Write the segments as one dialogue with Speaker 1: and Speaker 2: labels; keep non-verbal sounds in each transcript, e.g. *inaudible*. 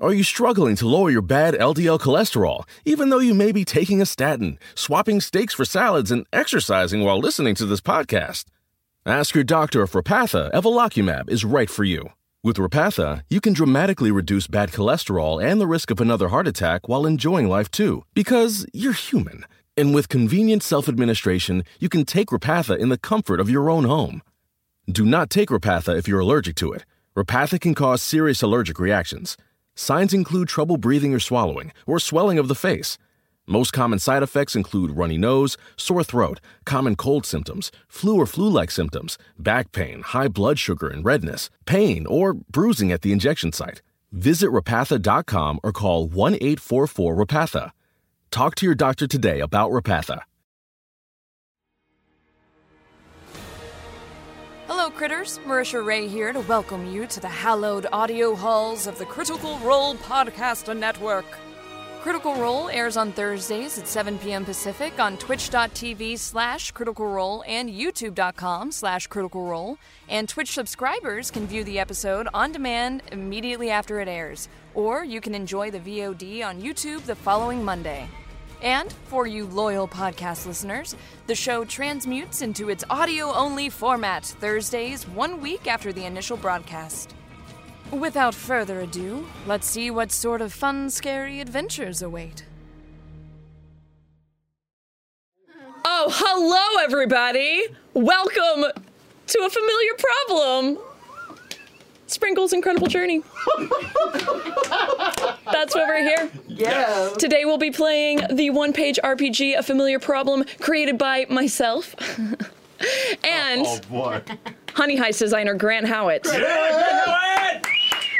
Speaker 1: Are you struggling to lower your bad LDL cholesterol, even though you may be taking a statin, swapping steaks for salads, and exercising while listening to this podcast? Ask your doctor if Repatha Evolocumab is right for you. With Repatha, you can dramatically reduce bad cholesterol and the risk of another heart attack while enjoying life too, because you're human. And with convenient self administration, you can take Repatha in the comfort of your own home. Do not take Repatha if you're allergic to it. Repatha can cause serious allergic reactions. Signs include trouble breathing or swallowing, or swelling of the face. Most common side effects include runny nose, sore throat, common cold symptoms, flu or flu like symptoms, back pain, high blood sugar and redness, pain, or bruising at the injection site. Visit rapatha.com or call 1 844 Rapatha. Talk to your doctor today about *laughs* Rapatha.
Speaker 2: Hello, critters. Marisha Ray here to welcome you to the hallowed audio halls of the Critical Role Podcast Network. Critical Role airs on Thursdays at 7 p.m. Pacific on twitch.tv slash critical role and youtube.com slash critical role. And Twitch subscribers can view the episode on demand immediately after it airs, or you can enjoy the VOD on YouTube the following Monday. And for you loyal podcast listeners, the show transmutes into its audio only format Thursdays, one week after the initial broadcast. Without further ado, let's see what sort of fun, scary adventures await.
Speaker 3: Oh, hello, everybody! Welcome to a familiar problem. Sprinkle's incredible journey. That's what we're here.
Speaker 4: Yeah.
Speaker 3: Today we'll be playing the one-page RPG, A Familiar Problem, created by myself *laughs* and
Speaker 2: Oh,
Speaker 4: boy.
Speaker 3: Honey Heist designer Grant Howitt.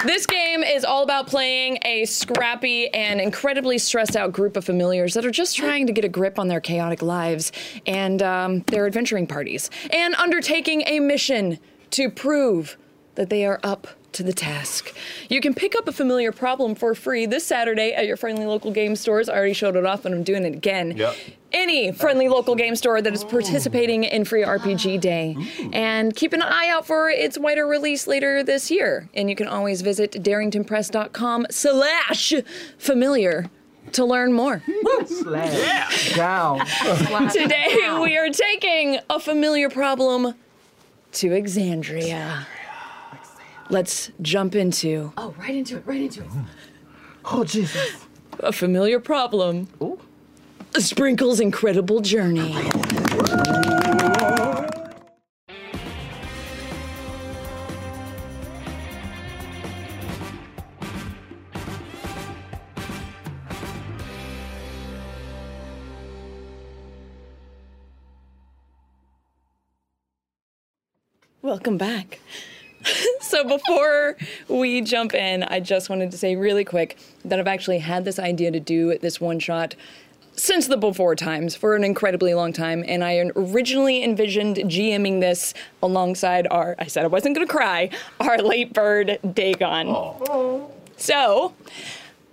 Speaker 3: This game is all about playing a scrappy and incredibly stressed out group of familiars that are just trying to get a grip on their chaotic lives and um, their adventuring parties, and undertaking a mission to prove that they are up to the task. You can pick up a familiar problem for free this Saturday at your friendly local game stores. I already showed it off, and I'm doing it again
Speaker 4: Yep.
Speaker 3: any friendly local game store that is participating in Free RPG Day. And keep an eye out for its wider release later this year. And you can always visit darringtonpress.com slash familiar to learn more.
Speaker 4: Slash down.
Speaker 3: *laughs* Today we are taking a familiar problem to Exandria. Let's jump into
Speaker 5: Oh, right into it, right into it.
Speaker 4: Oh Jesus.
Speaker 3: a familiar problem. Sprinkle's incredible journey. Welcome back. So before we jump in, I just wanted to say really quick that I've actually had this idea to do this one shot since the before times for an incredibly long time, and I originally envisioned GMing this alongside our I said I wasn't gonna cry our late bird Dagon. So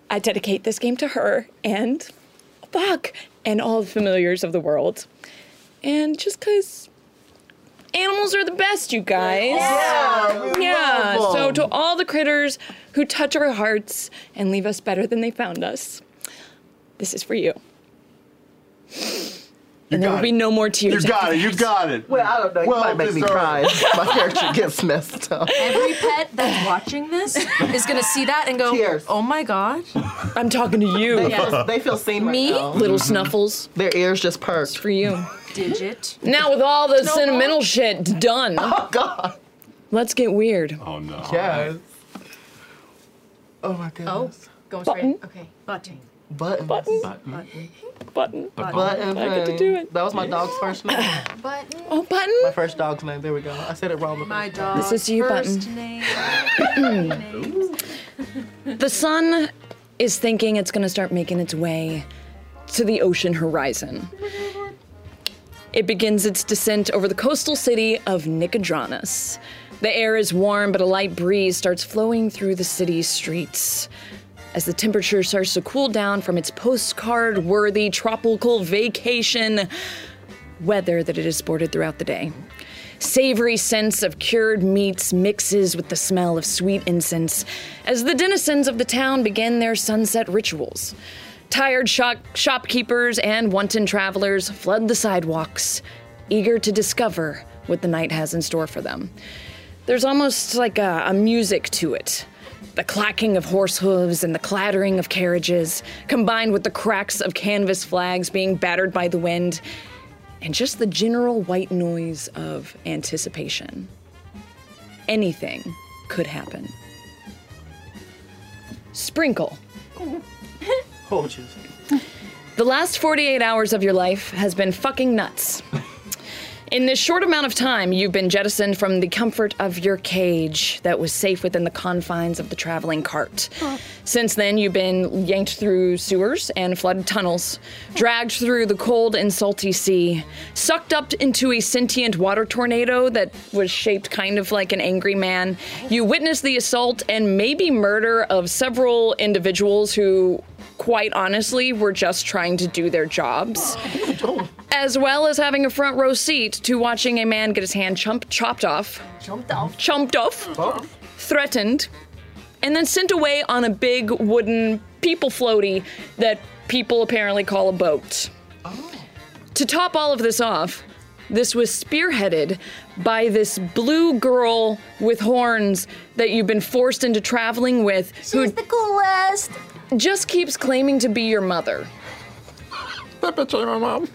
Speaker 3: I dedicate this game to her and Buck and all the familiars of the world, and just cause. Animals are the best, you guys. Yeah, so to all the critters who touch our hearts and leave us better than they found us, this is for you.
Speaker 6: You
Speaker 3: And there will
Speaker 6: got
Speaker 3: be
Speaker 6: it.
Speaker 3: no more
Speaker 6: You
Speaker 3: tears.
Speaker 6: got
Speaker 3: after
Speaker 6: it. You
Speaker 3: that.
Speaker 6: got it.
Speaker 4: Well, I don't know. You
Speaker 6: Well
Speaker 4: might make me
Speaker 6: deserved.
Speaker 4: cry. if My character gets messed up.
Speaker 5: Every pet that's watching this is gonna see that and go,
Speaker 4: Tears.
Speaker 5: "Oh my god!"
Speaker 3: I'm talking to you,
Speaker 4: They feel seen
Speaker 5: Me?
Speaker 4: right now.
Speaker 3: little snuffles.
Speaker 4: Their ears just perked.
Speaker 3: For you.
Speaker 5: Digit.
Speaker 3: Now with all the sentimental shit done,
Speaker 4: Oh God.
Speaker 3: let's get weird.
Speaker 6: Oh no.
Speaker 4: Yes. Oh my goodness.
Speaker 5: Going straight. Oh, Okay, button.
Speaker 4: Button.
Speaker 3: Button,
Speaker 6: Button.
Speaker 3: button.
Speaker 4: Button.
Speaker 3: I get to
Speaker 4: honey.
Speaker 3: do it.
Speaker 4: That was my dog's first name.
Speaker 5: Button.
Speaker 3: Oh,
Speaker 4: my
Speaker 3: button.
Speaker 4: first dog's name. There we go. I said it wrong. Before.
Speaker 5: My dog.
Speaker 3: This is you,
Speaker 5: first
Speaker 3: Button.
Speaker 5: Name.
Speaker 4: *clears throat*
Speaker 3: The sun is thinking it's gonna start making its way to the ocean horizon. It begins its descent over the coastal city of Nicodranas. The air is warm, but a light breeze starts flowing through the city's streets. As the temperature starts to cool down from its postcard worthy tropical vacation weather that it has sported throughout the day. Savory scents of cured meats mixes with the smell of sweet incense as the denizens of the town begin their sunset rituals. Tired shop- shopkeepers and wanton travelers flood the sidewalks, eager to discover what the night has in store for them. There's almost like a, a music to it. The clacking of horse hooves and the clattering of carriages, combined with the cracks of canvas flags being battered by the wind, and just the general white noise of anticipation. Anything could happen. Sprinkle.
Speaker 4: Oh, Jesus.
Speaker 3: The last 48 hours of your life has been fucking nuts. In this short amount of time, you've been jettisoned from the comfort of your cage that was safe within the confines of the traveling cart. Since then, you've been yanked through sewers and flooded tunnels, dragged through the cold and salty sea, sucked up into a sentient water tornado that was shaped kind of like an angry man. You witnessed the assault and maybe murder of several individuals who quite honestly were just trying to do their jobs, as well as having a front row seat to watching a man get his hand chump- chopped off,
Speaker 4: Jumped off.
Speaker 3: chomped off,
Speaker 4: Oh.
Speaker 3: threatened, and then sent away on a big wooden people floaty that people apparently call a boat.
Speaker 5: Oh.
Speaker 3: To top all of this off, this was spearheaded by this blue girl with horns that you've been forced into traveling with, who
Speaker 5: the coolest.
Speaker 3: just keeps claiming to be your mother.
Speaker 1: That bitch ain't my mom.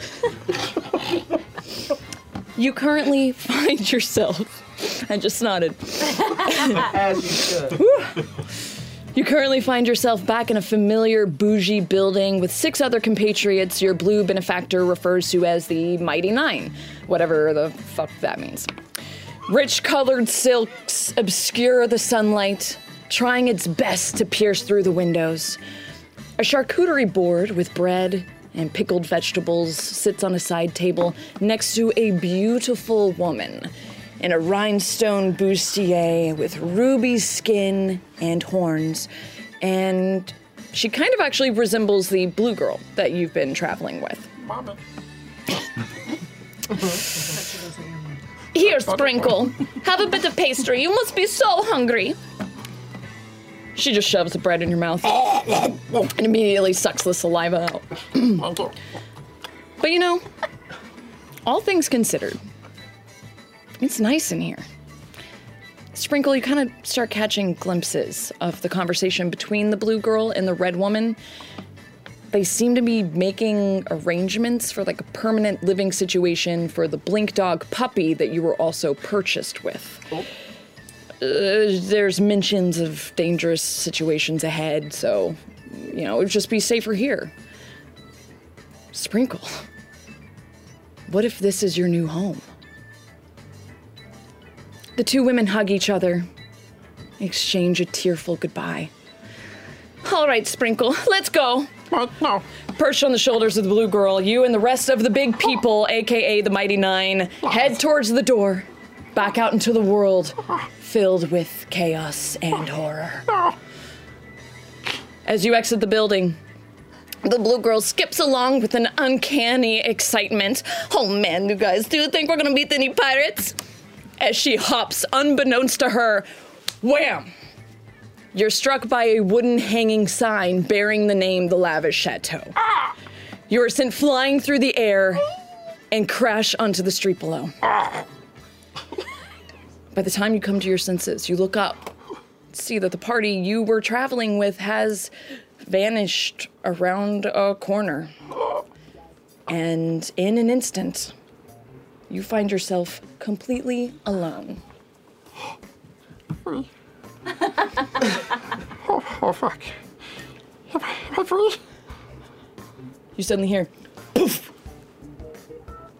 Speaker 3: You currently *laughs* find yourself. I just nodded.
Speaker 4: As you should.
Speaker 3: You currently find yourself back in a familiar bougie building with six other compatriots your blue benefactor refers to as the Mighty Nine, whatever the fuck that means. Rich colored silks obscure the sunlight, trying its best to pierce through the windows. A charcuterie board with bread and pickled vegetables sits on a side table next to a beautiful woman in a rhinestone bustier with ruby skin and horns. And she kind of actually resembles the blue girl that you've been traveling with. Here, Sprinkle. Have a bit of pastry. You must be so hungry. She just shoves the bread in your mouth and immediately sucks the saliva out. But you know, all things considered, it's nice in here. Sprinkle, you kind of start catching glimpses of the conversation between the blue girl and the red woman. They seem to be making arrangements for like a permanent living situation for the blink dog puppy that you were also purchased with. Uh, there's mentions of dangerous situations ahead, so you know, it would just be safer here. Sprinkle. What if this is your new home? The two women hug each other, exchange a tearful goodbye. All right, Sprinkle, let's go.
Speaker 1: no.
Speaker 3: Perched on the shoulders of the blue girl, you and the rest of the big people, aka the Mighty Nine, head towards the door, back out into the world filled with chaos and horror. As you exit the building, the blue girl skips along with an uncanny excitement. Oh man, you guys, do you think we're gonna meet any pirates? As she hops, unbeknownst to her, wham! You're struck by a wooden hanging sign bearing the name The Lavish Chateau. You are sent flying through the air and crash onto the street below. By the time you come to your senses, you look up, see that the party you were traveling with has vanished around a corner. And in an instant, you find yourself completely alone.
Speaker 6: Oh, oh fuck. Am I, am I free?
Speaker 3: you suddenly hear poof.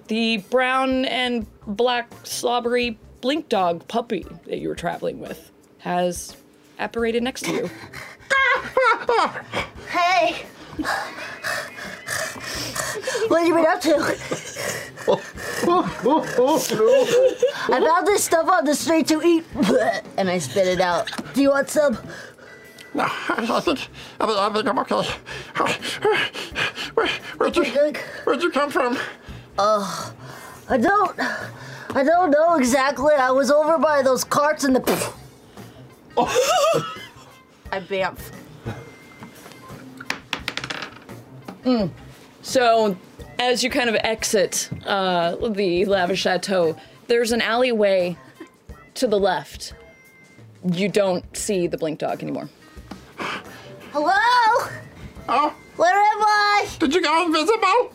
Speaker 3: The brown and black slobbery blink dog puppy that you were traveling with has apparated next to *laughs* you.
Speaker 6: Hey! What have you been up to? I found this stuff on the street to eat, and I spit it out. Do you want some?
Speaker 7: No, I think, I think, I think I'm okay. Where, where'd, you, where'd you come from?
Speaker 6: Uh, I don't. I don't know exactly. I was over by those carts and
Speaker 7: *laughs*
Speaker 6: the.
Speaker 5: I bamf.
Speaker 3: Mm. So, as you kind of exit uh, the lavish chateau, there's an alleyway to the left. You don't see the blink dog anymore.
Speaker 6: Hello?
Speaker 7: Oh,
Speaker 6: Where am I?
Speaker 7: did you go invisible?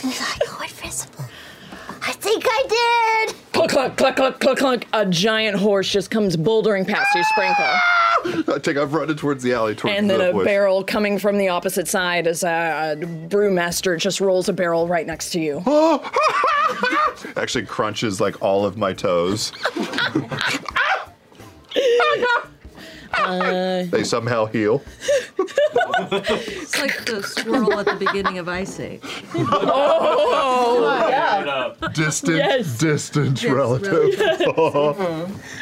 Speaker 6: Did I go invisible? I think I did.
Speaker 3: Cluck, cluck, cluck, cluck, cluck, cluck. A giant horse just comes bouldering past you,
Speaker 8: *laughs*
Speaker 3: Sprinkle.
Speaker 8: I think I've run it towards the alley. Towards
Speaker 3: And then
Speaker 8: the
Speaker 3: a
Speaker 8: bush.
Speaker 3: barrel coming from the opposite side as a brewmaster just rolls a barrel right next
Speaker 8: *gasps*
Speaker 3: to you.
Speaker 8: Actually, crunches like all of my toes. they somehow
Speaker 3: *laughs*
Speaker 8: heal.
Speaker 5: It's like the swirl at the beginning of Ice Age.
Speaker 8: *laughs* Distant,
Speaker 3: Oh! Yes.
Speaker 8: distant relative. *laughs*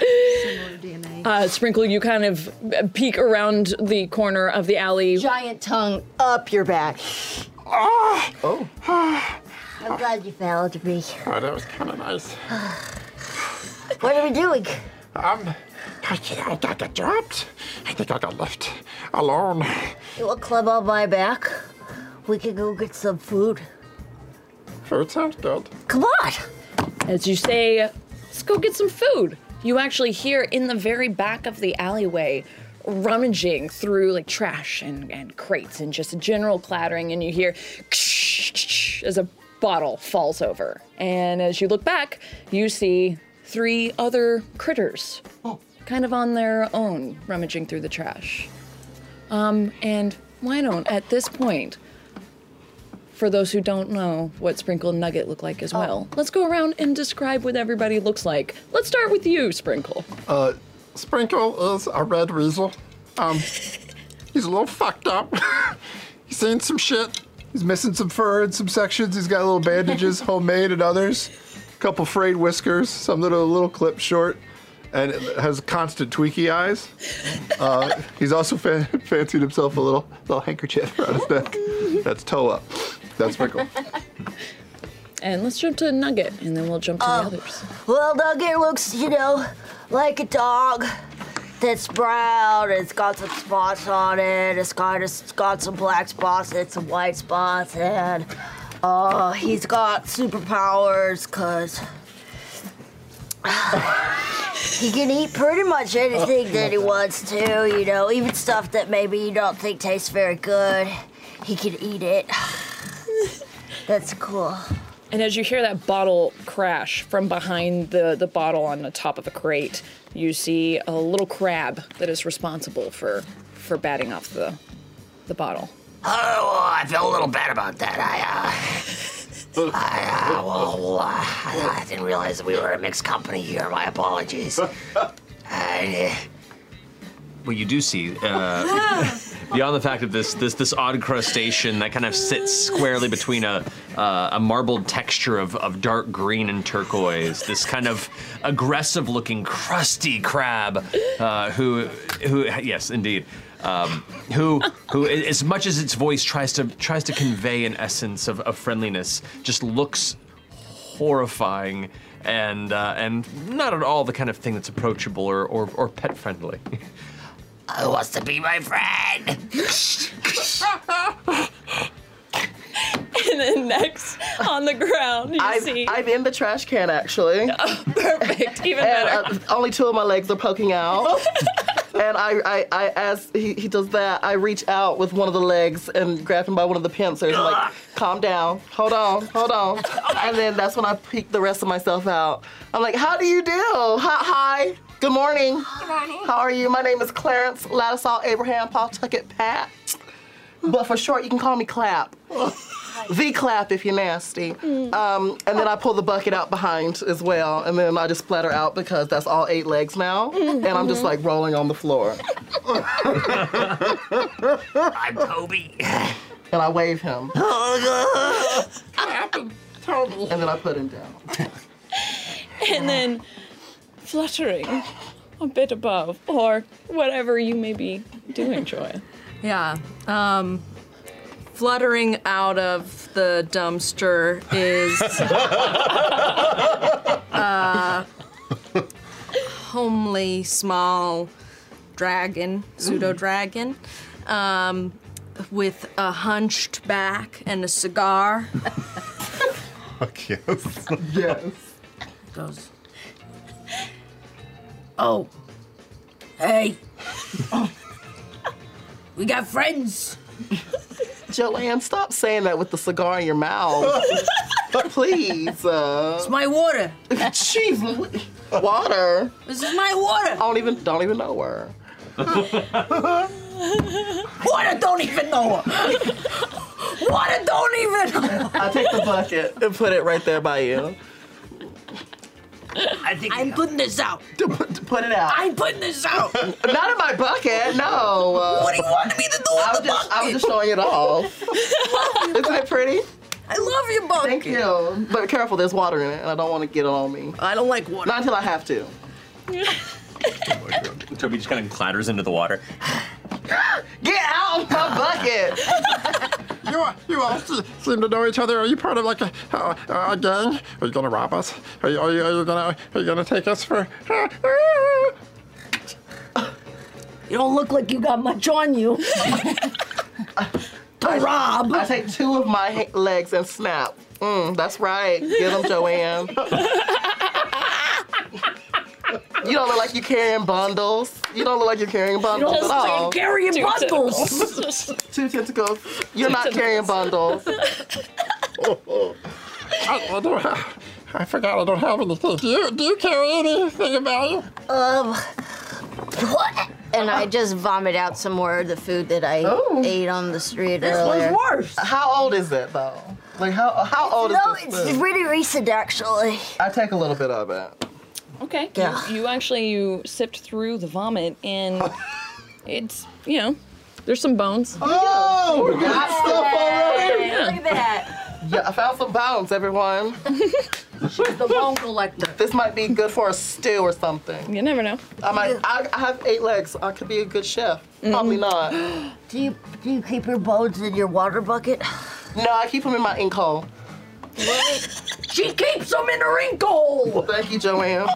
Speaker 3: Uh, Sprinkle, you kind of peek around the corner of the alley.
Speaker 6: Giant tongue up your back.
Speaker 7: Ah!
Speaker 8: Oh.
Speaker 6: *sighs*
Speaker 8: *sighs*
Speaker 6: I'm glad you found me.
Speaker 7: Oh, that was kind of nice.
Speaker 6: *sighs* What are we doing?
Speaker 7: Um, I, think I got, got dropped. I think I got left alone.
Speaker 6: You want club on my back? We can go get some food.
Speaker 7: Food sounds good.
Speaker 6: Come on.
Speaker 3: As you say, let's go get some food. You actually hear in the very back of the alleyway rummaging through like trash and, and crates and just general clattering, and you hear as a bottle falls over. And as you look back, you see three other critters kind of on their own rummaging through the trash. Um, and why don't at this point, for those who don't know what Sprinkle and Nugget look like as well, let's go around and describe what everybody looks like. Let's start with you, Sprinkle.
Speaker 7: Uh, Sprinkle is a red weasel. Um, he's a little fucked up. *laughs* he's seen some shit.
Speaker 8: He's missing some fur in some sections. He's got little bandages, homemade and others. A couple frayed whiskers, some that are a little clipped short, and has constant tweaky eyes. Uh, he's also fan- *laughs* fancied himself a little little handkerchief around his neck. That's toe up. That's sprinkle.
Speaker 3: And let's jump to Nugget, and then we'll jump to the others.
Speaker 6: Um, Well, Nugget looks, you know, like a dog that's brown. It's got some spots on it. It's got, it's got some black spots and some white spots. And uh, he's got superpowers because *sighs* he can eat pretty much anything
Speaker 3: Oh,
Speaker 6: that he wants to, you know, even stuff that maybe you don't think tastes very good. He can eat it. *sighs* That's cool.
Speaker 3: And as you hear that bottle crash from behind the, the bottle on the top of a crate, you see a little crab that is responsible for for batting off the the bottle.
Speaker 6: Oh, I feel a little bad about that. I, uh, I, uh, well, uh, I, I didn't realize that we were a mixed company here. My
Speaker 7: *laughs*
Speaker 6: apologies. I,
Speaker 9: What uh, you do see, uh, beyond the fact of this this this odd crustacean that kind of sits squarely between a uh, a marbled texture of, of dark green and turquoise, this kind of aggressive looking crusty crab, uh, who who yes indeed. Um, who, who, a- as much as its voice tries to tries to convey an essence of, of friendliness, just looks horrifying and uh, and not at all the kind of thing that's approachable or, or, or pet friendly.
Speaker 6: uh, who wants to be my friend?
Speaker 3: And then next *laughs* on the ground, you
Speaker 4: I'm,
Speaker 3: see Oh,
Speaker 4: I'm in the trash can actually,
Speaker 3: *laughs* perfect, even
Speaker 4: and
Speaker 3: better.
Speaker 4: uh, only two of my legs are poking
Speaker 3: *laughs*
Speaker 4: out. and I, I, I as he, he does that, I reach out with one of the legs and grab him by one of the pincers, and like, calm down, hold on, hold
Speaker 3: *laughs*
Speaker 4: on. and then that's when I peek the rest of myself out. I'm like, how do you do? Hi, hi. Good morning. Good morning. How are you? My name is Clarence Ladisaw Abraham Pawtucket Pat. But for short, you can call me Clap. The clap if you're nasty. Um, and then I pull the bucket out behind as well, and then I just splatter out because that's all eight legs now, and I'm just
Speaker 10: Mhm.
Speaker 4: like rolling on the floor.
Speaker 10: I'm Kobe.
Speaker 4: And I wave him.
Speaker 10: Oh,
Speaker 4: And then I put him down.
Speaker 3: and then fluttering a bit above or whatever you may be doing, Joy.
Speaker 5: Yeah. Um, fluttering out of the dumpster is. *laughs* uh, homely, small dragon, pseudo dragon, um, with a hunched back and a cigar.
Speaker 8: Fuck yes.
Speaker 4: yes.
Speaker 5: Goes,
Speaker 10: Oh. Hey. Oh. we got friends.
Speaker 4: Joanne, stop saying that with the cigar in your mouth. Please. Uh. It's
Speaker 5: my water.
Speaker 10: *laughs*
Speaker 4: Jeez, Louise. water.
Speaker 5: This is my water. I
Speaker 4: don't even don't even know her.
Speaker 5: *laughs*
Speaker 10: Water don't even know her. Water don't even know her.
Speaker 4: I take the bucket and put it right there by you.
Speaker 10: I think I'm putting this out.
Speaker 4: Put, it out.
Speaker 10: I'm putting this out.
Speaker 4: *laughs* Not in my bucket, no. uh,
Speaker 10: What do you want me to do with
Speaker 4: I was
Speaker 10: the
Speaker 4: just, I was
Speaker 10: bucket?
Speaker 4: just showing it off. Isn't it pretty?
Speaker 5: I love your bucket.
Speaker 4: Thank you. But careful, there's water in it, and I don't want to get it on me.
Speaker 5: I don't like water.
Speaker 4: Not until I have to.
Speaker 9: Toby just kind of clatters into the water.
Speaker 4: *gasps* Get out of my bucket.
Speaker 7: *laughs* you, are- you all se- seem to know each other. Are you part of like a, a, a gang? Are you gonna rob us? Are you, are you, are you gonna are you gonna take us for? *gasps*
Speaker 10: You don't look like you got much on you.
Speaker 4: I, Rob. I take two of my ha- legs and snap. Mm, that's right. Get them, Joanne. you don't look like you're carrying bundles. You don't look like you're carrying bundles
Speaker 10: look
Speaker 4: at
Speaker 10: like
Speaker 4: all.
Speaker 10: you're carrying Two bundles. tentacles.
Speaker 4: two tentacles. You're
Speaker 10: Two
Speaker 4: not carrying bundles.
Speaker 7: I, I don't have. I forgot. I don't have anything. Do you do you carry anything about you?
Speaker 6: Um, and I just vomit out some more of the food that I
Speaker 7: Oh.
Speaker 6: ate on the street earlier.
Speaker 4: worse. How old is it though? Like how how old
Speaker 6: no,
Speaker 4: is this?
Speaker 6: it's
Speaker 4: food?
Speaker 6: really recent actually.
Speaker 4: I take a little bit of it.
Speaker 3: Okay. you-
Speaker 4: Yeah.
Speaker 3: You, actually you sipped through the vomit and it's you know there's some bones.
Speaker 4: Oh, we got stuff already.
Speaker 3: Yeah.
Speaker 6: Look at that.
Speaker 4: Yeah, I found some bones, everyone.
Speaker 5: She's the bone collector.
Speaker 4: This might be good for a stew or something.
Speaker 3: You never know.
Speaker 4: I might. I, I have eight legs. I could be a good chef.
Speaker 3: Mm-hmm.
Speaker 4: Probably not.
Speaker 6: Do you do you keep your bones in your water bucket?
Speaker 4: No, I keep them in my inkhole.
Speaker 10: she keeps them in her wrinkle.
Speaker 4: Thank you, Joanne.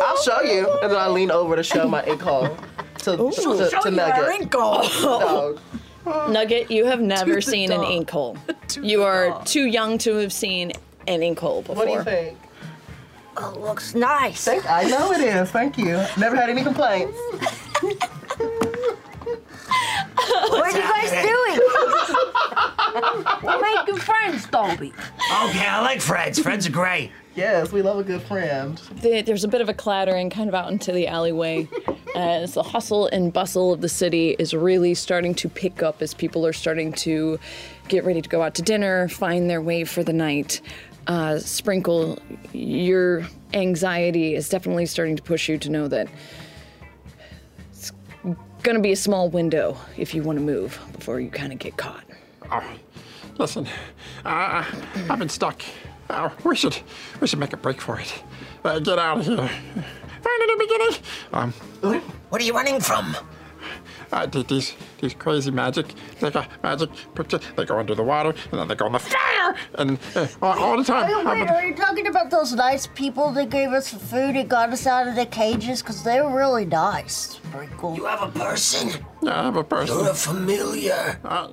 Speaker 4: I'll show you, and then I lean over to show my inkhole to to,
Speaker 10: She'll
Speaker 4: to,
Speaker 10: show you her
Speaker 4: Nugget. *laughs*
Speaker 10: inkle.
Speaker 4: Dog.
Speaker 3: Nugget, you have never
Speaker 10: the
Speaker 3: seen an
Speaker 10: dog. *laughs*
Speaker 3: inkhole. You are too young to have seen an inkhole before.
Speaker 4: What do you think?
Speaker 6: Oh, it looks nice.
Speaker 4: Thank, I know it is. Thank you. Never had any complaints.
Speaker 6: What are you guys doing? *laughs*
Speaker 10: We're making friends, Toby.
Speaker 4: Okay, I like friends. Friends are great. Yes, we love a good friend.
Speaker 3: The- There's a bit of a clattering kind of out into the alleyway as the hustle and bustle of the city is really starting to pick up as people are starting to get ready to go out to dinner, find their way for the night. Uh, Sprinkle, your anxiety is definitely starting to push you to know that it's gonna be a small window if you wanna move before you kind of get caught.
Speaker 7: Oh, listen, I, I- I've been stuck. Uh, we should we should make a break for it. Uh, get out of here. Find a new beginning. Um,
Speaker 10: What are you running from?
Speaker 7: I did these these crazy magic. They got magic. prote- They go under the water and then they go in the fire and uh, all, all the time.
Speaker 6: Wait, wait, are you talking about those nice people that gave us the food and got us out of the cages? Because they were really nice.
Speaker 10: You have a person.
Speaker 7: Yeah, I have a person.
Speaker 10: You're a familiar.
Speaker 7: Uh,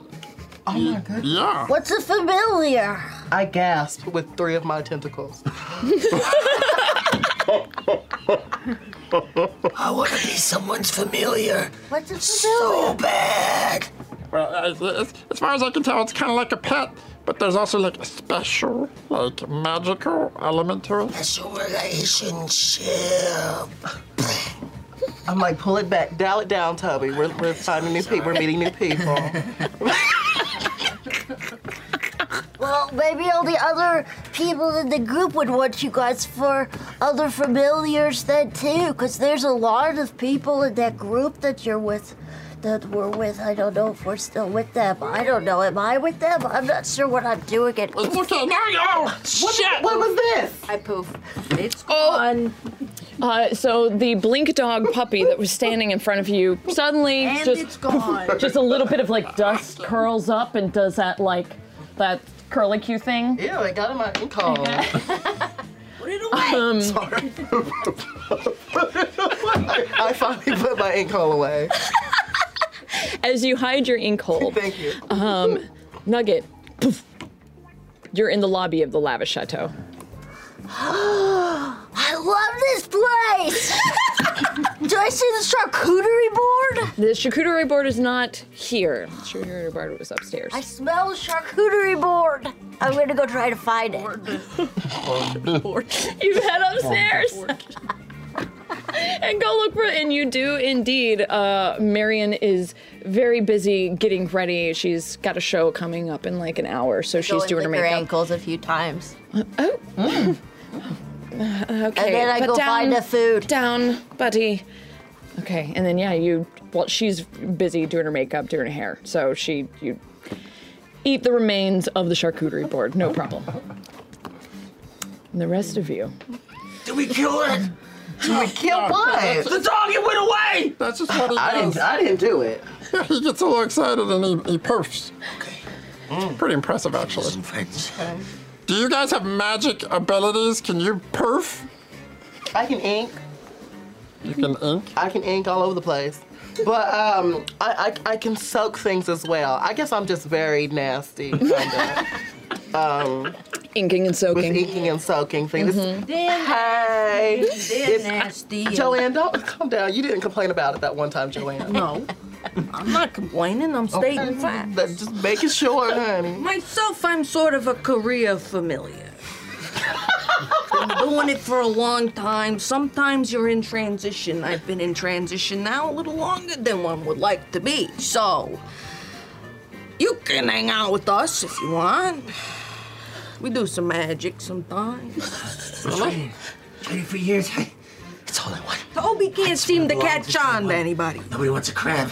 Speaker 4: Oh my goodness.
Speaker 7: yeah.
Speaker 6: What's a familiar?
Speaker 4: I gasped with three of my tentacles. *laughs*
Speaker 10: I want to be someone's familiar.
Speaker 6: What's a familiar?
Speaker 10: So bad.
Speaker 7: Well, as, as, as far as I can tell, it's kind of like a pet, but there's also like a special, like magical element to it.
Speaker 10: Special relationship.
Speaker 4: I'm like, pull it back, dial it down, Toby. We're, we're finding new people, we're meeting new *laughs* people.
Speaker 6: Well, maybe all the other people in the group would want you guys for other familiars then too, because there's a lot of people in that group that you're with, that we're with. I don't know if we're still with them. I don't know. Am I with them? I'm not sure what I'm doing. It.
Speaker 10: Okay, now you oh, shit.
Speaker 4: What was this?
Speaker 5: I poof. It's gone.
Speaker 3: Oh. Uh, so the blink dog puppy that was standing in front of you suddenly
Speaker 10: And
Speaker 3: just
Speaker 10: it's *laughs* gone.
Speaker 3: just a little bit of like dust *laughs* curls up and does that like that curlicue thing.
Speaker 4: Ew, I got in my ankle.
Speaker 10: Put it away.
Speaker 4: *laughs*
Speaker 3: Um,
Speaker 4: Sorry. I finally put my ink hole away.
Speaker 3: As you hide your ink
Speaker 4: *laughs*
Speaker 3: hole,
Speaker 4: Thank you.
Speaker 3: um, Nugget, poof, you're in the lobby of the lavish
Speaker 10: *laughs*
Speaker 3: chateau.
Speaker 6: *gasps* I love this place. *laughs* Do I see the charcuterie board?
Speaker 3: The charcuterie board is not here. The charcuterie board was upstairs.
Speaker 6: I smell the charcuterie board. I'm gonna go try to find it.
Speaker 3: you head
Speaker 11: Oh.
Speaker 3: upstairs and go look for it. And you do indeed. Uh, Marion is very busy getting ready. She's got a show coming up in like an hour, so
Speaker 5: Go
Speaker 3: she's
Speaker 5: and
Speaker 3: doing her
Speaker 5: lick her
Speaker 3: makeup.
Speaker 5: ankles a few times.
Speaker 6: Uh,
Speaker 3: Okay,
Speaker 6: And then I
Speaker 3: but
Speaker 6: go find the food.
Speaker 3: Down, buddy. Okay, and then yeah, you. Well, she's busy doing her makeup, doing her hair, so she you eat the remains of the charcuterie board, no problem. And the rest of you.
Speaker 10: Did we kill it?
Speaker 4: Kill what?
Speaker 10: The dog, it went away.
Speaker 7: That's just what he
Speaker 4: *laughs* I
Speaker 7: does.
Speaker 4: didn't. I didn't do it.
Speaker 7: *laughs* he gets a little excited and he, he poofs. It's pretty impressive, actually. Do you guys have magic abilities? Can you perf?
Speaker 4: I can ink.
Speaker 7: You can ink.
Speaker 4: I can ink all over the place. But um, I, I I can soak things as well. I guess I'm just very nasty,
Speaker 3: *laughs*
Speaker 4: kind
Speaker 3: Inking
Speaker 4: of,
Speaker 3: and
Speaker 4: with
Speaker 3: soaking. Mm-hmm.
Speaker 4: inking and soaking things.
Speaker 5: Then,
Speaker 4: Hey,
Speaker 5: then nasty.
Speaker 4: Joanne, don't calm down. You didn't complain about it that one time, Joanne.
Speaker 5: No, I'm not complaining. I'm stating facts.
Speaker 4: That- just making sure, honey.
Speaker 5: Myself, I'm sort of a career familiar. Been doing it for a long time. Sometimes you're in transition. I've been in transition now a little longer than one would like to be. So, you can hang out with us if you want. We do some magic sometimes.
Speaker 10: Twenty-three years. I, it's all I want.
Speaker 5: Toby can't seem to
Speaker 10: Well,
Speaker 5: catch on to anybody.
Speaker 10: Nobody wants a crab.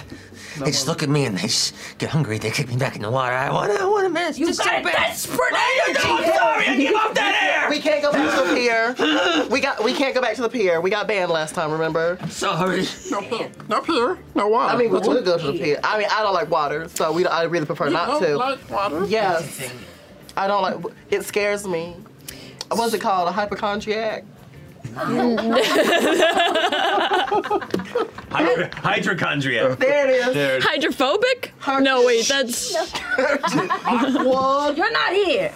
Speaker 10: They just look at me and they just get hungry. They kick me back in the water. I want to, I want to miss.
Speaker 5: You
Speaker 10: This is
Speaker 5: got
Speaker 10: so bad.
Speaker 5: desperate
Speaker 10: I know, I'm sorry. I give up that air.
Speaker 4: We can't go back to the pier. We got. We can't go back to the pier. We got banned last time. Remember?
Speaker 10: Sorry.
Speaker 7: No pier. No pier. No water.
Speaker 4: I mean, we would go to the pier. I mean, I don't like water, so we. I really prefer not
Speaker 7: do
Speaker 4: to.
Speaker 7: like water.
Speaker 4: Yes, I don't like. It scares me. What's it called?
Speaker 6: *laughs*
Speaker 4: A hypochondriac.
Speaker 12: Hydro-
Speaker 10: *laughs*
Speaker 12: Hydrochondria.
Speaker 4: There it is.
Speaker 12: There.
Speaker 3: Hydrophobic? No, wait, that's
Speaker 4: Well,
Speaker 5: You're not here.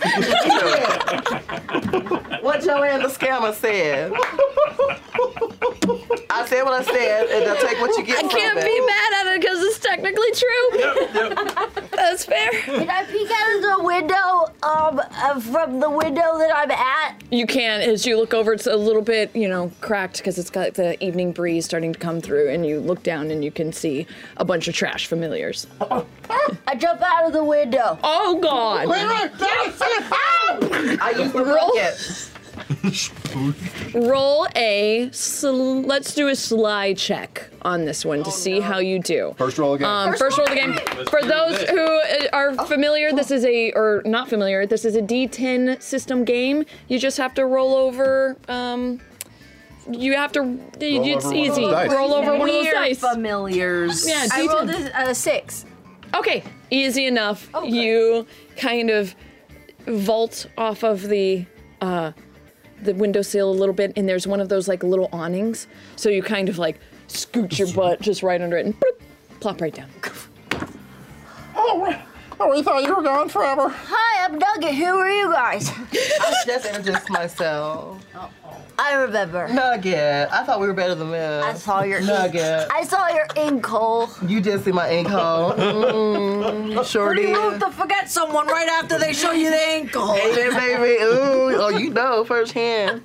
Speaker 4: what Joanne the scammer said. I said what I said, and I'll take what you get
Speaker 3: I
Speaker 4: from
Speaker 3: can't
Speaker 4: it.
Speaker 3: be mad at it because it's technically true. That's fair.
Speaker 6: Can I peek out of the window? Um, uh, from the window that I'm at.
Speaker 3: You can, as you look over, it's a little bit, you know, cracked because it's got the evening breeze starting to come through, and you look down and you can see a bunch of trash
Speaker 8: *laughs*
Speaker 3: familiars.
Speaker 6: I jump out of the window.
Speaker 3: Oh, God.
Speaker 4: I used the
Speaker 3: Roll.
Speaker 4: bucket.
Speaker 3: Roll a, sl- let's do a sly check on this one to see how you do.
Speaker 8: Oh, First roll again.
Speaker 3: Um, first roll of the game. For those who uh, are familiar, this is a or not familiar. This is a D10 system game. You just have to roll over. Um, you have to. you- it's
Speaker 8: over one of
Speaker 3: easy.
Speaker 8: those dice.
Speaker 3: Roll over one of those dice.
Speaker 5: familiars.
Speaker 3: Yeah,
Speaker 5: I
Speaker 3: D10.
Speaker 5: rolled a, a six. Oh,
Speaker 3: Okay, easy enough. You kind of vault off of the uh, the windowsill a little bit, and there's one of those like little awnings. So you kind of like scoot your butt just right under it and bloop, plop right down.
Speaker 7: Oh, oh, we thought you were gone forever.
Speaker 4: *laughs*
Speaker 6: Hi, I'm Nugget. Who are you guys?
Speaker 4: I just introduced myself.
Speaker 6: I remember.
Speaker 4: Nugget. I thought we were better than that.
Speaker 6: I saw your
Speaker 4: Nugget.
Speaker 6: I saw your ink
Speaker 4: *laughs*
Speaker 6: hole.
Speaker 4: You did see my ink hole. Mm, sure
Speaker 5: Pretty
Speaker 4: did.
Speaker 5: rude to forget someone right after they show you the ankle.
Speaker 4: Ain't it, baby? Ooh, oh, you know firsthand.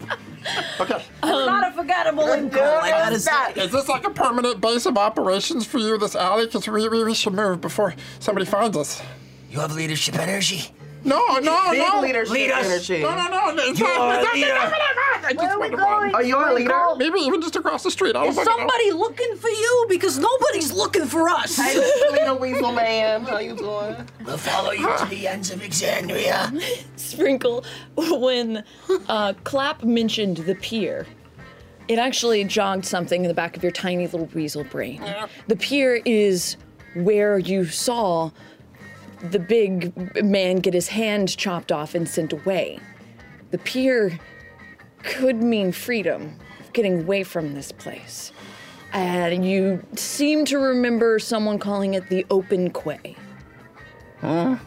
Speaker 5: It's not a forgettable ankle. I gotta say.
Speaker 7: Is this like a permanent base of operations for you, this alley? Because we, we, we should move before somebody finds us.
Speaker 10: You have leadership energy.
Speaker 7: No, no,
Speaker 4: Big
Speaker 7: no.
Speaker 4: leadership
Speaker 10: Lead us.
Speaker 4: energy.
Speaker 7: No, no, no. It's
Speaker 10: You're
Speaker 7: not,
Speaker 10: a
Speaker 7: it's not
Speaker 10: leader.
Speaker 7: I just
Speaker 6: Where we
Speaker 7: went
Speaker 6: going?
Speaker 7: wrong.
Speaker 4: Are you our leader?
Speaker 7: Maybe even just across the street. I
Speaker 5: Is
Speaker 7: was looking out.
Speaker 5: somebody looking for you? Because nobody's looking for us.
Speaker 4: Hey, Mr. Leader Weasel Man, how you doing?
Speaker 10: We'll follow you to the ends of Exandria.
Speaker 3: *laughs* Sprinkle, when uh, Clap mentioned the pier, it actually jogged something in the back of your tiny little weasel brain. The pier is where you saw the big man get his hand chopped off and sent away. The pier could mean freedom, getting away from this place. And you seem to remember someone calling it the open quay.
Speaker 7: Ow!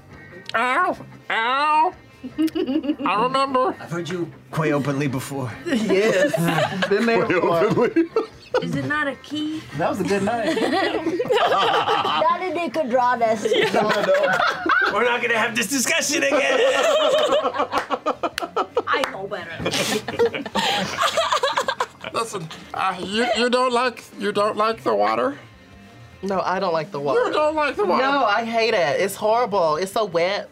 Speaker 7: Ow! I remember.
Speaker 10: I've heard you quay openly before.
Speaker 4: Yes. Been there before.
Speaker 5: Is it not a key?
Speaker 4: That was a good night.
Speaker 6: Not in Nicodranas.
Speaker 4: *laughs*
Speaker 12: We're not gonna have this discussion again.
Speaker 5: I know better.
Speaker 7: Listen, uh, you you don't like you don't like the water.
Speaker 4: No, I don't like the water.
Speaker 7: You don't like the water.
Speaker 4: No, I hate it. It's horrible. It's so wet.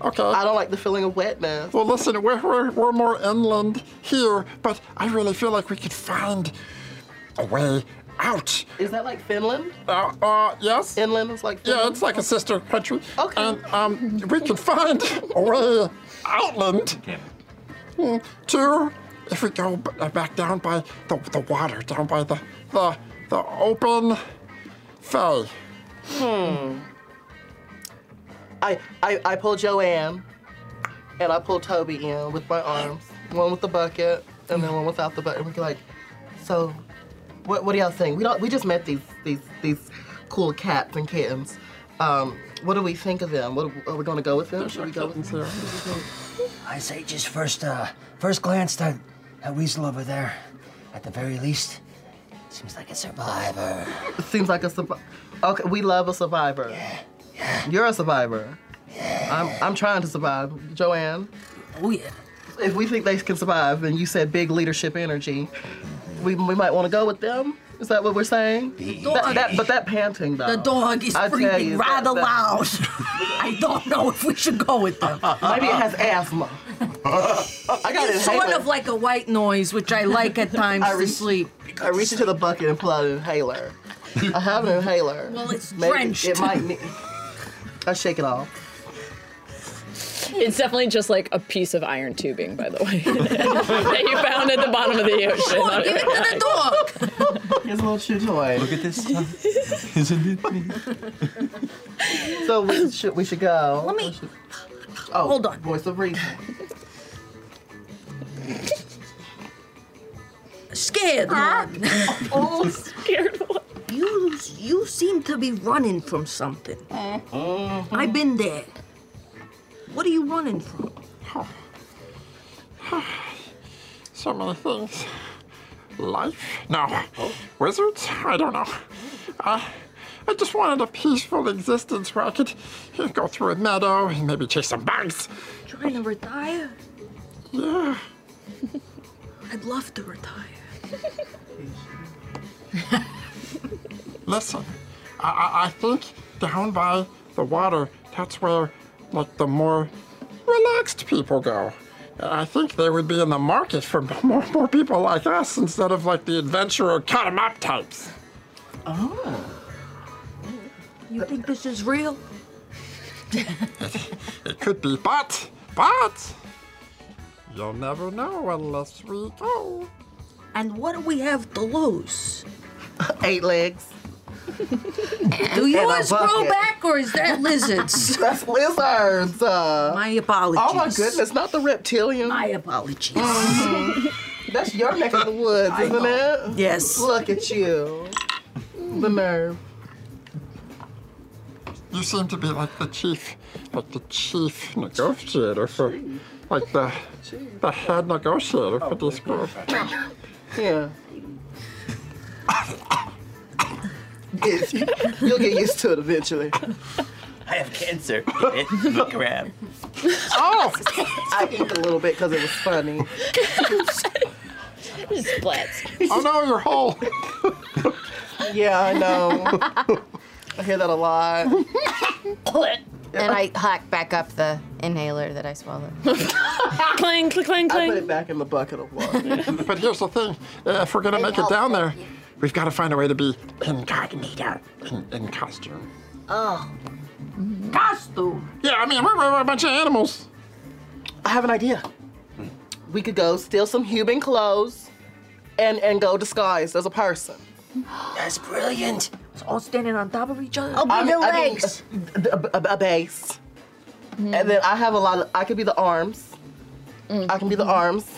Speaker 7: Okay.
Speaker 4: I don't like the feeling of wetness.
Speaker 7: well, listen, we're, we're we're more inland here, but I really feel like we could find a way out.
Speaker 4: Is that like Finland?
Speaker 7: Uh, uh yes.
Speaker 4: Inland is like
Speaker 7: yeah,
Speaker 4: Finland?
Speaker 7: it's like a sister country.
Speaker 4: Okay.
Speaker 7: And um, we can find a way outland Hmm, to if we go b- uh, back down by the the water, down by the the the open fay.
Speaker 4: Hmm. I, I, I pull Joanne and I pull Toby in with my arms. One with the bucket and then one without the bucket. And we're like, so what what do y'all think? We don't we just met these these these cool cats and kittens. Um, what do we think of them? What, are we gonna go with them? Should we go with them?
Speaker 10: I say just first, uh, first glance that that weasel over there, at the very least, seems like a survivor.
Speaker 4: It seems like a survivor. Okay, we love a survivor. You're a survivor. I'm I'm trying to survive, Joanne.
Speaker 5: Oh yeah.
Speaker 4: If we think they can survive, and you said big leadership energy, we, we might want to go with them. Is that what we're saying? That, that, but that panting though.
Speaker 5: The dog is
Speaker 4: I tell you,
Speaker 5: breathing
Speaker 4: that-
Speaker 5: rather
Speaker 4: that-
Speaker 5: loud.
Speaker 4: *laughs*
Speaker 5: I don't know if we should go with them.
Speaker 4: Maybe it has asthma. I got it.
Speaker 5: It's sort of like a white noise, which I like at times
Speaker 4: I
Speaker 5: to
Speaker 4: re-
Speaker 5: sleep.
Speaker 4: I reach into the bucket and pull out an inhaler. I have an
Speaker 5: *laughs*
Speaker 4: inhaler.
Speaker 5: Well, it's
Speaker 4: Maybe
Speaker 5: drenched. *laughs*
Speaker 4: It might. Need, I shake it off.
Speaker 3: It's definitely just like a piece of iron tubing, by the way, *laughs* that you found at the bottom of the
Speaker 5: Come on, give it to
Speaker 3: ocean.
Speaker 5: the dog.
Speaker 4: Here's a little chew toy.
Speaker 9: Look at this. Isn't it? me?
Speaker 4: So we should we should go.
Speaker 5: Let me.
Speaker 4: Oh,
Speaker 5: Hold on.
Speaker 4: Voice of reason.
Speaker 5: Scared. man.
Speaker 3: *laughs* Oh, Scared one.
Speaker 5: You you seem to be running from something.
Speaker 3: Uh-huh.
Speaker 5: I've been there. What are you running from?
Speaker 7: So many things. Life? No. Wizards? I don't know. I, I just wanted a peaceful existence where I could you know, go through a meadow and maybe chase some bugs.
Speaker 5: Trying
Speaker 13: *laughs*
Speaker 5: to retire?
Speaker 7: Yeah.
Speaker 5: I'd love to retire.
Speaker 7: Listen, I, I, I think down by the water, that's where like the more relaxed people go. And I think they would be in the market for *laughs* more, more people like us instead of like the adventurer cut 'em up types.
Speaker 5: You think this is real?
Speaker 7: It could be, but, but, you'll never know unless we go.
Speaker 5: And what do we have to lose?
Speaker 4: *laughs* Eight legs.
Speaker 5: Do yours grow
Speaker 4: bucket.
Speaker 5: back or is that lizards?
Speaker 4: *laughs* That's lizards. Uh,
Speaker 5: My apologies.
Speaker 4: oh my goodness, not the reptilian. Mm-hmm.
Speaker 5: My apologies.
Speaker 4: That's your neck of the woods, isn't it?
Speaker 5: Yes.
Speaker 4: Look at you. The nerve.
Speaker 7: You seem to be like the chief, like the chief negotiator for like the the head negotiator for this group.
Speaker 4: Yeah. It's- You'll get used to it eventually.
Speaker 12: I have cancer. Look
Speaker 3: *laughs*
Speaker 12: around.
Speaker 4: Oh! I ate a little bit because it was funny.
Speaker 14: *laughs*
Speaker 3: Just splats.
Speaker 7: Oh no, you're whole.
Speaker 4: Yeah, I know. I hear that a lot.
Speaker 6: *laughs*
Speaker 15: and I hack back up the inhaler that I swallowed.
Speaker 3: clang, clang, clang,
Speaker 4: clang. I put it back in the bucket of water.
Speaker 7: *laughs* but here's the thing: uh, if we're gonna make it down there, we've got to find a way to be incognito, in, in costume.
Speaker 6: Oh.
Speaker 4: Costume.
Speaker 7: Yeah, I mean, we're, we're a bunch of animals.
Speaker 4: I have an idea. We could go steal some human clothes and, and go disguised as a person.
Speaker 6: That's brilliant. Oh,
Speaker 4: It's all standing on top of each other.
Speaker 6: I'll be the
Speaker 4: legs. a, a- a base. And then I have a lot of, I could be the arms. I can be the arms.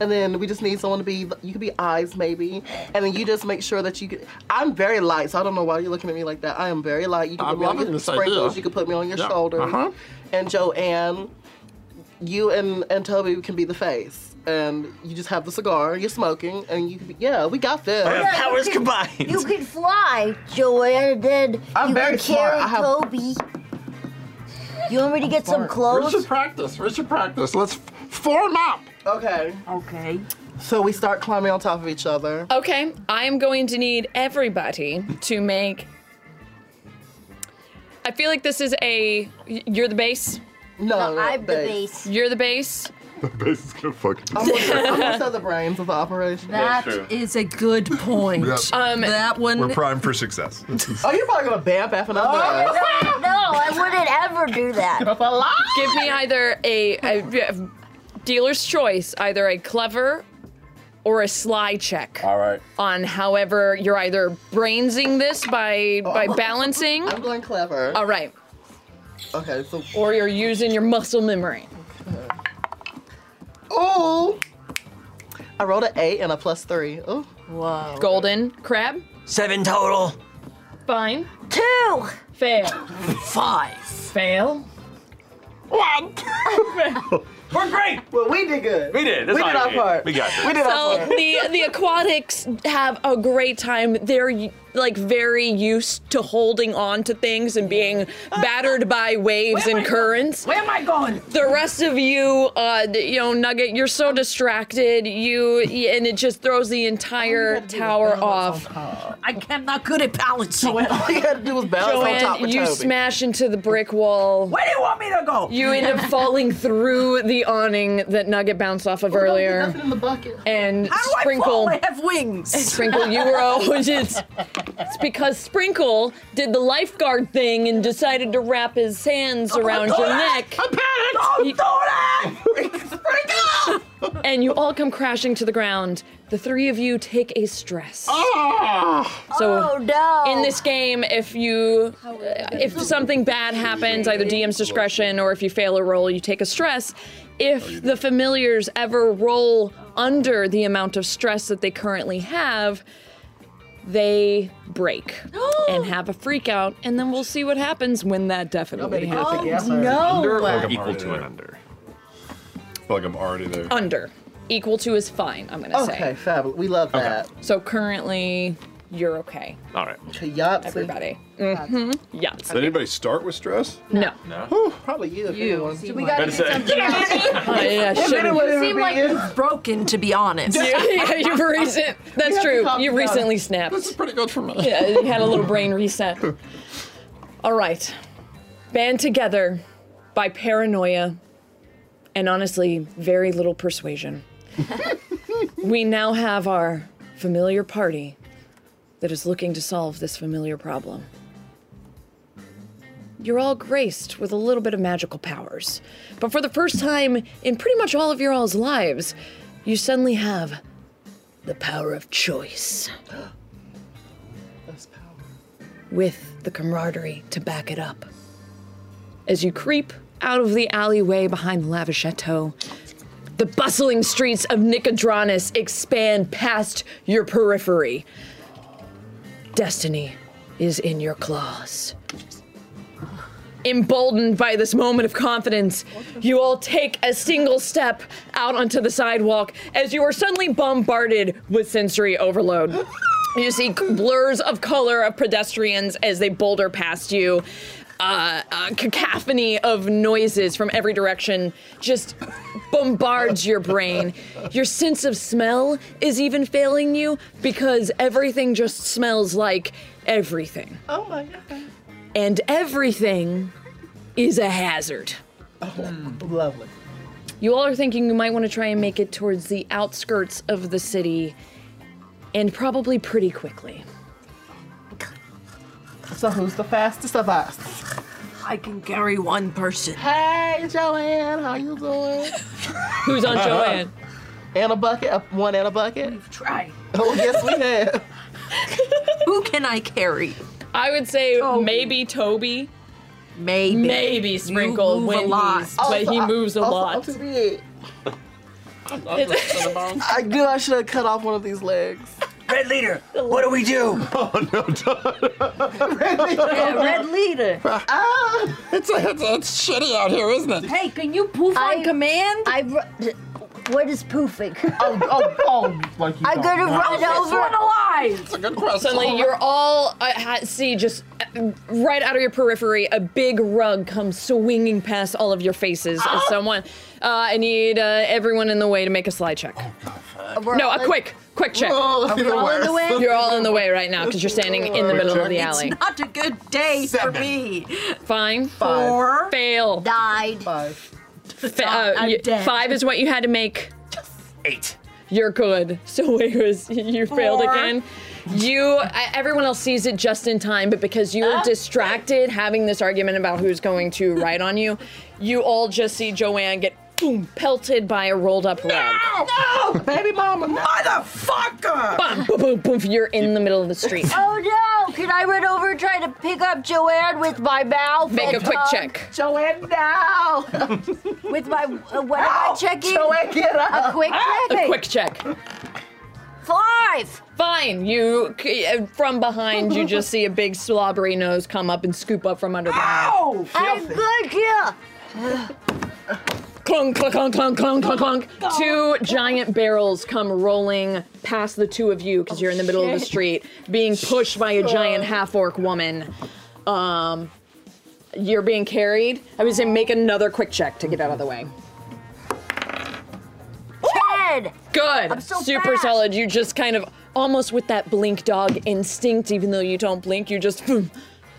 Speaker 4: And then we just need someone to be, you could be eyes maybe. And then you just make sure that you could, I'm very light, so I don't know why you're looking at me like that. I am very light. You can
Speaker 7: I'm
Speaker 4: put me on
Speaker 7: loving
Speaker 4: your
Speaker 7: this
Speaker 4: sprinkles,
Speaker 7: idea.
Speaker 4: you can put me on your
Speaker 7: Yeah,
Speaker 4: shoulders.
Speaker 7: uh-huh.
Speaker 4: And Joanne, you and, and Toby can be the face. And you just have the cigar, you're smoking, and you can be, yeah, we got this.
Speaker 6: Yeah, you can- You can fly, Joanne, and then
Speaker 4: I'm
Speaker 6: you
Speaker 4: very
Speaker 6: can carry
Speaker 4: smart. I have-
Speaker 6: Toby. You want me to get some
Speaker 7: We
Speaker 6: clothes?
Speaker 7: should practice. We should practice. Let's f- form up.
Speaker 4: Okay.
Speaker 5: Okay.
Speaker 4: So we start climbing on top of each other.
Speaker 3: Okay, I am going to need everybody to make. I feel like this is a. You're the base?
Speaker 4: No,
Speaker 3: I'm the
Speaker 4: base.
Speaker 3: You're the base?
Speaker 8: The base is gonna fucking.
Speaker 4: *laughs* Almost,
Speaker 11: *laughs*
Speaker 4: almost at the brains of the operation.
Speaker 8: That's
Speaker 13: That
Speaker 8: true.
Speaker 13: is a good point.
Speaker 8: Yep.
Speaker 13: Um, that one.
Speaker 8: We're primed for
Speaker 11: *laughs*
Speaker 8: success.
Speaker 4: Oh, you're probably gonna bamf after another. Oh,
Speaker 6: no, no, I wouldn't ever do that.
Speaker 3: Give me either a, a dealer's choice, either a clever or a sly check. All
Speaker 8: right.
Speaker 3: On however you're either brainsing this by by balancing.
Speaker 4: Oh.
Speaker 3: I'm
Speaker 4: going clever.
Speaker 3: All right.
Speaker 4: Okay, so
Speaker 3: Or you're using your muscle memory.
Speaker 4: Oh. I rolled an eight and a plus three. Oh.
Speaker 3: Wow. Golden crab.
Speaker 12: Seven total.
Speaker 3: Fine.
Speaker 6: Two.
Speaker 3: Fail.
Speaker 12: Five.
Speaker 3: Fail.
Speaker 12: One. We're great.
Speaker 4: Well, we did good.
Speaker 12: We did. That's
Speaker 3: We
Speaker 12: all
Speaker 3: did
Speaker 12: you
Speaker 3: our
Speaker 12: need.
Speaker 3: part.
Speaker 12: We got this.
Speaker 3: so the the aquatics have a great time. They're y- like very used to holding on to things and being battered by waves and currents. Where am I going? The rest of you, uh, d- you know, Nugget, you're so distracted. You y- and it just throws the entire tower off.
Speaker 13: I am not good at balancing.
Speaker 3: Oh,
Speaker 4: all you had to do was
Speaker 3: Joanne, you smash into the brick wall. Where
Speaker 13: do you want me to go?
Speaker 3: You end up falling through the awning that Nugget bounced off of earlier.
Speaker 4: nothing in the bucket.
Speaker 3: And
Speaker 13: How do I
Speaker 3: Sprinkle.
Speaker 13: fall? I have wings.
Speaker 3: *laughs* Sprinkle, you were always. It's, it's because Sprinkle did the lifeguard thing and decided to wrap his hands around
Speaker 13: do
Speaker 3: your
Speaker 13: that!
Speaker 3: neck. I panicked! Don't do that! Sprinkle! And you all come crashing to the ground. The three of you take a stress. So
Speaker 6: oh no!
Speaker 3: in this game, if you uh, if something bad happens, either DM's discretion or if you fail a roll, you take a stress. If the familiars ever roll under the amount of stress that they currently have, they
Speaker 6: *gasps*
Speaker 3: break and have a freak out, and then we'll see what happens when that definitely happens.
Speaker 9: equal to an under.
Speaker 8: Like I'm already there.
Speaker 3: Under. Equal to is fine, I'm gonna say.
Speaker 4: Okay, fabulous. We love that.
Speaker 3: So currently you're okay.
Speaker 9: All right.
Speaker 3: Everybody. hmm Yes.
Speaker 8: Did anybody start with stress?
Speaker 3: No.
Speaker 9: No.
Speaker 4: Probably you. if
Speaker 13: You.
Speaker 4: anyone.
Speaker 13: Do we gotta
Speaker 8: Better do say. something
Speaker 13: else?
Speaker 3: Oh, yeah,
Speaker 13: you
Speaker 4: *laughs*
Speaker 3: *laughs* should've-
Speaker 13: seem like you've broken, to be honest.
Speaker 3: *laughs* yeah,
Speaker 13: *laughs*
Speaker 3: you've recent.
Speaker 13: We
Speaker 3: That's
Speaker 13: have to
Speaker 3: true.
Speaker 13: talk
Speaker 3: You
Speaker 13: about it.
Speaker 3: recently snapped.
Speaker 7: This is pretty good for me.
Speaker 3: Yeah, you had a little
Speaker 7: *laughs*
Speaker 3: brain reset. All right, band together by paranoia and honestly very
Speaker 7: *laughs*
Speaker 3: little persuasion. we now have our familiar party that is looking to solve this familiar problem. You're all graced with a little bit of magical powers. But for the first time in pretty much all of your all's lives, you suddenly have the power of choice. With the camaraderie to back it up. As you creep out of the alleyway behind the lavish chateau, the bustling streets of Nicodranus expand past your periphery. Destiny is in your claws. Emboldened by this moment of confidence, you all take a single step out onto the sidewalk as you are suddenly bombarded with sensory overload. You see blurs of color of pedestrians as they boulder past you. Uh, a cacophony of noises from every direction just bombards your brain. Your sense of smell is even failing you because everything just smells like everything.
Speaker 4: Oh my god.
Speaker 3: And everything is a hazard.
Speaker 4: Lovely.
Speaker 3: You all are thinking you might want to try and make it towards the outskirts of the city and probably pretty quickly.
Speaker 4: So who's the fastest of us?
Speaker 13: I can carry one person.
Speaker 4: *laughs* Hey, Joanne, how you doing?
Speaker 8: *laughs*
Speaker 4: *laughs*
Speaker 3: Who's
Speaker 4: Oh,
Speaker 3: on Joanne?
Speaker 4: In a bucket? Uh, One in a bucket?
Speaker 13: Try.
Speaker 4: Oh, yes, we have.
Speaker 13: *laughs* Who can I carry?
Speaker 3: I would say maybe Toby.
Speaker 13: Maybe.
Speaker 3: Maybe sprinkled
Speaker 13: move a
Speaker 3: when
Speaker 13: lot. Oh,
Speaker 3: he's- but
Speaker 4: Also,
Speaker 3: he
Speaker 4: I-
Speaker 3: moves a
Speaker 4: also,
Speaker 3: lot.
Speaker 4: I'm too big.
Speaker 3: *laughs*
Speaker 4: I knew I should have cut off one of
Speaker 13: *laughs*
Speaker 4: these legs.
Speaker 10: *laughs* Red leader, what do we do? Oh no,
Speaker 9: *laughs*
Speaker 4: Red leader.
Speaker 13: red
Speaker 10: leader.
Speaker 4: Ah,
Speaker 7: it's, it's it's shitty out here, isn't it?
Speaker 13: Hey, can you poof on command?
Speaker 6: I. ru- What is
Speaker 3: *laughs*
Speaker 6: poofing?
Speaker 4: Oh, oh, oh! Like
Speaker 6: I'm gonna run over.
Speaker 13: alive.
Speaker 7: It's a good question.
Speaker 3: Suddenly, you're all uh, ha- see just uh, right out of your periphery. A big rug comes swinging past all of your faces. as someone, uh, I need uh, everyone in the way to make a slide check.
Speaker 7: Oh,
Speaker 6: We're
Speaker 3: no,
Speaker 6: all
Speaker 3: a
Speaker 6: in-
Speaker 3: quick, quick check.
Speaker 6: We're all in the Are we all in the way? way?
Speaker 3: You're all in the way right now because you're standing in the middle of the alley.
Speaker 13: It's not a good day for me.
Speaker 3: Fine.
Speaker 13: Five. Four.
Speaker 3: Fail.
Speaker 6: Died.
Speaker 4: Five.
Speaker 3: Fa- uh,
Speaker 13: I'm
Speaker 3: y-
Speaker 13: dead.
Speaker 3: Five is what you had to make.
Speaker 10: Eight.
Speaker 3: You're good. *laughs* So it was you failed
Speaker 13: Four.
Speaker 3: again. You, I- everyone else sees it just in time, but because you were
Speaker 6: Ah.
Speaker 3: distracted having this argument about who's going
Speaker 6: *laughs*
Speaker 3: to ride on you, you all just see Joanne get boom pelted by a rolled up rug.
Speaker 4: No, *laughs* baby mama. No.
Speaker 13: Motherfucker!
Speaker 3: Boom, boom, boom, boom. You're in the middle of the street.
Speaker 6: Oh no! Can I run over and try to pick up Joanne with my mouth?
Speaker 3: Make a
Speaker 6: and
Speaker 3: quick
Speaker 6: tongue?
Speaker 3: check.
Speaker 4: Joanne,
Speaker 3: *laughs*
Speaker 4: no.
Speaker 6: With my. Uh, what am I checking?
Speaker 4: *laughs* Joanne, get up. Ah!
Speaker 6: A quick check?
Speaker 3: A quick check.
Speaker 6: Five!
Speaker 3: Fine. You c- uh, from behind, you just see a big slobbery nose come up and scoop up from under the.
Speaker 6: Ah!
Speaker 3: Oh,
Speaker 13: Ow!
Speaker 6: I'm good here!
Speaker 3: clunk, clunk, clunk, clunk, clunk, clunk, clunk. Two giant barrels come rolling past the two of you because you're in the middle of the
Speaker 6: shit.
Speaker 3: street, being pushed by a giant half-orc woman. Um, you're being carried. I would say make another quick check to get out of the way.
Speaker 6: Ten!
Speaker 3: Good.
Speaker 6: I'm so
Speaker 3: Super
Speaker 6: fast.
Speaker 3: solid. You just kind of almost with that blink dog instinct, even though you don't blink, you just boom,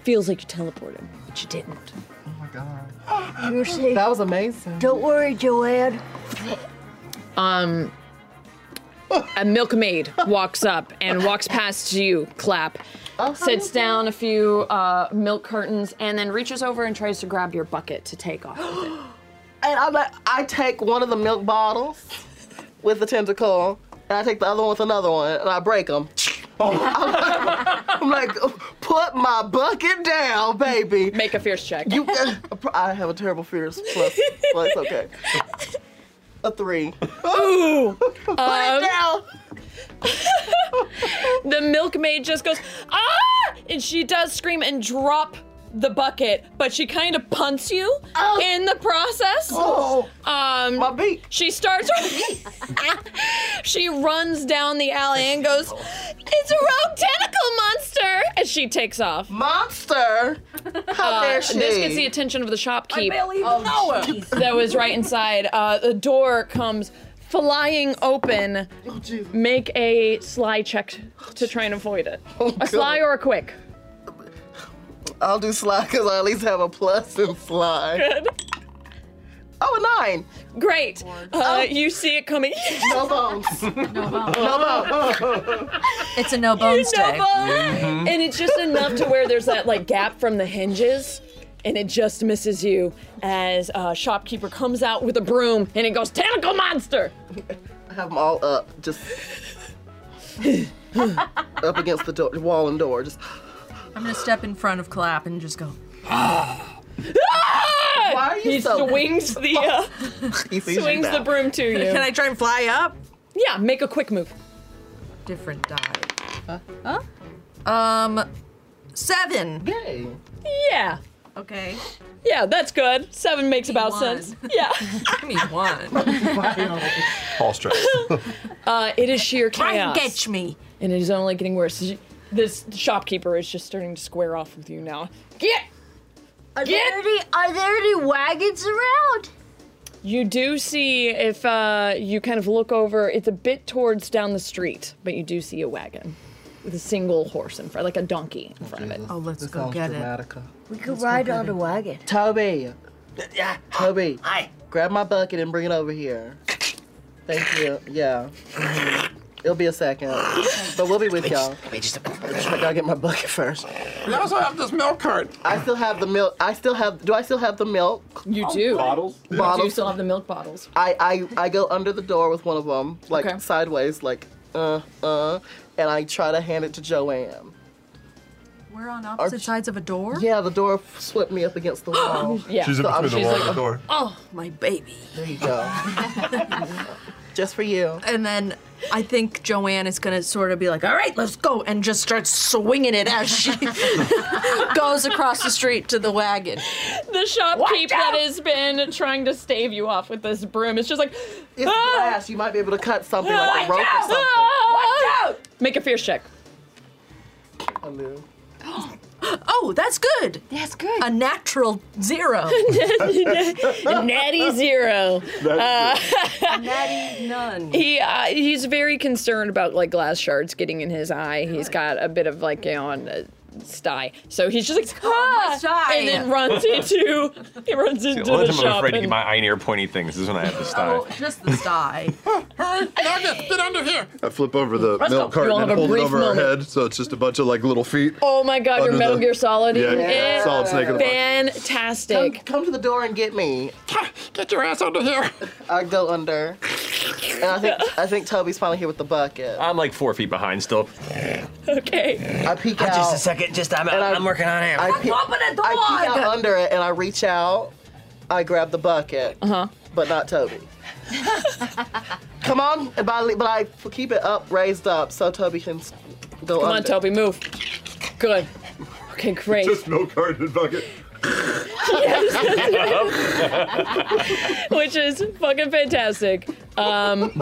Speaker 3: feels like you teleported, but you didn't.
Speaker 6: You're safe.
Speaker 4: That was amazing.
Speaker 6: Don't worry, Joanne.
Speaker 3: um, a milkmaid walks up and walks past you, clap,
Speaker 4: Oh,
Speaker 3: sits down a few uh, milk curtains, and then reaches over and tries to grab your bucket to
Speaker 4: *gasps*
Speaker 3: take off *gasps* with it.
Speaker 4: *laughs* And I'm like, I take one of the milk bottles with the tentacle, and I take the other one with another one, and I break them. I'm like, put my bucket down, baby.
Speaker 3: Make a fierce check.
Speaker 4: You, *coughs* I have a terrible fears plus, but it's okay. A three.
Speaker 3: Ooh!
Speaker 4: Put it
Speaker 3: Um,
Speaker 4: down.
Speaker 3: *laughs* the milkmaid just goes, ah! And she does scream and drop the bucket, but she kind of punts you
Speaker 4: Oh.
Speaker 3: in the process.
Speaker 4: Oh,
Speaker 3: Um,
Speaker 4: my beak.
Speaker 3: She starts. *laughs* she runs down the alley and goes, "It's a rogue tentacle monster!" As she takes off.
Speaker 4: Monster. How dare she?
Speaker 3: Uh, This gets the attention of the shopkeep Oh,
Speaker 13: know him.
Speaker 3: that was right *laughs* inside. Uh, the door comes flying open.
Speaker 4: Oh, Jesus.
Speaker 3: Make a sly check to try and avoid it. a sly
Speaker 4: Oh, God.
Speaker 3: or a quick.
Speaker 4: *laughs* I'll do slide because I at least have a plus in slide.
Speaker 3: Good.
Speaker 4: Oh, a nine. Oh.
Speaker 3: Great. Uh, you see it coming.
Speaker 4: *laughs*
Speaker 13: *laughs*
Speaker 4: No bones. No bones.
Speaker 13: It's a no bones
Speaker 3: No
Speaker 13: day.
Speaker 3: bone. And it's just enough to where there's that like gap from the hinges, and it just misses you as a shopkeeper comes out with a broom and it goes tentacle monster.
Speaker 4: I have them all up,
Speaker 6: *laughs*
Speaker 4: just up against the door, wall and door. Just
Speaker 13: I'm gonna step in front of Clap and just go.
Speaker 3: Ah!
Speaker 4: Why are you
Speaker 3: he
Speaker 4: so-
Speaker 3: swings the uh, swings the broom to you.
Speaker 13: Can I try and fly up?
Speaker 3: yeah, make a quick move.
Speaker 13: Different die.
Speaker 3: Uh,
Speaker 13: Huh? Um, seven.
Speaker 4: Hey,
Speaker 3: Yeah.
Speaker 13: Okay.
Speaker 3: Yeah, that's good. Seven makes about sense. Yeah.
Speaker 2: *laughs* Give me one.
Speaker 11: Paul
Speaker 3: *laughs*
Speaker 11: strikes.
Speaker 3: Uh, it is sheer chaos.
Speaker 2: Engage
Speaker 3: me. And it is only getting worse. This shopkeeper is just starting to square off with you now. Get!
Speaker 6: Are there any are there any wagons around?
Speaker 3: You do see if uh, you kind of look over. It's a bit towards down the street, but you do see a wagon with a single horse in front, like a donkey in front of it.
Speaker 2: Oh, let's
Speaker 3: go get it.
Speaker 6: We could ride on a wagon.
Speaker 4: Toby. Yeah. Toby. Hi. Grab my bucket and bring it over here. Thank you. Yeah. It'll be a second, but we'll be with y'all. I gotta get my bucket first.
Speaker 7: We also have this milk cart.
Speaker 4: I still have the milk. I still have. Do I still have the milk?
Speaker 3: You do. You do still have the milk bottles.
Speaker 4: I, I I go under the door with one of them, like
Speaker 3: Okay.
Speaker 4: sideways, like uh uh, and I try to hand it to Joanne.
Speaker 2: We're on opposite sides of a door?
Speaker 4: Yeah, the door slipped me up against the
Speaker 3: *gasps*
Speaker 4: wall.
Speaker 2: Yeah. She's in
Speaker 4: I'm-
Speaker 2: between the wall and the
Speaker 4: like,
Speaker 2: Oh, my baby.
Speaker 4: There you go. Just for you.
Speaker 2: And then I think Joanne is gonna sort of be like, "All right, let's go," and just start swinging it as she *laughs* goes across the street to the wagon.
Speaker 3: The shopkeep that has been trying to stave you off with this broom is just like,
Speaker 4: It's glass. You might be able to cut something like a rope or something.
Speaker 3: Ah! Make a fierce check.
Speaker 2: Oh, that's good. That's good. A natural zero.
Speaker 3: *laughs* Natty zero. Uh, *laughs*
Speaker 2: Natty none.
Speaker 3: He uh, he's very concerned about like glass shards getting in his eye. He's got a bit of like you know on uh, sty, so he's just like ah!
Speaker 2: sty.
Speaker 3: and then runs into he runs
Speaker 9: The
Speaker 3: into
Speaker 9: only
Speaker 3: the
Speaker 9: time I'm
Speaker 3: shop.
Speaker 9: afraid to
Speaker 3: and-
Speaker 9: get my eye near pointy things is when I have
Speaker 10: Oh,
Speaker 9: to
Speaker 5: Oh,
Speaker 9: stop.
Speaker 2: Just the
Speaker 7: *laughs*
Speaker 2: sty.
Speaker 7: Hurry,
Speaker 5: *laughs*
Speaker 7: Nugget, get under here.
Speaker 11: *laughs* I flip over the
Speaker 3: Let's
Speaker 11: milk
Speaker 3: go. You
Speaker 11: carton
Speaker 3: all
Speaker 11: and
Speaker 3: have a
Speaker 11: hold it
Speaker 3: brief
Speaker 11: over our
Speaker 3: moment.
Speaker 11: head, so it's just a bunch of like little feet.
Speaker 3: Oh my god, your
Speaker 11: Under
Speaker 3: Metal
Speaker 11: the-
Speaker 3: Gear Solid
Speaker 11: Yeah, yeah, yeah.
Speaker 3: is
Speaker 11: Solid Snake in the box.
Speaker 3: fantastic.
Speaker 4: Come to the door and get me.
Speaker 7: Get your ass under here.
Speaker 4: I go under, and I think I think Toby's finally here with the bucket.
Speaker 9: I'm like four feet behind still.
Speaker 3: Okay.
Speaker 4: I peek out.
Speaker 16: Oh, Just a second. Just I'm,
Speaker 4: And I-
Speaker 16: I'm working on it.
Speaker 4: I peek, I peek out under it and I reach out. I grab the bucket, uh-huh. but not
Speaker 3: *laughs*
Speaker 4: Toby. Come on, but I, but I keep it up, raised up, so Toby can s- go
Speaker 3: Come
Speaker 4: under.
Speaker 3: on, Toby, move. Good. Okay,
Speaker 11: *laughs*
Speaker 3: great.
Speaker 11: Just milk carton and bucket.
Speaker 3: *laughs* Which is fucking fantastic. Um,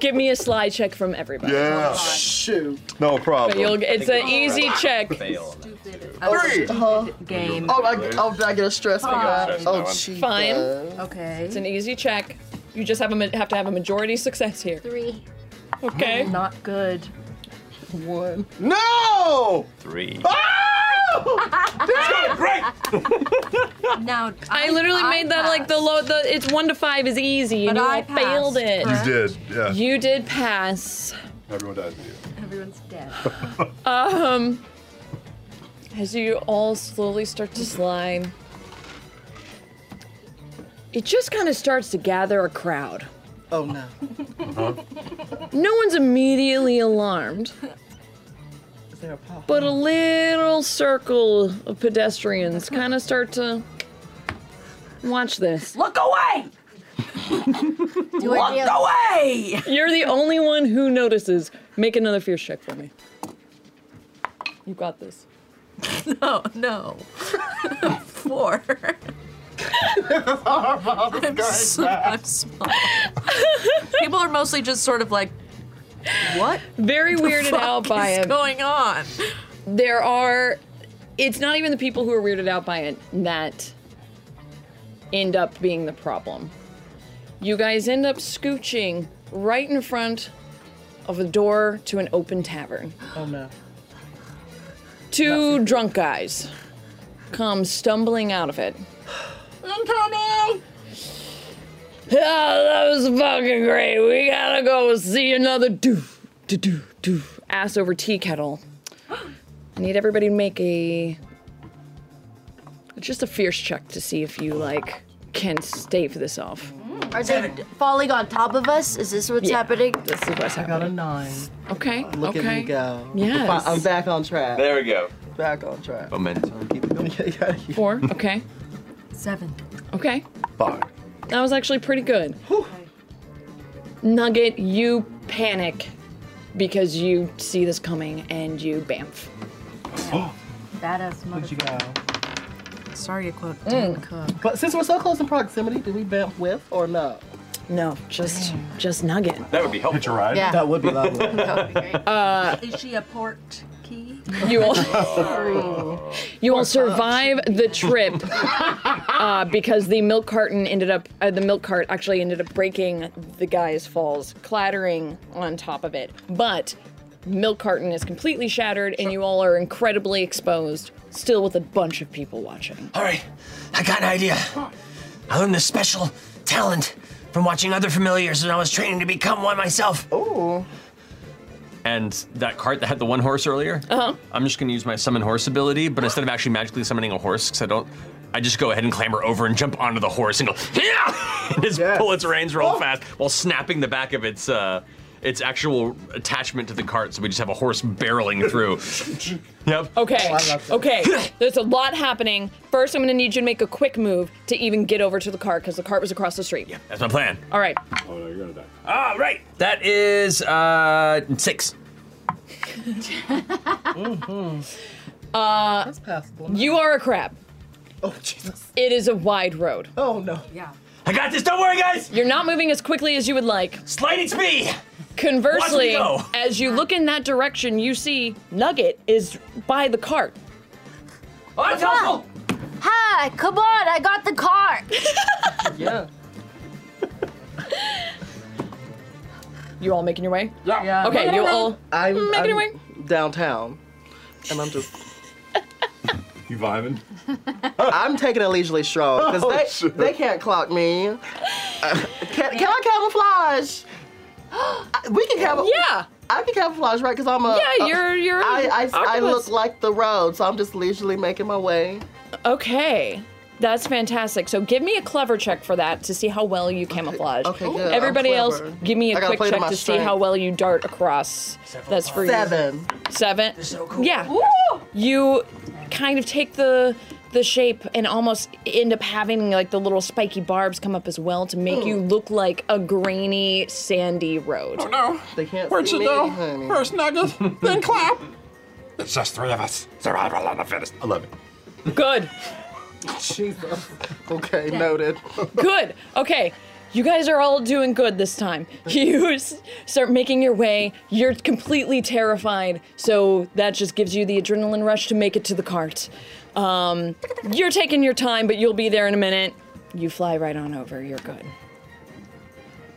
Speaker 3: give me a slide check from everybody.
Speaker 11: Yeah.
Speaker 4: Shoot.
Speaker 11: No problem.
Speaker 3: But you'll, it's an easy check.
Speaker 4: Three.
Speaker 2: Game.
Speaker 4: Oh, I, oh, did I get a stress for that?
Speaker 9: Fine.
Speaker 4: Oh, jeez.
Speaker 3: Fine.
Speaker 2: Okay.
Speaker 3: It's an easy check. You just have a ma- have to have a majority success here.
Speaker 6: Three.
Speaker 3: Okay.
Speaker 2: Not good.
Speaker 4: One.
Speaker 11: No!
Speaker 9: Three.
Speaker 2: *laughs* Now
Speaker 3: I literally made that like the low. The it's one to five is easy, and
Speaker 2: But
Speaker 3: you
Speaker 2: I
Speaker 3: all failed it.
Speaker 2: passed,
Speaker 11: You did. Yeah.
Speaker 3: You did pass.
Speaker 11: Everyone dies with you.
Speaker 2: Everyone's dead.
Speaker 3: Um, as you all slowly start to slide, it just kind of starts to gather a crowd. Uh-huh.
Speaker 4: Oh no.
Speaker 3: No one's immediately alarmed,
Speaker 4: Is there a pop?
Speaker 3: but a little circle of pedestrians kind of start to watch this.
Speaker 2: Look away!
Speaker 6: Do I deal?
Speaker 2: Away!
Speaker 3: You're the only one who notices. Make another fierce check for me. You got this.
Speaker 2: *laughs* No, no. *laughs* Four. I'm, so, I'm
Speaker 3: *laughs*
Speaker 2: small. People are mostly just sort of like, what
Speaker 3: Very weirded
Speaker 2: fuck
Speaker 3: out by
Speaker 2: is
Speaker 3: it.
Speaker 2: going on?
Speaker 3: there are it's not even the people who are weirded out by it that end up being the problem you guys end up scooching right in front of a door to an open tavern
Speaker 4: Oh no.
Speaker 3: two drunk guys come stumbling out of it
Speaker 7: Incoming!
Speaker 3: oh that was fucking great we gotta go see another do do do do ass over tea kettle i need everybody to make a It's just a fierce check to see if you like can stave this off.
Speaker 6: Are they falling on top of us? Is this what's
Speaker 3: Hmm. Yeah.
Speaker 6: happening?
Speaker 3: This is what's
Speaker 4: I got a
Speaker 3: happening.
Speaker 4: nine.
Speaker 3: Okay.
Speaker 4: Look
Speaker 3: okay.
Speaker 4: at me go.
Speaker 3: Yes.
Speaker 4: Fi- I'm back on track.
Speaker 9: There we go.
Speaker 4: Back on track.
Speaker 9: Momentum.
Speaker 3: Four. Okay.
Speaker 2: Seven.
Speaker 3: Okay.
Speaker 11: Five.
Speaker 3: That was actually pretty good. Nugget, you panic because you see this coming and you bamf.
Speaker 4: Where'd you go?
Speaker 13: Sorry to quote Dan
Speaker 4: Mm.
Speaker 13: Cook.
Speaker 4: But since we're so close in proximity, do we bump with or no?
Speaker 3: No, just just nugget.
Speaker 9: That would be helpful. Hitch a ride?
Speaker 4: Yeah.
Speaker 9: That would be
Speaker 4: lovely.
Speaker 3: Uh,
Speaker 13: Is she a port key?
Speaker 3: You will. You will survive the trip
Speaker 10: *laughs*
Speaker 3: uh, because the milk carton ended up. Uh, the milk cart actually ended up breaking the guy's falls, clattering on top of it. But milk carton is completely shattered, and you all are incredibly exposed, still with a bunch of people watching.
Speaker 10: All right, I got an idea. I learned a special talent from watching other familiars when I was training to become one myself.
Speaker 4: Ooh.
Speaker 9: And that cart that had the one horse earlier, uh-huh. I'm just going to use my summon horse ability, but instead of actually magically summoning a horse, because I don't, I just go ahead and clamber over and jump onto the horse and go, yeah! *laughs* and just pull its reins real fast while snapping the back of its uh, its actual attachment to the cart, so we just have a horse barreling *laughs* through. yep.
Speaker 10: Oh,
Speaker 3: Okay.
Speaker 10: *laughs*
Speaker 3: okay. There's a lot happening. First, I'm gonna need you to make a quick move to even get over to the cart because the cart was across the street. Yeah.
Speaker 9: That's my plan.
Speaker 3: All right.
Speaker 9: Oh no, you're gonna die. All right, that is uh six.
Speaker 3: Uh, That's
Speaker 4: passable.
Speaker 3: You are a crab. Oh Jesus! It is a wide road.
Speaker 4: Oh no!
Speaker 3: Yeah.
Speaker 9: I got this. Don't worry, guys.
Speaker 3: You're not moving as quickly as you would like.
Speaker 9: Sliding speed.
Speaker 3: Conversely,
Speaker 9: Watch me go.
Speaker 3: as you look in that direction, you see Nugget is by the cart.
Speaker 9: Oh,
Speaker 15: that's helpful. Hi, come on, I got the
Speaker 3: *laughs*
Speaker 15: cart.
Speaker 4: yeah.
Speaker 3: You all making your way?
Speaker 4: Yeah.
Speaker 3: Okay, you all
Speaker 4: I'm,
Speaker 3: making
Speaker 4: I'm
Speaker 3: your way.
Speaker 4: downtown, and I'm just.
Speaker 17: *laughs* You vibing?
Speaker 4: I'm taking a leisurely stroll because
Speaker 17: Oh,
Speaker 4: they,
Speaker 17: shoot.
Speaker 4: they can't clock me. Uh, can, can I camouflage? *gasps* I- we can camouflage.
Speaker 3: Yeah.
Speaker 4: I can camouflage, right? Because I'm a.
Speaker 3: Yeah,
Speaker 4: a-
Speaker 3: you're- you're an
Speaker 4: I, I, I
Speaker 3: octopus.
Speaker 4: look like the road, so I'm just leisurely making my way.
Speaker 3: Okay. That's fantastic. So give me a clever check for that to see how well you camouflage. Okay,
Speaker 4: good. I'm
Speaker 3: Everybody else,
Speaker 4: clever.
Speaker 3: give me
Speaker 4: I
Speaker 3: a
Speaker 4: gotta
Speaker 3: quick
Speaker 4: play to
Speaker 3: check
Speaker 4: my
Speaker 3: to see
Speaker 4: strength.
Speaker 3: how well you dart across. That's for
Speaker 4: Seven.
Speaker 3: you. Seven. Seven. Yeah. You kind of take the the shape and almost end up having like the little spiky barbs come up as well to make
Speaker 4: Hmm.
Speaker 3: you look like a grainy, sandy road.
Speaker 7: Oh no!
Speaker 4: They can't
Speaker 7: Where'd
Speaker 3: see
Speaker 7: you
Speaker 3: me,
Speaker 7: go?
Speaker 3: honey.
Speaker 7: First nugget, then clap.
Speaker 17: It's just three of us. Survival of the fittest. I love it.
Speaker 3: Good.
Speaker 4: Jesus. Okay, noted.
Speaker 3: good. Okay. You guys are all doing good this time. *laughs* You s- start making your way. You're completely terrified, so that just gives you the adrenaline rush to make it to the cart. Um, you're taking your time, but you'll be there in a minute. You fly right on over. You're good.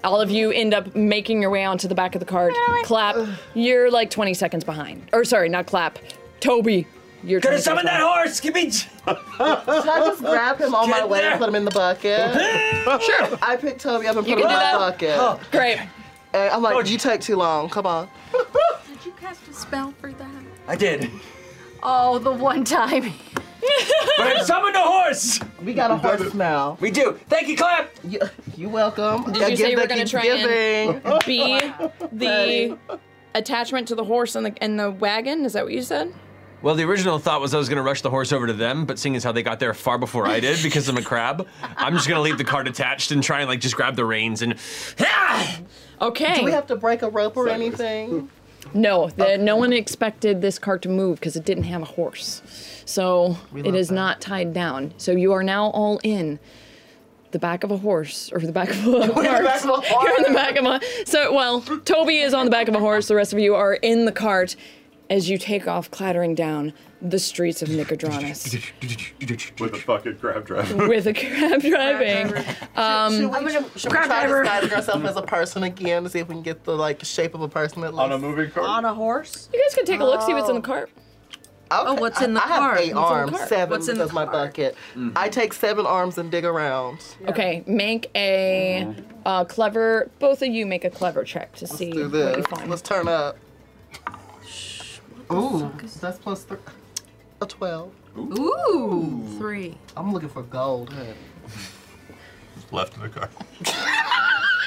Speaker 3: All of you end up making your way onto the back of the cart. Clap. You're like 20 seconds behind. Or sorry, not clap. Toby, you're.
Speaker 12: Could
Speaker 3: 20
Speaker 12: have
Speaker 3: seconds
Speaker 12: summoned that
Speaker 3: behind.
Speaker 12: horse. Give me.
Speaker 4: Should I just grab him on my way and put him in the bucket?
Speaker 3: sure.
Speaker 4: I picked Toby up and
Speaker 12: You
Speaker 4: put
Speaker 12: can do
Speaker 4: him in the
Speaker 12: that.
Speaker 4: bucket.
Speaker 12: Oh,
Speaker 3: great.
Speaker 4: And I'm like, you take too long. Come on. *laughs*
Speaker 13: Did you cast a spell for that?
Speaker 12: I did.
Speaker 13: Oh, the
Speaker 10: *laughs*
Speaker 13: one time.
Speaker 12: But I summoned a horse.
Speaker 4: We got a horse now.
Speaker 12: We do. Thank you, Clap.
Speaker 4: You,
Speaker 10: *laughs*
Speaker 4: you're welcome.
Speaker 3: Did you say we're gonna try and
Speaker 4: giving.
Speaker 3: *laughs* be the attachment to the horse and the and the wagon? Is that what you said?
Speaker 9: Well, the original thought was I was going to rush the horse over to them, but seeing as how they got there far before I did because I'm a crab, I'm just going to leave the cart attached and try and like just grab the reins and Ah!
Speaker 3: Okay.
Speaker 4: Do we have to break a rope or anything?
Speaker 3: No, the, no one expected this cart to move because it didn't have a horse, so
Speaker 4: We
Speaker 3: it
Speaker 4: love
Speaker 3: is
Speaker 4: that.
Speaker 3: not tied down. So you are now all in the back of a horse or the
Speaker 4: *laughs*
Speaker 3: back of a
Speaker 4: We're in the back of a
Speaker 3: You're in the back of a so well. Toby is on the back of a horse. The rest of you are in the cart as you take off clattering down the streets of Nicodranus
Speaker 17: With a fucking crab
Speaker 8: *laughs*
Speaker 17: driver.
Speaker 3: with a crab driving. Um,
Speaker 4: should we, should we try *laughs* disguising ourselves as a person again to see if we can get the like shape of a person at least? On a
Speaker 17: moving
Speaker 4: cart?
Speaker 13: On a horse?
Speaker 3: You guys can take a look, see what's in the cart.
Speaker 4: Oh,
Speaker 13: what's in the
Speaker 4: I,
Speaker 13: cart?
Speaker 4: I have
Speaker 13: What's
Speaker 4: eight
Speaker 13: in the
Speaker 4: arms,
Speaker 13: cart?
Speaker 4: seven
Speaker 13: What's in the
Speaker 4: because my bucket. I take seven arms and dig around.
Speaker 3: Okay, make a uh, clever. Both of you make a clever check to see
Speaker 4: Do
Speaker 3: what you
Speaker 4: this.
Speaker 3: find.
Speaker 4: Let's turn up. Ooh, that's plus three. A twelve.
Speaker 13: Ooh, three.
Speaker 4: I'm looking for gold. Honey.
Speaker 17: Left in the car.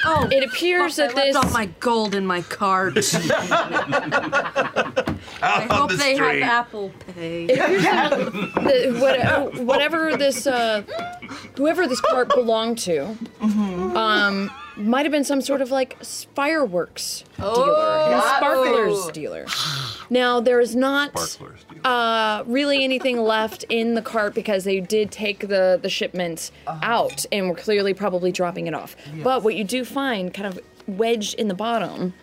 Speaker 13: Oh,
Speaker 3: it appears
Speaker 13: that I this. Left all my gold in my
Speaker 4: *laughs*
Speaker 13: cart. I hope
Speaker 3: the
Speaker 13: they
Speaker 3: street.
Speaker 13: have Apple
Speaker 10: *laughs*
Speaker 13: Pay.
Speaker 3: It appears that the- what- whatever this, uh, whoever this cart belonged to,
Speaker 4: Mm-hmm.
Speaker 3: um, might have been some sort of like fireworks dealer,
Speaker 13: Oh.
Speaker 3: sparklers dealer. Now there is not uh, really anything left in the cart because they did take the the shipment out and were clearly probably dropping it off. But what you do find, kind of wedged in the bottom,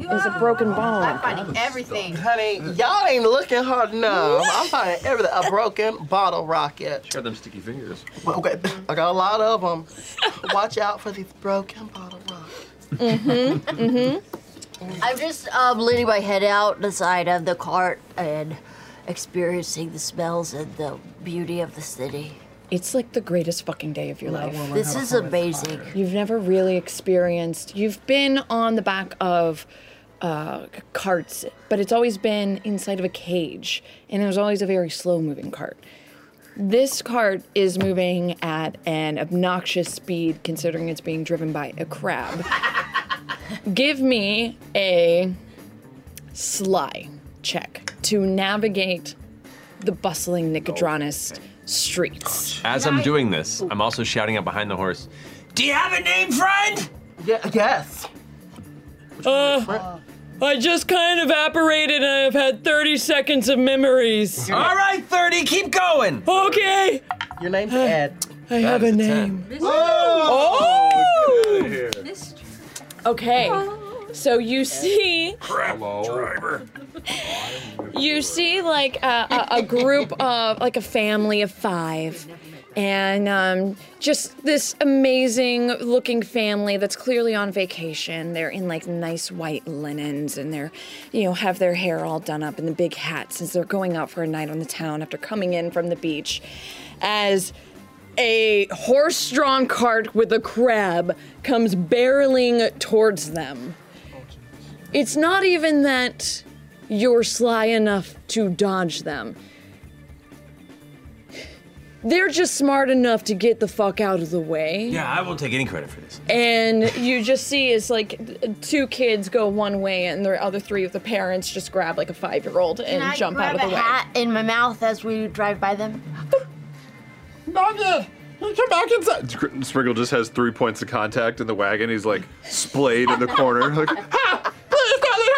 Speaker 3: is a broken bone.
Speaker 4: finding everything. Honey, y'all ain't looking hard enough. I'm finding everything. A broken bottle rocket.
Speaker 9: Got them sticky fingers.
Speaker 4: Well, okay, I got a lot of them. Watch out for these broken bottle rockets.
Speaker 6: Mm-hmm. mm-hmm.
Speaker 4: I'm
Speaker 6: just um, leaning my head out the side of the cart and experiencing the smells and the beauty of the city.
Speaker 3: It's like the greatest fucking day of your life.
Speaker 6: This is amazing.
Speaker 3: You've never really experienced. You've been on the back of uh, c- carts, but it's always been inside of a cage, and it was always a very slow-moving cart. This cart is moving at an obnoxious speed, considering it's being driven by a crab. *laughs* Give me a sly check to navigate the bustling Nicodranus streets.
Speaker 9: As I'm doing this, I'm also shouting out behind the horse.
Speaker 12: Do you have a name, friend?
Speaker 4: Yeah, yes.
Speaker 3: Uh, I just kind of evaporated and I've had 30 seconds of memories.
Speaker 12: All right, 30, keep going.
Speaker 3: Okay.
Speaker 4: Your name's Ed.
Speaker 3: I have a name.
Speaker 12: Oh!
Speaker 3: Okay. So you see
Speaker 12: Crap driver.
Speaker 3: you see like a, a, a group of like a family of five and um, just this amazing looking family that's clearly on vacation they're in like nice white linens and they're you know have their hair all done up in the big hats as they're going out for a night on the town after coming in from the beach as a horse-drawn cart with a crab comes barreling towards them it's not even that you're sly enough to dodge them. They're just smart enough to get the fuck out of the way.
Speaker 12: Yeah, I won't take any credit for this.
Speaker 3: And you just see it's like th- two kids go one way, and the other three of the parents just grab like a five year old
Speaker 15: Can
Speaker 3: and
Speaker 15: I
Speaker 3: jump
Speaker 15: grab
Speaker 3: out of the
Speaker 15: a
Speaker 3: way.
Speaker 15: hat in my mouth as we drive by them?
Speaker 7: Nugget, you come back inside.
Speaker 8: Spriggle Uh, just has three points of contact in the wagon. He's like splayed in the corner. *laughs*
Speaker 13: *laughs*
Speaker 8: Like,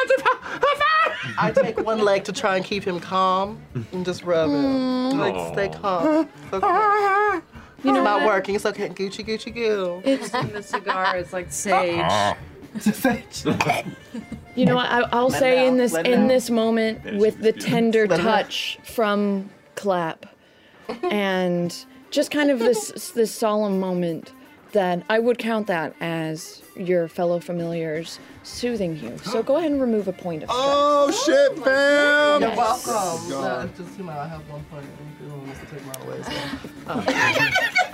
Speaker 4: Please don't let him I take one leg to try and keep him calm and just rub him. Like, stay calm. It's okay.
Speaker 13: Mm. *laughs* You know
Speaker 4: You know, it's not
Speaker 13: what?
Speaker 4: working. It's okay. Gucci, Gucci, goo.
Speaker 13: It's in the cigar. It's like sage.
Speaker 3: You know what? I, I'll
Speaker 13: Let it
Speaker 3: say in
Speaker 13: out,
Speaker 3: this
Speaker 13: let it
Speaker 3: in
Speaker 13: out.
Speaker 3: this moment, with the tender touch from Clap, and just kind of this this solemn moment, that I would count that as your fellow familiars soothing you. So go ahead and remove a point of stress.
Speaker 8: Oh shit, fam!
Speaker 4: You're
Speaker 3: Yes.
Speaker 4: welcome.
Speaker 3: Oh,
Speaker 4: No,
Speaker 3: God.
Speaker 4: it's just, you know, I have one point. and everyone wants to take mine away, so.
Speaker 6: *laughs*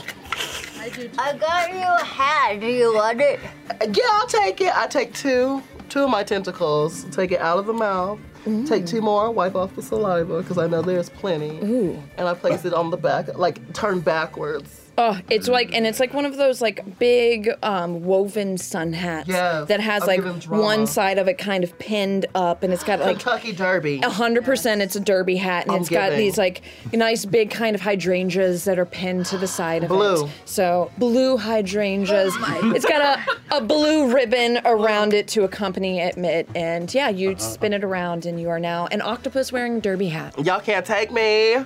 Speaker 6: I got you a hat. Do you want it?
Speaker 4: Yeah, I'll take it. I take two, two of my tentacles. Take it out of the mouth. Take two more. Wipe off the saliva because I know there's plenty. And I place it on the back, like turn backwards.
Speaker 3: Oh, it's like, and it's like one of those like big um, woven sun hats
Speaker 4: Yes,
Speaker 3: that has
Speaker 4: I'll
Speaker 3: like
Speaker 4: give him drama.
Speaker 3: one side of it kind of pinned up, and it's
Speaker 4: *laughs*
Speaker 3: got like
Speaker 4: Kentucky Derby.
Speaker 3: A hundred percent, it's a derby hat, and
Speaker 4: I'm
Speaker 3: it's got
Speaker 4: giving.
Speaker 3: these like nice big kind of hydrangeas that are pinned to the side of
Speaker 4: Blue.
Speaker 3: it. So blue hydrangeas. it's got a, a blue ribbon around it to accompany it, mit- and yeah, you spin it around, and you are now an octopus wearing a derby hat.
Speaker 4: Y'all can't take me.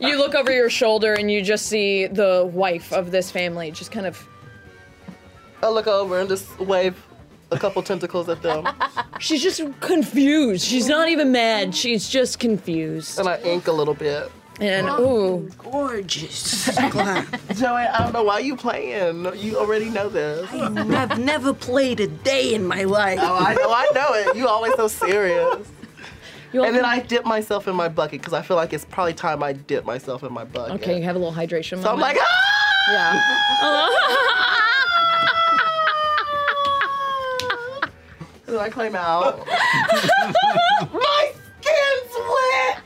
Speaker 3: You look over your shoulder, and you just see the wife of this family just kind of.
Speaker 4: I look over and just wave a couple tentacles at them.
Speaker 3: She's just confused. She's not even mad. She's just confused.
Speaker 4: And I ink a little bit.
Speaker 3: *laughs* And ooh,
Speaker 4: *laughs* Gorgeous. Joanne, I don't know why you playing. You already know this.
Speaker 5: I've never played a day in my life.
Speaker 4: Oh, I know, I know it. You always so
Speaker 3: *laughs*
Speaker 4: serious. and then I dip myself in my bucket because I feel like it's probably time I dip myself in my bucket.
Speaker 3: okay, you have a little hydration.
Speaker 4: So I'm
Speaker 3: moment.
Speaker 4: like, ah!
Speaker 3: Yeah.
Speaker 4: And then I climb
Speaker 3: *laughs*
Speaker 4: out. *laughs* my skin's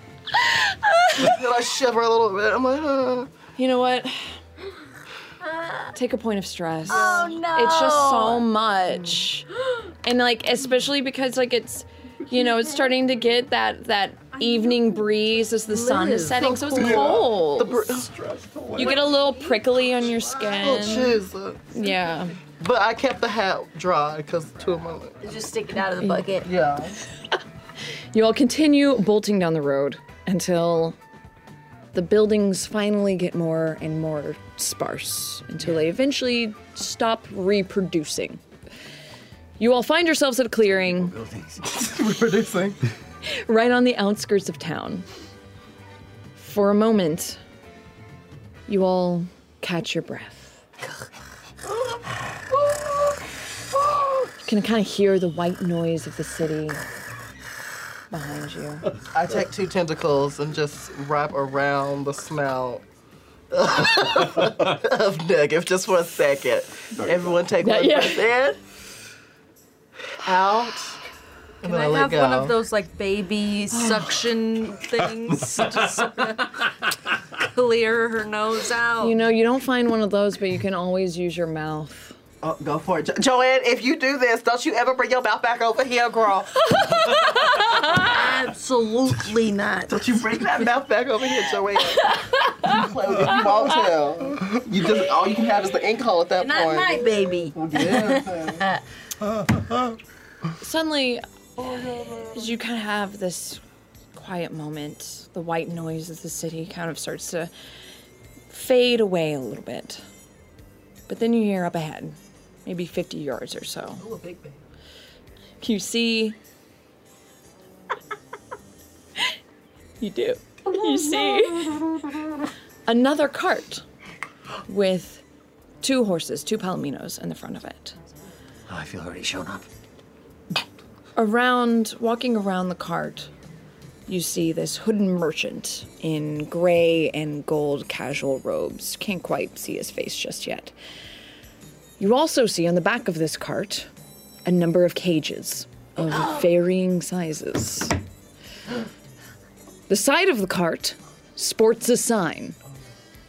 Speaker 3: *laughs*
Speaker 4: wet. then I shiver a little bit. I'm like, huh.
Speaker 3: You
Speaker 15: *gasps*
Speaker 3: know what? Take a point of stress.
Speaker 15: Oh, no.
Speaker 3: It's just so much. And like especially because like it's you know, it's starting to get that that evening breeze as the sun is
Speaker 4: Liz.
Speaker 3: setting, so it's
Speaker 4: Yeah.
Speaker 3: cold.
Speaker 4: The br-
Speaker 3: You get a little prickly on your skin.
Speaker 4: Oh, Jesus.
Speaker 3: Yeah.
Speaker 4: But I kept the hat dry because two of my legs.
Speaker 6: Just stick it out of the bucket.
Speaker 4: Yeah.
Speaker 3: You all continue bolting down the road until the buildings finally get more and more sparse until they eventually stop reproducing. You all find yourselves at a clearing
Speaker 8: Reproducing.
Speaker 3: *laughs* right on the outskirts of town. For a moment, you all catch your breath. You can kind of hear the white noise of the city behind you.
Speaker 4: I take two tentacles and just wrap around the smell *laughs* of Nugget just for a second. Everyone take
Speaker 13: Yeah,
Speaker 4: one
Speaker 13: yeah.
Speaker 4: breath in, out,
Speaker 13: Can
Speaker 4: and then
Speaker 13: I
Speaker 4: I, let
Speaker 13: have
Speaker 4: go.
Speaker 13: one of those like baby suction things?
Speaker 2: *laughs*
Speaker 13: Just
Speaker 3: clear her nose out. You know, you don't find one of those, but you can always use your mouth.
Speaker 4: Oh, go for it. Jo- Joanne, if you do this, don't you ever bring your mouth back over here,
Speaker 3: *laughs*
Speaker 4: girl.
Speaker 5: Absolutely
Speaker 2: *laughs*
Speaker 5: not.
Speaker 4: Don't you bring that mouth back over here, Joanne. You play with it, you won't tell. You just all you can have is the ink hole at that
Speaker 5: Not
Speaker 4: point.
Speaker 5: my baby.
Speaker 4: Yeah.
Speaker 3: *laughs* Suddenly, you kind of have this quiet moment. The white noise of the city kind of starts to fade away a little bit. But then you hear up ahead, maybe 50 yards or so.
Speaker 5: Ooh, a big baby.
Speaker 3: You see. *laughs* you do. You see another cart with two horses, two palominos in the front of it.
Speaker 10: Oh, I feel already shown up.
Speaker 3: Around, walking around the cart, you see this hooded merchant in gray and gold casual robes. Can't quite see his face just yet. You also see on the back of this cart a number of cages of varying sizes. The side of the cart sports a sign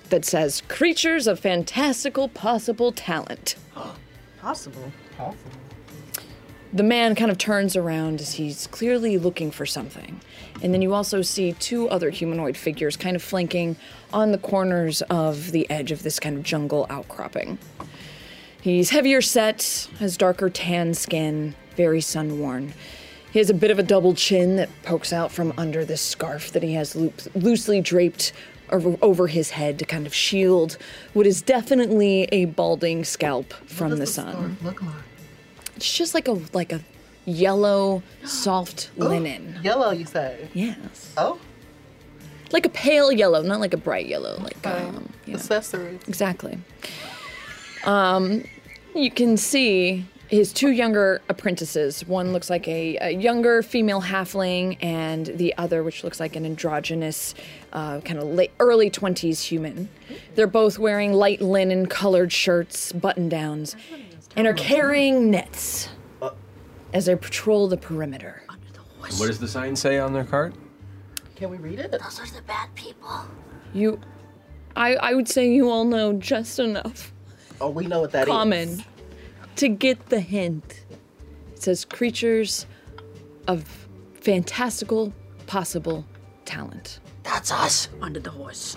Speaker 3: that says Creatures of Fantastical Possible Talent.
Speaker 5: Possible.
Speaker 3: The man kind of turns around as he's clearly looking for something. And then you also see two other humanoid figures kind of flanking on the corners of the edge of this kind of jungle outcropping. He's heavier set, has darker tan skin, very sun worn. He has a bit of a double chin that pokes out from under this scarf that he has loop- loosely draped over, over his head to kind of shield what is definitely a balding scalp from the, sun. It's just like a like a yellow soft
Speaker 4: Oh.
Speaker 3: linen.
Speaker 4: Yellow, you say?
Speaker 3: Yes.
Speaker 4: Oh.
Speaker 3: Like a pale yellow, not like a bright yellow, like um, you know.
Speaker 4: accessory.
Speaker 3: Exactly. Um, you can see his two younger apprentices. One looks like a, a younger female halfling, and the other, which looks like an androgynous, uh, kind of late, early 20s human. They're both wearing light linen colored shirts, button downs, and are carrying nets as they patrol the perimeter.
Speaker 9: What does the sign say on their cart?
Speaker 4: Can we read it?
Speaker 6: Those are the bad people.
Speaker 3: You, I, I would say you all know just enough.
Speaker 4: Oh, we know what that is.
Speaker 3: common to get the hint. It says creatures of fantastical possible talent.
Speaker 10: That's us.
Speaker 5: Under the horse.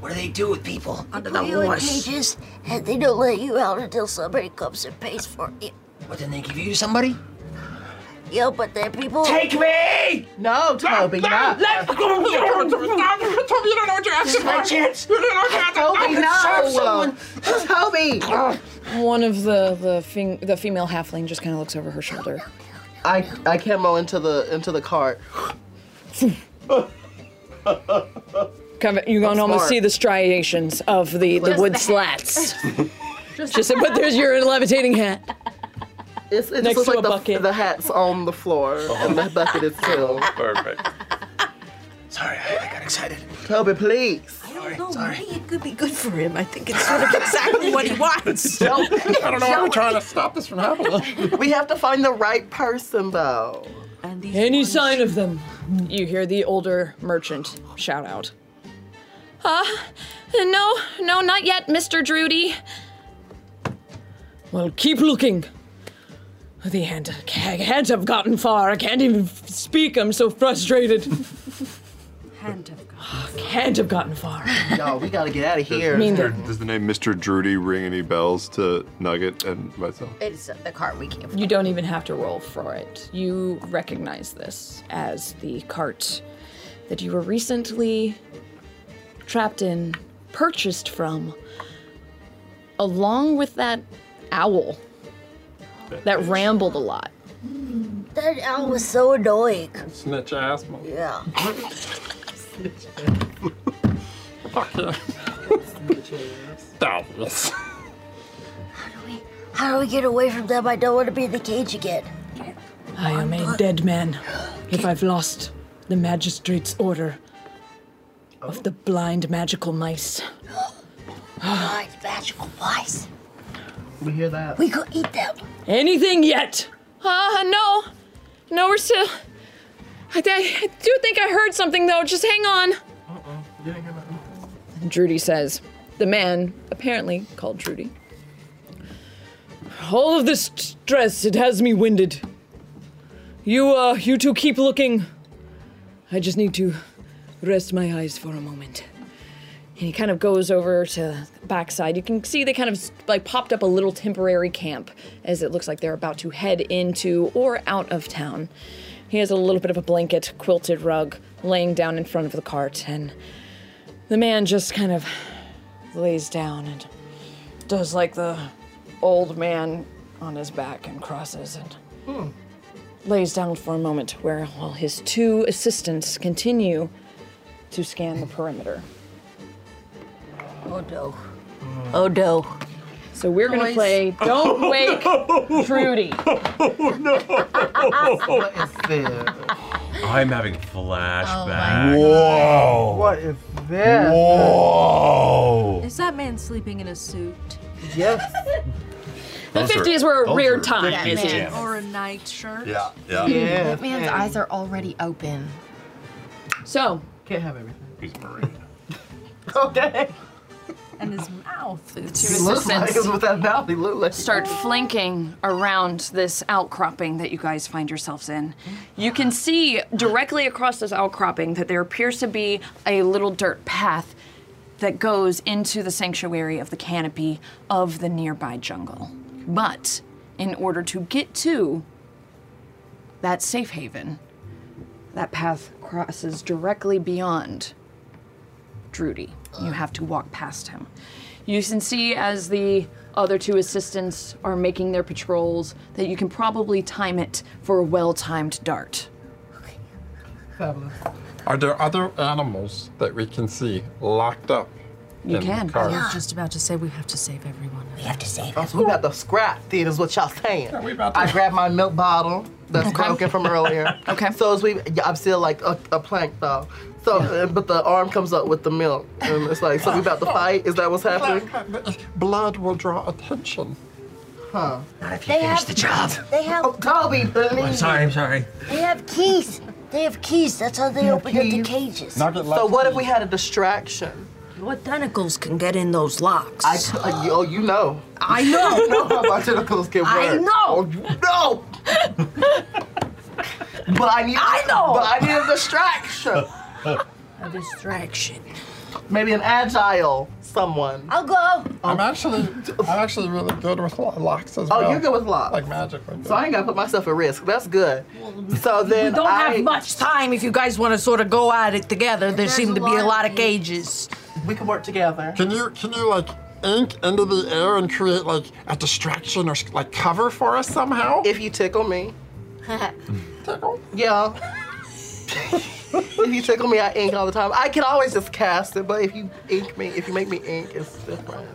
Speaker 10: What do they do with people?
Speaker 6: Under
Speaker 10: the horse.
Speaker 2: *laughs*
Speaker 6: cages, and they don't let you out until somebody comes and pays for it.
Speaker 10: What then they give you to somebody?
Speaker 6: Yeah, but they're people.
Speaker 10: Take me!
Speaker 4: No, Toby, no.
Speaker 10: Let go!
Speaker 7: Toby, you don't know what you're
Speaker 10: This
Speaker 7: asking
Speaker 10: is my
Speaker 7: for.
Speaker 10: chance.
Speaker 7: You don't know what you're asking for.
Speaker 4: Toby, no. Toby.
Speaker 3: One of the the, fing, the female halfling just kind of looks over her shoulder.
Speaker 4: I I camo into the into the cart.
Speaker 3: Kind of, you can almost
Speaker 4: smart.
Speaker 3: see the striations of the, the
Speaker 4: Just
Speaker 3: wood
Speaker 4: the hat. *laughs*
Speaker 3: slats. just but there's your levitating hat.
Speaker 4: It's, it
Speaker 3: Next
Speaker 4: just looks like
Speaker 3: to a
Speaker 4: the,
Speaker 3: bucket.
Speaker 4: the hat's on the floor and the bucket is too.
Speaker 9: Perfect.
Speaker 10: Oh, Sorry, I, I got excited.
Speaker 4: Toby, please.
Speaker 5: I don't know. Maybe it could be good for him. I think it's sort of
Speaker 4: *laughs*
Speaker 5: exactly what he
Speaker 9: *laughs*
Speaker 5: wants.
Speaker 7: I don't know why we're trying to stop this from happening.
Speaker 5: *laughs*
Speaker 4: We have to find the right person though.
Speaker 3: Any sign of them? You hear the older merchant shout out. Uh, no, no, not yet, Mr. Drudy. Well, keep looking. The hand I can't have gotten far. I can't even f- speak. I'm so frustrated.
Speaker 5: Can't have gone.
Speaker 3: Can't have gotten far.
Speaker 4: Y'all, we gotta get out of
Speaker 8: Does-
Speaker 4: here.
Speaker 8: Does, does the name Mr. Drudy ring any bells to Nugget and myself?
Speaker 15: It's the cart we came
Speaker 3: You don't even have to roll for it. You recognize this as the cart that you were recently trapped in, purchased from, along with that owl that rambled a lot.
Speaker 6: That owl was so annoying.
Speaker 7: Snitch asthma. *laughs*
Speaker 6: Yeah.
Speaker 5: *laughs*
Speaker 7: Doubtless.
Speaker 6: How do we get away from them? I don't want to be in the cage again.
Speaker 18: I am a dead man if I've lost the magistrate's order of the blind magical mice.
Speaker 6: Blind magical mice.
Speaker 4: We hear that.
Speaker 6: We go eat them.
Speaker 3: Anything yet? Uh, no. No, we're still. I, I do think I heard something though. Just hang on. Drudy says, the man, apparently called Drudy,
Speaker 18: All of this stress, it has me winded. You, uh, you two keep looking. I just need to rest my eyes for a moment.
Speaker 3: and he kind of goes over to the backside. You can see they kind of s- like popped up a little temporary camp as it looks like they're about to head into or out of town. He has a little bit of a blanket, quilted rug laying down in front of the cart, and the man just kind of
Speaker 18: Lays down and does like the old man on his back and crosses and
Speaker 3: Hmm. lays down for a moment where while his two assistants continue to scan the perimeter.
Speaker 6: Oh no.
Speaker 3: Oh no. So we're gonna
Speaker 14: *laughs*
Speaker 6: Toys.
Speaker 3: play
Speaker 14: Oh,
Speaker 3: Don't *laughs* Wake Trudy. Oh
Speaker 4: *laughs*
Speaker 3: no!
Speaker 14: I'm having flashbacks.
Speaker 10: Oh
Speaker 12: my
Speaker 14: Whoa!
Speaker 12: What
Speaker 4: is
Speaker 12: this?
Speaker 10: Oh.
Speaker 2: Oh.
Speaker 14: Whoa!
Speaker 13: Is that man sleeping in a suit?
Speaker 3: *laughs*
Speaker 4: Yes.
Speaker 3: The
Speaker 14: Those are-
Speaker 3: 50s were a
Speaker 14: those
Speaker 3: weird
Speaker 14: are
Speaker 3: time.
Speaker 14: thick as jam.
Speaker 13: Or a nightshirt?
Speaker 14: Yeah, yeah.
Speaker 15: That man's eyes are already open.
Speaker 3: So
Speaker 4: Can't have everything.
Speaker 14: He's marine.
Speaker 4: Okay.
Speaker 13: And his mouth. The
Speaker 3: two
Speaker 4: He looks like
Speaker 3: assistants
Speaker 4: it with that mouth. He look
Speaker 14: *laughs*
Speaker 4: like
Speaker 3: start flanking around this outcropping that you guys find yourselves in. You can see directly across this outcropping that there appears to be a little dirt path that goes into the sanctuary of the canopy of the nearby jungle. But in order to get to that safe haven, that path crosses directly beyond Drudy. You have to walk past him. You can see as the other two assistants are making their patrols that you can probably time it for a well timed dart.
Speaker 4: Fabulous.
Speaker 7: Are there other animals that we can see locked up?
Speaker 4: You
Speaker 7: in
Speaker 4: can.
Speaker 7: Cars?
Speaker 4: Yeah.
Speaker 13: Just about to say we have to save everyone.
Speaker 4: We have to save us. We about to scrap theater is what y'all saying. I grabbed my milk bottle that's broken from earlier. *laughs* okay. So as we, yeah, I'm still like a, a plank though. So, uh, but the arm comes up with the milk, and it's like, so we about to fight? Is that what's happening?
Speaker 7: Blood will draw attention.
Speaker 4: Huh.
Speaker 7: Not if
Speaker 6: They have *laughs* They have. Oh,
Speaker 4: Toby,
Speaker 14: I'm sorry. I'm sorry.
Speaker 6: They have keys. They have keys. That's how they open up the cages.
Speaker 4: So what if we had a distraction?
Speaker 5: What tentacles can get in those locks?
Speaker 4: I t- uh, you- oh, you know.
Speaker 5: I know.
Speaker 4: You know how *laughs* my tentacles can work.
Speaker 5: I know.
Speaker 4: Oh, you know. but I need. I know. But I need a distraction. a distraction. Maybe an agile someone.
Speaker 6: I'll go.
Speaker 7: I'm actually, I'm actually really good with lo- locks as
Speaker 4: Oh,
Speaker 7: well.
Speaker 4: you're good with locks.
Speaker 7: Like magically.
Speaker 4: So I ain't gotta put myself at risk. That's good. So then
Speaker 13: we don't
Speaker 4: I,
Speaker 13: have much time if you guys want to sort of go at it together. There seem to be a lot of cages.
Speaker 4: We can work together.
Speaker 7: Can you can you like ink into the air and create like a distraction or like cover for us somehow?
Speaker 4: If you tickle me. Yeah. if you tickle me, I ink all the time. I can always just cast it, but if you ink me, if you make me ink, it's different.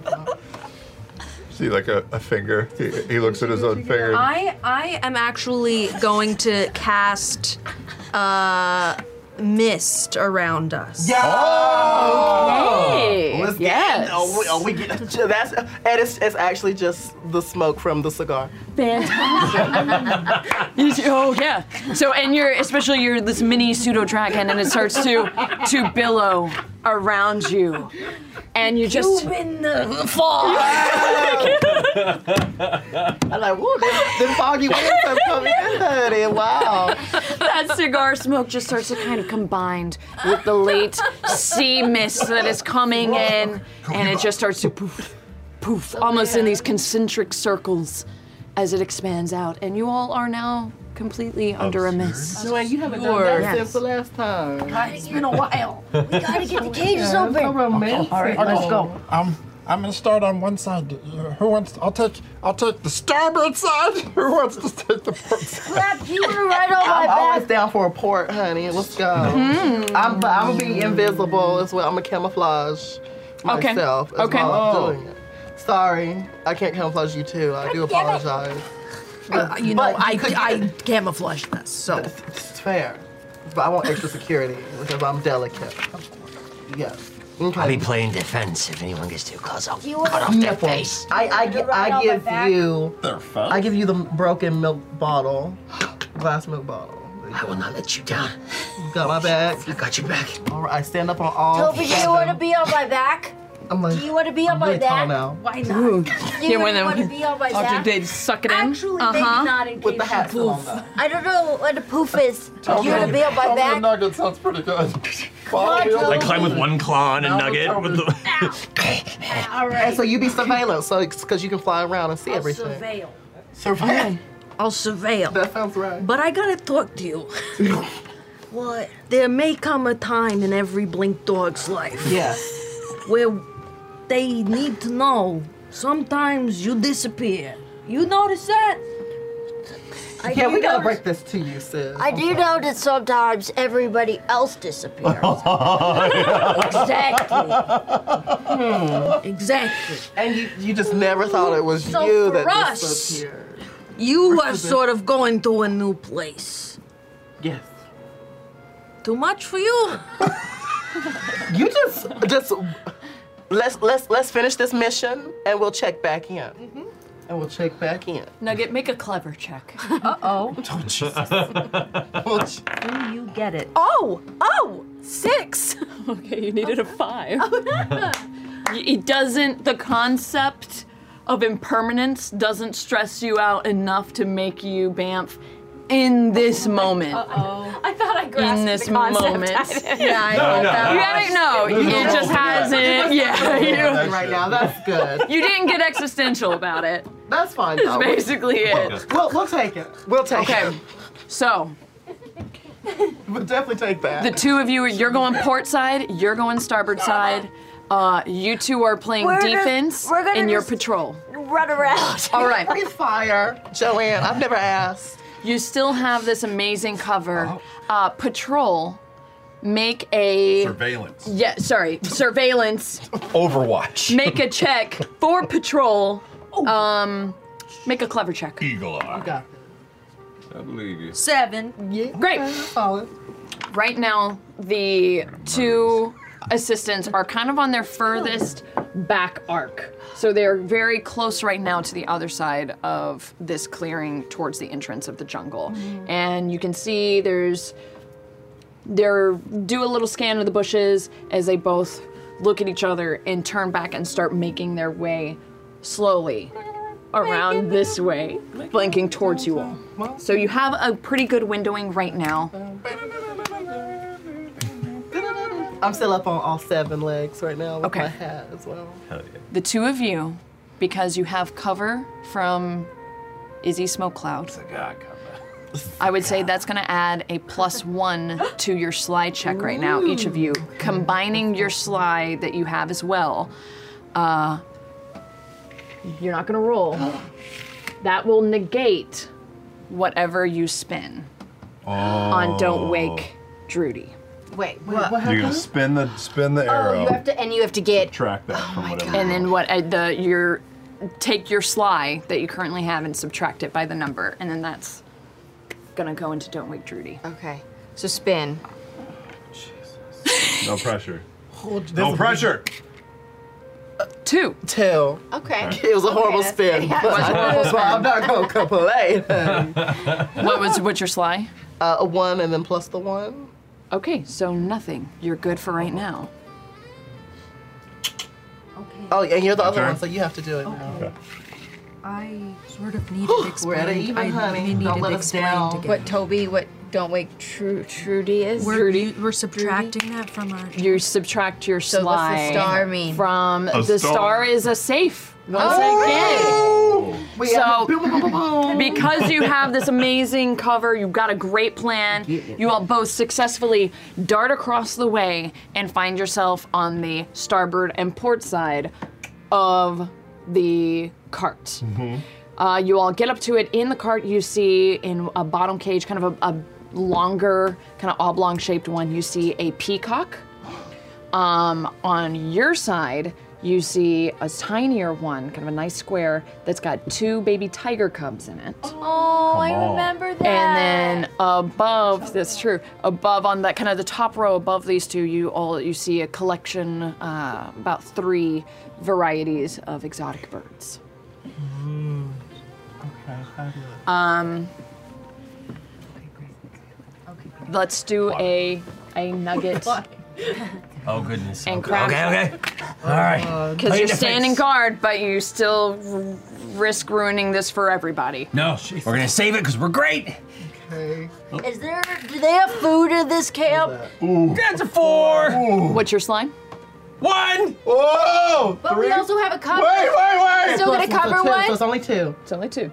Speaker 8: See, like a, a finger. He, he looks at his own finger.
Speaker 13: I I am actually going to cast uh mist around us.
Speaker 4: Yeah. Oh,
Speaker 13: Okay.
Speaker 4: Let's Get, oh, we, oh, we get *laughs* that's and it's, it's actually just the smoke from the cigar.
Speaker 3: Fantastic. *laughs* You see- oh yeah. So and you're especially you're this mini pseudo dragon and it starts to to billow around you, and you just
Speaker 2: You've been
Speaker 3: the fog.
Speaker 4: I'm like, whoa, them, them foggy winds are coming in, honey. Wow.
Speaker 3: that cigar smoke just starts to kind of combine with the late sea mist that is coming in, and it just starts to poof, poof, almost in these concentric circles as it expands out. And you all are now completely under a mist.
Speaker 4: No, you haven't done
Speaker 3: Sure.
Speaker 4: that
Speaker 3: Yes.
Speaker 4: since the last time.
Speaker 6: God, it's been a while.
Speaker 7: *laughs*
Speaker 4: We
Speaker 6: gotta get the
Speaker 4: cages open. So romantic.
Speaker 6: All right, let's go.
Speaker 7: Um, I'm gonna start on one side. Uh, Who wants? I'll take. I'll take the starboard side. *laughs* Who wants to take the port side?
Speaker 6: Crap, you were right on my
Speaker 4: I'm
Speaker 6: back. Hmm.
Speaker 4: always down for a port, honey. Let's go. I'm, but I'm gonna be invisible as well. I'm gonna camouflage
Speaker 3: Okay.
Speaker 4: myself as
Speaker 3: Okay.
Speaker 4: well. I'm
Speaker 3: Oh.
Speaker 4: doing it. Sorry, I can't camouflage you too. I do apologize.
Speaker 2: Uh, you know,
Speaker 4: But
Speaker 2: I,
Speaker 4: could-
Speaker 2: I camouflaged this, so.
Speaker 4: It's fair, but I want extra security because I'm delicate. Yes.
Speaker 19: I'll be playing defense if anyone gets too close. I'll
Speaker 6: You
Speaker 19: cut
Speaker 6: wanna-
Speaker 19: off their
Speaker 6: Nipple.
Speaker 19: face.
Speaker 4: I I, gi-
Speaker 6: You're right
Speaker 4: I
Speaker 6: on my
Speaker 4: give
Speaker 6: back.
Speaker 4: you
Speaker 19: fuck?
Speaker 4: I give you the broken milk bottle, glass milk bottle. I will not let you down. Got my back. I got your back. All right, I stand up on all.
Speaker 6: Toby, do you want to be on my back?
Speaker 4: I'm like,
Speaker 6: do you want to be on
Speaker 4: I'm
Speaker 6: my
Speaker 4: really tall
Speaker 6: back?
Speaker 4: now.
Speaker 6: Why not? Do you
Speaker 3: Yeah, when
Speaker 6: want to
Speaker 3: I'm-
Speaker 6: be on my
Speaker 3: I'll
Speaker 6: back?
Speaker 3: just- they suck it in. Uh-huh.
Speaker 6: Actually, maybe
Speaker 7: Uh-huh.
Speaker 6: not in case you
Speaker 4: still on,
Speaker 6: poof. I don't know what a poof is. Do you want to be on my back?
Speaker 11: Nugget sounds pretty good.
Speaker 4: on, Joe.
Speaker 9: I climb with one claw on a nugget. With the,
Speaker 4: All right. And so you be surveillance, so because you can fly around and see everything.
Speaker 2: Surveil.
Speaker 4: Surveil.
Speaker 2: I'll surveil.
Speaker 4: That sounds right.
Speaker 2: But I gotta talk
Speaker 4: *laughs*
Speaker 2: to you. what? There may come a time in every blink dog's life.
Speaker 4: Yes.
Speaker 2: Where they need to know sometimes you disappear. You notice that?
Speaker 6: I
Speaker 4: yeah,
Speaker 6: do
Speaker 4: we
Speaker 6: notice-
Speaker 4: gotta break this to you, sis.
Speaker 6: I do know that sometimes everybody else disappears. exactly.
Speaker 2: Exactly.
Speaker 4: Hmm. And you, you just never thought it was
Speaker 2: So
Speaker 4: you
Speaker 2: for
Speaker 4: that
Speaker 2: us,
Speaker 4: disappeared.
Speaker 2: You
Speaker 4: Where's
Speaker 2: are
Speaker 4: the-
Speaker 2: sort of going to a new place.
Speaker 4: Yes.
Speaker 2: Too much for
Speaker 4: *laughs*
Speaker 2: you?
Speaker 4: You just just let's let's let's finish this mission and we'll check back in. Mm-hmm. And we'll check back in.
Speaker 3: Nugget, make a clever *laughs* check.
Speaker 20: Uh oh.
Speaker 2: Do you get it?
Speaker 20: Oh! Oh! Six!
Speaker 3: *laughs* Okay, Oh, you needed a five. it doesn't, the concept of impermanence doesn't stress you out enough to make you bamf in this moment. *laughs*
Speaker 21: Uh-oh.
Speaker 3: I thought I
Speaker 21: grasped
Speaker 3: in this
Speaker 21: the concept.
Speaker 3: moment.
Speaker 21: I
Speaker 4: *laughs*
Speaker 21: didn't. Yeah, I No, thought no, that
Speaker 3: You
Speaker 21: was-
Speaker 3: haven't, no,
Speaker 21: There's
Speaker 3: it
Speaker 21: no hope
Speaker 3: just
Speaker 21: for that.
Speaker 3: hasn't. Yeah, you,
Speaker 4: right now.
Speaker 3: *laughs*
Speaker 4: That's good.
Speaker 3: you didn't
Speaker 4: *laughs*
Speaker 3: get existential about it.
Speaker 4: That's fine.
Speaker 3: *laughs* That's
Speaker 4: though.
Speaker 3: basically it.
Speaker 4: We'll, we'll take it. We'll take
Speaker 3: Okay.
Speaker 4: it.
Speaker 3: So,
Speaker 4: *laughs* We'll definitely take that.
Speaker 3: the two of you, you're going port side, you're going starboard side. Uh, you two are playing
Speaker 4: We're gonna-
Speaker 3: defense
Speaker 4: we're gonna
Speaker 3: in your
Speaker 4: just-
Speaker 3: patrol.
Speaker 6: Run around.
Speaker 3: All right.
Speaker 4: Breathe fire, Joanne. I've never asked. Oh.
Speaker 3: You still have this amazing cover. Uh, patrol, make a.
Speaker 22: Surveillance.
Speaker 3: Yeah, sorry, surveillance.
Speaker 22: Overwatch.
Speaker 3: make a check for patrol. Um, make a clever check.
Speaker 22: Eagle eye. I believe you.
Speaker 3: Seven. Yeah. Great. Right now, the two assistants are kind of on their furthest back arc. So they're very close right now to the other side of this clearing towards the entrance of the jungle. And you can see there's they're do a little scan of the bushes as they both look at each other and turn back and start making their way slowly around this way, blinking towards you all. So you have a pretty good windowing right now.
Speaker 4: I'm still up on all seven legs right now with
Speaker 3: Okay.
Speaker 4: my hat as well.
Speaker 3: The two of you, because you have cover from Izzy Smoke Cloud. I would say that's going to add a plus one to your sly check right now, each of you, combining your sly that you have as well. Uh, you're not going to roll. That will negate whatever you spin on Don't Wake Drudy.
Speaker 21: Wait,
Speaker 3: what- what
Speaker 11: Oh. You're gonna spin the spin the
Speaker 21: Oh,
Speaker 11: arrow.
Speaker 21: you have to, and you have to get.
Speaker 11: Track that from whatever.
Speaker 3: And then what uh, the your take your sly that you currently have and subtract it by the number, and then that's gonna go into Don't Wake Drudy.
Speaker 21: Okay, so spin.
Speaker 22: No pressure.
Speaker 4: Hold
Speaker 22: No pressure.
Speaker 3: Two.
Speaker 4: Two. *laughs*
Speaker 21: Okay.
Speaker 4: It was a
Speaker 21: Okay,
Speaker 4: horrible
Speaker 21: that's-
Speaker 4: spin. *laughs*
Speaker 21: yeah.
Speaker 4: but I'm not gonna complain.
Speaker 3: what was what's
Speaker 4: *laughs*
Speaker 3: your sly?
Speaker 4: Uh, a one and then plus the one.
Speaker 3: Okay, so nothing. You're good for right now.
Speaker 4: Oh, and you're the
Speaker 23: My
Speaker 4: other
Speaker 23: turn?
Speaker 4: one, so you have to do it. now.
Speaker 2: I sort of needed explained.
Speaker 4: *gasps* We're at an even,
Speaker 2: I
Speaker 4: honey.
Speaker 2: needed
Speaker 4: Don't let us
Speaker 2: explained
Speaker 4: down.
Speaker 2: again.
Speaker 24: What Toby? What don't wake Tru- Trudy is?
Speaker 2: We're, you- we're subtracting that from our.
Speaker 3: You subtract your
Speaker 24: So what's the
Speaker 3: slide
Speaker 24: star mean?
Speaker 3: from
Speaker 2: A
Speaker 3: the
Speaker 2: star.
Speaker 3: star. is a safe once again.
Speaker 4: Oh. We
Speaker 3: so
Speaker 4: have- boom, boom, boom, boom.
Speaker 3: because you have this amazing cover, you've got a great plan. You all both successfully dart across the way and find yourself on the starboard and port side of the cart.
Speaker 4: Mm.
Speaker 3: Uh, you all get up to it. In the cart, you see in a bottom cage, kind of a, a longer, kind of oblong shaped one, you see a peacock. Um, on your side, you see a tinier one, kind of a nice square, that's got two baby tiger cubs in it.
Speaker 24: Oh,
Speaker 3: Come
Speaker 24: I
Speaker 3: on.
Speaker 24: remember that.
Speaker 3: And then above, that's true. Above on that kind of the top row above these two, you all you see a collection, uh, about three varieties of exotic birds.
Speaker 4: Mm.
Speaker 25: Okay, fabulous.
Speaker 3: Um, let's do a a nugget
Speaker 25: Oh goodness.
Speaker 3: and
Speaker 25: okay.
Speaker 3: crab.
Speaker 25: Okay, okay.
Speaker 6: Oh,
Speaker 3: All
Speaker 25: right.
Speaker 3: Because you're standing guard, but you still r- risk ruining this for everybody.
Speaker 9: No, we're gonna save it because we're great.
Speaker 6: Is there? Do they have food in this camp?
Speaker 25: That's a four.
Speaker 3: What's your slime?
Speaker 25: One.
Speaker 4: Whoa!
Speaker 24: But we also have a cover.
Speaker 4: Wait, wait, wait!
Speaker 24: Still gonna
Speaker 4: Plus,
Speaker 24: cover
Speaker 4: so two,
Speaker 24: one.
Speaker 4: So it's only two.
Speaker 3: It's only two.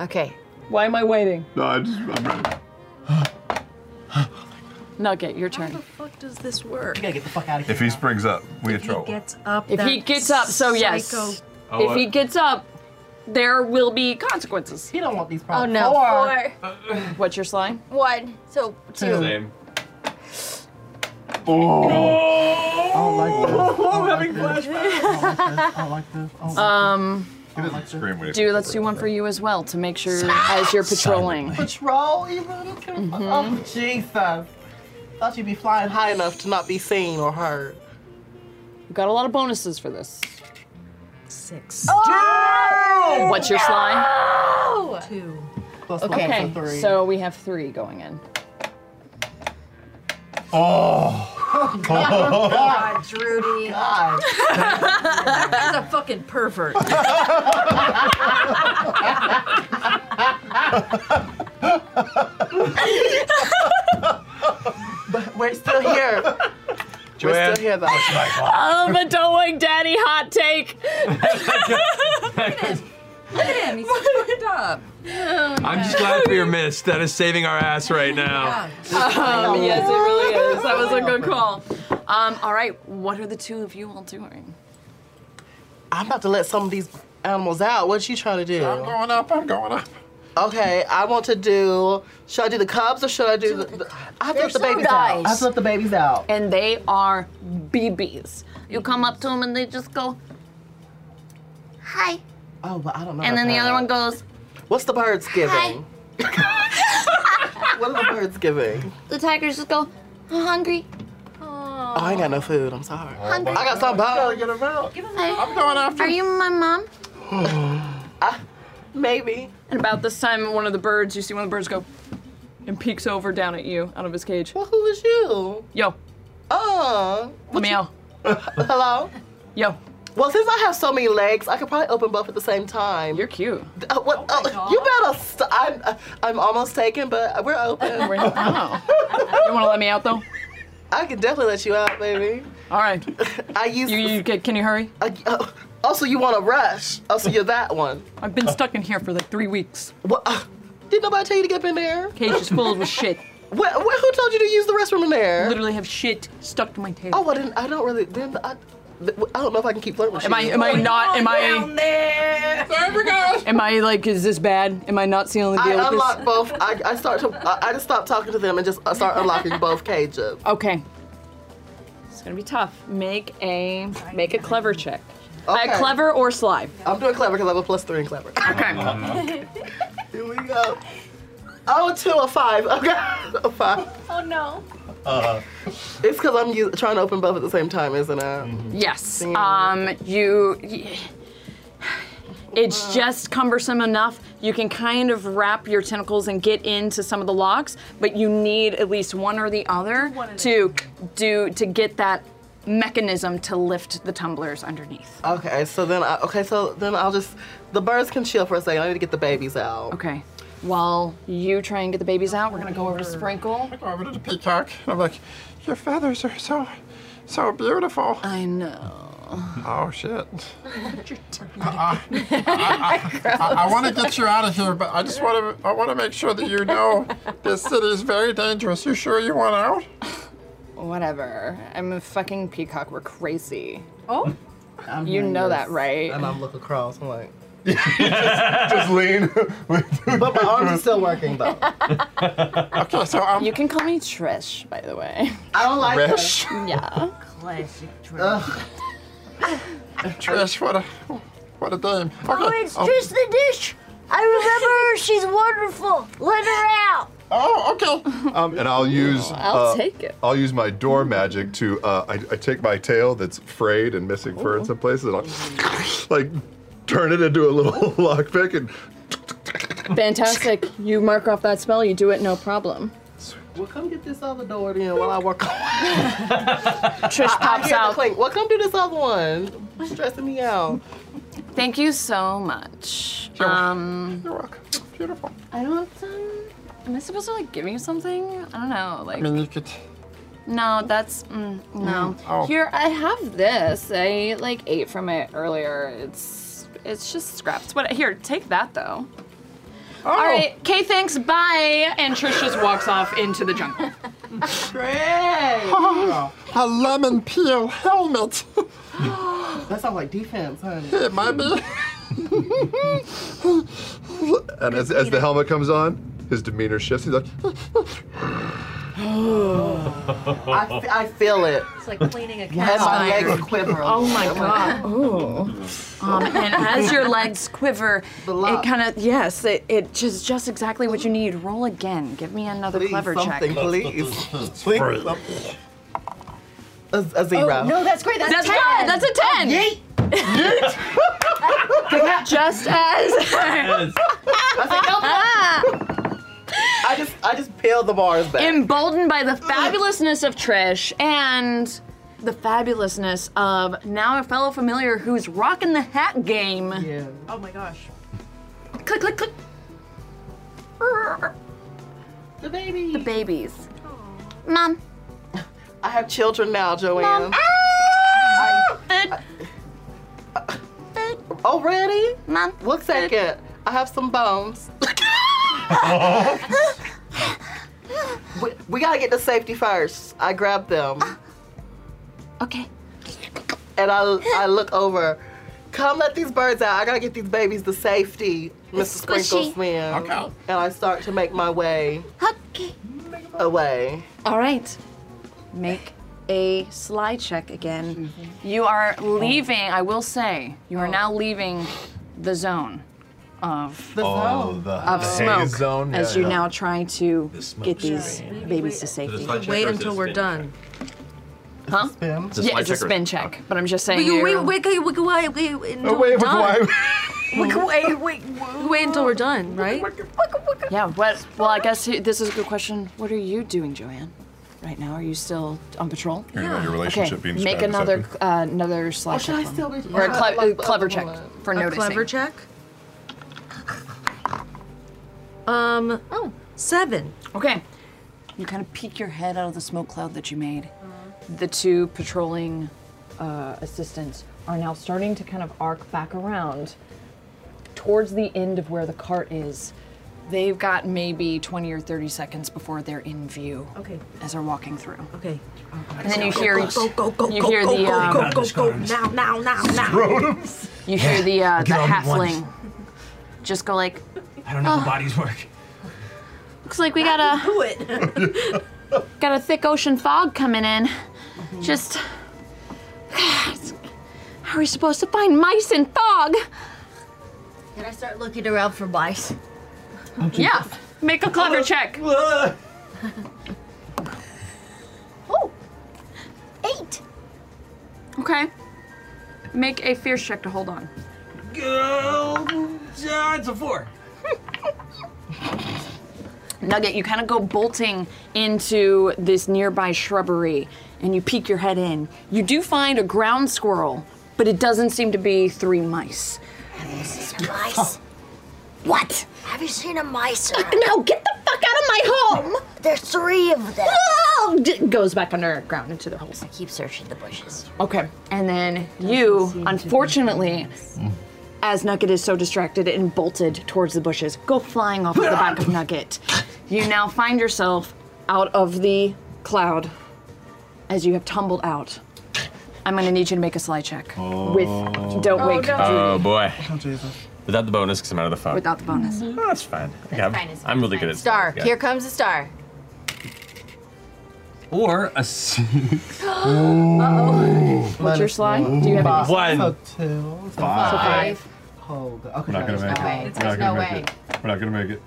Speaker 24: Okay.
Speaker 3: Why am I waiting?
Speaker 26: No, I just, I'm ready.
Speaker 3: Nugget, your turn.
Speaker 2: fuck does this work? You
Speaker 4: gotta get the fuck out of
Speaker 11: If he springs up, we in trouble.
Speaker 2: Gets up.
Speaker 3: If he
Speaker 2: that
Speaker 3: gets up, so yes.
Speaker 2: psycho-
Speaker 11: Oh,
Speaker 3: if he
Speaker 11: uh,
Speaker 3: gets up, there will be consequences. He
Speaker 4: don't want these
Speaker 24: Oh no.
Speaker 3: *laughs* What's your slime?
Speaker 6: *laughs*
Speaker 24: One. So two.
Speaker 27: Same.
Speaker 25: Oh.
Speaker 2: *laughs*
Speaker 27: I'm
Speaker 25: having
Speaker 27: flashbacks.
Speaker 4: I like this.
Speaker 3: Um,
Speaker 11: He doesn't scream when he
Speaker 3: do let's do one for you as well to make sure as you're patrolling. Mm-hmm.
Speaker 4: Patrol even? Oh, Jesus. Thought you'd be flying high enough to not be seen or heard.
Speaker 3: We've got a lot of bonuses
Speaker 7: *laughs*
Speaker 3: for this.
Speaker 2: Six.
Speaker 3: What's your slime?
Speaker 2: Two.
Speaker 3: Okay, so we have three going in.
Speaker 25: Oh.
Speaker 2: God, Trudy. God. that guy's a fucking *laughs* pervert.
Speaker 4: But we're still here. We're
Speaker 25: Joanne.
Speaker 4: still here, though.
Speaker 3: Um, a don't wake daddy hot take.
Speaker 2: Look at him. He's fucked up.
Speaker 9: *laughs* I'm just glad for your miss. That is saving our ass right now.
Speaker 3: Um, yes, it really is. That was a good call. Um, all right, what are the two of you all doing?
Speaker 4: I'm about to let some of these animals out. What you trying to do? I'm
Speaker 7: going up. I'm going up.
Speaker 4: Okay, I want to do. Should I do the cubs or should I do the? the I have to let the babies out. I have to let the babies out.
Speaker 3: And they are BBs. You come up to them and they just go, hi.
Speaker 4: Oh, but I don't know.
Speaker 3: And then the other one goes,
Speaker 4: What's the birds giving? *laughs* what are the birds giving?
Speaker 3: the tigers just go, I'm hungry.
Speaker 4: Oh, I ain't got no food. I'm sorry.
Speaker 3: Hungry.
Speaker 4: I got some bone.
Speaker 7: Get him out.
Speaker 4: I'm going after.
Speaker 3: Are you
Speaker 4: *sighs*
Speaker 3: my mom?
Speaker 4: Ah, Maybe.
Speaker 3: And about this time, one of the birds, you see one of the birds go and peeks over down at you out of his cage. Well,
Speaker 4: who is you?
Speaker 3: Yo.
Speaker 4: Oh.
Speaker 3: Meow.
Speaker 4: *laughs* Hello.
Speaker 3: Yo.
Speaker 4: Well, since I have so many legs, I could probably open both at the same time. You're
Speaker 3: cute.
Speaker 4: what? Oh you better. St- I'm. uh, I'm almost taken, but we're open.
Speaker 3: We're- oh. You want to let me out though?
Speaker 4: *laughs* I can definitely let you out, baby.
Speaker 3: All right.
Speaker 4: *laughs* I used. You,
Speaker 3: you get, can you hurry?
Speaker 4: I, oh, also, you want to rush? Also, you're that one.
Speaker 3: I've been stuck in here for like three weeks.
Speaker 4: What? Uh, did nobody tell you to get up in there?
Speaker 3: Cage is filled with shit.
Speaker 4: *laughs* What, what? Who told you to use the restroom in there?
Speaker 3: Literally have shit stuck to my tail.
Speaker 4: Oh, I didn't. I don't really. Then I. th- I don't know if I can keep flirting with
Speaker 3: Am
Speaker 4: you.
Speaker 3: I? Am I not? Am I?
Speaker 4: There we go.
Speaker 3: Am I like? Is this bad? Am I not sealing the deal
Speaker 4: I
Speaker 3: with
Speaker 4: unlock
Speaker 3: this?
Speaker 4: both. I, I start to. I, I just stop talking to them and just I start unlocking both cages.
Speaker 3: Okay. It's gonna be tough. Make a make a clever check.
Speaker 4: Okay.
Speaker 3: Uh, clever or sly?
Speaker 4: I'm doing clever because I have a plus three in clever.
Speaker 11: *laughs*
Speaker 3: *laughs* Okay.
Speaker 4: Here we go. Oh, two or five. Okay, *laughs* a five.
Speaker 3: Oh no.
Speaker 11: Uh-huh.
Speaker 4: Uh, it's because I'm u- trying to open both at the same time, isn't it?
Speaker 11: Mm-hmm.
Speaker 3: Yes. Um. You. y- It's just cumbersome enough. You can kind of wrap your tentacles and get into some of the locks, but you need at least one or the other to do to get that mechanism to lift the tumblers underneath.
Speaker 4: Okay, so then I, okay, so then I'll just the birds can chill for a second. I need to get the babies out.
Speaker 3: Okay. While you try and get the babies out, we're gonna go over to Sprinkle. I
Speaker 7: go over to the peacock. I'm like,
Speaker 3: Um,
Speaker 7: your feathers are so, so beautiful.
Speaker 3: I know.
Speaker 7: Oh shit. I, I want to get you out of here, but I just want to I want to make sure that you know this city is very dangerous. You sure you want out?
Speaker 3: Whatever. I'm a fucking peacock. We're crazy. Um,
Speaker 4: Oh.
Speaker 3: you know that, right?
Speaker 4: And I'm looking across. I'm like,
Speaker 11: *laughs* Just lean.
Speaker 4: but my arms are still working though.
Speaker 7: okay, so I'm.
Speaker 3: You can call me Trish, by the way.
Speaker 4: I don't like her.
Speaker 3: Trish. Yeah.
Speaker 28: Classic
Speaker 4: Ugh.
Speaker 7: Trish, what a what a dame. Okay.
Speaker 6: Oh, it's Trish the Dish. I remember her.
Speaker 3: *laughs*
Speaker 6: She's wonderful. Let her out.
Speaker 7: Oh, okay.
Speaker 11: Um, and I'll use.
Speaker 6: I'll
Speaker 11: uh,
Speaker 6: take it.
Speaker 11: I'll use my door magic to. Uh, I, I take my tail that's frayed and missing fur
Speaker 6: Oh.
Speaker 11: in some places, and I'll *laughs* like turn it into a little *laughs* lockpick and
Speaker 3: Fantastic. You mark off that spell, you do it no problem.
Speaker 4: Well, come get this other door then while I work on.
Speaker 3: Trish pops out.
Speaker 4: Wait, well, come do this other one. It's stressing me out.
Speaker 3: Thank
Speaker 4: *laughs*
Speaker 3: you so much.
Speaker 7: Oh.
Speaker 4: You're
Speaker 3: um,
Speaker 7: You're welcome. Beautiful.
Speaker 3: I don't. Um, am I supposed to like give you something? I don't know. Like
Speaker 7: I mean, you could.
Speaker 3: no, that's mm, no.
Speaker 7: Mm, oh.
Speaker 3: Here, I have this. I like ate from it earlier. It's it's just scraps. What? Here, take that though.
Speaker 7: Oh.
Speaker 3: All right, Kay, thanks, bye. And Trish just walks off into the jungle.
Speaker 7: Oh, *laughs* a lemon peel helmet.
Speaker 4: *gasps* that sounds like defense, honey.
Speaker 7: It might be.
Speaker 11: and as, as the helmet comes on, his demeanor shifts. He's like,
Speaker 4: I, f- I feel it.
Speaker 28: It's like cleaning a
Speaker 4: And
Speaker 28: cat.
Speaker 4: my legs quiver.
Speaker 3: Oh my
Speaker 4: *laughs*
Speaker 3: god. *laughs* Um, and as your legs quiver,
Speaker 4: Blah.
Speaker 3: it kind of yes, it, it just just exactly what you need. Roll again. Give me another
Speaker 4: Please,
Speaker 3: clever
Speaker 4: something,
Speaker 3: check.
Speaker 4: please. please something. A, a zero.
Speaker 3: that's great. That's, good. That's a ten. Yeet. *laughs*
Speaker 4: *laughs*
Speaker 3: just as *laughs*
Speaker 4: I just I just peeled the bars back.
Speaker 3: emboldened by the fabulousness of Trish and the fabulousness of now a fellow familiar who's rocking the hat game.
Speaker 4: Yeah.
Speaker 28: Oh my gosh.
Speaker 3: Click click click.
Speaker 4: The baby.
Speaker 3: The babies. Mom.
Speaker 4: I have children now, Joanne.
Speaker 3: I-
Speaker 4: Already?
Speaker 3: Mom.
Speaker 4: One second. I have some
Speaker 3: *laughs*
Speaker 4: bones. we, we gotta get to safety first. I grab them
Speaker 3: Uh, Okay.
Speaker 4: and I, I look over. Come let these birds out. I gotta get these babies to safety, Mr.
Speaker 3: Squishy.
Speaker 4: Sprinkles man.
Speaker 7: Okay.
Speaker 4: And I start to make my way
Speaker 3: Okay.
Speaker 4: away.
Speaker 3: All right. Make a slide check again. You are leaving, I will say, you are now leaving the zone of
Speaker 4: The
Speaker 11: oh,
Speaker 4: zone.
Speaker 11: the
Speaker 3: of
Speaker 11: haze
Speaker 3: smoke
Speaker 11: zone.
Speaker 3: as
Speaker 11: yeah,
Speaker 3: you
Speaker 11: yeah.
Speaker 3: now try to
Speaker 11: smoke
Speaker 3: get these
Speaker 11: screen.
Speaker 3: babies to safety.
Speaker 2: Wait until we're done.
Speaker 3: Huh?
Speaker 4: Spin.
Speaker 3: Yeah, it's a spin check, but I'm just saying.
Speaker 2: Wait, wait,
Speaker 3: you're-
Speaker 2: wait, wait, wait, wait, wait, wait,
Speaker 11: Oh, wait, wait, wait.
Speaker 2: wait, wait, wait, wait until we're done, right?
Speaker 3: Yeah, what? Well, I guess he- this is a good question. What are you doing, Joanne? Right now, are you still on patrol?
Speaker 29: Hearing about your relationship
Speaker 3: okay.
Speaker 29: being
Speaker 3: Make
Speaker 29: described as
Speaker 3: another
Speaker 29: epic.
Speaker 3: uh, another slide
Speaker 4: Or
Speaker 3: check.
Speaker 4: should I
Speaker 3: for me.
Speaker 4: still be
Speaker 3: or a cle-
Speaker 4: like the
Speaker 3: clever
Speaker 4: other
Speaker 3: check
Speaker 4: one?
Speaker 3: for
Speaker 2: A
Speaker 3: noticing.
Speaker 2: clever check. Um, oh, seven.
Speaker 3: Okay. You kind of peek your head out of the smoke cloud that you made.
Speaker 2: Uh-huh.
Speaker 3: The two patrolling uh, assistants are now starting to kind of arc back around towards the end of where the cart is. They've got maybe 20 or 30 seconds before they're in view
Speaker 2: Okay,
Speaker 3: as they're walking through.
Speaker 2: okay.
Speaker 3: And then you hear
Speaker 2: go, go, go,
Speaker 3: you
Speaker 2: go,
Speaker 3: hear
Speaker 2: go,
Speaker 3: the
Speaker 2: go,
Speaker 3: um,
Speaker 2: go, go, go, now, now, now, now.
Speaker 29: Rodents.
Speaker 3: you hear the uh, the
Speaker 30: Get on with one.
Speaker 3: halfling just go like
Speaker 9: I don't know
Speaker 6: Oh.
Speaker 9: how bodies work.
Speaker 3: looks like we got a
Speaker 2: Do it.
Speaker 3: *laughs* got a thick ocean fog coming in. Just. *sighs* How are we supposed to find mice in fog?
Speaker 6: Can I start looking around for mice?
Speaker 3: Yeah, make a
Speaker 9: *laughs*
Speaker 3: clever check.
Speaker 6: Oh, eight.
Speaker 3: Okay. Make a fierce check to hold on.
Speaker 9: Go, yeah, it's a four.
Speaker 3: Nugget, you kind of go bolting into this nearby shrubbery and you peek your head in. You do find a ground squirrel, but it doesn't seem to be three mice.
Speaker 31: Mice?
Speaker 3: What?
Speaker 31: Have you seen a mice?
Speaker 3: *laughs* No, get the fuck out of my home!
Speaker 31: There's three of them.
Speaker 3: Oh, d- goes back underground into the holes. I
Speaker 31: keep searching the bushes.
Speaker 3: Okay. And then you, unfortunately, as Nugget is so distracted and bolted towards the bushes, go flying off of
Speaker 31: *laughs*
Speaker 3: the back of Nugget. You now find yourself out of the cloud as you have tumbled out. I'm gonna need you to make a slide check with Don't Wake
Speaker 9: Oh
Speaker 3: Judy.
Speaker 9: boy. Without the bonus, because I'm out of the fog.
Speaker 3: Without the bonus.
Speaker 9: Oh, that's fine. Okay, I'm,
Speaker 6: fine, it's
Speaker 9: I'm really good at
Speaker 6: Star.
Speaker 9: yeah.
Speaker 6: Here comes a star.
Speaker 9: Or
Speaker 6: *gasps*
Speaker 9: a six.
Speaker 6: Uh-oh. What's your slide? Do you have any
Speaker 9: One.
Speaker 6: slide?
Speaker 1: Two.
Speaker 6: Five.
Speaker 2: Five.
Speaker 1: Oh, God. okay.
Speaker 32: We're not gonna
Speaker 1: there's
Speaker 32: make
Speaker 1: no way.
Speaker 32: it. We're
Speaker 1: There's
Speaker 32: not
Speaker 1: no
Speaker 32: gonna make
Speaker 1: way.
Speaker 32: it. We're not gonna make it.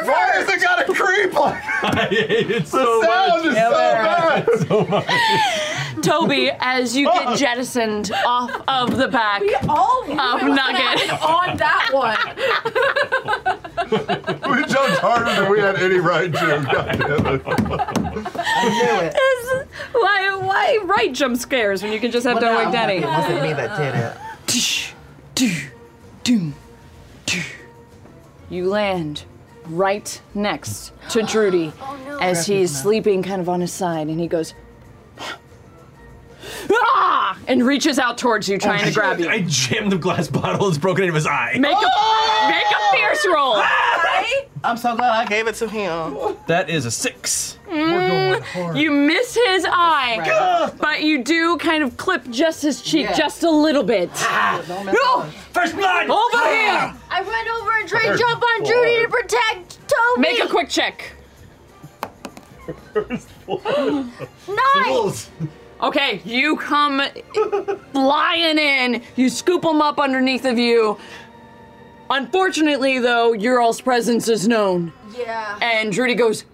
Speaker 11: Why has it got a creep?
Speaker 32: *laughs*
Speaker 11: Like,
Speaker 9: I hate it
Speaker 11: so sound is so bad.
Speaker 3: *laughs* Toby, as you get jettisoned off of the back Um, we all of Nugget. *laughs*
Speaker 2: on that one.
Speaker 11: we jumped harder than we had any right to. *laughs* God damn it.
Speaker 3: Is- why, why write jump scares when you can just have Don't Wake Daddy?
Speaker 1: It wasn't me that did it.
Speaker 3: You land right next to Drudy as he is sleeping kind of on his side and he goes, ah! and reaches out towards you
Speaker 4: Oh,
Speaker 3: trying to grab you.
Speaker 33: I jammed the glass *laughs* bottle. It's broken into his eye.
Speaker 3: Make a, make a fierce roll.
Speaker 4: I'm so glad I gave it to him.
Speaker 9: That is a six.
Speaker 3: Mm, you miss his eye, but you do kind of clip just his cheek
Speaker 2: Yeah.
Speaker 3: just a little bit.
Speaker 2: No!
Speaker 3: Ah. First blood! Ah. Over here!
Speaker 2: I went over and
Speaker 3: tried to jump on Judy to
Speaker 2: protect Toby.
Speaker 3: Make a quick check.
Speaker 2: Nice.
Speaker 3: Okay, you come flying in. You scoop them up underneath of you. Unfortunately, though, your all's presence is known.
Speaker 2: Yeah.
Speaker 3: And Drudy goes,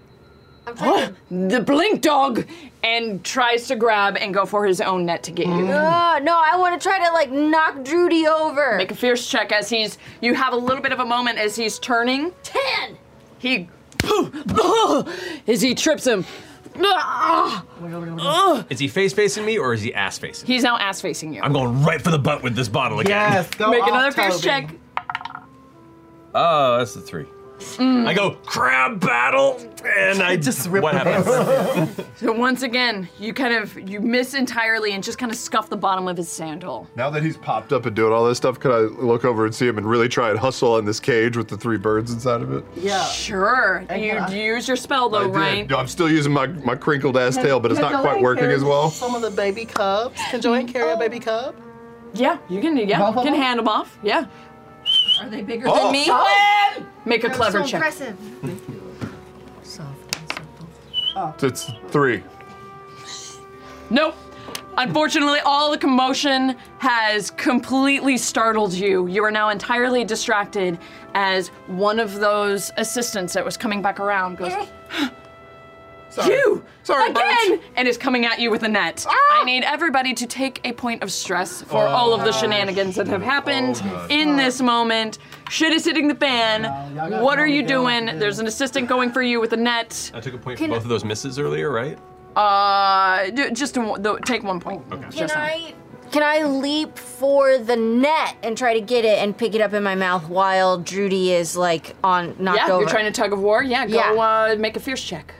Speaker 3: "Huh? the blink dog, and tries to grab and go for his own net to get you.
Speaker 6: Oh, no, I want to try to like knock Drudy over.
Speaker 3: Make a fierce check as he's. You have a little bit of a moment as he's turning. Ten. He. As he trips him.
Speaker 9: Is he face facing me or is he ass facing?
Speaker 3: He's now ass facing you.
Speaker 9: I'm going right for the butt with this bottle again.
Speaker 3: Make another fierce check.
Speaker 9: Oh, that's the three.
Speaker 3: Mm.
Speaker 9: I go crab battle,
Speaker 33: *laughs*
Speaker 9: and I just what happens?
Speaker 3: So once again, you kind of you miss entirely and just kind of scuff the bottom of his sandal.
Speaker 11: Now that he's popped up and doing all this stuff, could I look over and see him and really try and hustle on this cage with the three birds inside of it?
Speaker 3: Yeah. Sure. You use your spell though, right?
Speaker 11: No, I'm still using my, my crinkled ass
Speaker 4: Can-
Speaker 11: tail, but it's
Speaker 4: can
Speaker 11: not
Speaker 4: Joanne
Speaker 11: quite working
Speaker 4: carry
Speaker 11: as well.
Speaker 4: Some of the baby cubs. Can Joanne carry a baby cub?
Speaker 3: Mm, um, Yeah, you can. Yeah,
Speaker 4: Both of
Speaker 3: can
Speaker 4: them?
Speaker 3: hand him off. Yeah.
Speaker 2: Are they bigger
Speaker 3: Oh.
Speaker 2: than me?
Speaker 3: Make a
Speaker 2: That was
Speaker 3: clever
Speaker 2: so
Speaker 3: check.
Speaker 2: Impressive.
Speaker 11: It's three.
Speaker 3: Nope. Unfortunately, all the commotion has completely startled you. You are now entirely distracted as one of those assistants that was coming back around goes,
Speaker 6: Eh.
Speaker 3: *gasps* You!
Speaker 11: Sorry,
Speaker 3: again! And is coming at you with a net. I need everybody to take a point of stress for
Speaker 2: Oh,
Speaker 3: all of the
Speaker 2: gosh.
Speaker 3: shenanigans that have happened
Speaker 2: Oh, gosh.
Speaker 3: in this moment. Shit is hitting the fan.
Speaker 9: gotta
Speaker 3: what are
Speaker 9: calm
Speaker 3: you
Speaker 9: down, Uh,
Speaker 3: doing? There's an assistant going for you with a net.
Speaker 9: I took a point
Speaker 3: Can-
Speaker 9: for both of those misses earlier, right?
Speaker 3: Uh, d- just a one- though, take one point. Okay.
Speaker 6: Can I can I leap for the net and try to get it and pick it up in my mouth while Drudy is like on knocked
Speaker 3: yeah,
Speaker 6: over?
Speaker 3: you're trying to tug of war. Yeah, go
Speaker 6: Yeah.
Speaker 3: Uh, make a fierce check.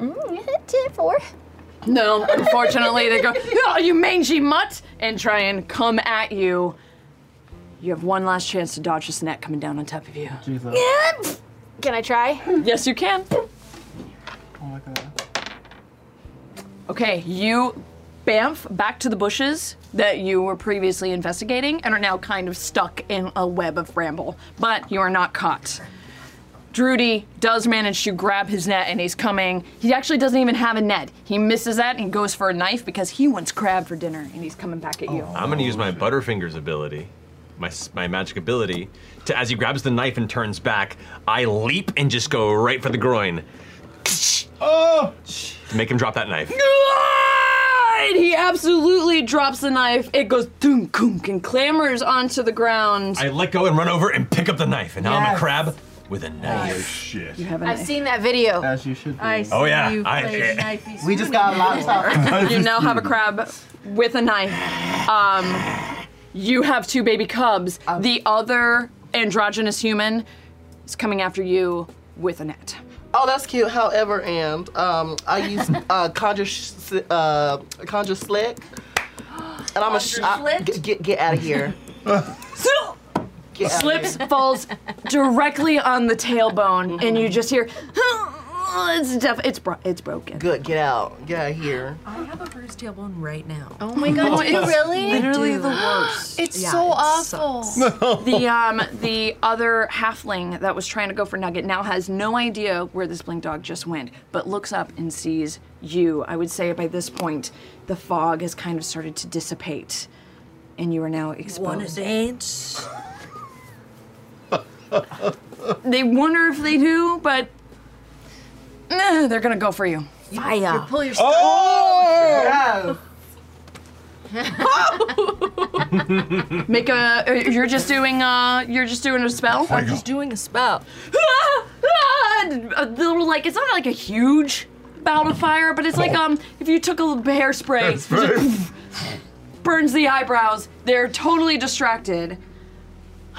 Speaker 6: Mm, four.
Speaker 3: No, unfortunately, they go, oh, you mangy mutt, and try and come at you. You have one last chance to dodge this net coming down on top of you.
Speaker 6: Can I try?
Speaker 3: Yes, you can. Okay, you bamf back to the bushes that you were previously investigating and are now kind of stuck in a web of bramble, but you are not caught. Drudy does manage to grab his net and he's coming. He actually doesn't even have a net. He misses that and he goes for a knife because he wants crab for dinner and he's coming back at you.
Speaker 9: I'm gonna
Speaker 33: Oh,
Speaker 9: use my Butterfingers ability, my s- my magic ability, to as he grabs the knife and turns back, I leap and just go right for the groin. Oh! To make him drop that knife.
Speaker 3: it! He absolutely drops the knife. It goes thunk, thunk, and clambers onto the ground.
Speaker 9: I let go and run over and pick up the knife, and now I'm
Speaker 3: Yes.
Speaker 9: a crab with a knife.
Speaker 3: Nice.
Speaker 9: Oh, shit.
Speaker 3: You have a
Speaker 34: I've
Speaker 3: knife.
Speaker 34: seen that video.
Speaker 9: As
Speaker 34: you should.
Speaker 3: I
Speaker 9: Oh, yeah.
Speaker 3: see you
Speaker 9: I-
Speaker 3: play
Speaker 9: eh.
Speaker 3: knifey
Speaker 4: We just got a lot of
Speaker 3: spoony.
Speaker 4: stuff.
Speaker 3: *laughs* you now have a crab with a knife. Um, you have two baby cubs.
Speaker 4: Um,
Speaker 3: The other androgynous human is coming after you with a net.
Speaker 4: Oh, that's cute. However, and um, I
Speaker 3: *laughs*
Speaker 4: use uh, conjure, sh- uh, conjure slick, and I'm a sh- I, get, get get out of
Speaker 3: *laughs*
Speaker 4: here.
Speaker 3: Oh.
Speaker 4: Get outta
Speaker 3: Slips,
Speaker 4: *laughs*
Speaker 3: falls directly on the tailbone, and you just hear. *laughs* It's def- it's bro- it's broken.
Speaker 4: Good, get out, get out of here.
Speaker 2: I have a bruised tailbone right now.
Speaker 3: Oh
Speaker 4: my
Speaker 2: *laughs*
Speaker 4: God, do you really?
Speaker 2: Literally the
Speaker 3: worst.
Speaker 2: *gasps* It's Yeah, so it awful. sucks. No.
Speaker 3: The um the other halfling that was trying to go for Nugget now has no idea where this blink dog just went, but looks up and sees you. I would say by this point, the fog has kind of started to dissipate, and you are now exposed.
Speaker 2: Wanna dance?
Speaker 3: *laughs* They wonder if they do, but eh, they're gonna go for you.
Speaker 2: You
Speaker 3: Fire.
Speaker 2: pull your
Speaker 3: Oh! Make a. uh, You're just doing a. You're just doing a spell.
Speaker 2: I'm just doing a spell.
Speaker 3: *laughs* a little like it's not like a huge bout of fire, but it's like
Speaker 2: Oh.
Speaker 3: um if you took a little hairspray, it just *laughs* burns the eyebrows. They're totally distracted. *laughs*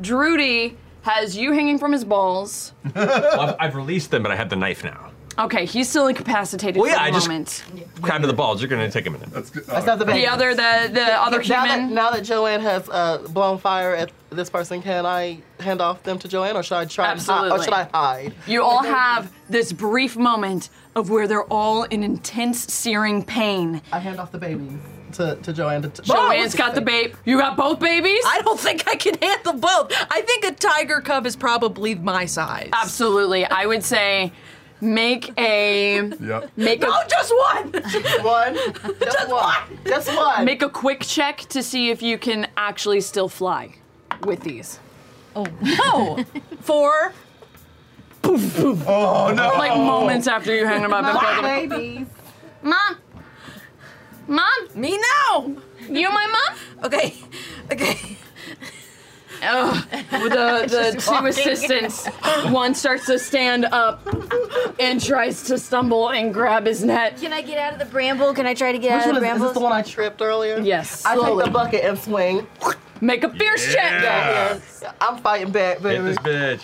Speaker 3: Drudy has you hanging from his balls.
Speaker 9: *laughs* Well, I've, I've released them, but I have the knife now.
Speaker 3: Okay, he's still incapacitated
Speaker 9: Well, yeah,
Speaker 3: for the
Speaker 9: I just-
Speaker 3: moment.
Speaker 9: Crab to the balls. You're gonna take a minute. That's good.
Speaker 4: That's not the best.
Speaker 3: The other, the the other
Speaker 4: now
Speaker 3: human.
Speaker 4: That, now that Joanne has uh, blown fire at this person, can I hand off them to Joanne, or should I try? and hi-
Speaker 3: Absolutely.
Speaker 4: or should I hide?
Speaker 3: You all have this brief moment of where they're all in intense, searing pain.
Speaker 4: I hand off the babies to, to Joanne. To t-
Speaker 3: Joanne's got the babe. You got both babies?
Speaker 35: I don't think I can handle both. I think a tiger cub is probably my size.
Speaker 3: Absolutely. I would say make a.
Speaker 35: Yep.
Speaker 3: Make
Speaker 35: No,
Speaker 3: a,
Speaker 35: just one!
Speaker 4: Just *laughs* one. Just one.
Speaker 35: *laughs*
Speaker 4: Just one.
Speaker 3: Make a quick check to see if you can actually still fly with these. Oh.
Speaker 35: No! Four.
Speaker 3: Poof, poof. Oh,
Speaker 35: no.
Speaker 3: Like moments after you hang them up. and
Speaker 35: My
Speaker 3: plug them-
Speaker 35: babies.
Speaker 3: Mom! Mom!
Speaker 35: Me now!
Speaker 3: You're my mom? Oh.
Speaker 35: Okay.
Speaker 3: Ugh. the *laughs* the
Speaker 35: Just
Speaker 3: two
Speaker 35: walking.
Speaker 3: assistants. One starts to stand up and tries to stumble and grab his net.
Speaker 34: Can I get out of the bramble? Can I try to get
Speaker 4: Which
Speaker 34: out of
Speaker 4: one
Speaker 34: the
Speaker 4: is, is
Speaker 34: bramble?
Speaker 4: this the one I tripped earlier?
Speaker 3: Yes.
Speaker 4: I take
Speaker 3: slowly.
Speaker 4: the bucket and swing.
Speaker 3: Make a fierce check.
Speaker 4: Yeah. I'm fighting back, baby.
Speaker 9: bitch.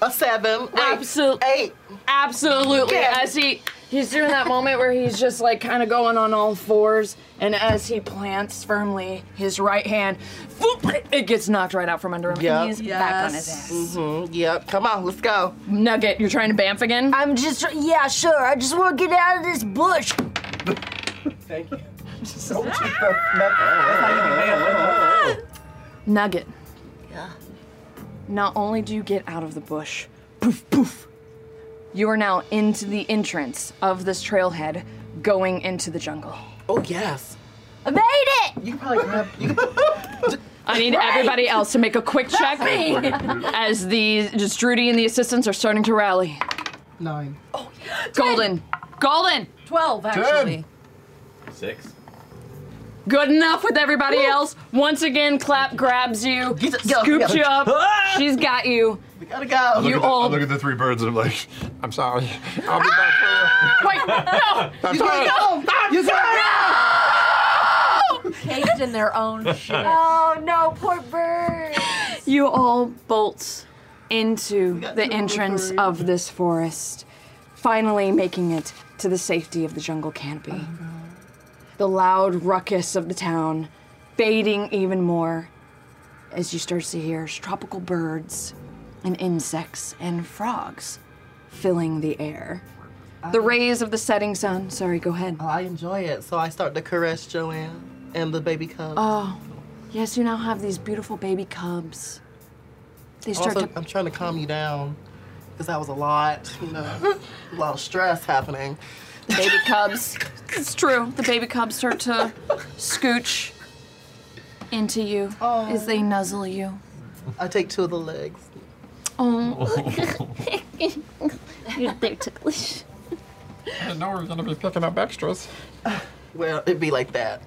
Speaker 4: A seven.
Speaker 3: Absolutely.
Speaker 4: Eight.
Speaker 3: Absolutely.
Speaker 4: Yeah.
Speaker 3: As he he's doing that moment where he's just like kind of going on all fours, and as he plants firmly his right hand, whoop, it gets knocked right out from under him,
Speaker 4: Yep.
Speaker 3: and he's back on his ass.
Speaker 4: hmm Yep. Come on, let's go.
Speaker 3: Nugget, you're trying to bamf again?
Speaker 36: I'm just, tr- yeah, sure. I just want to get out of this bush.
Speaker 4: Thank you.
Speaker 3: Nugget. Yeah. Not only do you get out of the bush, poof, poof, you are now into the entrance of this trailhead going into the jungle.
Speaker 4: Oh, yes.
Speaker 3: I made it!
Speaker 4: You can probably grab.
Speaker 3: I need
Speaker 4: Right.
Speaker 3: everybody else to make a quick check
Speaker 4: me.
Speaker 3: as the just Drudy and the assistants are starting to rally.
Speaker 4: Nine.
Speaker 3: Golden. Golden.
Speaker 35: 12,
Speaker 3: actually.
Speaker 9: Six.
Speaker 3: Good enough with everybody else. Once again, Clap grabs you,
Speaker 4: get up,
Speaker 3: scoops
Speaker 4: get
Speaker 3: you
Speaker 4: up.
Speaker 3: up. She's got you.
Speaker 4: Ah! We gotta go.
Speaker 11: look,
Speaker 3: You
Speaker 11: at the, I
Speaker 3: all
Speaker 11: look at the three birds and I'm like, I'm sorry. I'll be
Speaker 3: Wait, no!
Speaker 11: I'm
Speaker 2: You
Speaker 11: sorry.
Speaker 2: can't go.
Speaker 11: I'm
Speaker 2: You
Speaker 11: sorry.
Speaker 2: Caged in their own shit.
Speaker 34: Oh no, poor bird.
Speaker 3: You all bolt into the entrance of this forest, finally making it to the safety of the jungle canopy. the loud ruckus of the town fading even more as you start to hear tropical birds and insects and frogs filling the air. The rays of the setting sun. Sorry, go ahead.
Speaker 4: Oh, I enjoy it. So I start to caress Joanne and the baby cub.
Speaker 3: Oh, yes, you now have these beautiful baby cubs. They start
Speaker 4: also,
Speaker 3: to
Speaker 4: I'm trying to calm you down because that was a lot, you
Speaker 3: *laughs*
Speaker 4: know, a lot of stress happening.
Speaker 3: baby cubs. It's true. The baby cubs start to scooch into you as they nuzzle you.
Speaker 4: *laughs* I take two of the legs.
Speaker 3: Oh. They're ticklish.
Speaker 22: I didn't know we were going to be picking up extras.
Speaker 4: Well, it'd be like that.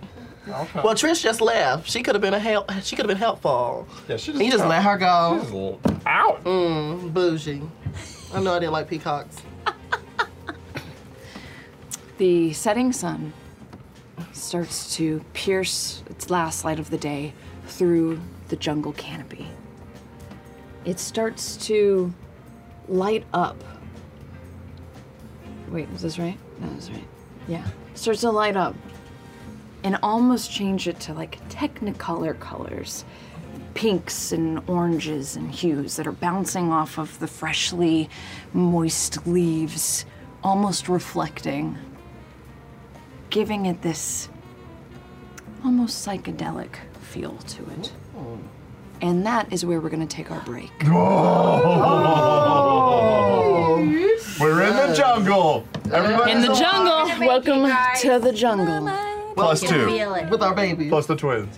Speaker 7: Okay.
Speaker 4: Well, Trish just left. She could have been a help. She could have been helpful.
Speaker 7: Yeah, she
Speaker 4: And you just let her go.
Speaker 7: She's a *laughs* little-
Speaker 4: Out. Mm, bougie. I know I didn't like
Speaker 13: *laughs*
Speaker 4: peacocks.
Speaker 21: The setting sun starts to pierce its last light of the day through the jungle canopy. It starts to light up. Wait, is this right? No, that's right. Yeah. Starts to light up and almost change it to like technicolor colors pinks and oranges and hues that are bouncing off of the freshly moist leaves, almost reflecting, giving it this almost psychedelic feel to it. And that is where we're going to take our break.
Speaker 11: We're in the jungle. Everybody
Speaker 3: In the jungle. Welcome to the jungle.
Speaker 11: Plus
Speaker 3: You
Speaker 11: two.
Speaker 3: feel it.
Speaker 4: With our baby.
Speaker 11: Plus the twins.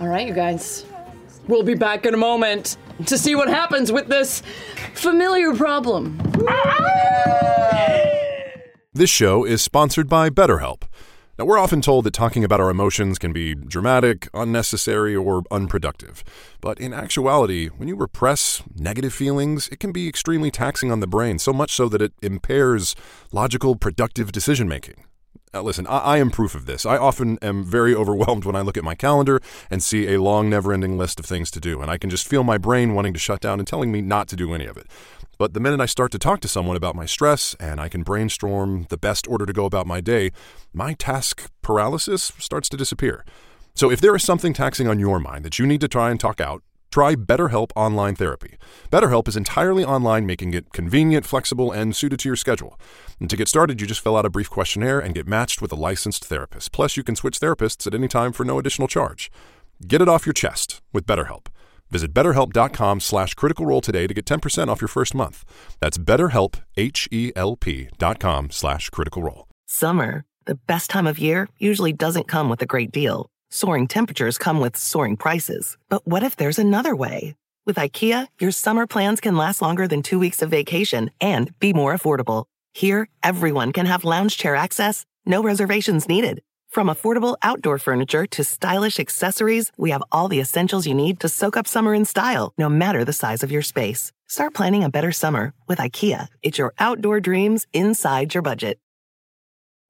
Speaker 18: All right, you guys. We'll be back in a moment to see what happens with this familiar problem.
Speaker 22: This show is sponsored by BetterHelp. Now, we're often told that talking about our emotions can be dramatic, unnecessary, or unproductive. But in actuality, when you repress negative feelings, it can be extremely taxing on the brain, so much so that it impairs logical, productive decision making. Now, listen, I, I am proof of this. I often am very overwhelmed when I look at my calendar and see a long, never ending list of things to do, and I can just feel my brain wanting to shut down and telling me not to do any of it. But the minute I start to talk to someone about my stress and I can brainstorm the best order to go about my day, my task paralysis starts to disappear. So if there is something taxing on your mind that you need to try and talk out, try BetterHelp Online Therapy. BetterHelp is entirely online, making it convenient, flexible, and suited to your schedule. And to get started, you just fill out a brief questionnaire and get matched with a licensed therapist. Plus, you can switch therapists at any time for no additional charge. Get it off your chest with BetterHelp. Visit betterhelp.com slash critical role today to get 10% off your first month. That's betterhelp, H-E-L-P dot com slash critical role.
Speaker 37: Summer, the best time of year, usually doesn't come with a great deal. Soaring temperatures come with soaring prices. But what if there's another way? With IKEA, your summer plans can last longer than two weeks of vacation and be more affordable. Here, everyone can have lounge chair access, no reservations needed. From affordable outdoor furniture to stylish accessories, we have all the essentials you need to soak up summer in style, no matter the size of your space. Start planning a better summer with IKEA. It's your outdoor dreams inside your budget.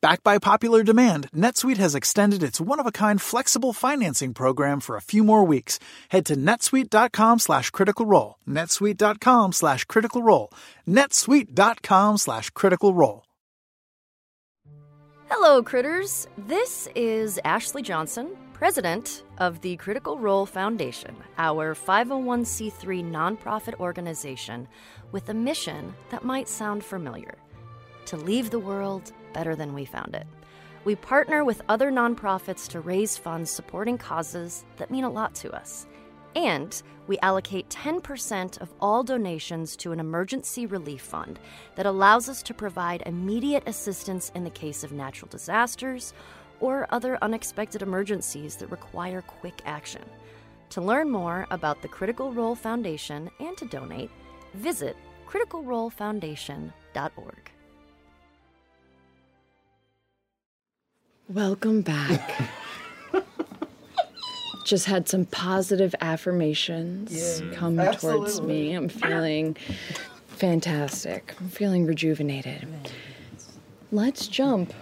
Speaker 38: Backed by popular demand, NetSuite has extended its one-of-a-kind flexible financing program for a few more weeks. Head to netsuite.com slash critical role. netsuite.com slash critical role. netsuite.com slash critical role.
Speaker 39: *laughs* Hello, critters. This is Ashley Johnson, president of the Critical Role Foundation, our 501c3 nonprofit organization with a mission that might sound familiar to leave the world better than we found it. We partner with other nonprofits to raise funds supporting causes that mean a lot to us. And we allocate 10% of all donations to an emergency relief fund that allows us to provide immediate assistance in the case of natural disasters or other unexpected emergencies that require quick action. To learn more about the Critical Role Foundation and to donate, visit criticalrolefoundation.org.
Speaker 3: Welcome back. Just had some positive affirmations
Speaker 4: Yeah.
Speaker 3: come towards
Speaker 4: Absolutely.
Speaker 3: me. I'm feeling fantastic. I'm feeling rejuvenated. Let's jump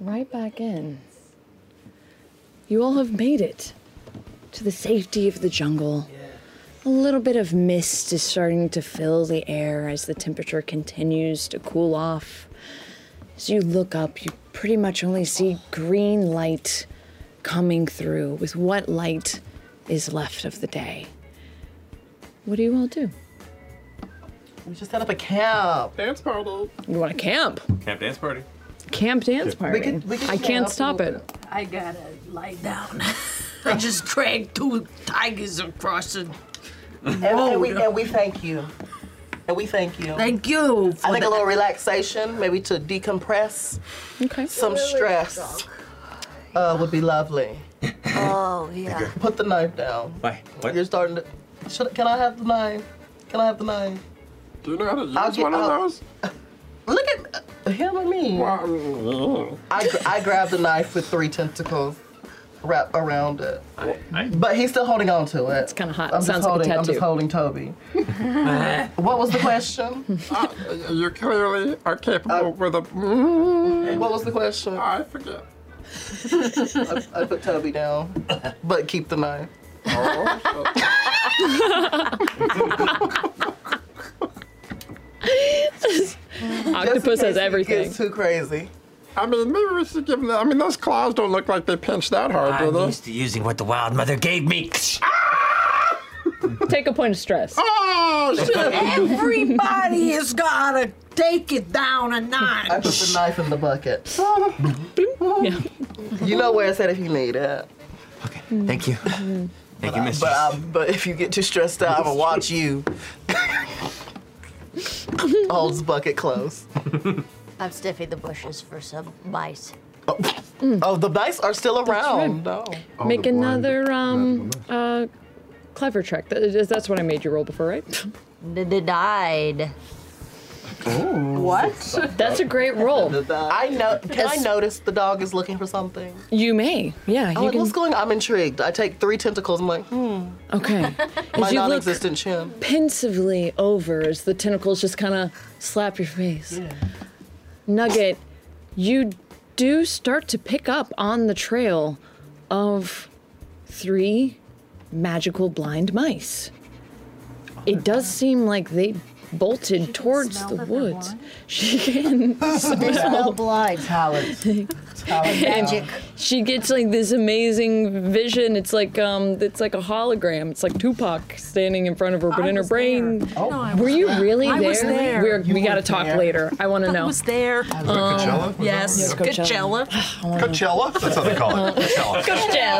Speaker 3: right back in. You all have made it to the safety of the jungle. A little bit of mist is starting to fill the air as the temperature continues to cool off. As you look up, you pretty much only see green light coming through with what light is left of the day. What do you all do?
Speaker 4: We just set up a camp.
Speaker 7: Dance party.
Speaker 3: You want to camp?
Speaker 9: Camp dance party.
Speaker 3: Camp dance party.
Speaker 9: We could- we could
Speaker 3: I can't
Speaker 9: camp.
Speaker 3: stop it.
Speaker 40: I gotta lie
Speaker 2: *laughs*
Speaker 40: down.
Speaker 13: I just dragged two tigers across the
Speaker 4: And, and, we,
Speaker 13: road.
Speaker 4: and we thank you. And we thank you.
Speaker 13: Oh, Thank you. for
Speaker 4: I think a
Speaker 13: that.
Speaker 4: little relaxation, maybe to decompress
Speaker 3: okay.
Speaker 4: some
Speaker 6: Really
Speaker 4: stress, uh, would be lovely.
Speaker 6: Oh, yeah.
Speaker 4: Put the knife down.
Speaker 9: Why? What?
Speaker 4: You're starting to. Should, can I have the knife? Can I have the knife?
Speaker 7: Do you know how to use
Speaker 4: I'll get-
Speaker 7: one of
Speaker 4: I'll-
Speaker 7: those?
Speaker 4: *laughs* Look at uh, him or me. I, gr- I grabbed the knife with three tentacles wrapped around it. but he's still holding on to it. It's kind of hot. I'm
Speaker 7: Sounds
Speaker 4: just
Speaker 7: like a
Speaker 4: holding, I'm
Speaker 7: tattoo.
Speaker 4: just holding Toby. what was the question?
Speaker 7: Uh, you clearly are capable with a.
Speaker 4: Mm. What was the question?
Speaker 7: I
Speaker 3: *laughs*
Speaker 7: forget.
Speaker 4: I, I put Toby down, but keep the knife.
Speaker 3: Octopus has everything.
Speaker 4: too crazy.
Speaker 7: I mean, maybe we should give them. I mean, those claws don't look like they pinched that hard, do
Speaker 12: I'm
Speaker 7: they?
Speaker 12: used to using what the wild mother gave me.
Speaker 3: *laughs* Take a point of stress.
Speaker 13: Oh,
Speaker 12: shit.
Speaker 13: Everybody has got to take it down a notch.
Speaker 4: I put the knife in the
Speaker 3: *laughs*
Speaker 4: bucket. You know where it's at if you need it.
Speaker 12: Thank you. Thank you,
Speaker 4: But,
Speaker 12: mistress.
Speaker 4: I, but if you get too stressed out, I'm gonna watch
Speaker 3: *laughs*
Speaker 4: you. Holds bucket close.
Speaker 6: I'm sniffing the bushes for some
Speaker 3: *laughs*
Speaker 6: mice.
Speaker 4: Oh, the mice are still around. No.
Speaker 3: Make another um uh clever check. That is- That's what I made you roll before, right?
Speaker 6: Denied.
Speaker 4: What?
Speaker 3: That's a great roll.
Speaker 4: *laughs* I know. Can I notice the dog is looking for something?
Speaker 3: You may. Yeah.
Speaker 4: I'm
Speaker 3: you
Speaker 4: like, what's going on? I'm intrigued. I take three tentacles. I'm like, hmm.
Speaker 3: Okay.
Speaker 4: My
Speaker 3: As you
Speaker 4: non
Speaker 3: look
Speaker 4: existent chin.
Speaker 3: pensively over as the tentacles just kind of slap your face. Nugget, you do start to pick up on the trail of three magical blind mice. It does seem like they bolted towards the woods. She *laughs* can
Speaker 6: They smell
Speaker 3: smell
Speaker 6: blood.
Speaker 4: Talent. Talent.
Speaker 3: and she gets like this amazing vision. It's like um, it's like a hologram. It's like Tupac standing in front of her, but
Speaker 13: I
Speaker 3: in her
Speaker 13: was
Speaker 3: brain.
Speaker 13: Oh. No, I
Speaker 3: were
Speaker 13: was
Speaker 3: you
Speaker 13: there.
Speaker 3: really
Speaker 13: I
Speaker 3: there?
Speaker 13: was there.
Speaker 3: We're,
Speaker 13: You
Speaker 3: we got to
Speaker 13: were
Speaker 3: talk
Speaker 13: there.
Speaker 3: later. I want to
Speaker 13: I
Speaker 3: know.
Speaker 13: was there. Um,
Speaker 3: Coachella? Was
Speaker 13: Yes,
Speaker 3: that what it was? Yeah,
Speaker 13: Coachella.
Speaker 11: Coachella? That's how they call it. Coachella.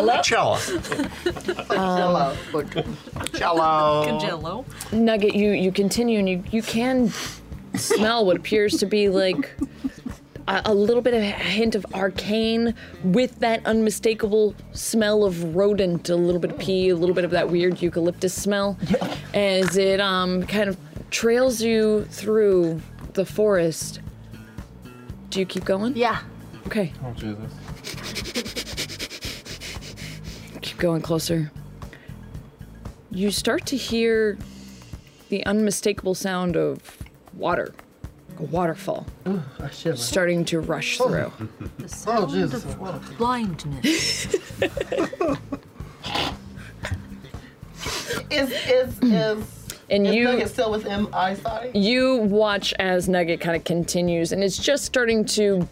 Speaker 3: Coachella.
Speaker 11: Coachella.
Speaker 3: Um,
Speaker 12: *laughs*
Speaker 11: Coachella.
Speaker 3: Nugget, you you continue and you you can smell what appears to be like a, a little bit of a hint of arcane with that unmistakable smell of rodent, a little bit of pee, a little bit of that weird eucalyptus smell, as it um kind of trails you through the forest. Do you keep going?
Speaker 6: Yeah.
Speaker 3: Okay.
Speaker 7: Oh, Jesus.
Speaker 3: Keep going closer. You start to hear the unmistakable sound of water, a waterfall,
Speaker 4: I shiver.
Speaker 3: starting to rush through.
Speaker 13: The sound
Speaker 4: Oh, Jesus.
Speaker 13: of blindness.
Speaker 4: Is,
Speaker 3: *clears throat*
Speaker 4: is, is.
Speaker 3: And
Speaker 4: is
Speaker 3: you-
Speaker 4: Nugget still within eyesight?
Speaker 3: You watch as Nugget kind of continues, and it's just starting to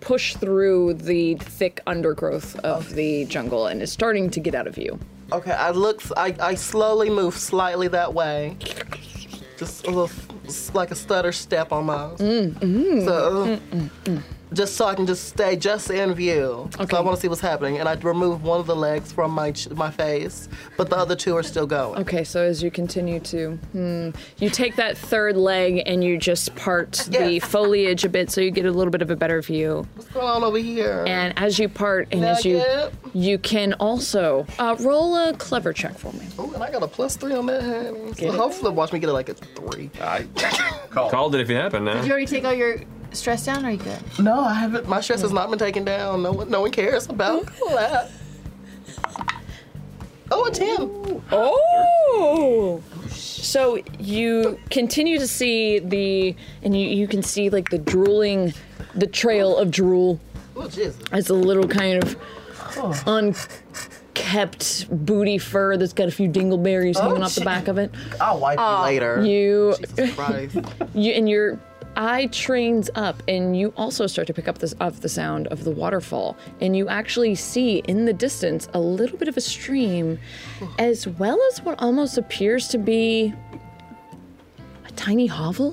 Speaker 3: push through the thick undergrowth of the jungle, and it's starting to get out of view.
Speaker 4: Okay, I look. I, I slowly move slightly that way. Just a little. s- like a stutter step on mine.
Speaker 3: Mm, mm,
Speaker 4: So- uh,
Speaker 3: mm, mm, mm.
Speaker 4: just so I can just stay just in view. Okay. So I want to see what's happening, and I remove one of the legs from my ch- my face, but the other two are still going.
Speaker 3: Okay, so as you continue to, hmm, you take that third leg and you just part the foliage a bit so you get a little bit of a better view.
Speaker 4: What's going on over here?
Speaker 3: And as you part and as you,
Speaker 4: Nugget.
Speaker 3: you can also uh, roll a clever check for me.
Speaker 4: Ooh, and I got a plus three on that hand.
Speaker 3: Get
Speaker 4: So
Speaker 3: it.
Speaker 4: hopefully, watch me get it like a three.
Speaker 9: I called. it if it happened now.
Speaker 4: Did
Speaker 40: you already take all your stress down? Or are you good?
Speaker 4: No, I haven't. My stress has not been taken down. No one, no one cares about that. Oh, a 10.
Speaker 3: Oh! So you continue to see the, and you, you can see like the drooling, the trail of drool
Speaker 4: Oh, Jesus.
Speaker 3: It's a little kind of unkept booty fur that's got a few dingleberries
Speaker 4: Oh,
Speaker 3: hanging off the
Speaker 4: shit.
Speaker 3: back of it.
Speaker 4: I'll wipe you later.
Speaker 3: You,
Speaker 4: Christ.
Speaker 3: *laughs* you and your eye trains up, and you also start to pick up this of the sound of the waterfall, and you actually see in the distance a little bit of a stream, as well as what almost appears to be a tiny hovel.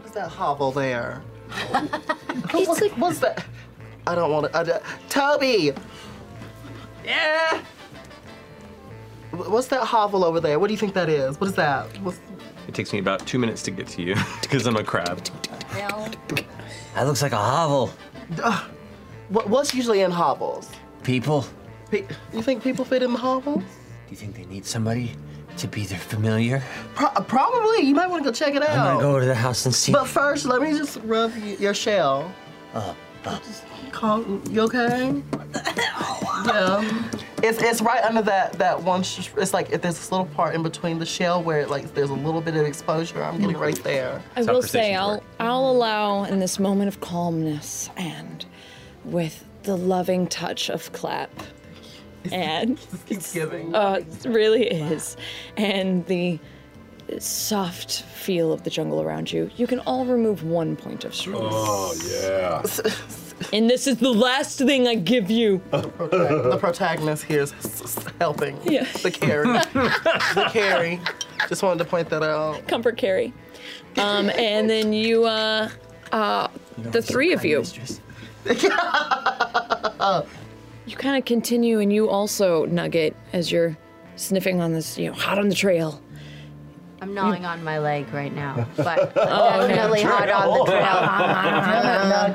Speaker 4: What's that hovel there? what's, what's that? I don't want to. Toby! Yeah? What's that hovel over there? What do you think that is? What is that? What's,
Speaker 9: It takes me about two minutes to get to you *laughs* because I'm a crab.
Speaker 1: That looks like a hovel.
Speaker 4: uh, what, what's usually in hovels?
Speaker 1: People, do
Speaker 4: Pe- you think people fit in the hovel?
Speaker 1: you think they need somebody to be their familiar?
Speaker 4: Pro- probably. You might want to go check it
Speaker 1: I'm gonna
Speaker 4: out.
Speaker 1: go over to the house and see.
Speaker 4: But first, let me just rub y- your shell.
Speaker 1: Uh,
Speaker 4: Calm, you okay? yeah. It's, it's right under that that one. Sh- it's like if there's this little part in between the shell where it, like there's a little bit of exposure. I'm getting right there.
Speaker 3: I will say I'll I'll allow in this moment of calmness and with the loving touch of clap. And
Speaker 4: *laughs* it's giving.
Speaker 3: Uh, it really is. And the soft feel of the jungle around you. You can all remove one point of stress.
Speaker 11: Oh, yeah.
Speaker 3: *laughs* And this is the last thing I give you.
Speaker 4: *laughs* the protagonist here is s- s- helping the
Speaker 3: *laughs*
Speaker 4: carry. the carry. Just wanted to point that out.
Speaker 3: Comfort carry. Um, and then you uh uh the three of you. You kind of continue, and you also nugget as you're sniffing on this, you know, hot on the trail.
Speaker 15: I'm gnawing on my leg right now, but
Speaker 3: *laughs* Oh,
Speaker 15: definitely hot on the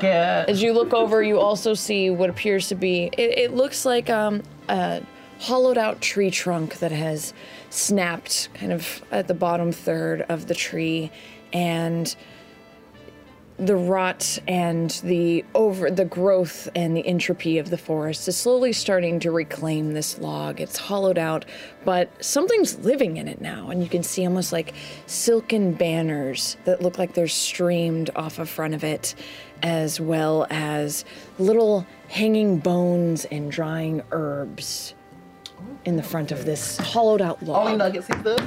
Speaker 6: *laughs*
Speaker 15: trail.
Speaker 3: *laughs* As you look over, you also see what appears to be. It, it looks like um, a hollowed-out tree trunk that has snapped, kind of at the bottom third of the tree, and the rot and the over the growth and the entropy of the forest is slowly starting to reclaim this log it's hollowed out but something's living in it now and you can see almost like silken banners that look like they're streamed off of front of it as well as little hanging bones and drying herbs in the front of this hollowed out log
Speaker 4: Only Nugget sees this.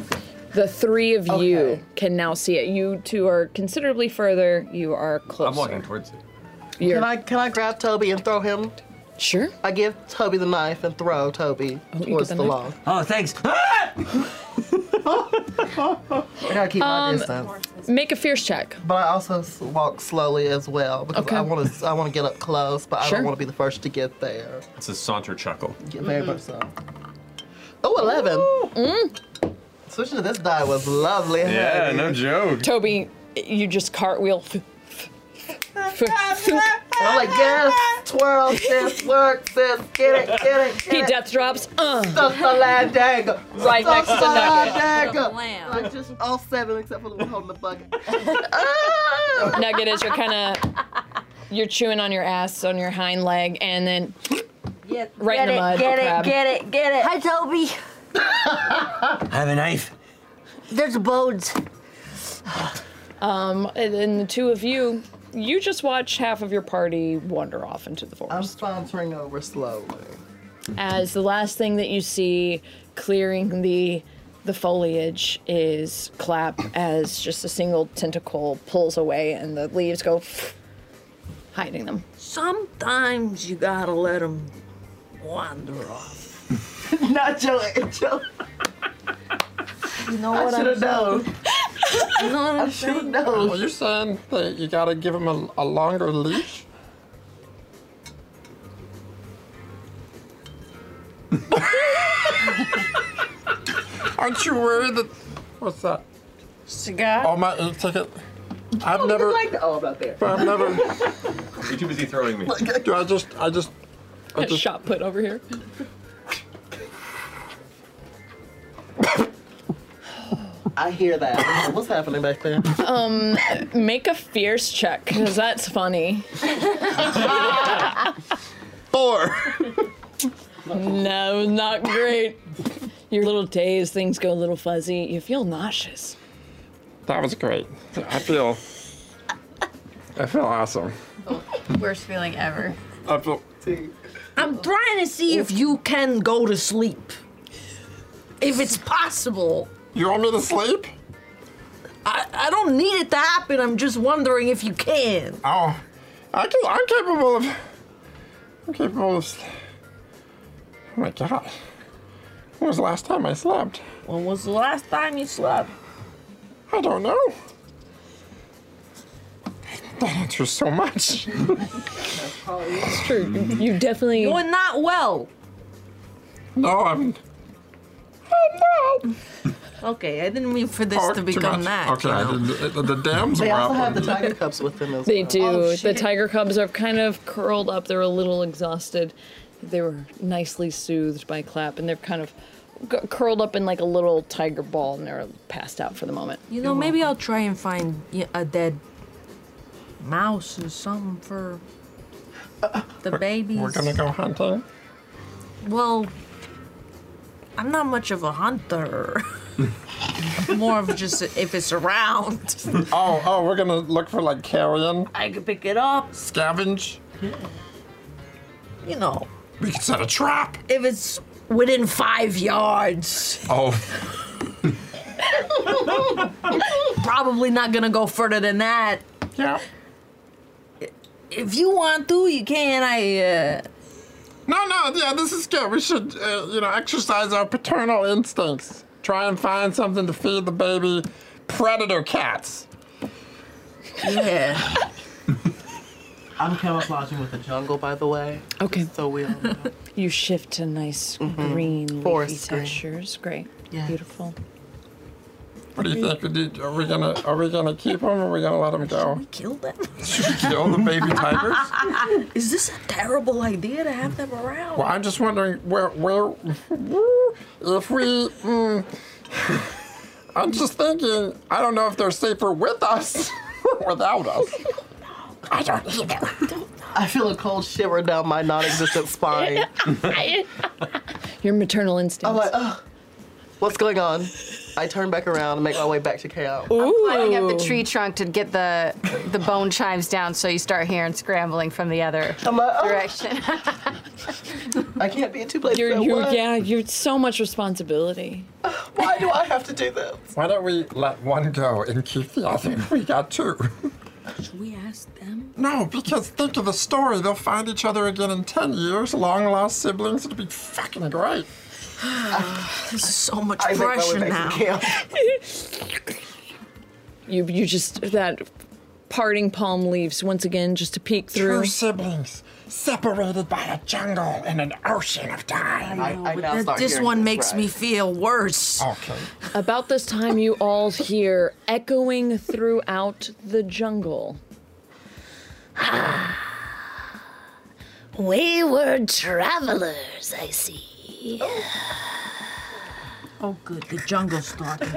Speaker 3: the three of you can now see it. You two are considerably further. You are closer.
Speaker 9: I'm walking towards it.
Speaker 4: Can I can I grab Toby and throw him?
Speaker 3: Sure.
Speaker 4: I give Toby the knife and throw Toby towards
Speaker 3: the
Speaker 4: the, log.
Speaker 3: knife?
Speaker 1: Oh,
Speaker 3: *laughs*
Speaker 1: thanks.
Speaker 4: I gotta keep my
Speaker 3: Um,
Speaker 4: distance.
Speaker 3: Make a fierce check.
Speaker 4: But I also s- walk slowly as well because I want to. I want to get up close, but I
Speaker 9: Sure.
Speaker 4: don't want to be the first to get there.
Speaker 9: It's a saunter chuckle.
Speaker 4: Yeah, very
Speaker 3: Mm-hmm.
Speaker 4: much so. Oh, 11.
Speaker 3: Mm.
Speaker 4: Switching to this die was lovely. honey.
Speaker 9: joke.
Speaker 3: Toby, you just cartwheel.
Speaker 4: I'm like, yes, twirl, sis, work, sis, get it, get it, get
Speaker 3: He
Speaker 4: it.
Speaker 3: death drops. Uh.
Speaker 4: Stuff the land dagger.
Speaker 3: Right
Speaker 4: Stuff
Speaker 3: next to
Speaker 4: the
Speaker 3: the
Speaker 4: land
Speaker 3: nugget.
Speaker 4: dagger. Like just all seven except for the one holding the bucket.
Speaker 3: Nugget is you're kind of you're chewing on your ass on your hind leg, and then right
Speaker 6: get
Speaker 3: in the
Speaker 6: it,
Speaker 3: mud.
Speaker 6: Get
Speaker 3: crab.
Speaker 6: it, get it, get it. Hi, Toby.
Speaker 1: I have a knife.
Speaker 6: There's bones.
Speaker 3: Um, and then the two of you, you just watch half of your party wander off into the forest.
Speaker 4: I'm sponsoring over slowly.
Speaker 3: as the last thing that you see clearing the the foliage is clap as just a single tentacle pulls away and the leaves go hiding them.
Speaker 2: Sometimes you gotta let them wander off.
Speaker 4: *laughs* Not Joe. Joe.
Speaker 2: You know
Speaker 4: I
Speaker 2: what
Speaker 4: should *laughs* have
Speaker 2: I'm
Speaker 4: known. no, I'm sure
Speaker 7: Are you saying that you gotta give him a, a longer
Speaker 4: *laughs*
Speaker 7: leash? Aren't you worried that. What's that?
Speaker 4: Cigar?
Speaker 7: Oh, my ink ticket. I've never.
Speaker 4: like the old up Oh, there.
Speaker 7: I've
Speaker 9: *laughs*
Speaker 7: never.
Speaker 9: You're too busy throwing me.
Speaker 7: Do I just. I just. I just
Speaker 3: shot put over here.
Speaker 4: I hear that. What's happening back there?
Speaker 3: Um, make a fierce check because that's funny.
Speaker 7: Four.
Speaker 3: no, not great. You're a little dazed. Things go a little fuzzy. You feel nauseous.
Speaker 7: That was great. I feel. I feel awesome.
Speaker 2: Worst feeling ever.
Speaker 7: I feel.
Speaker 2: I'm trying to see if you can go to sleep. If it's possible.
Speaker 7: You want me to sleep?
Speaker 2: I, I don't need it to happen. I'm just wondering if you can.
Speaker 7: Oh, I can, I'm capable of. I'm capable of. sl- Oh my god. When was the last time I slept?
Speaker 2: When was the last time you slept?
Speaker 7: I don't know. That answers so
Speaker 2: *laughs*
Speaker 7: much.
Speaker 3: It's true.
Speaker 7: *laughs*
Speaker 3: You definitely.
Speaker 2: You're not well.
Speaker 7: No, Oh, I'm.
Speaker 2: Okay, I didn't mean for this to become that.
Speaker 7: Okay, I didn't- the, the dams
Speaker 4: They
Speaker 7: were
Speaker 4: also
Speaker 7: up.
Speaker 4: have the tiger cups with them as
Speaker 3: They
Speaker 4: well.
Speaker 3: do.
Speaker 2: Oh,
Speaker 3: the tiger cubs are kind of curled up. They're a little exhausted. They were nicely soothed by Clap, and they're kind of g- curled up in like a little tiger ball, and they're passed out for the moment.
Speaker 41: You know, maybe I'll try and find y- a dead mouse or something for the babies.
Speaker 7: Uh, We're gonna go hunting.
Speaker 41: Well, I'm not much of a
Speaker 2: *laughs*
Speaker 41: hunter. More of just if it's around.
Speaker 7: oh, oh, we're gonna look for like carrion.
Speaker 2: I could pick it up.
Speaker 7: Scavenge.
Speaker 2: You know,
Speaker 7: We could set a trap.
Speaker 2: *laughs* if it's within five yards. *laughs*
Speaker 7: Oh,
Speaker 2: Probably not gonna go further than that.
Speaker 7: Yeah.
Speaker 2: If you want to, you can. I. Uh,
Speaker 7: No, no, yeah, this is good. We should, uh, you know, exercise our paternal instincts. Try and find something to feed the baby predator cats.
Speaker 4: Yeah. I'm camouflaging with the jungle, by the way.
Speaker 3: Okay.
Speaker 4: So we'll.
Speaker 3: You shift to nice
Speaker 2: Mm-hmm.
Speaker 4: Mhm.
Speaker 3: green leafy
Speaker 4: Forest green.
Speaker 3: textures. Great. Beautiful.
Speaker 7: What do you think? Did- Are we gonna are we gonna keep them? Or are we gonna let them go? Should we
Speaker 2: kill them?
Speaker 7: kill the
Speaker 2: *laughs*
Speaker 7: baby tigers?
Speaker 2: is this a terrible idea to have them around?
Speaker 7: Well, I'm just wondering where where if we. Mm, I'm just thinking. I don't know if they're safer with us or without us. I don't either.
Speaker 4: I feel a cold shiver down my non-existent spine.
Speaker 3: Your maternal instincts.
Speaker 4: I'm like, oh, what's going on? I turn back around and make my way back to KO.
Speaker 6: climbing up the tree trunk to get the the bone chimes down, so you start hearing scrambling from the other
Speaker 3: oh.
Speaker 6: direction.
Speaker 4: I can't be in two places.
Speaker 3: You're,
Speaker 4: at
Speaker 3: you're,
Speaker 4: once.
Speaker 3: yeah, you're so much responsibility.
Speaker 4: Why do I have to do this?
Speaker 7: Why don't we let one go and keep the other? We got two.
Speaker 41: Should we ask
Speaker 2: *sighs*
Speaker 41: them?
Speaker 7: No, because think of the story. They'll find each other again in 10 years, long lost siblings. It'll be fucking great.
Speaker 41: this is so much
Speaker 4: I make my way
Speaker 41: pressure now.
Speaker 4: back to camp.
Speaker 3: *laughs* You you just that parting palm leaves once again just to peek through.
Speaker 7: Two siblings separated by a jungle and an ocean of time.
Speaker 4: I, I now
Speaker 41: Th-
Speaker 4: start
Speaker 41: this
Speaker 4: hearing
Speaker 41: one
Speaker 4: this,
Speaker 41: makes
Speaker 4: right.
Speaker 41: me feel worse.
Speaker 7: Okay.
Speaker 3: *laughs* About this time, you all hear echoing throughout the jungle.
Speaker 2: Ah, Wayward travelers, I see. Oh, good. The jungle's talking.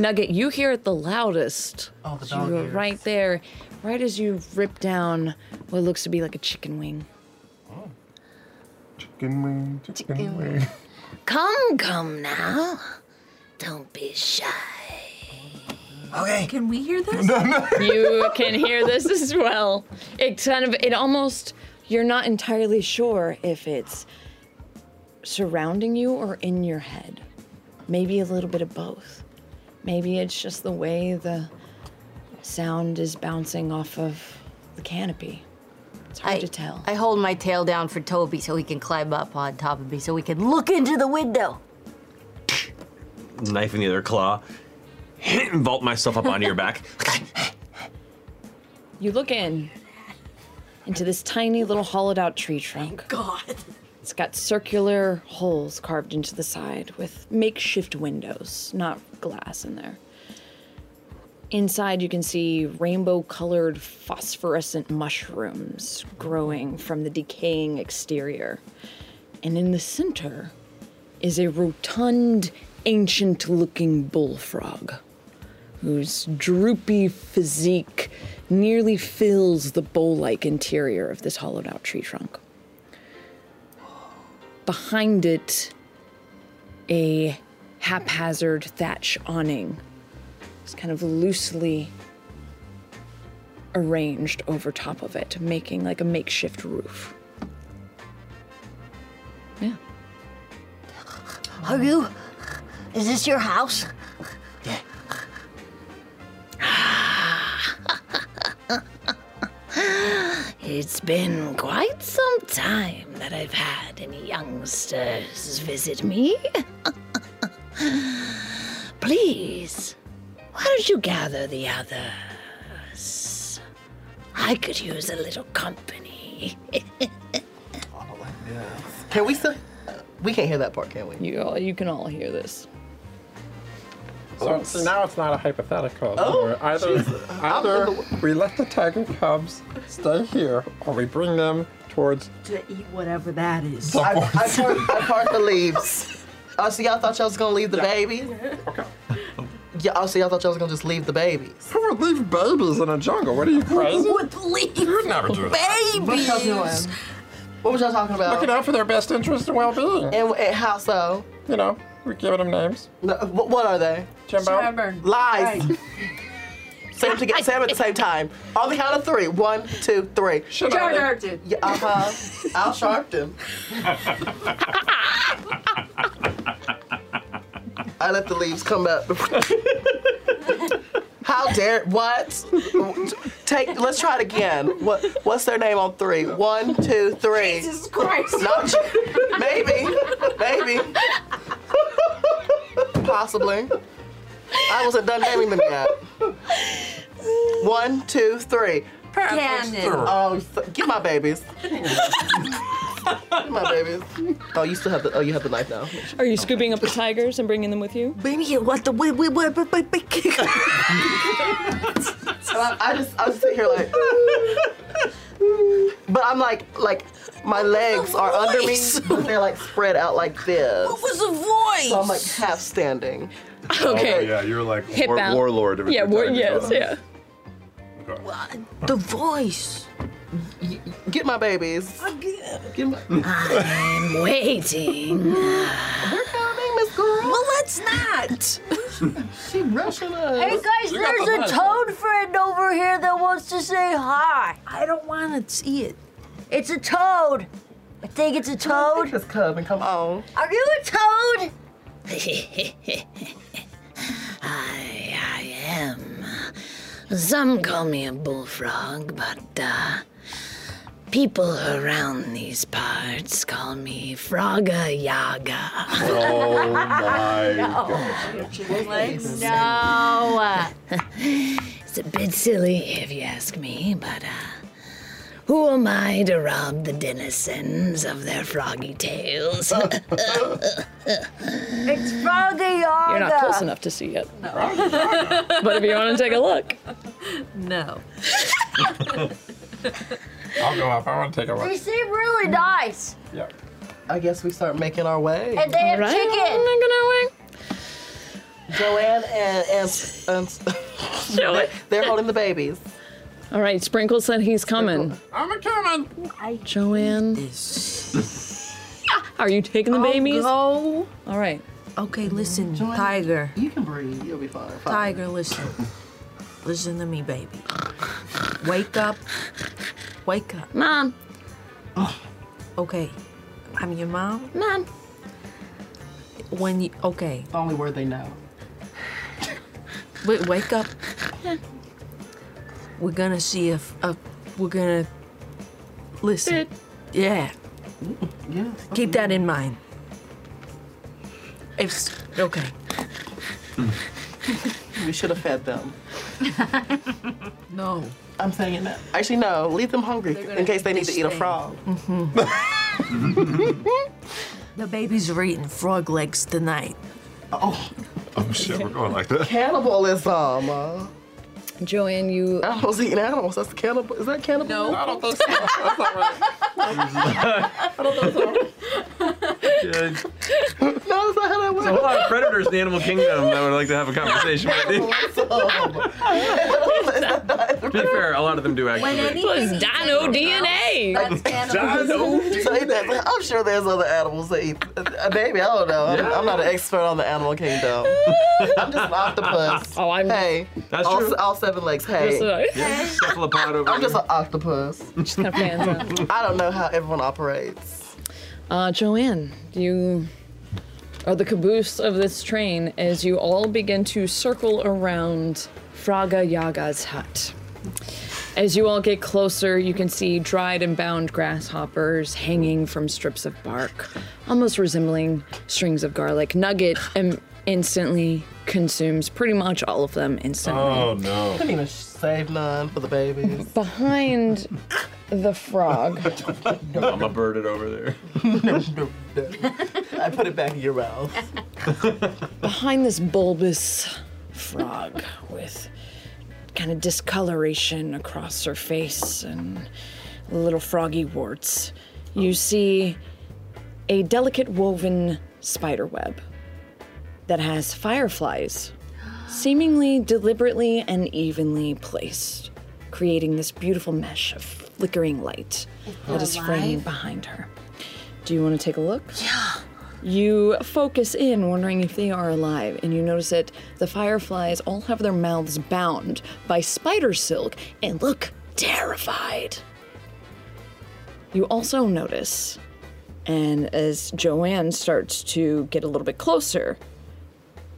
Speaker 3: Nugget, you hear it the loudest.
Speaker 4: Oh, the
Speaker 3: you were right there, right as you rip down what looks to be like a chicken wing.
Speaker 7: Chicken wing, chicken wing.
Speaker 2: Come, come now. Don't be shy.
Speaker 7: Okay.
Speaker 41: Can we hear
Speaker 7: *laughs*
Speaker 41: this?
Speaker 3: you can hear this
Speaker 2: *laughs*
Speaker 3: as well. It kind of, it almost, you're not entirely sure if it's surrounding you or in your head. Maybe a little bit of both. Maybe it's just the way the sound is bouncing off of the *laughs* canopy. It's hard
Speaker 6: I,
Speaker 3: to tell.
Speaker 6: I hold my tail down for Toby so he can climb up on top of me so we can look into the window.
Speaker 1: *laughs*
Speaker 9: Knife in the other claw. vault myself up onto your back.
Speaker 3: You look in into this tiny little hollowed out tree trunk.
Speaker 13: God.
Speaker 3: It's got circular holes carved into the side with makeshift windows, not glass in there. Inside, you can see rainbow colored phosphorescent mushrooms growing from the decaying exterior. And in the center is a rotund, ancient looking bullfrog whose droopy physique nearly fills the bowl like interior of this hollowed out tree trunk. Behind it, a haphazard thatch awning is kind of loosely arranged over top of it, making like a makeshift roof.
Speaker 6: Are you? Is this your
Speaker 3: *laughs*
Speaker 6: house?
Speaker 2: It's been quite some time that I've had any youngsters visit me. Please, why don't you gather the others? I could use a little company.
Speaker 4: Can we still? We can't hear that part, can we?
Speaker 3: You all, you can all hear this.
Speaker 7: *laughs* So, see, now it's not a hypothetical.
Speaker 4: Oh,
Speaker 7: anymore. either
Speaker 4: Jesus.
Speaker 7: either we let the tiger cubs stay here, or we bring them towards.
Speaker 40: To eat whatever that is.
Speaker 4: I, I, part, I part the leaves. Oh, so y'all thought y'all was gonna leave the baby?
Speaker 7: Okay.
Speaker 4: Yeah, oh, so y'all thought y'all was gonna just leave the babies.
Speaker 7: Who would leave babies in a jungle? What are you crazy?
Speaker 2: *laughs*
Speaker 4: Who would leave
Speaker 7: You'd never do
Speaker 4: *laughs*
Speaker 7: that.
Speaker 4: What y'all doing? What was y'all talking about?
Speaker 7: Looking out for their best interest and well-being.
Speaker 4: And, and how so?
Speaker 7: You know, we're giving them names.
Speaker 4: No, uh, wh- what are they?
Speaker 7: Jimbo. Stubborn.
Speaker 4: Lies. *laughs* Say them together. Say them at the same time. On the count of three. One, two, three.
Speaker 13: Shut up. Sharpton.
Speaker 4: Yeah, uh huh.
Speaker 40: *laughs*
Speaker 4: Al Sharpton. I let the leaves come up. *laughs* How dare what? Take. Let's try it again. What? What's their name on three? One, two, three.
Speaker 40: Jesus Christ.
Speaker 4: Not
Speaker 40: *laughs*
Speaker 4: you. Maybe. Maybe. Possibly. I wasn't done naming them yet. One, two, three.
Speaker 40: Cannon.
Speaker 4: Oh, so- get my babies. get my babies. Oh, you still have the. Oh, you have the knife now.
Speaker 3: Are you scooping up the tigers and bringing them with you?
Speaker 6: Baby, what the we we we we we
Speaker 4: And I, I just I just sit here like. But I'm like like my legs are under me, but they're like spread out like this. What
Speaker 40: was the voice?
Speaker 4: So I'm like half standing.
Speaker 11: Oh, yeah, you're like
Speaker 4: Hip
Speaker 11: war,
Speaker 4: out.
Speaker 11: warlord. every
Speaker 4: Yeah, war-
Speaker 11: time you
Speaker 4: yes,
Speaker 11: talk.
Speaker 4: yeah.
Speaker 11: Okay.
Speaker 4: The voice. Get my babies. Get my.
Speaker 2: I'm waiting.
Speaker 4: We're coming, Miss Girl.
Speaker 40: Well, let's not.
Speaker 4: *laughs* she rushing us.
Speaker 6: Hey guys, there's a toad friend over here that wants to say hi.
Speaker 40: I don't want to see it.
Speaker 6: It's a toad. I think it's a toad.
Speaker 4: This cub and come on.
Speaker 6: Are you a toad?
Speaker 2: I, I am. Some call me a bullfrog, but uh, people around these parts call me Frogga Yaga. *laughs*
Speaker 6: *laughs*
Speaker 11: Oh my
Speaker 2: No. it's a bit silly if you ask me, but uh, who am I to rob the denizens of their froggy tails?
Speaker 6: It's Froggy Yaga.
Speaker 3: You're not close enough to see it. but if you want to take a look,
Speaker 13: *laughs* No.
Speaker 7: I'll go up. I want to take a
Speaker 6: They
Speaker 7: look.
Speaker 6: seem really nice.
Speaker 7: Yep.
Speaker 4: I guess we start making our way.
Speaker 6: And they have
Speaker 4: All right.
Speaker 6: chicken.
Speaker 4: Joanne and and, and they're, *laughs* they're holding the babies.
Speaker 3: all right, Sprinkle said he's coming.
Speaker 7: I'm a coming.
Speaker 3: Joanne, are you taking
Speaker 2: Oh,
Speaker 3: the babies?
Speaker 13: Go.
Speaker 3: All right.
Speaker 13: Okay, listen, Tiger.
Speaker 4: You can breathe. You'll be fine.
Speaker 13: Tiger, listen.
Speaker 4: *laughs*
Speaker 13: listen to me, baby. Wake up. Wake up.
Speaker 21: Mom.
Speaker 4: Oh.
Speaker 13: Okay. I'm your mom.
Speaker 21: Mom.
Speaker 13: When you okay.
Speaker 4: Only word they know.
Speaker 13: Wait, wake up. We're gonna see if uh, we're gonna listen. Yeah.
Speaker 4: Yeah.
Speaker 13: Keep that in mind. If s- okay.
Speaker 4: We
Speaker 7: *laughs*
Speaker 4: should have fed them.
Speaker 13: No.
Speaker 4: I'm saying that. Actually, no. Leave them hungry
Speaker 40: They're gonna
Speaker 4: in case they need to
Speaker 40: fish
Speaker 4: eat a
Speaker 40: thing.
Speaker 4: frog. *laughs*
Speaker 40: The babies are eating frog legs tonight.
Speaker 3: *laughs*
Speaker 4: Oh.
Speaker 11: Oh shit, we're going like that.
Speaker 4: Cannibalism. uh,
Speaker 3: Joanne, you.
Speaker 4: Animals eating animals. That's cannibal. Is that cannibalism? No, I
Speaker 3: *laughs*
Speaker 4: don't think so. That's not
Speaker 5: *laughs* Yeah,
Speaker 4: *laughs* no, that's not how that
Speaker 5: there's a lot of predators in the animal kingdom that would like to have a conversation
Speaker 4: *laughs*
Speaker 5: with you. To be fair, a lot of them do actually.
Speaker 3: Plus dino DNA.
Speaker 4: Say that, but I'm sure there's other animals that eat. Uh, Maybe I don't know. I'm- I'm not an expert on the animal
Speaker 5: *laughs*
Speaker 4: kingdom. I'm just an octopus. Oh, I'm. Hey,
Speaker 5: That's
Speaker 4: all,
Speaker 5: true.
Speaker 4: all seven legs. Hey,
Speaker 5: That's right. Yeah, cephalopod over
Speaker 4: I'm just
Speaker 5: here.
Speaker 4: an octopus. Just *laughs*
Speaker 3: got fans
Speaker 4: I don't know how everyone operates.
Speaker 3: Uh, Joanne, you are the caboose of this train as you all begin to circle around Fraga Yaga's hut. As you all get closer, you can see dried and bound grasshoppers hanging from strips of bark, almost resembling strings of garlic. Nugget um, instantly consumes pretty much all of them instantly.
Speaker 4: Couldn't even save none for the babies.
Speaker 3: Behind
Speaker 5: *laughs*
Speaker 3: the frog.
Speaker 5: I'm a birded over there.
Speaker 4: I put it back in your mouth.
Speaker 3: behind this bulbous frog with kind of discoloration across her face and little froggy warts, you see a delicate woven spider web that has fireflies seemingly deliberately and evenly placed, creating this beautiful mesh of flickering light that is framed behind her. Do you want to take a look? Yeah. You focus in, wondering if they are alive, and you notice that the fireflies all have their mouths bound by spider silk and look terrified. You also notice, and as Joanne starts to get a little bit closer,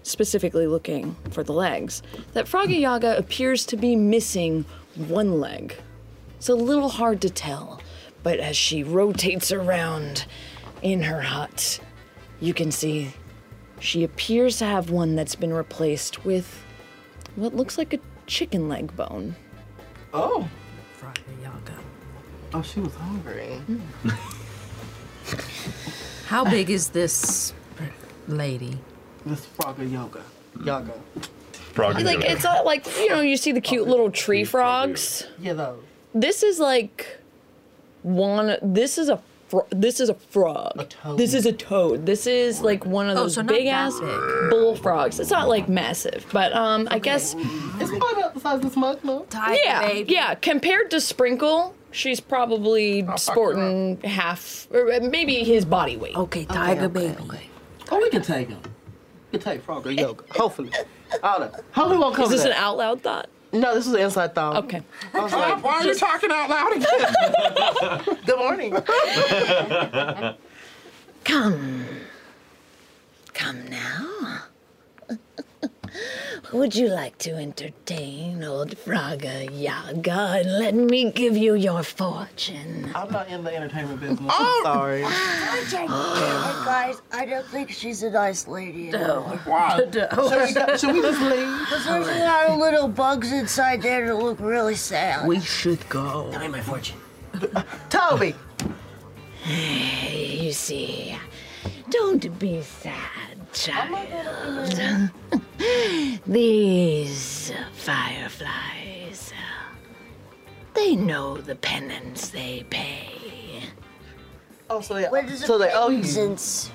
Speaker 3: specifically looking for the legs, that Froggy Yaga appears to be missing one leg. It's a little hard to tell, but as she rotates around in her hut, you can see she appears to have one that's been replaced with what looks like a chicken leg bone.
Speaker 4: Oh.
Speaker 40: Froggy Yaga.
Speaker 4: Oh, she was
Speaker 13: *laughs*
Speaker 4: hungry.
Speaker 40: How big is this lady?
Speaker 4: This frogger yoga. Yaga.
Speaker 11: Froggy
Speaker 3: Like it's not like you know you see the cute little tree frogs.
Speaker 4: Yeah, though.
Speaker 3: This is like one. This is a fro- this is a frog. This is a toad. This is like one of
Speaker 13: Oh,
Speaker 3: those
Speaker 13: so not
Speaker 3: big ass bullfrogs. It's not like massive, but um, I guess
Speaker 4: It's probably about the size of this mug, no?
Speaker 3: yeah, yeah. Compared to Sprinkle, she's probably sporting half, or maybe his body weight.
Speaker 40: Okay,
Speaker 4: tiger
Speaker 40: baby.
Speaker 4: Oh, we can take him. We can take frogger yoga. Hopefully. I don't know. Hopefully, it won't come
Speaker 3: Is this
Speaker 4: to
Speaker 3: an
Speaker 4: that.
Speaker 3: out loud thought?
Speaker 4: No, this is an inside thought.
Speaker 3: Okay.
Speaker 4: I was like,
Speaker 7: Why are you talking out loud again?
Speaker 2: *laughs*
Speaker 7: *laughs*
Speaker 4: Good morning.
Speaker 5: *laughs*
Speaker 2: Come. Come now. *laughs* Would you like to entertain old Fraga Yaga and let me give you your fortune?
Speaker 4: I'm not in the entertainment business.
Speaker 2: Oh.
Speaker 4: I'm *laughs*
Speaker 6: *gasps*
Speaker 4: sorry. *gasps*
Speaker 6: Hey, guys, I don't think she's a nice lady anymore.
Speaker 2: *laughs*
Speaker 4: Why? Should we, should we just leave?
Speaker 6: Because there's a lot of little bugs inside there that look really sad.
Speaker 40: We should go.
Speaker 6: Tell me my fortune.
Speaker 4: Toby!
Speaker 2: Eh, You see, don't be sad, child. *laughs* These fireflies, uh, they know the penance they pay.
Speaker 4: Oh, so they,
Speaker 6: What is
Speaker 4: so
Speaker 6: a
Speaker 4: they oh, owe you.
Speaker 6: penance?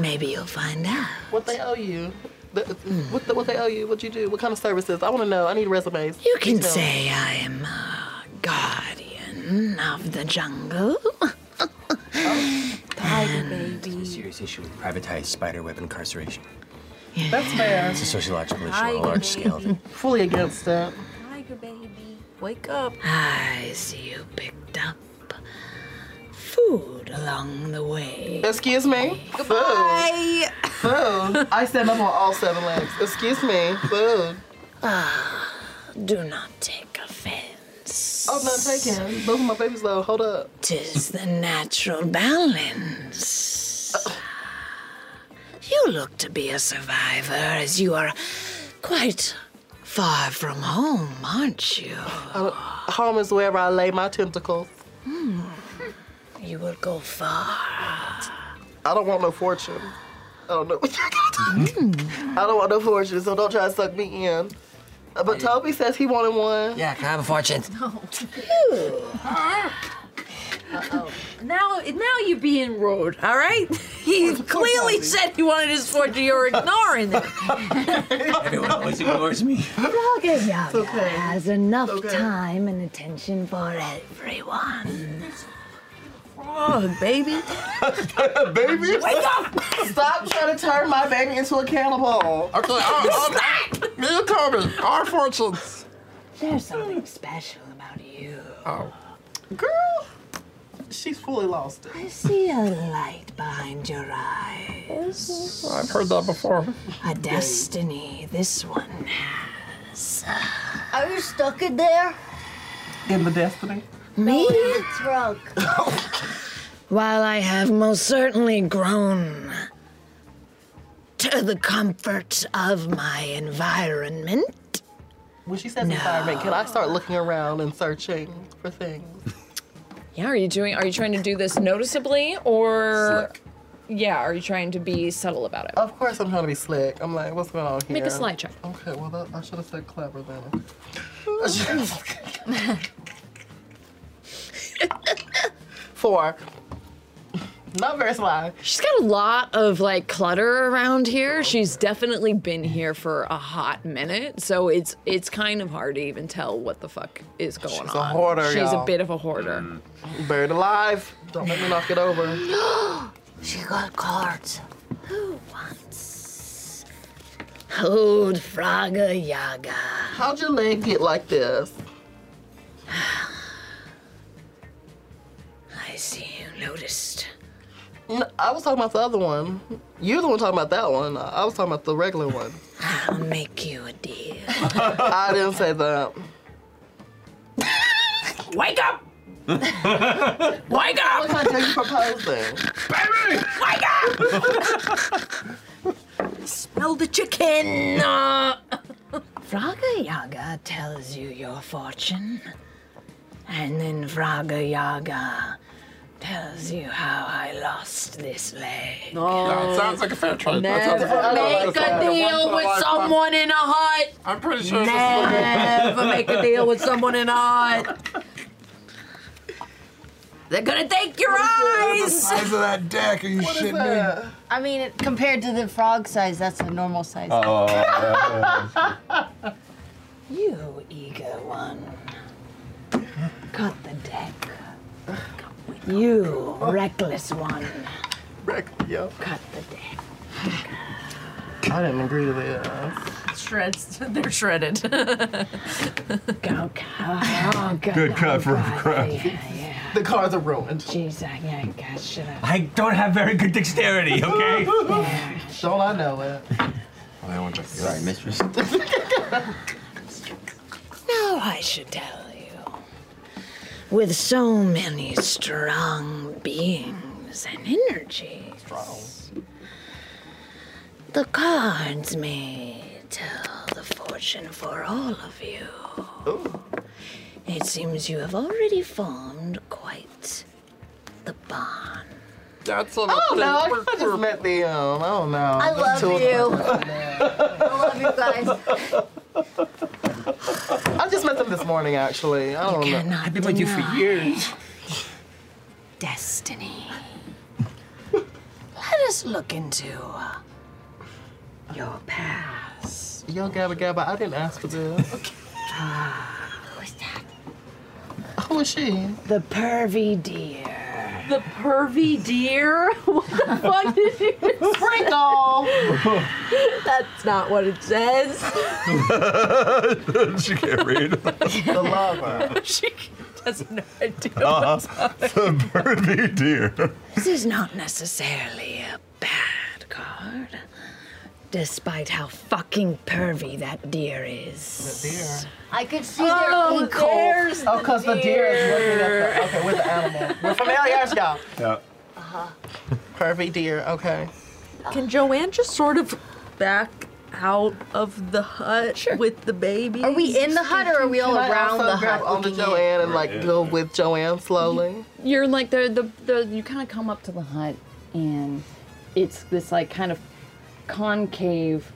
Speaker 2: Maybe you'll find out.
Speaker 4: What they owe you? The, what, the, what they owe you? What you do? What kind of services? I want to know. I need resumes.
Speaker 2: You can
Speaker 4: Details.
Speaker 2: say I am a guardian of the
Speaker 40: *laughs*
Speaker 2: jungle.
Speaker 1: It's a serious issue with privatized spiderweb incarceration.
Speaker 4: That's fair.
Speaker 1: It's a sociological issue on a large scale.
Speaker 4: Fully against that.
Speaker 40: Tiger baby, wake up.
Speaker 2: I see you picked up food along the way.
Speaker 4: Excuse me. Goodbye. Food. Food. I stand up on all seven legs. Excuse me. Food.
Speaker 2: Ah, do not take offense.
Speaker 4: Oh, no, take him. Those are my babies, though. Hold up.
Speaker 2: Tis the natural
Speaker 4: Uh.
Speaker 2: balance. You look to be a survivor as you are Quite far from home, aren't you?
Speaker 4: Uh, home is where I lay my tentacles.
Speaker 2: Hmm. You will go far.
Speaker 4: I don't want no fortune. I don't know what you're gonna do.
Speaker 2: Hmm.
Speaker 4: I don't want no fortune, so don't try to suck me in. Uh, But Toby says he wanted one.
Speaker 1: Yeah, can I have a fortune?
Speaker 40: No. Uh-oh. Now, now you're being rude. All
Speaker 2: *laughs*
Speaker 40: right? He clearly said he wanted his fortune. You're ignoring it.
Speaker 1: *laughs* Everyone always ignores me.
Speaker 2: Yoga Yoga has enough time and attention for everyone.
Speaker 40: Frog, baby.
Speaker 4: *laughs* baby, wake up! Stop trying to turn my baby into a cannibal.
Speaker 7: Okay, oh, okay. me and Toby, our fortunes.
Speaker 2: There's something special about you.
Speaker 7: Oh.
Speaker 4: Girl, she's fully lost.
Speaker 2: I see a light behind your eyes.
Speaker 7: I've heard that before.
Speaker 2: A destiny this one has.
Speaker 6: Are you stuck in there?
Speaker 4: In the destiny?
Speaker 2: Me?
Speaker 6: The trunk.
Speaker 2: While I have most certainly grown to the comfort of my environment,
Speaker 4: When she says environment, can I start looking around and searching for things?
Speaker 3: Yeah, are you doing? Are you trying to do this noticeably, or yeah, are you trying to be subtle about it?
Speaker 4: Of course, I'm trying to be slick. I'm like, what's going on here?
Speaker 3: Make a slide check.
Speaker 4: Okay, well, that, I should have said clever then. Four. *laughs* Not very sly.
Speaker 3: She's got a lot of like clutter around here. She's definitely been here for a hot minute, so it's it's kind of hard to even tell what the fuck is going
Speaker 4: She's
Speaker 3: on.
Speaker 4: a hoarder,
Speaker 3: She's
Speaker 4: y'all.
Speaker 3: a bit of a hoarder.
Speaker 4: *laughs* Buried alive. Don't let me knock it over.
Speaker 2: she got cards. *gasps* Who wants? Old Fraga Yaga.
Speaker 4: How'd your leg get like this?
Speaker 2: I see you noticed.
Speaker 4: N- I was talking about the other one. You're the one talking about that one. I was talking about the regular one.
Speaker 2: I'll make you a deal.
Speaker 4: *laughs* I didn't say that.
Speaker 40: Wake up! Wake up!
Speaker 4: What kind of you proposing?
Speaker 40: Baby! Wake up!
Speaker 2: Smell the *laughs* chicken! Fraga Yaga tells you your fortune, and then Fraga Yaga tells you how I lost this leg.
Speaker 7: No, it sounds like a fair trade. That sounds
Speaker 2: Never
Speaker 7: like fair trade.
Speaker 2: make a deal with someone
Speaker 13: in a hut.
Speaker 7: I'm pretty sure
Speaker 13: Never make a deal with someone in a hut.
Speaker 40: They're gonna take your
Speaker 13: eyes.
Speaker 40: size of that deck, are you
Speaker 13: What is
Speaker 40: shitting
Speaker 13: that?
Speaker 40: me?
Speaker 15: I mean, it- compared to the frog size, that's a normal size.
Speaker 11: Oh,
Speaker 2: You eager one. Got the deck. You reckless one.
Speaker 4: Yo.
Speaker 2: Cut the deck.
Speaker 4: I didn't agree to that.
Speaker 13: Shreds. They're shredded.
Speaker 2: Go, oh, God.
Speaker 11: Good cut for a crap.
Speaker 4: The cards are ruined.
Speaker 2: Jeez, I, I gosh, should I?
Speaker 12: I don't have very good dexterity,
Speaker 4: *laughs*
Speaker 12: okay?
Speaker 4: Don't I know it?
Speaker 12: Sorry, mistress.
Speaker 2: Now I should tell you. With so many strong beings and energies, the cards may tell the fortune for all of you. It seems you have already formed quite the bond.
Speaker 7: That's a
Speaker 4: Oh no, I just met the um, I don't know.
Speaker 2: I
Speaker 4: Just
Speaker 2: love
Speaker 4: two of
Speaker 2: you.
Speaker 4: *laughs* them.
Speaker 6: love you guys.
Speaker 4: *laughs* I just met them this morning actually. I don't know.
Speaker 2: I've been
Speaker 4: with you for years.
Speaker 2: Destiny. Let us look into your past.
Speaker 4: Yo, Gabba Gabba, I didn't ask for this. Who
Speaker 2: is
Speaker 4: that? Who is she?
Speaker 2: The pervy deer.
Speaker 13: The pervy deer? *laughs* What the fuck did you just
Speaker 4: Sprinkle!
Speaker 13: *laughs* That's not what it says.
Speaker 11: *laughs* she can't read.
Speaker 4: the lover.
Speaker 13: *laughs* she has no idea.
Speaker 11: Uh, the pervy deer.
Speaker 2: This is not necessarily a bad card, despite how fucking pervy that deer is.
Speaker 4: The
Speaker 6: I could see
Speaker 2: Oh,
Speaker 6: their ink hole.
Speaker 2: there's
Speaker 4: Oh, cause the deer is looking at the. Okay, we're the animal. We're familiars, y'all.
Speaker 11: Yeah.
Speaker 4: Pervy deer. Okay.
Speaker 13: Can Joanne just sort of back out of the hut with the baby?
Speaker 15: Are we in the hut or are we all
Speaker 4: Can I
Speaker 15: around
Speaker 4: also
Speaker 15: the
Speaker 4: grab
Speaker 15: hut?
Speaker 4: onto
Speaker 15: looking in?
Speaker 4: Joanne and like go with Joanne slowly?
Speaker 21: You're like the the, the you kind of come up to the hut and it's this like kind of concave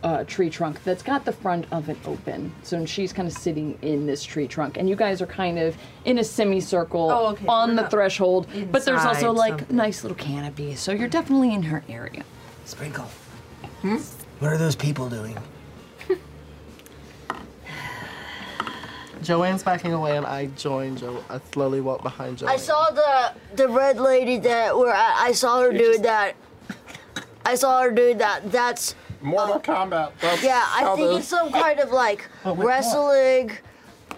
Speaker 21: uh, tree trunk that's got the front of it open. So and she's kind of sitting in this tree trunk, and you guys are kind of in a semicircle
Speaker 13: Oh, okay.
Speaker 21: on
Speaker 13: We're
Speaker 21: the
Speaker 13: not
Speaker 21: threshold. But there's also
Speaker 13: inside
Speaker 21: like nice little canopy, so you're definitely in her area. Sprinkle. Hmm?
Speaker 1: What are those people doing?
Speaker 4: Joanne's backing away, and I join Jo. I slowly walk behind Joanne.
Speaker 6: I saw the the red lady that we're at. I saw her do that. I saw her do that. That's uh,
Speaker 7: Mortal Kombat. That's
Speaker 6: yeah. I
Speaker 7: how
Speaker 6: think
Speaker 7: they-
Speaker 6: it's some kind of like
Speaker 7: But with what?
Speaker 6: wrestling,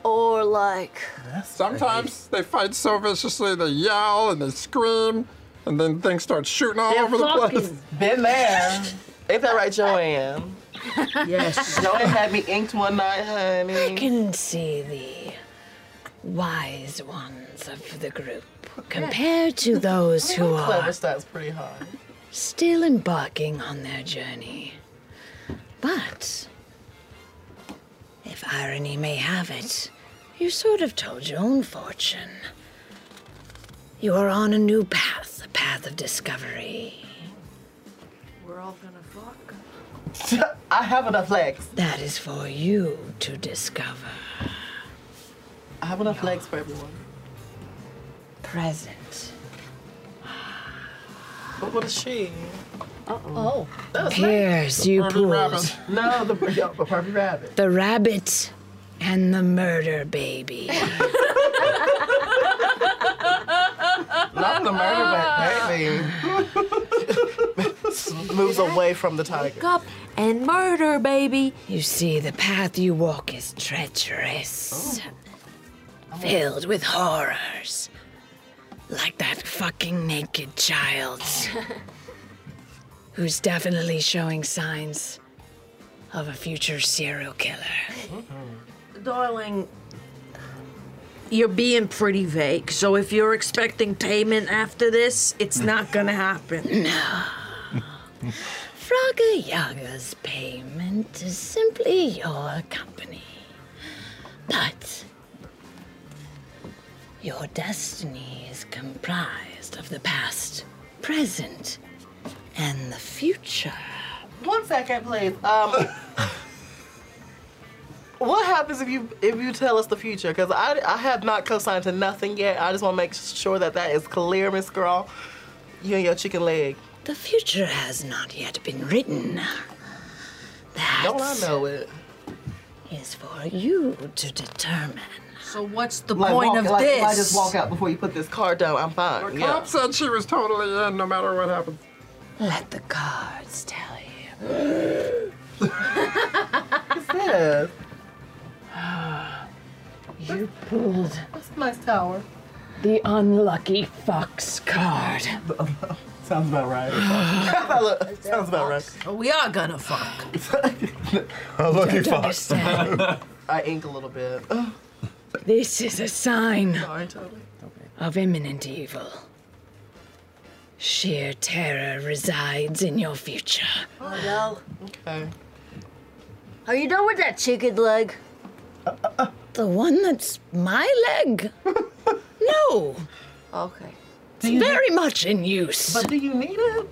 Speaker 6: or
Speaker 7: *laughs*
Speaker 6: like
Speaker 7: Sometimes they fight so viciously they yell and they scream, and then things start shooting all over the place.
Speaker 4: Been there. Ain't that right, Joanne? yes. Joanne had me inked one night, honey. I
Speaker 2: can see the wise ones of the group compared to those who
Speaker 4: My Clever
Speaker 2: are
Speaker 4: stats pretty high.
Speaker 2: still embarking on their journey. But, if irony may have it, you sort of told your own fortune. You are on a new path, a path of discovery.
Speaker 13: We're all gonna fuck.
Speaker 4: *laughs* I have enough legs.
Speaker 2: That is for you to discover.
Speaker 4: I have enough legs for everyone.
Speaker 2: Present.
Speaker 4: But what is she?
Speaker 2: Uh-oh.
Speaker 4: That was
Speaker 2: Pierce,
Speaker 4: nice.
Speaker 2: you pulled.
Speaker 4: No, the, *laughs* yeah, the Barbie rabbit.
Speaker 2: The rabbit and the murder baby.
Speaker 4: Not the murder
Speaker 2: Ah.
Speaker 4: bat baby. *laughs* Moves away from the tiger.
Speaker 2: Up and murder baby. You see, the path you walk is treacherous,
Speaker 4: Oh.
Speaker 2: filled with horrors. Like that fucking
Speaker 4: *laughs*
Speaker 2: naked child who's definitely showing signs of a future serial killer.
Speaker 13: Mm-hmm. Darling, you're being pretty vague, so if you're expecting payment after this, it's not gonna happen.
Speaker 2: No. Frogger Yaga's payment is simply your company. But your destiny is comprised of the past, present, and the future.
Speaker 4: One second, please. Um, *laughs* what happens if you if you tell us the future? Because I, I have not co-signed to nothing yet. I just want to make sure that that is clear, Miss Girl. You and your chicken leg.
Speaker 2: The future has not yet been written. That
Speaker 4: Don't I know it?
Speaker 2: is for you to determine.
Speaker 13: So what's the
Speaker 4: Like,
Speaker 13: point
Speaker 4: walk-
Speaker 13: of
Speaker 4: like,
Speaker 13: this?
Speaker 4: If I just walk out before you put this card down, I'm fine.
Speaker 7: The
Speaker 4: yeah.
Speaker 7: cop said she was totally in, no matter what happened.
Speaker 2: Let the cards tell you.
Speaker 4: What's this?
Speaker 2: *sighs* You pulled
Speaker 4: That's a nice tower.
Speaker 2: the unlucky fox card.
Speaker 4: Sounds about right. That *laughs* look- *laughs* Sounds about right.
Speaker 13: We are gonna
Speaker 4: *laughs*
Speaker 13: fuck.
Speaker 11: A lucky
Speaker 2: Don't
Speaker 11: fox.
Speaker 4: I ink a little bit. *sighs*
Speaker 2: This is a sign
Speaker 4: Sorry, Toby.
Speaker 2: of imminent evil. Sheer terror resides in your future.
Speaker 6: oh no.
Speaker 4: Okay.
Speaker 6: Are you done with that chicken leg?
Speaker 2: The one that's my leg? no!
Speaker 6: Okay.
Speaker 2: It's very much in use.
Speaker 4: But do you need it?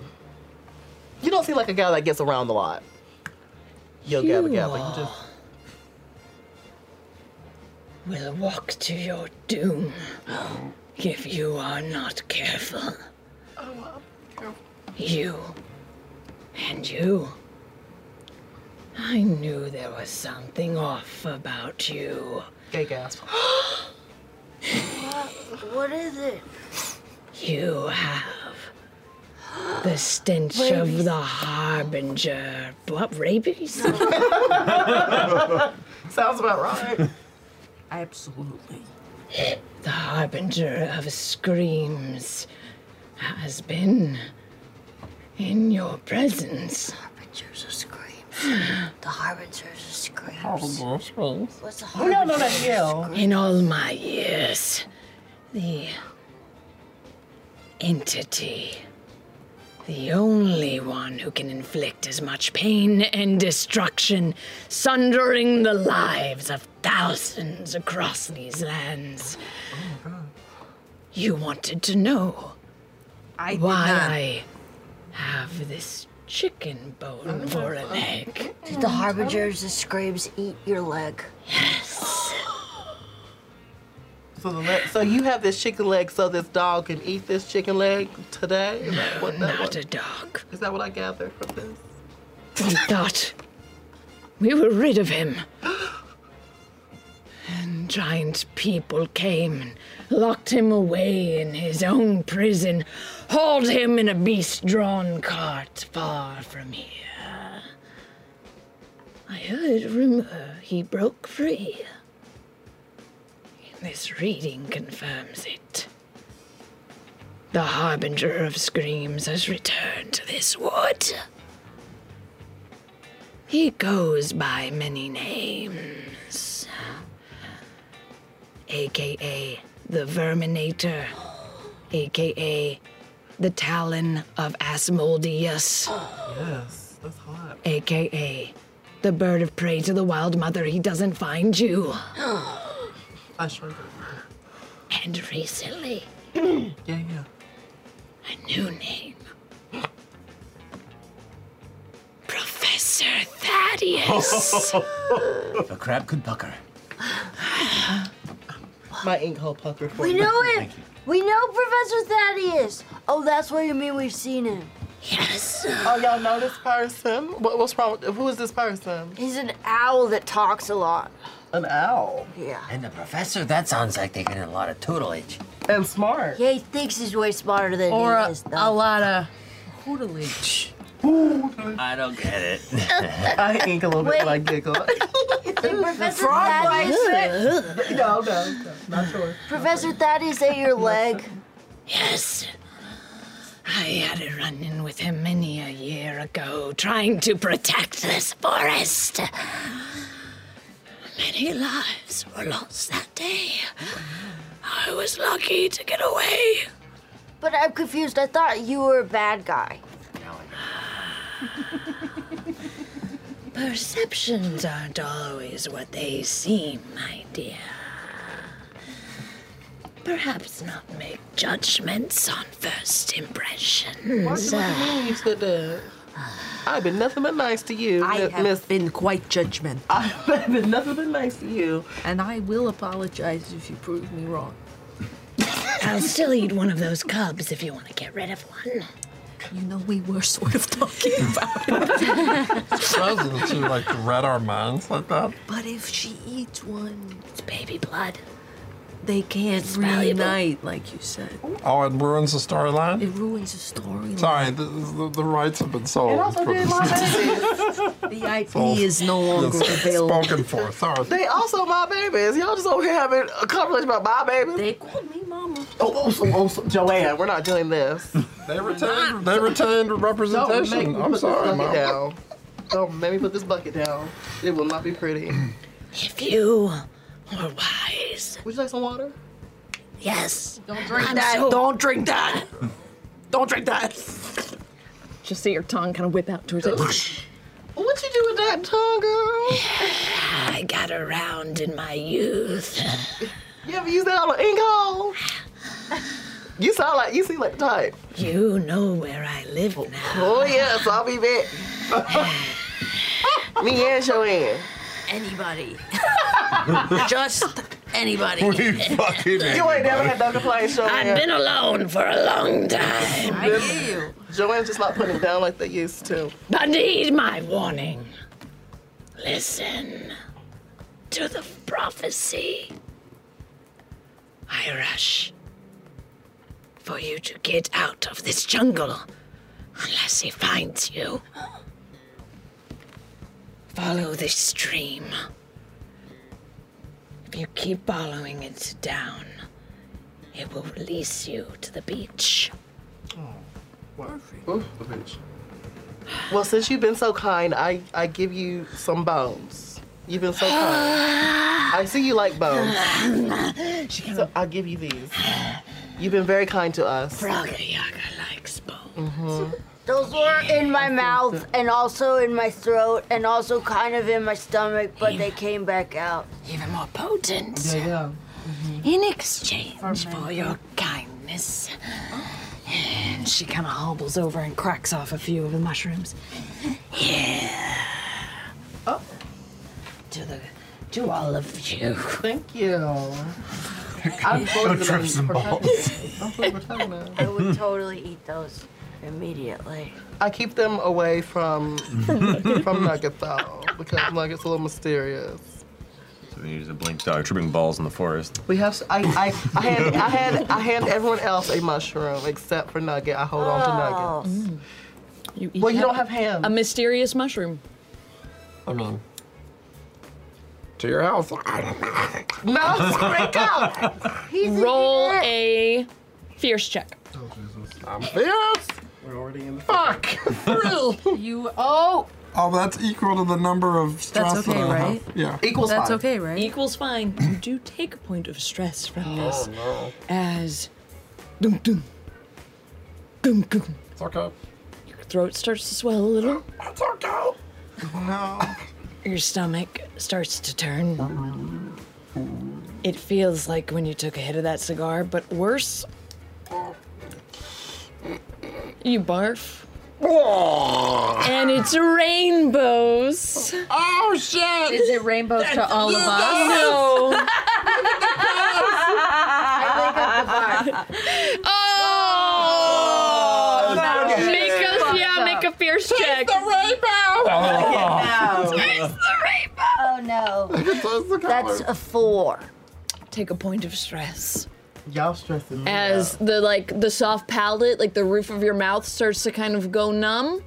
Speaker 4: You don't seem like a guy that gets around a lot. Yo, Gabba Gabba, you just.
Speaker 2: will walk to your doom if you are not careful.
Speaker 4: Oh,
Speaker 2: You and you. I knew there was something off about you.
Speaker 4: Gay gasp.
Speaker 6: *laughs* What is it?
Speaker 2: You have the stench of the harbinger. What, rabies? *laughs*
Speaker 4: Sounds about right.
Speaker 13: Absolutely.
Speaker 2: The harbinger of screams has been in your presence.
Speaker 6: Harbingers of screams. The harbingers of screams.
Speaker 7: Oh,
Speaker 6: What's a
Speaker 4: We don't know
Speaker 6: harbinger?
Speaker 4: that hill.
Speaker 2: In all my years, the entity The only one who can inflict as much pain and destruction, sundering the lives of thousands across these lands. You wanted to know
Speaker 40: I did
Speaker 2: why
Speaker 40: not.
Speaker 2: I have this chicken
Speaker 4: Mm-hmm.
Speaker 2: bone for a leg.
Speaker 13: Oh,
Speaker 6: Did the harbingers of screams eat your leg?
Speaker 4: So, the le- so you have this chicken leg so this dog can eat this chicken leg today? Is that what that
Speaker 2: not
Speaker 4: was?
Speaker 2: a dog.
Speaker 4: Is that what I gathered from this?
Speaker 2: We thought we were rid of him. And giant people came and locked him away in his own prison, hauled him in a beast drawn cart far from here. I heard rumor he broke free. This reading confirms it. The Harbinger of Screams has returned to this wood. He goes by many names, aka the Verminator, aka the Talon of Asmodeus,
Speaker 4: Yes, that's hot.
Speaker 2: aka the Bird of Prey to the Wild Mother. He doesn't find you.
Speaker 4: *gasps* I sure
Speaker 2: And recently,
Speaker 4: did. *clears throat* yeah, yeah.
Speaker 2: a new name *gasps*
Speaker 4: *laughs*
Speaker 2: Professor
Speaker 5: *laughs*
Speaker 2: Thaddeus.
Speaker 5: A crab could pucker.
Speaker 4: *sighs* My inkhole pucker for
Speaker 6: We
Speaker 4: you.
Speaker 6: know him. We know Professor Thaddeus. Oh, that's what you mean we've seen him.
Speaker 2: Yes.
Speaker 4: Oh, y'all know this person? What, what's wrong with Who is this person?
Speaker 6: He's an owl that talks a lot.
Speaker 4: An owl?
Speaker 6: Yeah.
Speaker 1: And the professor, that sounds like they get a lot of tutelage.
Speaker 4: And smart.
Speaker 6: Yeah, he thinks he's way smarter than
Speaker 13: Or
Speaker 6: he
Speaker 13: a,
Speaker 6: is,
Speaker 13: a
Speaker 6: though.
Speaker 13: lot of hootilage.
Speaker 1: I don't get it.
Speaker 4: *laughs* I ink a little bit when I
Speaker 6: *laughs*
Speaker 4: giggle.
Speaker 6: Professor
Speaker 4: Frog
Speaker 6: Thaddeus.
Speaker 4: likes it. No, no, no, not sure.
Speaker 6: Professor Thaddeus ate your leg.
Speaker 2: Yes. I had a run in with him many a year ago, trying to protect this forest. Many lives were lost that day. I was lucky to get away.
Speaker 6: But I'm confused. I thought you were a bad guy.
Speaker 2: *laughs* Perceptions aren't always what they seem, my dear. Perhaps not make judgments on first
Speaker 4: What
Speaker 2: impressions. Uh,
Speaker 4: do you mean you said that? I've been nothing but nice to you.
Speaker 13: I
Speaker 4: Mi-
Speaker 13: have
Speaker 4: Miss-
Speaker 13: been quite judgmental.
Speaker 4: *laughs* I've been nothing but nice to you.
Speaker 13: And I will apologize if you prove me wrong.
Speaker 2: *laughs* I'll still eat one of those cubs if you want to get rid of one.
Speaker 13: You know, we were sort of talking about
Speaker 7: Doesn't she like read our minds like that?
Speaker 13: But if she eats one, it's
Speaker 2: baby blood.
Speaker 13: They can't
Speaker 7: valuable.
Speaker 13: reunite, like you said.
Speaker 7: Oh, it ruins the storyline?
Speaker 13: It ruins the storyline.
Speaker 7: Sorry, the, the, the rights have been sold.
Speaker 2: *laughs*
Speaker 13: the IP is no longer
Speaker 7: Yes,
Speaker 13: available.
Speaker 7: Spoken for, sorry.
Speaker 4: They also my babies. Y'all just over here having a conversation about my babies. They
Speaker 13: called me mama.
Speaker 4: Oh, oh, so, oh so, Joanne, we're not doing this.
Speaker 7: They retained, *laughs* they retained representation.
Speaker 4: Don't make me
Speaker 7: I'm
Speaker 4: put
Speaker 7: sorry,
Speaker 4: this
Speaker 7: Mom.
Speaker 4: bucket down. Don't make me put this bucket down. It will not be pretty.
Speaker 2: If you were wise.
Speaker 4: Would you like some water?
Speaker 2: Yes.
Speaker 13: Don't
Speaker 2: drink that. Don't
Speaker 13: drink that.
Speaker 4: Don't drink that.
Speaker 3: Just see your tongue kind of whip out towards it.
Speaker 4: What you do with that tongue, girl?
Speaker 2: *sighs* I got around in my youth.
Speaker 4: You ever use that on an inkhole? You sound like you seem like the type.
Speaker 2: You know where I live now.
Speaker 4: Oh yes, I'll be
Speaker 2: *laughs*
Speaker 4: back. me and Joanne.
Speaker 2: *laughs*
Speaker 13: Anybody. Just
Speaker 4: *laughs*
Speaker 13: anybody.
Speaker 4: You ain't never
Speaker 40: *laughs*
Speaker 4: had no complaints, Joanne.
Speaker 2: I've been alone for a long time.
Speaker 4: I hear you. Joanne's just not putting it down like they used to.
Speaker 2: But heed my warning. Listen to the prophecy. I rush for you to get out of this jungle unless he finds you. Follow this stream. If you keep following it down, it will release you to the beach.
Speaker 4: Well, since you've been so kind, I, I give you some bones. You've been so kind. I see you like
Speaker 2: *sighs*
Speaker 4: bones. So I'll give you these. You've been very kind to us.
Speaker 2: Braga Yaga likes bones.
Speaker 4: Mhm.
Speaker 6: Those were in my mouth and also in my throat and also kind of in my stomach, but they came back out.
Speaker 2: Even more potent.
Speaker 6: There you go.
Speaker 2: In exchange for your kindness. And she kind of hobbles over and cracks off a few of the mushrooms. Yeah. Oh. To the to all of you.
Speaker 4: Thank you.
Speaker 6: I'm
Speaker 4: voting
Speaker 6: trip some
Speaker 4: for
Speaker 6: balls. *laughs*
Speaker 4: Protagonist. I'm voting for Protagonist.
Speaker 6: I would totally eat those immediately.
Speaker 4: I keep them away from *laughs* from Nugget though, because Nugget's a little mysterious.
Speaker 5: So we use a blink dog tripping balls in the forest.
Speaker 4: We have. I, I, I hand I hand I hand everyone else a mushroom except for Nugget. I hold on to Nugget.
Speaker 3: Mm. You
Speaker 4: well, you don't have hands.
Speaker 3: A mysterious mushroom.
Speaker 7: I mean, to your health.
Speaker 4: No, break up.
Speaker 3: Roll a fierce check.
Speaker 7: I'm fierce.
Speaker 4: We're
Speaker 7: already
Speaker 4: in the
Speaker 7: fuck. Three.
Speaker 40: you oh.
Speaker 7: Oh, that's equal to the number of stress.
Speaker 3: okay,
Speaker 7: that I have.
Speaker 3: right?
Speaker 7: Yeah.
Speaker 3: right? Equals fine. You do take a point of stress from this.
Speaker 7: Oh, no.
Speaker 3: As dum dum dum dum.
Speaker 7: It's okay.
Speaker 3: Your throat starts to swell a little.
Speaker 7: It's okay. No.
Speaker 3: Your stomach starts to turn. It feels like when you took a hit of that cigar, but worse. You barf. and it's rainbows.
Speaker 40: Oh shit! Is it rainbows to all of us?
Speaker 3: No.
Speaker 40: *laughs* Oh,
Speaker 3: Make us, yeah, make a fierce check.
Speaker 40: the
Speaker 6: *laughs* Oh.
Speaker 3: Taste the rainbow.
Speaker 6: Oh no. That's a four.
Speaker 3: Take a point of stress.
Speaker 4: Oh. Y'all stressing me
Speaker 3: As the like the soft palate, like the roof of your mouth starts to kind of go numb,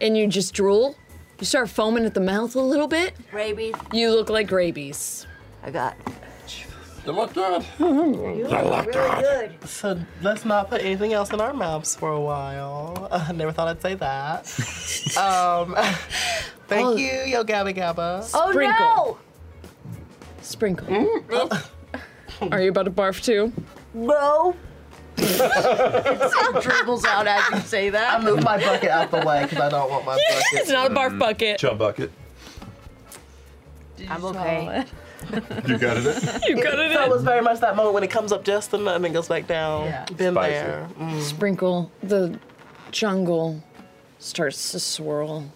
Speaker 3: and you just drool. You start foaming at the mouth a little bit.
Speaker 6: Rabies.
Speaker 3: You look like rabies.
Speaker 6: I got.
Speaker 7: You look good.
Speaker 4: You
Speaker 7: look
Speaker 6: really good.
Speaker 4: So let's not put anything else in our mouths for a while. *laughs* I never thought I'd say that.
Speaker 3: *laughs*
Speaker 4: um, thank you, Yo Gabba Gabba.
Speaker 3: Oh, Sprinkle. no! Sprinkle. Are you about to barf too?
Speaker 6: No.
Speaker 4: it dribbles out as you say that. I move my bucket out the way because I don't
Speaker 3: *laughs*
Speaker 4: want my bucket.
Speaker 3: It's not a barf bucket.
Speaker 11: Chub bucket.
Speaker 4: *laughs* I'm okay.
Speaker 11: You got it.
Speaker 3: *laughs* You got
Speaker 4: it. So it was very much that moment when it comes up just enough and then goes back down. Yeah. Been
Speaker 11: Spicy.
Speaker 4: there.
Speaker 3: Sprinkle. The jungle starts to swirl.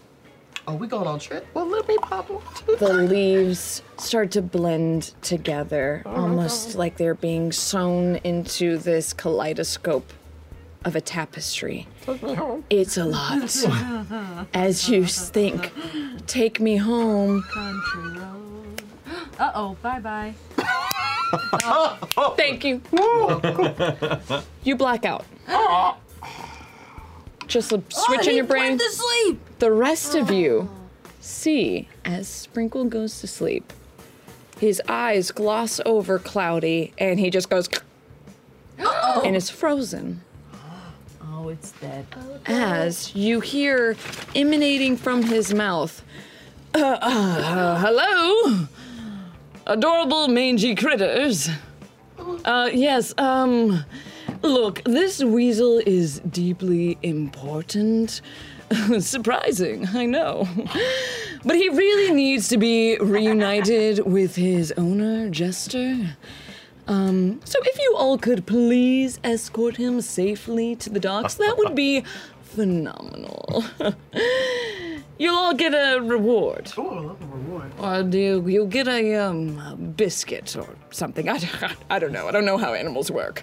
Speaker 4: Are we going on trip? Well, let me pop one.
Speaker 3: the leaves start to blend together, almost like they're being sewn into this kaleidoscope of a tapestry.
Speaker 40: Take me home.
Speaker 3: It's a lot.
Speaker 2: *laughs*
Speaker 3: As you think, take me home.
Speaker 40: Uh oh, bye bye.
Speaker 3: Thank you. You black out. Just a switch in
Speaker 40: he
Speaker 3: your brain.
Speaker 40: went to sleep.
Speaker 3: The rest of you see as Sprinkle goes to sleep. His eyes gloss over Cloudy, and he just goes *gasps* and is frozen.
Speaker 40: Oh, it's dead.
Speaker 3: As you hear emanating from his mouth, uh, uh, hello, adorable mangy critters. Uh, yes, um, look, this weasel is deeply important. *laughs* Surprising, I know. But he really needs to be reunited with his owner, Jester. Um, so if you all could please escort him safely to the docks, that
Speaker 4: *laughs*
Speaker 3: would be phenomenal. *laughs* You'll all get a reward.
Speaker 4: Oh, I love a reward.
Speaker 3: Or do you, you'll get a, um, a biscuit or something. *laughs* I, don't- I don't know. I don't know how animals work.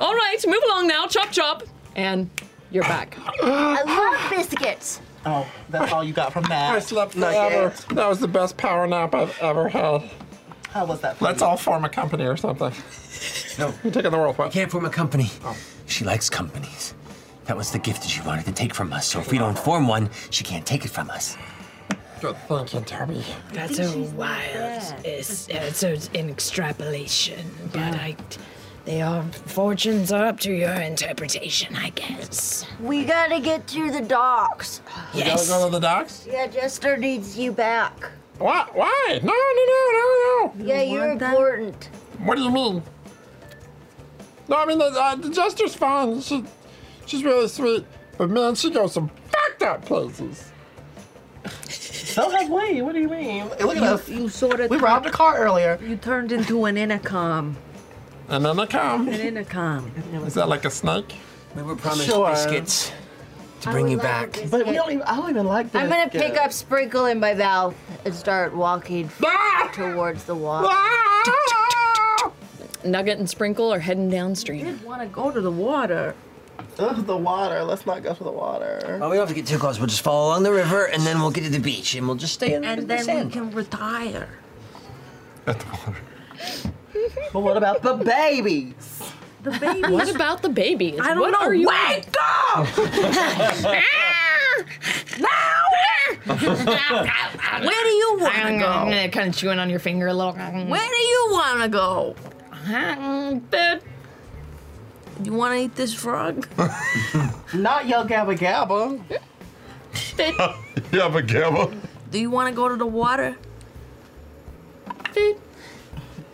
Speaker 3: All right, move along now. Chop, chop. And you're back.
Speaker 6: *gasps* I love biscuits.
Speaker 4: Oh, that's all you got from that.
Speaker 7: I slept
Speaker 4: Nugget.
Speaker 7: forever. That was the best power nap I've ever had.
Speaker 4: How was that?
Speaker 7: Let's all form a company or something.
Speaker 1: No.
Speaker 7: You're *laughs* taking the world. Oh,
Speaker 1: You can't form a company. She likes companies. That was the gift that she wanted to take from us. So if we don't form one, she can't take it from us.
Speaker 7: Good thinking, Toby.
Speaker 21: That's a wild. It's, it's a- an extrapolation, but I. They are fortunes are up to your interpretation, I guess.
Speaker 6: We gotta get through the docks.
Speaker 7: You gotta go to the docks?
Speaker 6: Yeah, Jester needs you back.
Speaker 7: What? Why? No, no, no, no, no.
Speaker 6: Yeah, you're important.
Speaker 7: What do you mean? No, I mean, the, uh, the Jester's fine. She, she's really sweet. But man, she goes some fucked up places.
Speaker 4: So has we. What do you mean? Look at
Speaker 13: you,
Speaker 4: us.
Speaker 13: You sort of
Speaker 4: We robbed a car earlier.
Speaker 13: You turned into an intercom.
Speaker 7: And then I
Speaker 4: Um.
Speaker 7: come.
Speaker 13: An intercom.
Speaker 7: Is that like a snake?
Speaker 1: We were promised
Speaker 7: Sure.
Speaker 1: biscuits to bring you back.
Speaker 4: But we don't even, I don't even like this.
Speaker 6: I'm gonna pick up Sprinkle and my mouth and start walking towards the water.
Speaker 3: Nugget and Sprinkle are heading downstream. I
Speaker 13: want to Ah! go to the water.
Speaker 4: Ugh, the water. Let's not go to the water.
Speaker 1: Well, we don't have to get too close. We'll just follow along the river, and then we'll get to the beach, and we'll just stay in
Speaker 13: And
Speaker 1: the
Speaker 13: then
Speaker 1: sand.
Speaker 13: we can retire.
Speaker 1: *laughs*
Speaker 4: But what about the babies?
Speaker 13: The babies.
Speaker 3: What about the babies?
Speaker 13: I don't
Speaker 3: What
Speaker 13: know.
Speaker 3: are you-
Speaker 13: Wake
Speaker 3: *laughs*
Speaker 13: up! Where do you want to go?
Speaker 21: Kind of chewing on your finger a little.
Speaker 13: Where do you want to go? Bed. You want to eat this
Speaker 1: *laughs*
Speaker 13: frog?
Speaker 4: Not yo gabba gabba.
Speaker 11: Yabba *laughs* gabba.
Speaker 13: Do you want to go to the water?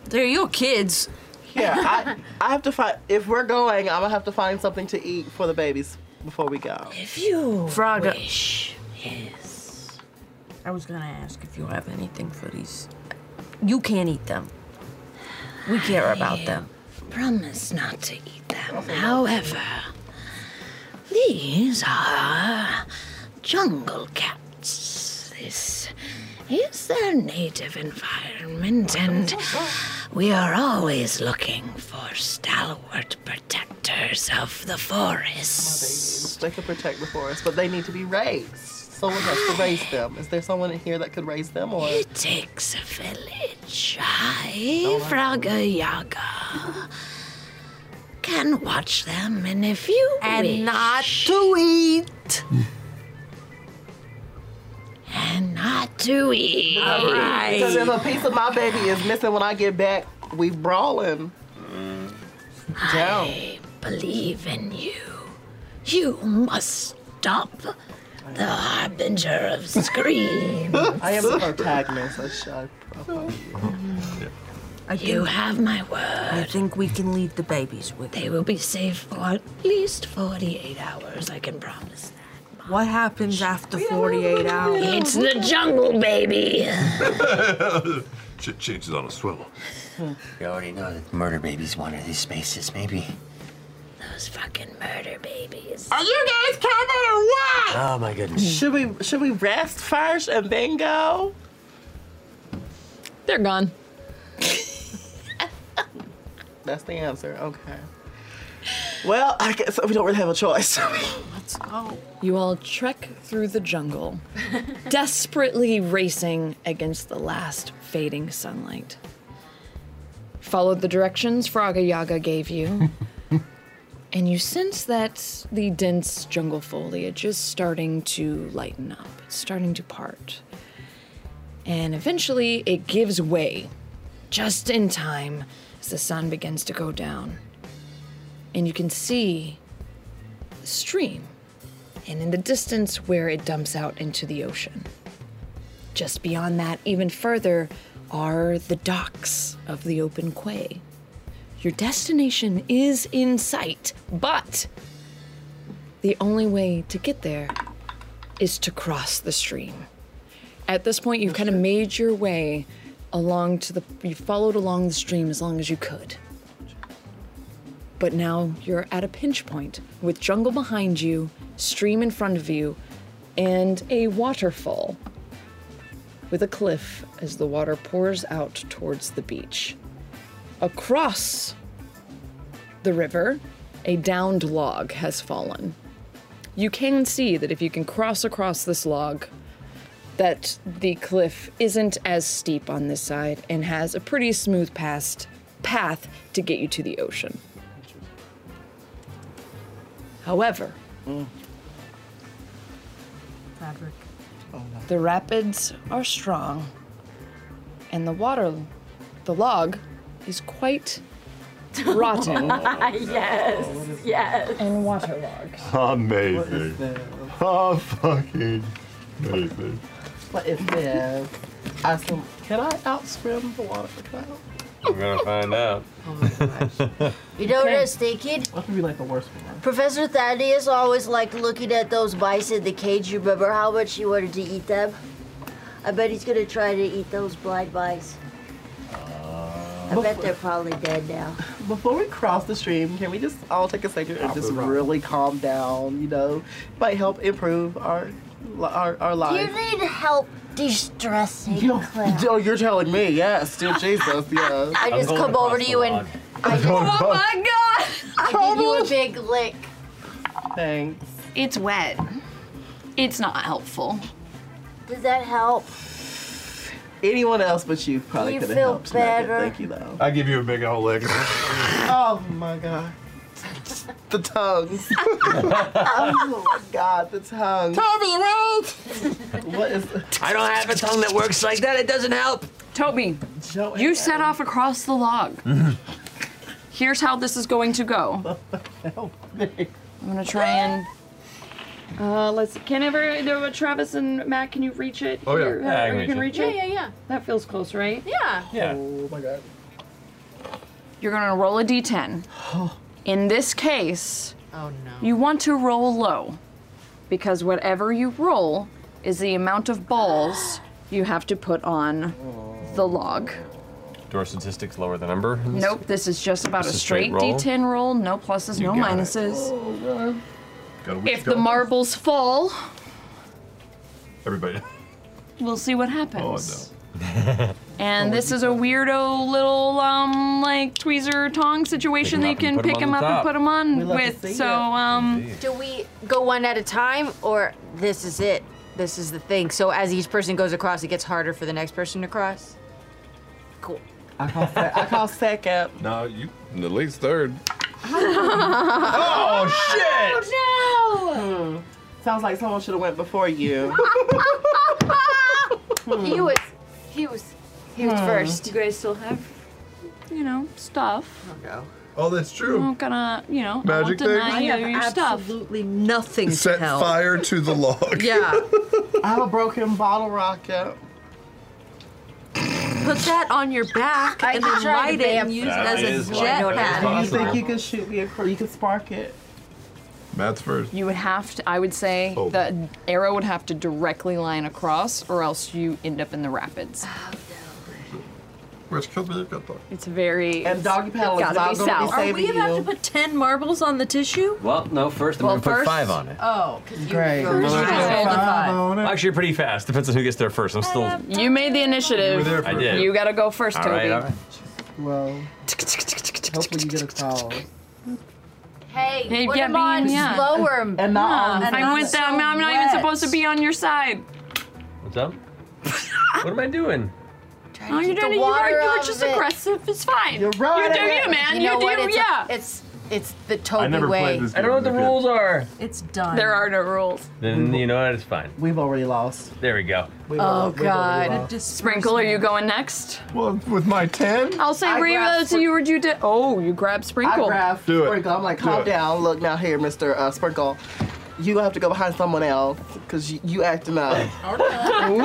Speaker 13: They're your kids.
Speaker 4: Yeah,
Speaker 13: *laughs*
Speaker 4: I, I have to find. If we're going, I'm gonna have to find something to eat for the babies before we go.
Speaker 13: If you frog wish, yes. I was gonna ask if you have anything for these. You can't eat them. We care about them.
Speaker 2: Promise not to eat them. However, these are jungle cats. This is their native environment, and we are always looking for stalwart protectors of the forest.
Speaker 4: They can protect the forest, but they need to be raised. Someone has to raise them. Is there someone in here that could raise them, or
Speaker 2: It takes a village. I, Fraga Yaga, can watch them, and if you
Speaker 13: And
Speaker 2: wish,
Speaker 13: not to eat.
Speaker 2: and not to eat.
Speaker 4: Because if a piece of my baby is missing when I get back, we brawling.
Speaker 2: I believe in you. You must stop the harbinger of screams.
Speaker 4: *laughs* I am the protagonist. I shall probably.
Speaker 42: Uh-huh.
Speaker 2: You have my word.
Speaker 13: I think we can leave the babies with
Speaker 2: They
Speaker 13: you.
Speaker 2: will be safe for at least 48 hours, I can promise.
Speaker 13: What happens after 48 hours?
Speaker 2: It's the jungle, baby.
Speaker 11: Shit changes on a swivel.
Speaker 13: Hmm.
Speaker 1: We already know that murder babies wanted these spaces. Maybe.
Speaker 2: Those fucking murder babies.
Speaker 13: Are you guys coming or what?
Speaker 1: Oh my goodness.
Speaker 4: Should we should we rest first and then go?
Speaker 3: They're gone.
Speaker 4: That's the answer. Okay. Well, I guess we don't really have a choice. *laughs*
Speaker 13: Let's go.
Speaker 3: You all trek through the jungle, desperately racing against the last fading sunlight. Followed the directions Fraga Yaga gave you, and you sense that the dense jungle foliage is starting to lighten up. It's starting to part. And eventually it gives way, just in time as the sun begins to go down. And you can see the stream and in the distance where it dumps out into the ocean. Just beyond that, even further, are the docks of the open quay. Your destination is in sight, but the only way to get there is to cross the stream. At this point, you've kind of made your way along to the, you followed along the stream as long as you could. But now you're at a pinch point with jungle behind you, stream in front of you, and a waterfall with a cliff as the water pours out towards the beach. Across the river, a downed log has fallen. You can see that if you can cross across this log, that the cliff isn't as steep on this side and has a pretty smooth past path to get you to the ocean. However,
Speaker 13: Fabric.
Speaker 3: the rapids are strong, and the water, the log, is quite
Speaker 2: *laughs*
Speaker 3: rotten.
Speaker 40: *laughs* yes. Yes.
Speaker 3: And waterlogged.
Speaker 11: Amazing. Oh, fucking amazing.
Speaker 4: What is this? I assume, can I outswim the water? Can I out-
Speaker 9: We're gonna find out.
Speaker 6: You know what I was thinking?
Speaker 4: That could be like the worst one.
Speaker 6: Professor Thaddeus always liked looking at those mice in the cage. You remember how much he wanted to eat them? I bet he's gonna try to eat those blind mice. I bet they're probably dead now.
Speaker 4: Before we cross the stream, can we just all take a second and just really calm down? You know, might help improve our our, our lives.
Speaker 6: need help de-stressing, Claire.
Speaker 4: Oh, you're telling me? Yes, dear Jesus, yes.
Speaker 6: I just come over to you and I just,
Speaker 4: Oh
Speaker 3: god!
Speaker 6: I give you a big lick.
Speaker 4: Thanks.
Speaker 3: It's wet. It's not helpful.
Speaker 6: Does that help?
Speaker 4: Anyone else but you probably
Speaker 6: You
Speaker 4: could have
Speaker 6: feel
Speaker 4: helped. Nugget.
Speaker 6: better?
Speaker 4: Thank you though.
Speaker 11: I give you a big old lick.
Speaker 4: Oh my god. The
Speaker 6: *laughs*
Speaker 4: tongues. *laughs* oh my god, the tongues.
Speaker 3: Toby,
Speaker 4: right? what is
Speaker 42: I don't have a tongue that
Speaker 13: *laughs*
Speaker 42: works like that. It doesn't help.
Speaker 3: Toby, you set off across the log.
Speaker 7: Mm-hmm.
Speaker 3: Here's how this is going to go. I'm gonna try and. Uh, let's. Can ever do Travis and Matt? Can you reach it?
Speaker 9: Oh, yeah.
Speaker 3: Here,
Speaker 9: Yeah, I
Speaker 3: however
Speaker 9: can
Speaker 3: you can
Speaker 9: reach
Speaker 3: reach
Speaker 9: it.
Speaker 3: it. Yeah, yeah, yeah. That feels close, right? Yeah.
Speaker 4: Oh my god.
Speaker 3: You're gonna roll
Speaker 9: *gasps*
Speaker 3: a d10. In this case,
Speaker 9: Oh,
Speaker 3: you want to roll low, because whatever you roll is the amount of balls you have to put on the log.
Speaker 9: *laughs* Do our statistics lower the number?
Speaker 3: Nope, this is just about
Speaker 9: Just
Speaker 3: a
Speaker 9: a straight
Speaker 3: straight,
Speaker 9: roll?
Speaker 3: d10 roll. No pluses,
Speaker 9: You
Speaker 3: no
Speaker 9: got it.
Speaker 3: minuses.
Speaker 9: Gotta
Speaker 3: If the marbles fall,
Speaker 9: Everybody.
Speaker 3: we'll see what happens.
Speaker 9: Oh,
Speaker 3: *laughs*
Speaker 9: no.
Speaker 3: And this is a weirdo little um like tweezer tong situation
Speaker 9: Pick 'em
Speaker 3: that
Speaker 9: up
Speaker 3: you can
Speaker 9: and put 'em
Speaker 3: pick
Speaker 9: on
Speaker 3: them
Speaker 9: the
Speaker 3: up
Speaker 9: top.
Speaker 3: and put them
Speaker 9: We
Speaker 3: on
Speaker 9: love to see
Speaker 3: with. So
Speaker 9: it.
Speaker 3: um,
Speaker 37: Do we go one at a time, or this is it? This is the thing. So as each person goes across, it gets harder for the next person to cross. Cool.
Speaker 4: I call, sec- I call second.
Speaker 9: No, Uh, you at least third.
Speaker 4: *laughs* Oh,
Speaker 9: shit!
Speaker 3: Oh,
Speaker 4: no! Sounds like someone should have went before you.
Speaker 3: *laughs*
Speaker 37: *laughs* he was, he was, he was
Speaker 3: Hmm.
Speaker 37: first.
Speaker 3: You guys still have, you know, stuff.
Speaker 11: Oh, that's
Speaker 3: I'm
Speaker 11: true.
Speaker 3: not gonna, you know, I won't
Speaker 11: Magic thing?
Speaker 3: deny
Speaker 11: I
Speaker 3: you
Speaker 11: have
Speaker 3: your stuff.
Speaker 2: Absolutely nothing
Speaker 11: Set
Speaker 2: to help.
Speaker 11: fire to the
Speaker 4: *laughs*
Speaker 11: log.
Speaker 2: Yeah.
Speaker 4: I have a broken bottle rocket.
Speaker 2: Put that on your back
Speaker 37: I
Speaker 2: and
Speaker 37: could
Speaker 2: then
Speaker 37: try to
Speaker 2: light it and
Speaker 37: vamp-
Speaker 2: use it
Speaker 11: That
Speaker 2: as
Speaker 11: is
Speaker 2: a
Speaker 11: like
Speaker 2: jet
Speaker 11: that is
Speaker 2: pack.
Speaker 4: Do you
Speaker 11: possible.
Speaker 4: think you could shoot me a cr- you could spark it?
Speaker 11: Matt's first.
Speaker 3: You would have to. I would say
Speaker 11: Oh.
Speaker 3: the arrow would have to directly line across, or else you end up in
Speaker 37: *sighs*
Speaker 3: the rapids.
Speaker 11: Which could be a good thing.
Speaker 3: It's very.
Speaker 4: And doggy paddle is
Speaker 3: gotta
Speaker 4: not gonna be
Speaker 3: south.
Speaker 4: saving you.
Speaker 2: You have to put 10 marbles on the tissue?
Speaker 43: Well, no, first I'm
Speaker 2: Well,
Speaker 43: gonna put
Speaker 2: first-
Speaker 43: five on it.
Speaker 2: Oh,
Speaker 37: *laughs*
Speaker 2: because you
Speaker 4: Great.
Speaker 2: first
Speaker 9: Well,
Speaker 2: rolled a
Speaker 9: that's
Speaker 2: five.
Speaker 9: Actually, pretty fast. Depends on who gets there first. I'm still.
Speaker 3: You made the initiative.
Speaker 9: You were there I first. did.
Speaker 3: You gotta go first,
Speaker 9: All
Speaker 3: Toby.
Speaker 9: right, all right.
Speaker 4: Well,
Speaker 3: *laughs*
Speaker 4: hopefully you get a call.
Speaker 37: Hey,
Speaker 3: Hey,
Speaker 37: put
Speaker 3: yeah,
Speaker 37: him on
Speaker 3: being- yeah.
Speaker 37: slower.
Speaker 4: And not on
Speaker 3: Yeah,
Speaker 4: the
Speaker 3: I'm with them. I'm not, I'm not even supposed to be on your side.
Speaker 9: What's up? what am I doing?
Speaker 3: No, you're
Speaker 37: keep
Speaker 3: doing
Speaker 37: the
Speaker 3: it. You are,
Speaker 37: water
Speaker 3: you are
Speaker 37: out
Speaker 3: just
Speaker 37: of it.
Speaker 3: aggressive. It's fine. You're
Speaker 4: right.
Speaker 3: You do you, man. You,
Speaker 37: You know
Speaker 3: do.
Speaker 37: what? It's a-
Speaker 3: yeah.
Speaker 37: it's it's the Toby
Speaker 9: never
Speaker 37: way.
Speaker 9: played this I don't know game what the as a kid. rules are.
Speaker 2: It's done.
Speaker 3: There are no rules.
Speaker 9: Then you know what? It's fine.
Speaker 4: We've already lost.
Speaker 9: There we go.
Speaker 3: Oh God. Sprinkle, are you going next?
Speaker 11: Well, with my ten.
Speaker 3: I'll say
Speaker 4: I
Speaker 3: Reva.
Speaker 4: grabbed
Speaker 3: So
Speaker 2: *laughs*
Speaker 3: you were due to. Oh, you grabbed Sprinkle.
Speaker 4: I grab
Speaker 3: Do it.
Speaker 4: Sprinkle. I'm like,
Speaker 3: Do
Speaker 4: calm
Speaker 3: it.
Speaker 4: down. Look now here, Mr. Uh, Sprinkle. You gonna have to go behind someone else because you, you acting up.
Speaker 3: Ooh.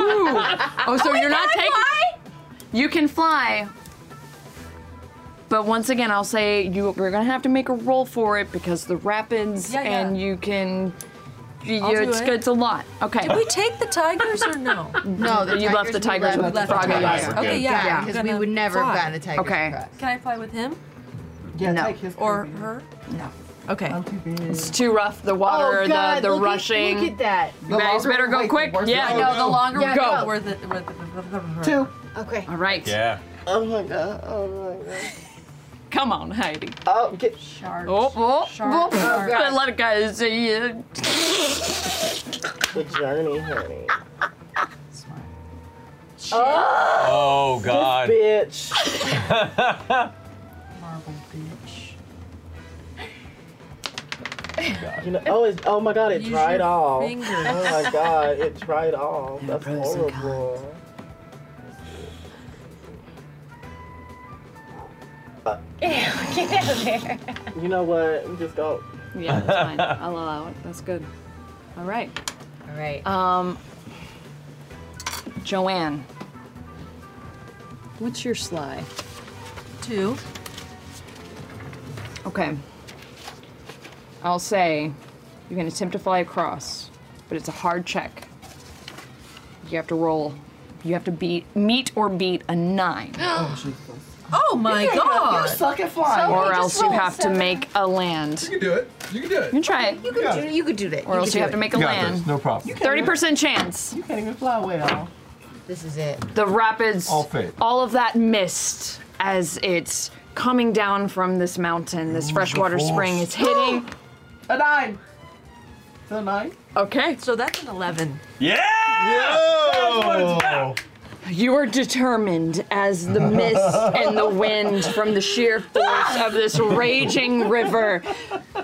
Speaker 3: Oh, so you're not taking. You can fly. But once again, I'll say you, you're gonna have to make a roll for it because the rapids
Speaker 2: Yeah, yeah.
Speaker 3: and you can. You,
Speaker 2: I'll do
Speaker 3: it's,
Speaker 2: it.
Speaker 3: it's a lot. Okay.
Speaker 2: Did we take the tigers or no?
Speaker 3: No, the You left tigers the we tigers left. with the frog eyes.
Speaker 2: Okay,
Speaker 3: Okay,
Speaker 2: yeah.
Speaker 3: yeah.
Speaker 2: I'm
Speaker 3: Because we
Speaker 2: gonna
Speaker 3: would never have
Speaker 2: fly.
Speaker 3: gotten the tigers Okay. to
Speaker 2: Can I fly with him?
Speaker 4: Yeah,
Speaker 3: no.
Speaker 2: Or her?
Speaker 3: No.
Speaker 2: Okay.
Speaker 3: It's too rough. The water,
Speaker 2: Oh, God,
Speaker 3: the, the
Speaker 2: look at-
Speaker 3: rushing.
Speaker 2: look at that.
Speaker 3: You
Speaker 2: The
Speaker 3: guys
Speaker 2: longer
Speaker 3: better
Speaker 2: we
Speaker 3: go
Speaker 2: wait, the
Speaker 3: quick.
Speaker 2: worse
Speaker 3: Yeah.
Speaker 2: it is. I know, the longer we
Speaker 3: go.
Speaker 2: go. We're the-
Speaker 4: Two.
Speaker 3: Okay. All right.
Speaker 9: Yeah.
Speaker 4: Oh my god. Oh my god.
Speaker 3: Come on, Heidi.
Speaker 4: Oh, get
Speaker 3: sharp. Oh, oh,
Speaker 4: Sharks,
Speaker 3: oh.
Speaker 4: sharks.
Speaker 3: I love it, guys. Yeah.
Speaker 4: The journey, honey. Ah!
Speaker 9: Oh God.
Speaker 4: This
Speaker 9: *laughs* bitch.
Speaker 4: You know, oh, it's, oh my god, it
Speaker 2: Use
Speaker 4: dried
Speaker 2: your
Speaker 4: off.
Speaker 2: fingers.
Speaker 4: Oh my god, it dried off. That's
Speaker 2: pros and
Speaker 4: horrible.
Speaker 44: Get out of there.
Speaker 4: Uh, You know what? We just go.
Speaker 3: Yeah, that's
Speaker 4: *laughs*
Speaker 37: *laughs*
Speaker 3: fine. I'll allow it. That's good. All right.
Speaker 37: All right.
Speaker 3: Um, Joanne, what's your sly?
Speaker 2: two.
Speaker 3: Okay. I'll say you can attempt to fly across, but it's a hard check. You have to roll. You have to beat meet or beat
Speaker 37: *gasps*
Speaker 3: a nine. *gasps*
Speaker 9: Oh,
Speaker 2: Oh my
Speaker 3: Yeah,
Speaker 2: god!
Speaker 3: you suck
Speaker 2: at
Speaker 3: or else you have to make a land. You can do it. You can do it. You can try it. You
Speaker 2: can do it. You could do that.
Speaker 3: Or else you
Speaker 2: can do
Speaker 3: have to
Speaker 2: it.
Speaker 3: make a land.
Speaker 11: no problem.
Speaker 2: You can
Speaker 3: Thirty percent chance.
Speaker 4: You can't even fly well.
Speaker 45: This is it.
Speaker 3: The rapids,
Speaker 45: All fade.
Speaker 3: all of that mist as it's coming down from this mountain, this freshwater
Speaker 4: force.
Speaker 3: spring is *gasps* hitting.
Speaker 4: A nine. Is it a nine?
Speaker 3: Okay.
Speaker 2: So that's an 11.
Speaker 3: Yeah! You are determined as the mist and the wind from the sheer force of this raging river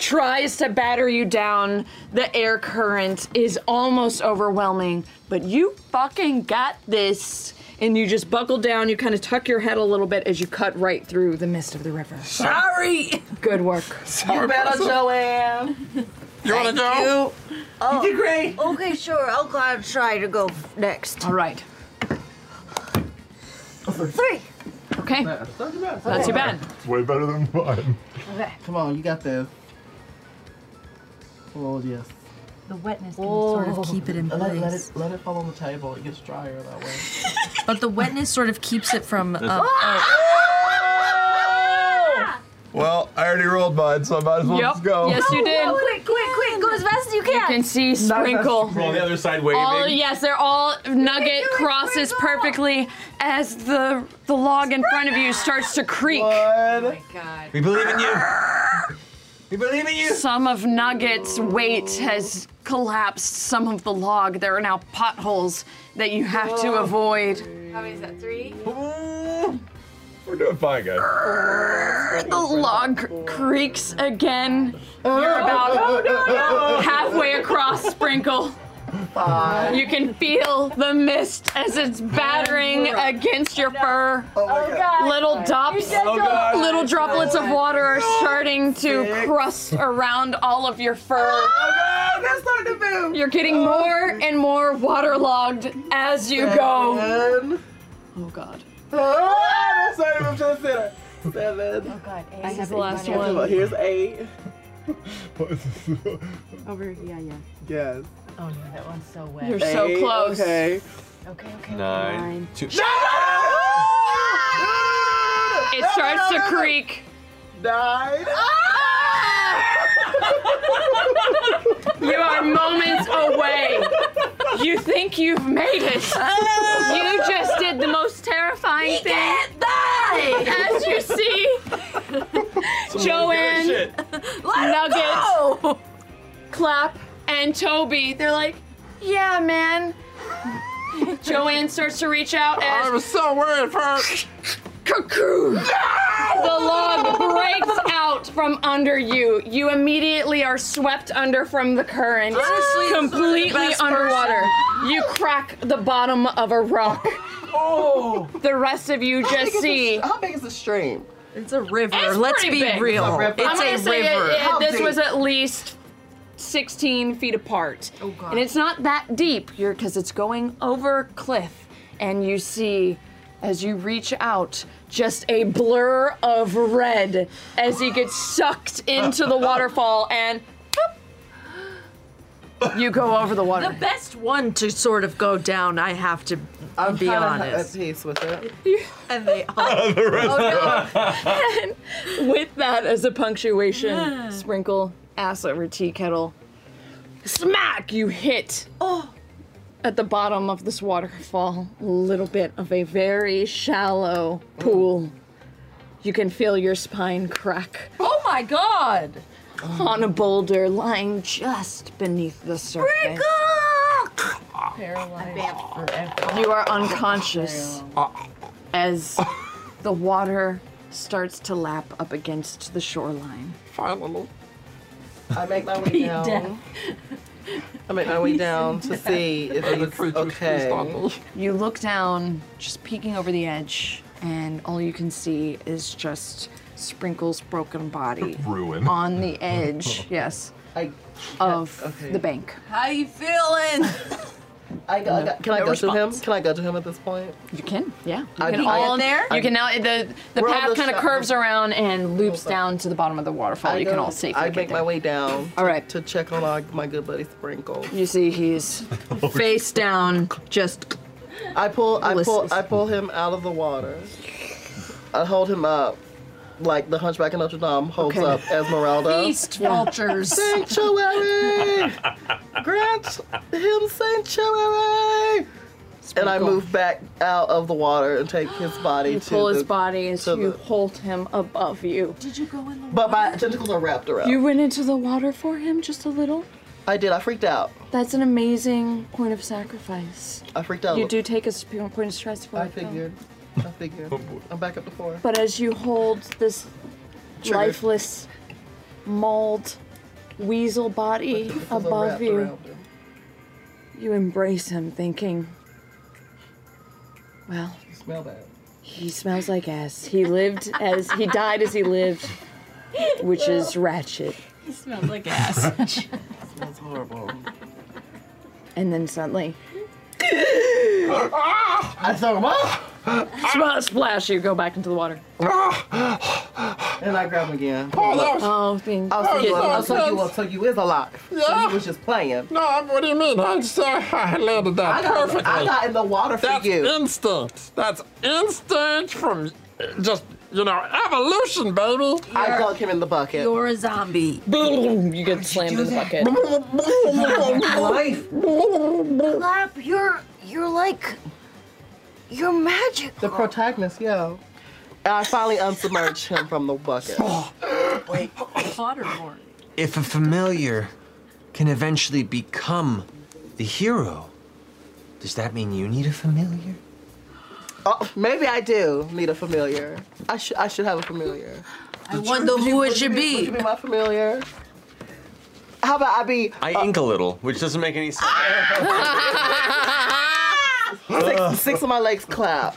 Speaker 3: tries to batter you down. The air current is almost overwhelming, but you fucking got this. And you just buckle down, you kind of tuck your head a little bit as you cut right through the mist of the river.
Speaker 2: Sorry!
Speaker 3: Good work.
Speaker 2: Sorry, You better, Basil.
Speaker 4: Joanne.
Speaker 2: You wanna
Speaker 6: go? Oh,
Speaker 4: You did great.
Speaker 6: Okay, sure. I'll go and try to go f- next. All
Speaker 3: right.
Speaker 6: Three.
Speaker 3: Okay.
Speaker 4: That's not too bad.
Speaker 6: Not too bad.
Speaker 11: It's way better than mine.
Speaker 6: Okay.
Speaker 4: Come on, you got this. Oh yes.
Speaker 2: The wetness
Speaker 4: can
Speaker 2: sort of keep it in
Speaker 4: Let, let
Speaker 2: place.
Speaker 4: it let it fall on the table. It gets drier that way.
Speaker 2: But the wetness sort of keeps it from. Um,
Speaker 11: That's- Well, I already rolled mine, so I might as well
Speaker 3: Yep.
Speaker 11: just go.
Speaker 3: Yes, you did.
Speaker 2: Quick, quick, quick! Go as fast as you
Speaker 3: You can see sprinkle.
Speaker 46: Roll the other side way,
Speaker 3: all
Speaker 46: baby.
Speaker 3: yes, they're all nugget crosses perfectly as the the log in front of you starts to creak. Oh my god.
Speaker 9: We believe in you.
Speaker 3: We believe in you. Some of Nugget's weight has collapsed some of the log. There are now potholes that you have to
Speaker 45: Whoa.
Speaker 3: avoid.
Speaker 45: How many is that? Three?
Speaker 11: *laughs*
Speaker 3: Mm.
Speaker 11: We're doing fine, guys.
Speaker 3: The log creaks again. You're *laughs* about halfway across Sprinkle. You can feel the mist as it's battering against your fur.
Speaker 4: Oh,
Speaker 3: Little dops,
Speaker 9: You did it. Oh, God.
Speaker 3: little droplets of water are starting to crust around all of your fur.
Speaker 4: Oh, That's starting to move. Oh.
Speaker 3: You're getting more and more waterlogged as you go.
Speaker 4: Seven.
Speaker 3: Oh God.
Speaker 4: Ah, that's starting to move to the center. Seven. Oh God.
Speaker 3: This is the last one.
Speaker 4: Here's eight.
Speaker 47: *laughs* Over, yeah, yeah.
Speaker 4: Yes.
Speaker 47: Oh no, that one's so wet.
Speaker 3: You're so
Speaker 4: Eight,
Speaker 3: close.
Speaker 4: Okay.
Speaker 47: Okay, okay.
Speaker 9: Nine. Two.
Speaker 3: *laughs* It starts to creak. Ah!
Speaker 4: Nine.
Speaker 3: You are moments away. You think you've made it.
Speaker 4: *laughs*
Speaker 3: You just did the most terrifying thing. As you
Speaker 4: *laughs*
Speaker 3: see, Joanne, Nugget, Clap, and Toby, they're like, yeah, man. Joanne starts to reach out as. *laughs* I was so worried first. Cuckoo! The log breaks out from under you. You immediately are swept under from the current,
Speaker 2: Honestly,
Speaker 3: completely
Speaker 2: best
Speaker 3: underwater. You crack the bottom of a rock. Oh! The rest of you
Speaker 4: How big
Speaker 3: just
Speaker 4: is the-
Speaker 3: see.
Speaker 4: how big is the stream?
Speaker 2: It's a river.
Speaker 3: It's
Speaker 2: Let's
Speaker 3: pretty
Speaker 2: be
Speaker 3: big.
Speaker 2: real.
Speaker 3: I'm
Speaker 2: It's
Speaker 3: gonna
Speaker 2: a
Speaker 3: say it-
Speaker 2: river.
Speaker 3: it-
Speaker 2: How
Speaker 3: this
Speaker 2: big?
Speaker 3: was at least 16 feet apart. Oh, God. And it's not that deep You're because it's going over cliff. And you see, as you reach out, just a blur of red as he gets sucked into the waterfall and boop, you go over the water.
Speaker 2: The best one to sort of go down, I have to be
Speaker 4: kinda
Speaker 2: honest.
Speaker 4: At peace with it.
Speaker 2: And they all.
Speaker 3: *laughs* With that as a punctuation, sprinkle ass over tea kettle. Smack! You hit. Oh. At the bottom of this waterfall, a little bit of a very shallow pool. You can feel your spine crack
Speaker 2: Oh my god!
Speaker 3: on a boulder lying just beneath the surface. You are unconscious as the water starts to lap up against the shoreline.
Speaker 4: Finally. I make my way down. I make my way down to see if it's okay.
Speaker 3: You look down, just peeking over the edge, and all you can see is just Sprinkle's broken body
Speaker 11: Ruin.
Speaker 3: on the edge. Yes. of the bank.
Speaker 2: How you feeling?
Speaker 4: I go, I go- can I
Speaker 21: No
Speaker 4: go to him?
Speaker 21: response.
Speaker 4: Can I go to him at this point?
Speaker 21: You can, yeah. You
Speaker 4: I
Speaker 21: can
Speaker 4: do that.
Speaker 21: all
Speaker 4: There?
Speaker 21: You can now the the
Speaker 4: We're on
Speaker 21: path
Speaker 4: the
Speaker 21: kind of
Speaker 4: shot.
Speaker 21: curves around and loops down to the bottom of the waterfall.
Speaker 4: I
Speaker 21: you can
Speaker 4: go-
Speaker 21: all safely
Speaker 4: I
Speaker 21: get
Speaker 4: make my
Speaker 21: there.
Speaker 4: way down. All right. To check on our, my good buddy Sprinkle.
Speaker 21: You see, he's
Speaker 13: face down, just.
Speaker 4: I pull. I pull.
Speaker 13: Ulysses.
Speaker 4: I pull him out of the water. I hold him up, like the Hunchback of Notre Dame holds
Speaker 13: Okay.
Speaker 4: up Esmeralda.
Speaker 13: Feast, vultures.
Speaker 21: *laughs*
Speaker 4: Sanctuary. Grant him sanctuary. And I
Speaker 21: Sprinkle.
Speaker 4: move back out of the water and take his body
Speaker 21: you
Speaker 4: to
Speaker 21: pull his
Speaker 4: the-
Speaker 21: body as
Speaker 4: to
Speaker 21: you
Speaker 4: the-
Speaker 21: hold him above you. Did you go in the
Speaker 4: But my tentacles are wrapped around.
Speaker 21: You went into the water for him just a little?
Speaker 4: I did. I freaked out.
Speaker 21: That's an amazing point of sacrifice.
Speaker 4: I freaked out.
Speaker 21: You do take a sp- point of stress for
Speaker 4: I
Speaker 21: it, though.
Speaker 4: figured. I figured. I'm back up to four.
Speaker 21: But as you hold this
Speaker 4: Triggered.
Speaker 21: lifeless, mauled weasel body
Speaker 4: are
Speaker 21: above
Speaker 4: wrapped
Speaker 21: you,
Speaker 4: around
Speaker 21: you embrace him, thinking, well,
Speaker 4: Smell bad.
Speaker 21: he smells like ass. He lived as he died as he lived, which is ratchet.
Speaker 8: He smells like ass.
Speaker 4: *laughs* That's horrible.
Speaker 21: *laughs* And then suddenly,
Speaker 4: I throw him
Speaker 21: up. Splash! You go back into the water.
Speaker 4: and I grab him again.
Speaker 21: Oh, thank
Speaker 4: I'll tell you, I'll tell you, I'll
Speaker 21: what.
Speaker 4: tell you is alive. Yeah. So you was just playing.
Speaker 7: No, I'm- what do you mean? I just uh, *laughs* I landed that
Speaker 4: I got-
Speaker 7: perfectly.
Speaker 4: I got in the water for
Speaker 7: That's
Speaker 4: you.
Speaker 7: instinct. That's instinct from uh, just you know evolution, baby.
Speaker 4: I dunk him in the bucket.
Speaker 7: You're
Speaker 13: a zombie.
Speaker 7: Boom! You
Speaker 3: get slammed in the bucket.
Speaker 6: Clap, you're you're like *gasps* you're magic.
Speaker 4: The protagonist, yeah. And I finally unsubmerge him from the bucket.
Speaker 13: Wait, Pottermore.
Speaker 1: If a familiar can eventually become the hero, does that mean you need a familiar?
Speaker 4: Oh, maybe I do need a familiar. I should I should have a familiar.
Speaker 13: I wonder who it should
Speaker 4: Would
Speaker 13: be.
Speaker 4: you be my familiar? How about I be
Speaker 9: I ink a little, which doesn't make any sense.
Speaker 4: six, six of my legs clap?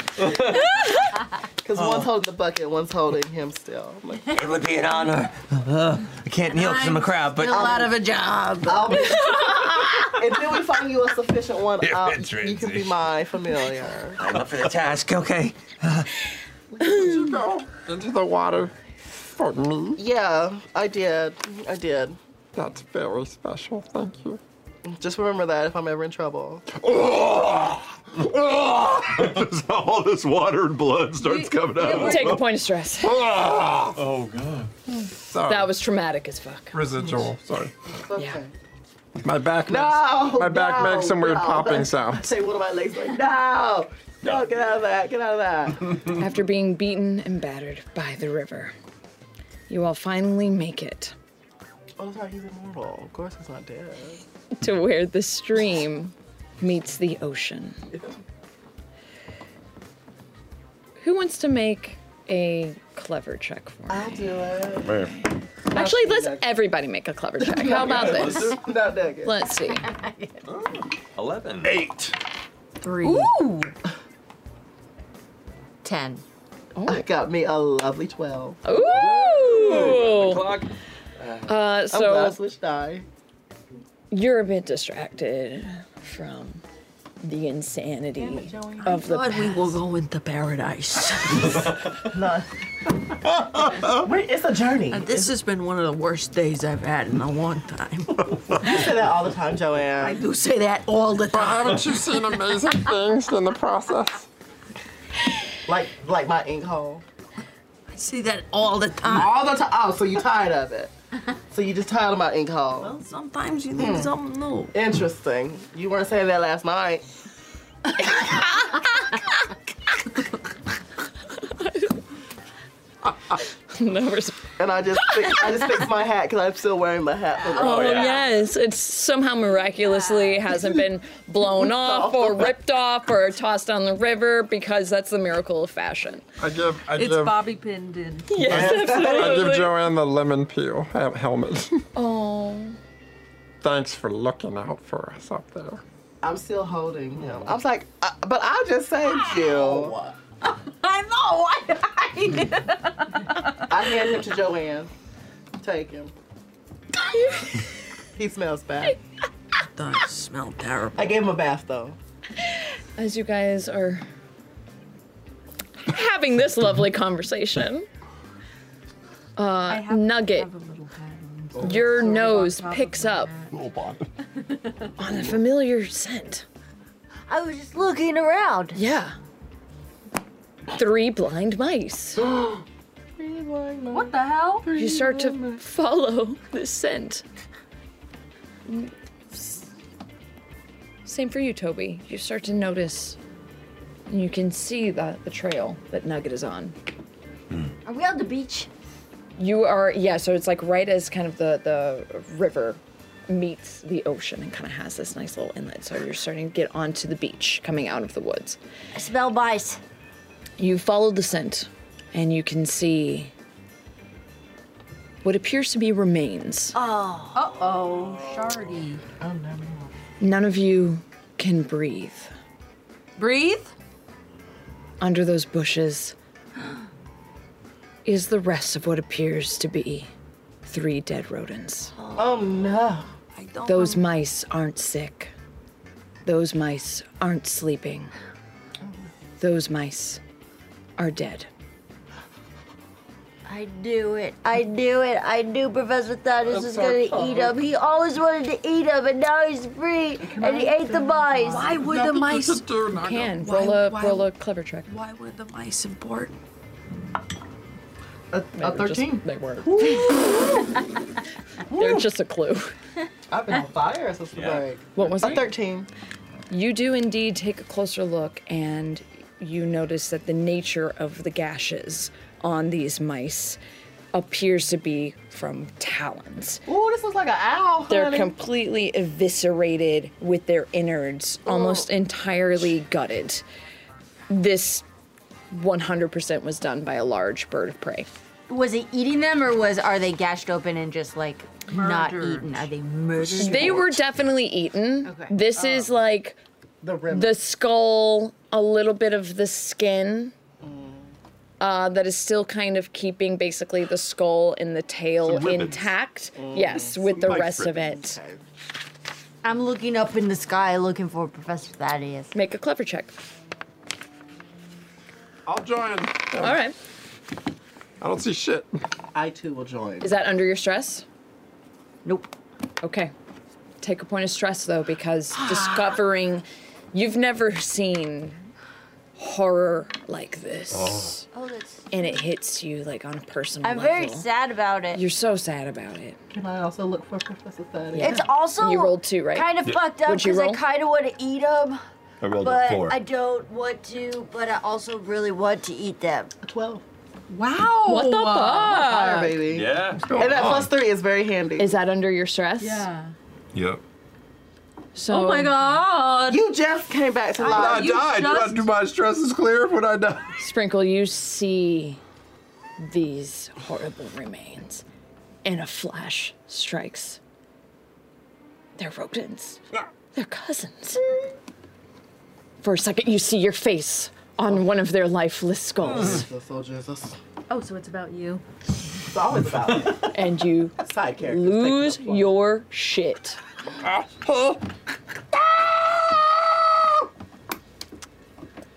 Speaker 4: Because one's holding the bucket, one's holding him still. I'm like,
Speaker 1: It would be an honor. Uh, I can't kneel because I'm a crab, but
Speaker 4: of
Speaker 13: a job.
Speaker 4: I'll be, *laughs* until we find you a sufficient one,
Speaker 1: Yeah,
Speaker 4: I'll,
Speaker 1: transition.
Speaker 4: you can be my familiar.
Speaker 1: I'm up for the task. Okay.
Speaker 7: Did you go into the water for me?
Speaker 4: Yeah, I did. I did.
Speaker 7: That's very special. Thank you.
Speaker 4: Just remember that if I'm ever in trouble.
Speaker 11: *laughs* Just all this water and blood starts coming out. of my
Speaker 3: Take a
Speaker 11: mouth.
Speaker 3: point of stress.
Speaker 11: *laughs* Oh god.
Speaker 3: That was traumatic as fuck.
Speaker 7: Residual. Sorry.
Speaker 4: Yeah.
Speaker 7: My back.
Speaker 4: No,
Speaker 7: makes, my back
Speaker 4: no,
Speaker 7: makes some weird
Speaker 4: no.
Speaker 7: popping
Speaker 4: I
Speaker 7: sounds.
Speaker 4: say one of my legs like, no, no, get out of that, get out of that.
Speaker 3: *laughs* After being beaten and battered by the river, you all finally make it
Speaker 4: oh, sorry, he's immortal. Of course, he's not dead.
Speaker 3: to where the stream meets the ocean. Who wants to make a clever check for me?
Speaker 4: I'll do it.
Speaker 3: Actually, let's everybody make a *laughs* clever check. How about this?
Speaker 4: Not naked.
Speaker 3: Let's see.
Speaker 9: 11. 8.
Speaker 15: Three.
Speaker 3: Ooh.
Speaker 15: Ten.
Speaker 4: Oh. I got me a lovely 12.
Speaker 3: Ooh.
Speaker 9: Clock.
Speaker 3: Uh,
Speaker 4: I'm glad I
Speaker 3: so
Speaker 4: switched die.
Speaker 3: you're a bit distracted from the insanity of the *laughs*
Speaker 13: God, we
Speaker 3: past.
Speaker 13: will go into paradise.
Speaker 4: no. it's a journey.
Speaker 13: this has been one of the worst days I've had in a long time.
Speaker 4: You say that all the time, Joanne.
Speaker 13: I do say that all the
Speaker 7: But
Speaker 13: time.
Speaker 7: haven't you seen
Speaker 13: *laughs*
Speaker 7: amazing things in the process?
Speaker 4: Like, like my ink hole.
Speaker 13: I see that all the time.
Speaker 4: All the time. Oh, so you tired of it? So you just tired of my ink hole? Well,
Speaker 13: sometimes you need something new.
Speaker 4: Interesting. You weren't saying that last night.
Speaker 3: no response.
Speaker 4: And I just, fix, I just fixed my hat because I'm still wearing the hat. From
Speaker 3: Oh, yes, it's somehow miraculously hasn't been
Speaker 13: *laughs*
Speaker 3: blown off or ripped off or tossed on the river because that's the miracle of fashion.
Speaker 7: I give. I
Speaker 13: It's
Speaker 7: give.
Speaker 13: Bobby pinned in. *laughs*
Speaker 3: Yes,
Speaker 7: I give
Speaker 3: absolutely.
Speaker 7: Joanne the lemon peel he- helmet. *laughs*
Speaker 3: Oh.
Speaker 7: Thanks for looking out for us up there.
Speaker 4: I'm still holding him. I was like, uh, but I just saved you.
Speaker 13: I know.
Speaker 4: I hand him to Joanne. Take him. he smells bad.
Speaker 13: Thought it smelled terrible.
Speaker 4: I gave him a bath though.
Speaker 3: As you guys are having this lovely conversation, uh, Nugget, your nose picks up
Speaker 6: *laughs*
Speaker 3: on a familiar scent.
Speaker 6: I was just looking around.
Speaker 3: Yeah. Three
Speaker 6: *gasps*
Speaker 3: blind mice. *gasps*
Speaker 8: What the hell?
Speaker 3: you start to follow the scent. Same for you, Toby. You start to notice, and you can see the, the trail that Nugget is on.
Speaker 6: Hmm. Are we on the beach?
Speaker 3: You are, yeah, so it's like right as kind of the, the river meets the ocean and kind of has this nice little inlet. So you're starting to get onto the beach coming out of the woods.
Speaker 6: I smell mice.
Speaker 3: You follow the scent, and you can see what appears to be remains.
Speaker 6: Oh.
Speaker 8: Uh oh, Shardy. Oh no.
Speaker 3: None of you can breathe.
Speaker 13: Breathe?
Speaker 3: Under those bushes is the rest of what appears to be three dead rodents.
Speaker 4: Oh no. I don't
Speaker 3: Those mice aren't sick. Those mice aren't sleeping. Those mice are dead.
Speaker 6: I knew it. I knew it. I knew Professor Thanos was going to eat him. He always wanted to eat him, and now he's free, and he ate the mice.
Speaker 13: Why would the mice?
Speaker 3: You can roll a roll a clever check.
Speaker 13: Why were the mice important?
Speaker 4: A,
Speaker 3: They were just-
Speaker 4: 13.
Speaker 3: they weren't. *laughs* They're just a clue.
Speaker 4: I've been on fire since the
Speaker 3: Yeah.
Speaker 4: break.
Speaker 3: What was
Speaker 4: a
Speaker 3: it?
Speaker 4: 13.
Speaker 3: You do indeed take a closer look, and you notice that the nature of the gashes on these mice appears to be from talons.
Speaker 4: Ooh, this looks like an owl.
Speaker 3: They're
Speaker 4: Oh, honey.
Speaker 3: completely eviscerated with their innards,
Speaker 4: Oh.
Speaker 3: almost entirely gutted. This 100% was done by a large bird of prey.
Speaker 15: Was it eating them, or was are they gashed open and just like not eaten? Are they murdered?
Speaker 3: They were definitely eaten.
Speaker 15: Okay. Um,
Speaker 3: This is like
Speaker 4: the,
Speaker 3: skull, a little bit of the skin
Speaker 15: Mm.
Speaker 3: uh, that is still kind of keeping basically the skull and the tail
Speaker 15: Some ribbons.
Speaker 3: intact.
Speaker 15: Mm.
Speaker 3: Yes,
Speaker 15: Some
Speaker 3: with the
Speaker 15: nice
Speaker 3: rest
Speaker 15: ribbons.
Speaker 3: of it.
Speaker 15: I'm looking up in the sky looking for Professor Thaddeus.
Speaker 3: Make a clever check.
Speaker 7: I'll join.
Speaker 3: All right.
Speaker 7: I don't see shit.
Speaker 4: I too will join.
Speaker 3: Is that under your stress?
Speaker 4: Nope.
Speaker 3: Okay. Take a point of stress though,
Speaker 15: *gasps*
Speaker 3: because discovering you've never seen horror like this.
Speaker 6: Oh, that's.
Speaker 3: And it hits you like on a personal
Speaker 6: I'm
Speaker 3: level.
Speaker 6: very sad about it.
Speaker 3: You're so sad about it.
Speaker 4: Can I also look for Professor Thaddeus?
Speaker 6: It's also
Speaker 3: you rolled two, right?
Speaker 6: kind of fucked up
Speaker 3: What'd you
Speaker 6: because I
Speaker 3: roll?
Speaker 6: kind of want to eat them,
Speaker 3: I rolled a
Speaker 6: but
Speaker 3: four.
Speaker 6: I don't want to. But I also really want to eat them.
Speaker 4: Twelve.
Speaker 13: Wow.
Speaker 3: What the
Speaker 4: I'm on
Speaker 3: fuck?
Speaker 4: fire, baby.
Speaker 11: Yeah.
Speaker 4: And that plus three is very handy.
Speaker 3: Is that under your stress? Yeah.
Speaker 11: Yep.
Speaker 3: So
Speaker 4: Oh my
Speaker 13: god.
Speaker 4: You just came back to life.
Speaker 7: I died. Do I- Do my stress is clear when I die?
Speaker 3: Sprinkle, you see these horrible remains, and a flash strikes. They're rodents. They're cousins.
Speaker 4: Mm-hmm.
Speaker 3: For a second, you see your face on one of their lifeless skulls,
Speaker 4: So Jesus.
Speaker 13: Oh, so it's about you.
Speaker 4: It's always about me.
Speaker 3: and you
Speaker 4: Side characters.
Speaker 3: lose your shit.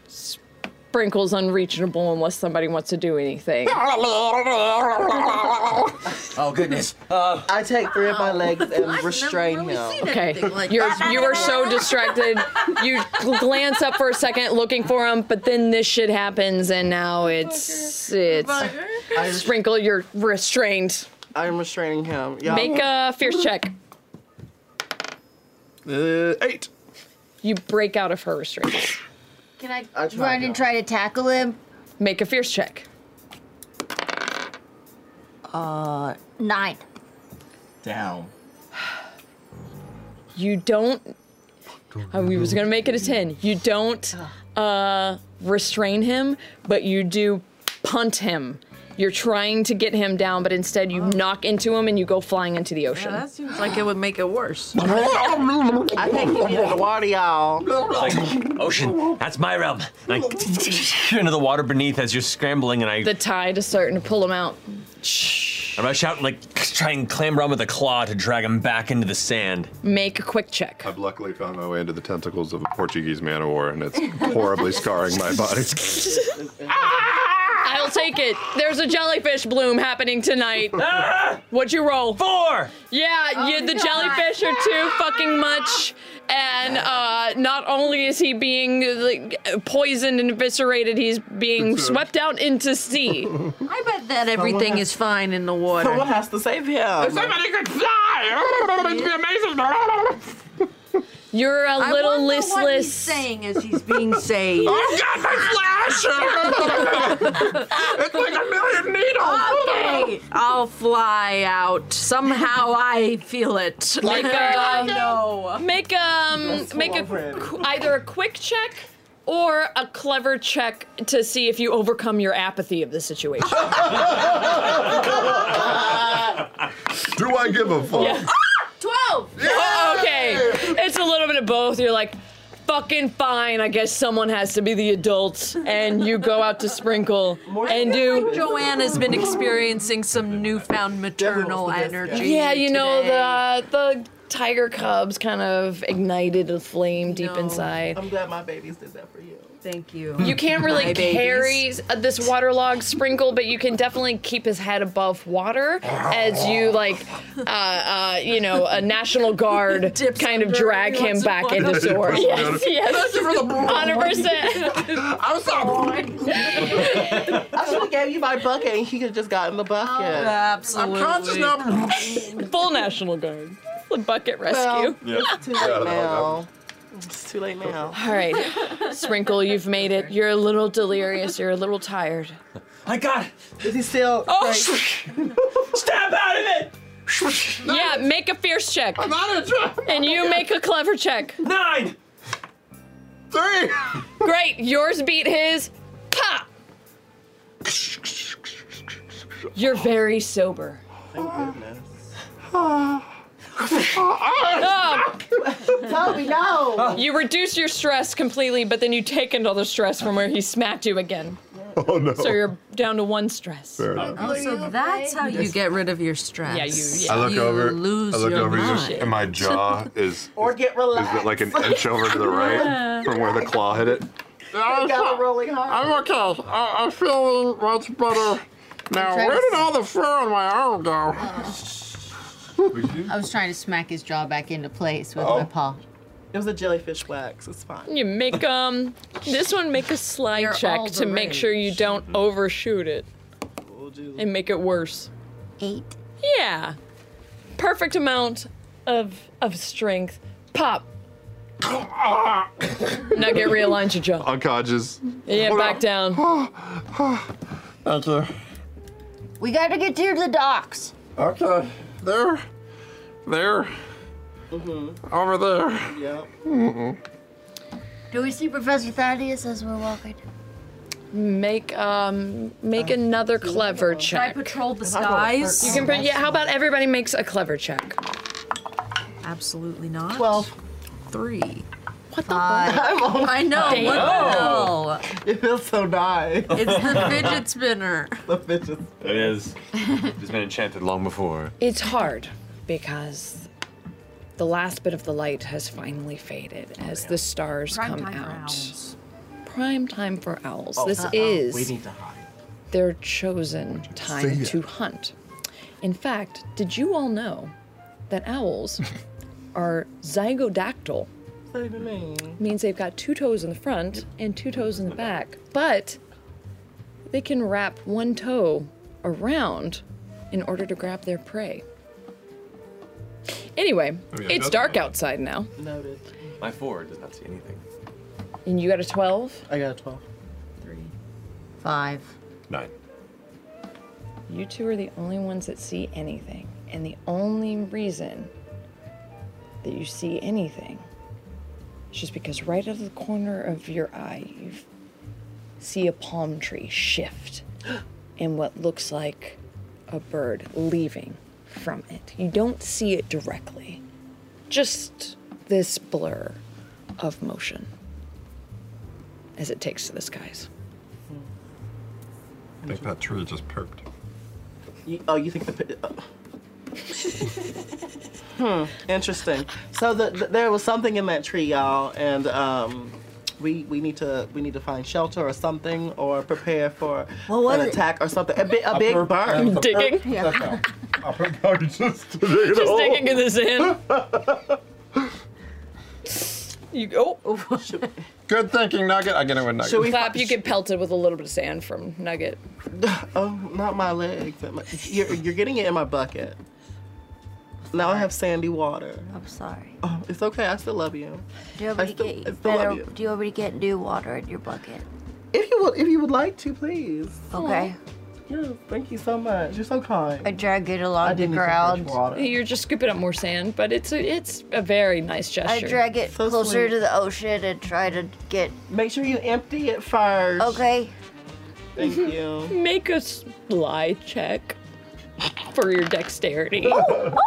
Speaker 3: Sprinkle's unreachable unless somebody wants to do anything.
Speaker 1: Oh goodness. Uh,
Speaker 4: I take three of my legs and restrain him.
Speaker 3: Okay, you're you
Speaker 4: *laughs*
Speaker 3: are
Speaker 13: *laughs*
Speaker 3: so distracted. You gl- glance up for a second, looking for him, but then this shit happens, and now it's it's sprinkle. You're restrained.
Speaker 4: I'm restraining him. Y'all.
Speaker 3: Make a fierce check.
Speaker 7: Uh, eight.
Speaker 3: You break out of her restraints.
Speaker 15: Can I,
Speaker 4: tried
Speaker 15: run and try to tackle him?
Speaker 3: Make a fierce check.
Speaker 6: Uh, nine.
Speaker 1: Down.
Speaker 3: You don't. I was gonna make it a ten. You don't uh, restrain him, but you do punt him. You're trying to get him down, but instead you knock into him and you go flying into the ocean.
Speaker 13: that seems like it would make it worse.
Speaker 4: I can't keep you in the water, y'all.
Speaker 9: Like, ocean, that's my realm. Like into the water beneath as you're scrambling, and I,
Speaker 3: The tide is starting to pull him out.
Speaker 9: I rush out and like try and clamber on with a claw to drag him back into the sand.
Speaker 3: Make a quick check.
Speaker 11: I've luckily found my way into the tentacles of a Portuguese man o' war, and it's horribly scarring my body. *laughs*
Speaker 3: *laughs* I'll take it. There's a jellyfish bloom happening tonight. What'd you roll? Four. Yeah, you, the jellyfish are too fucking much. And uh, not only is he being like, poisoned and eviscerated, he's being swept out into sea.
Speaker 13: I bet that everything is fine in the water.
Speaker 4: Someone has to save him.
Speaker 13: Somebody
Speaker 4: could
Speaker 13: fly!
Speaker 2: *laughs*
Speaker 4: It'd be amazing.
Speaker 3: You're a little
Speaker 13: I wonder
Speaker 3: listless.
Speaker 13: What he's saying as he's
Speaker 3: *laughs*
Speaker 13: being saved.
Speaker 3: Oh,
Speaker 13: God, my flash! it's like a million needles. *laughs* Okay, I'll fly out. Somehow I feel *laughs* it.
Speaker 3: Like uh,
Speaker 13: I
Speaker 3: a
Speaker 13: know.
Speaker 3: um, Make um
Speaker 13: Yes,
Speaker 3: make a
Speaker 13: over it.
Speaker 3: qu- either a quick check or a clever check to see if you overcome your apathy of the situation.
Speaker 11: Do I give a fuck?
Speaker 3: Yeah.
Speaker 13: *laughs* Twelve.
Speaker 3: Oh, okay, it's a little bit of both. You're like, fucking fine. I guess someone has to be the adult, and you go out to sprinkle and do.
Speaker 13: Joanne has been *laughs* experiencing some newfound maternal energy.
Speaker 3: Yeah, you know
Speaker 13: today.
Speaker 3: the uh, the tiger cubs kind of ignited a flame deep inside.
Speaker 4: I'm glad my babies did that for you.
Speaker 13: Thank you.
Speaker 3: You can't really
Speaker 13: My babies.
Speaker 3: carry s- uh, this waterlogged sprinkle, but you can definitely keep his head above water as you like, uh, uh, you know, a National
Speaker 4: *laughs*
Speaker 3: Guard kind of drag him back into shore. Yes, yes, hundred percent.
Speaker 4: I'm sorry. I should have gave you my bucket, and he could have just gotten the bucket.
Speaker 13: Oh, absolutely.
Speaker 4: I'm conscious
Speaker 3: *laughs*
Speaker 4: now.
Speaker 3: Full National Guard, the bucket rescue.
Speaker 4: Well, It's too late now. It's too late now.
Speaker 3: All right, Sprinkle, you've made it. You're a little delirious. You're a little tired.
Speaker 4: My God. Is he still?
Speaker 3: Oh,
Speaker 4: Step out of it!
Speaker 3: yeah, make a fierce check.
Speaker 4: I'm out of it.
Speaker 3: And you make a clever check.
Speaker 12: Nine.
Speaker 3: Three. Great. Yours beat his. Pa. You're very sober. Oh.
Speaker 4: Toby, no.
Speaker 3: You reduce your stress completely, but then you take another stress from where he smacked you again.
Speaker 11: Oh no.
Speaker 3: So you're down to one stress.
Speaker 11: Fair enough.
Speaker 13: Oh, so that's how you get rid of your stress.
Speaker 3: Yeah, you-
Speaker 11: I look
Speaker 13: You
Speaker 11: over.
Speaker 13: Lose
Speaker 11: I look
Speaker 13: your
Speaker 11: over. he's just-
Speaker 13: mind.
Speaker 11: and my jaw is
Speaker 4: Or get relaxed.
Speaker 11: is it like an inch over to the right from where the claw hit it.
Speaker 7: I'm,
Speaker 4: got a rolling heart.
Speaker 7: I'm okay. I, I'm feeling much better now. Where did all the fur on my arm go?
Speaker 4: Uh-huh.
Speaker 15: I was trying to smack his jaw back into place
Speaker 6: Oh.
Speaker 3: Oh.
Speaker 15: with my paw.
Speaker 4: It was a jellyfish wax. It's fine.
Speaker 3: You make um this one make a slide check
Speaker 4: all
Speaker 3: to
Speaker 4: the
Speaker 3: make sure you don't overshoot it and make it worse. Eight. Yeah, perfect amount of of strength. Pop. now get realigned your jaw.
Speaker 11: Unconscious.
Speaker 3: Yeah, back down.
Speaker 7: Thank you.
Speaker 6: *gasps* We gotta get to the docks.
Speaker 7: Okay. There. There. Over there.
Speaker 4: Mm-hmm.
Speaker 7: Mm-hmm.
Speaker 4: Yep.
Speaker 6: Do we see Professor Thaddeus as we're walking?
Speaker 3: Make um make
Speaker 4: Uh,
Speaker 3: another clever check.
Speaker 13: patrol the
Speaker 3: You can print. Yeah. How about everybody makes a clever check?
Speaker 13: Absolutely not.
Speaker 4: Twelve.
Speaker 13: Three.
Speaker 3: What
Speaker 13: the fuck? I know.
Speaker 4: Oh,
Speaker 13: What the hell?
Speaker 4: *laughs* It feels so nice.
Speaker 13: It's the fidget spinner.
Speaker 4: The fidget spinner.
Speaker 9: It is. It's been enchanted long before.
Speaker 3: It's hard because the last bit of the light has finally faded as the stars
Speaker 13: Prime
Speaker 3: come
Speaker 13: time for
Speaker 3: out. Prime time for owls. this
Speaker 4: Uh-uh.
Speaker 3: is
Speaker 4: We need to hide.
Speaker 3: their chosen
Speaker 4: say
Speaker 3: time
Speaker 4: that?
Speaker 3: to hunt. In fact, did you all know that
Speaker 4: *laughs*
Speaker 3: owls are zygodactyl?
Speaker 4: What do you mean?
Speaker 3: means they've got two toes in the front and two toes in the back, but they can wrap one toe around in order to grab their prey. Anyway,
Speaker 9: Oh, yeah,
Speaker 3: it's
Speaker 9: that's
Speaker 3: dark
Speaker 9: right.
Speaker 3: outside now,
Speaker 4: Noted.
Speaker 9: My four does not see anything.
Speaker 3: and you got a 12.
Speaker 4: I got a 12.
Speaker 15: Five.
Speaker 11: Nine.
Speaker 3: You two are the only ones that see anything, and the only reason that you see anything is just because right out of the corner of your eye, you f- see a palm tree shift and what looks like a bird leaving from it. You don't see it directly, just this blur of motion as it takes to the skies.
Speaker 11: I think that tree just perked.
Speaker 6: *laughs*
Speaker 4: You, oh, you think the. pi- Uh, Hmm. Interesting. So the, the, there was something in that tree, y'all, and um, we we need to we need to find shelter or something or prepare for
Speaker 6: was
Speaker 4: an
Speaker 6: it?
Speaker 4: attack or something. A, bi- a
Speaker 6: A
Speaker 4: big
Speaker 6: pur-
Speaker 4: burn.
Speaker 6: a Digging? pur- Yeah.
Speaker 4: just
Speaker 3: Just digging in the sand. You go.
Speaker 7: Good thinking, Nugget. I get it with Nugget.
Speaker 3: Should we clap? You get pelted with a little bit of sand from Nugget.
Speaker 4: *laughs* Oh, not my legs. My- You're, you're getting it in my bucket. Now I have sandy water.
Speaker 6: I'm sorry.
Speaker 4: Oh, it's okay. I still love you.
Speaker 6: Do you
Speaker 4: I
Speaker 6: already
Speaker 4: still, I
Speaker 6: get
Speaker 4: still love
Speaker 6: better?
Speaker 4: you.
Speaker 6: Do you already get new water in your bucket?
Speaker 4: If you would, if you would like to, please.
Speaker 6: Okay.
Speaker 4: Yes, thank you so much. You're so kind. I
Speaker 6: drag it along
Speaker 4: I didn't
Speaker 6: the
Speaker 4: need some
Speaker 6: ground.
Speaker 4: fresh water.
Speaker 3: You're just scooping up more sand, but it's a, it's a very nice
Speaker 6: I
Speaker 3: gesture.
Speaker 6: drag it closer to the ocean and try to get.
Speaker 4: Make sure you empty it first.
Speaker 6: Okay.
Speaker 4: Thank you.
Speaker 3: Make a sly check for your dexterity.
Speaker 13: Oh,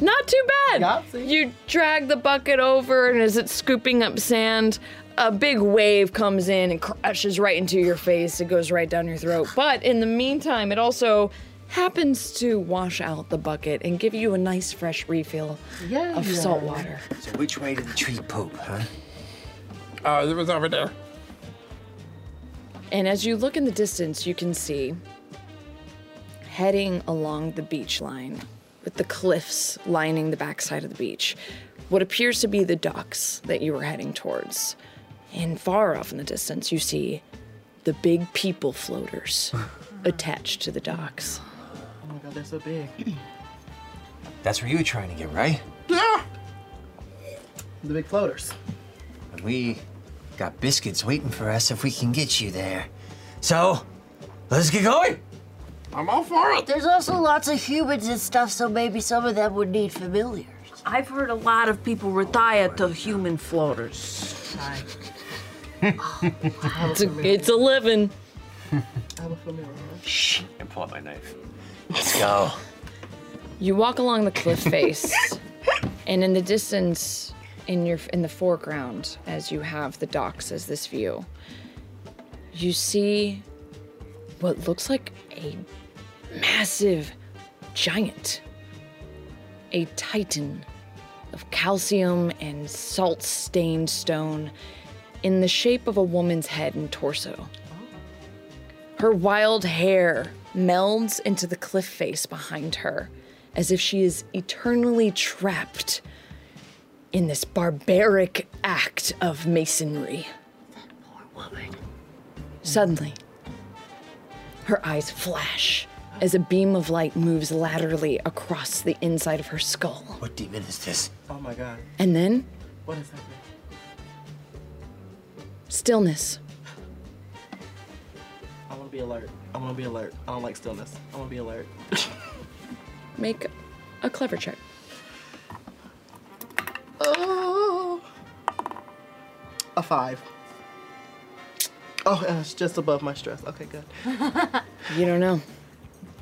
Speaker 3: Not too bad. You drag the bucket over, and as it's scooping up sand, a big wave comes in and crashes right into your face. It goes right down your throat. But in the meantime, it also happens to wash out the bucket and give you a nice fresh refill of salt water.
Speaker 1: So which way did the tree poop, huh?
Speaker 7: Uh, it was over there.
Speaker 3: And as you look in the distance, you can see heading along the beach line with the cliffs lining the backside of the beach, what appears to be the docks that you were heading towards. And far off in the distance, you see the big people floaters attached to the docks.
Speaker 4: Oh my god, they're so big.
Speaker 1: That's where you were trying to get, right?
Speaker 4: Yeah. The big floaters.
Speaker 1: And we got biscuits waiting for us if we can get you there. So, let's get going.
Speaker 7: I'm all for it.
Speaker 6: There's also lots of humans and stuff, so maybe some of them would need familiars.
Speaker 13: I've heard a lot of people retire to human floaters.
Speaker 3: *laughs* It's a, it's a living.
Speaker 1: Shh. And pull out my knife. Let's go.
Speaker 3: You walk along the cliff face, and in the distance, in your in the foreground, as you have the docks as this view, you see what looks like a massive giant, a titan of calcium and salt-stained stone, in the shape of a woman's head and torso. Her wild hair melds into the cliff face behind her, as if she is eternally trapped in this barbaric act of masonry. Suddenly, her eyes flash as a beam of light moves laterally across the inside of her skull.
Speaker 1: What demon is this?
Speaker 4: Oh my god.
Speaker 3: And then
Speaker 4: What is that?
Speaker 3: stillness.
Speaker 4: I want to be alert. I want to be alert. I don't like stillness. I want to
Speaker 6: *laughs*
Speaker 4: be alert.
Speaker 3: Make a clever check.
Speaker 4: Oh. A five. Oh, and it's just above my stress.
Speaker 6: *laughs*
Speaker 4: Okay, good.
Speaker 3: You don't know.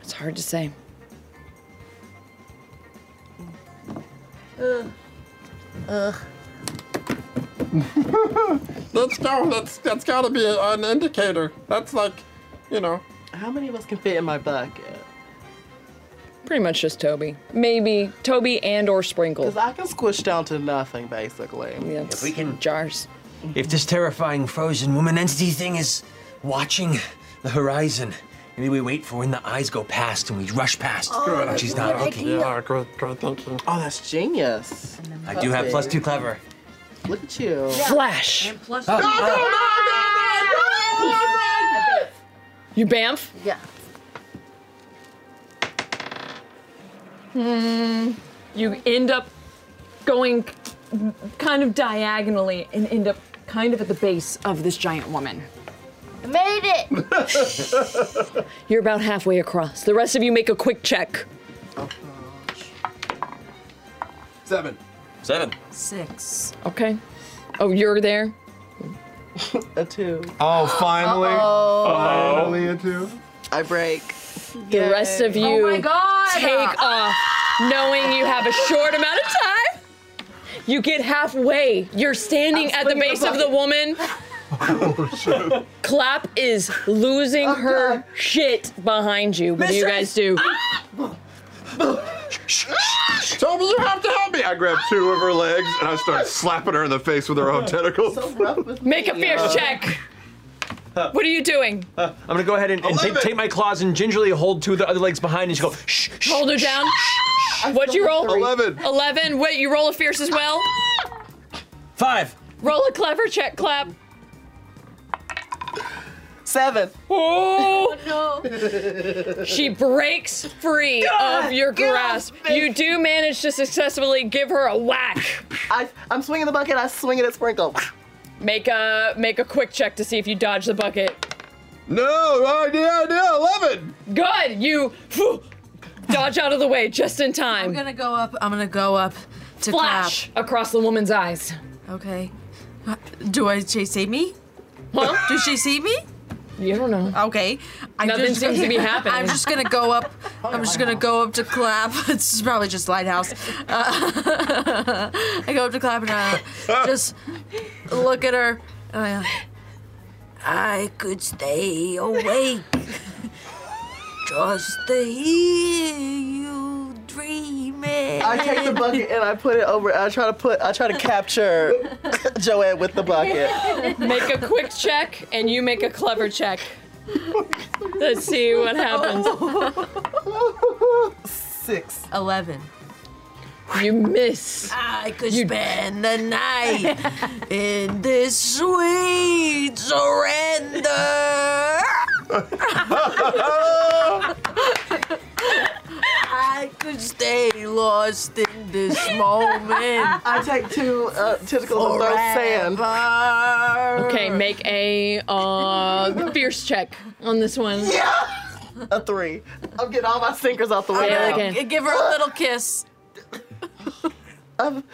Speaker 3: It's hard to say.
Speaker 4: Uh,
Speaker 13: Ugh.
Speaker 6: Ugh.
Speaker 7: Let's go. *laughs* That's that's gotta be a- an indicator. That's like, you know.
Speaker 4: How many of us can fit in my bucket?
Speaker 3: Pretty much just Toby. Maybe Toby and or Sprinkle.
Speaker 4: Because I can squish down to nothing, basically.
Speaker 1: If we can
Speaker 3: jars.
Speaker 1: If this terrifying frozen woman entity thing is watching the horizon, maybe we wait for when the eyes go past and we rush past. and she's not looking.
Speaker 7: good, good thinking.
Speaker 4: Oh, that's genius.
Speaker 1: I do have plus two clever.
Speaker 4: Look at you.
Speaker 3: Flash.
Speaker 13: And plus,
Speaker 1: Oh, oh.
Speaker 3: You bamf?
Speaker 6: Yeah.
Speaker 3: Hmm. You end up going kind of diagonally and end up kind of at the base of this giant woman.
Speaker 6: I made it!
Speaker 13: *laughs*
Speaker 2: *laughs*
Speaker 3: You're about halfway across. The rest of you make a quick check.
Speaker 7: Seven.
Speaker 1: Seven.
Speaker 13: Six.
Speaker 3: Okay. Oh, you're there?
Speaker 4: *laughs* a two.
Speaker 7: Oh,
Speaker 4: finally.
Speaker 7: Uh-oh.
Speaker 4: Finally
Speaker 7: a two.
Speaker 4: I break.
Speaker 3: The rest of you
Speaker 4: Oh my God. Ah!
Speaker 3: take off, knowing you have a short amount of time. You get halfway. You're standing
Speaker 4: I'm
Speaker 3: at the
Speaker 4: swinging the
Speaker 3: base of the
Speaker 4: bucket.
Speaker 3: woman.
Speaker 1: Oh,
Speaker 3: Clap is
Speaker 4: Oh,
Speaker 3: losing her shit behind you. What do you guys do?
Speaker 4: Ah!
Speaker 11: Toby, you have to help me. I grab two of her legs and I
Speaker 3: *laughs*
Speaker 11: start slapping her in the face with her own tentacles.
Speaker 3: Make a fierce check. What are you doing?
Speaker 9: Uh, I'm gonna go ahead and,
Speaker 1: Oh,
Speaker 9: and take, take my claws and gingerly hold two of the other legs behind and just go, shh,
Speaker 3: Hold her down. What'd you roll? Eleven. Eleven. Wait, you roll a fierce as well?
Speaker 48: Five.
Speaker 3: Roll a clever check clap.
Speaker 4: Seven.
Speaker 3: Oh no. *laughs* She breaks free
Speaker 4: God,
Speaker 3: of your
Speaker 4: get
Speaker 3: grasp.
Speaker 4: off me.
Speaker 3: You do manage to successfully give her a whack.
Speaker 4: I, I'm swinging the bucket. I swing it at Sprinkle.
Speaker 3: Make a make a quick check to see if you dodge the bucket.
Speaker 11: No, I did, I did, 11!
Speaker 3: Good, you phew, dodge out of the way just in time.
Speaker 2: I'm gonna go up. I'm gonna go up to
Speaker 3: Flash across the woman's eyes.
Speaker 2: Okay. Do I? She see me?
Speaker 3: Huh?
Speaker 2: Does she see me?
Speaker 3: You don't know.
Speaker 2: Okay. I'm
Speaker 3: Nothing seems to be happening.
Speaker 2: *laughs* I'm just gonna go
Speaker 3: *laughs*
Speaker 2: up. I'm just gonna go up to clap. *laughs* This is probably just lighthouse. Uh, *laughs* I go up to clap and I
Speaker 4: *laughs*
Speaker 2: just look at her. And I, I could
Speaker 4: *laughs*
Speaker 2: stay awake just to hear you dreaming.
Speaker 4: I take the bucket and I put it over. I try to put. I try to capture *laughs* Joanne with the
Speaker 3: *laughs*
Speaker 4: bucket.
Speaker 3: Make a quick check and you make a clever check. Let's see what happens.
Speaker 4: Six.
Speaker 2: Eleven.
Speaker 3: You miss.
Speaker 2: I could spend
Speaker 3: *laughs*
Speaker 2: the night in this sweet surrender. *laughs* I could stay lost in
Speaker 4: *laughs*
Speaker 2: this moment.
Speaker 4: I take two uh, tentacles and throw sand.
Speaker 3: Okay, make a uh, fierce check on this one.
Speaker 4: A three. I'm getting all my sinkers out the
Speaker 3: Say
Speaker 4: way.
Speaker 3: it
Speaker 4: now.
Speaker 3: again. G-
Speaker 2: give her a little kiss.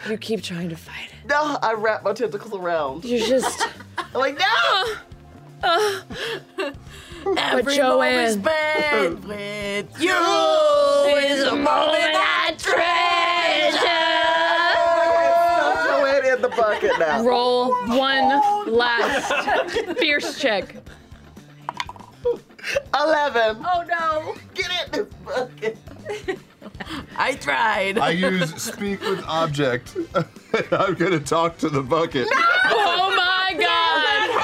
Speaker 3: you keep trying to fight it.
Speaker 4: No, I wrap my tentacles around.
Speaker 3: You're just-
Speaker 4: I'm like, no!
Speaker 2: Uh, *laughs* Every moment
Speaker 4: *laughs*
Speaker 2: spent with you is a moment I
Speaker 4: treasure. Joanne in the bucket now.
Speaker 3: Roll one last fierce check.
Speaker 4: Eleven.
Speaker 2: Oh no!
Speaker 4: Get in this bucket.
Speaker 2: I tried.
Speaker 11: I use
Speaker 2: *laughs*
Speaker 11: speak with object. *laughs* I'm gonna talk to the bucket.
Speaker 3: Oh
Speaker 4: *laughs*
Speaker 3: my
Speaker 4: god!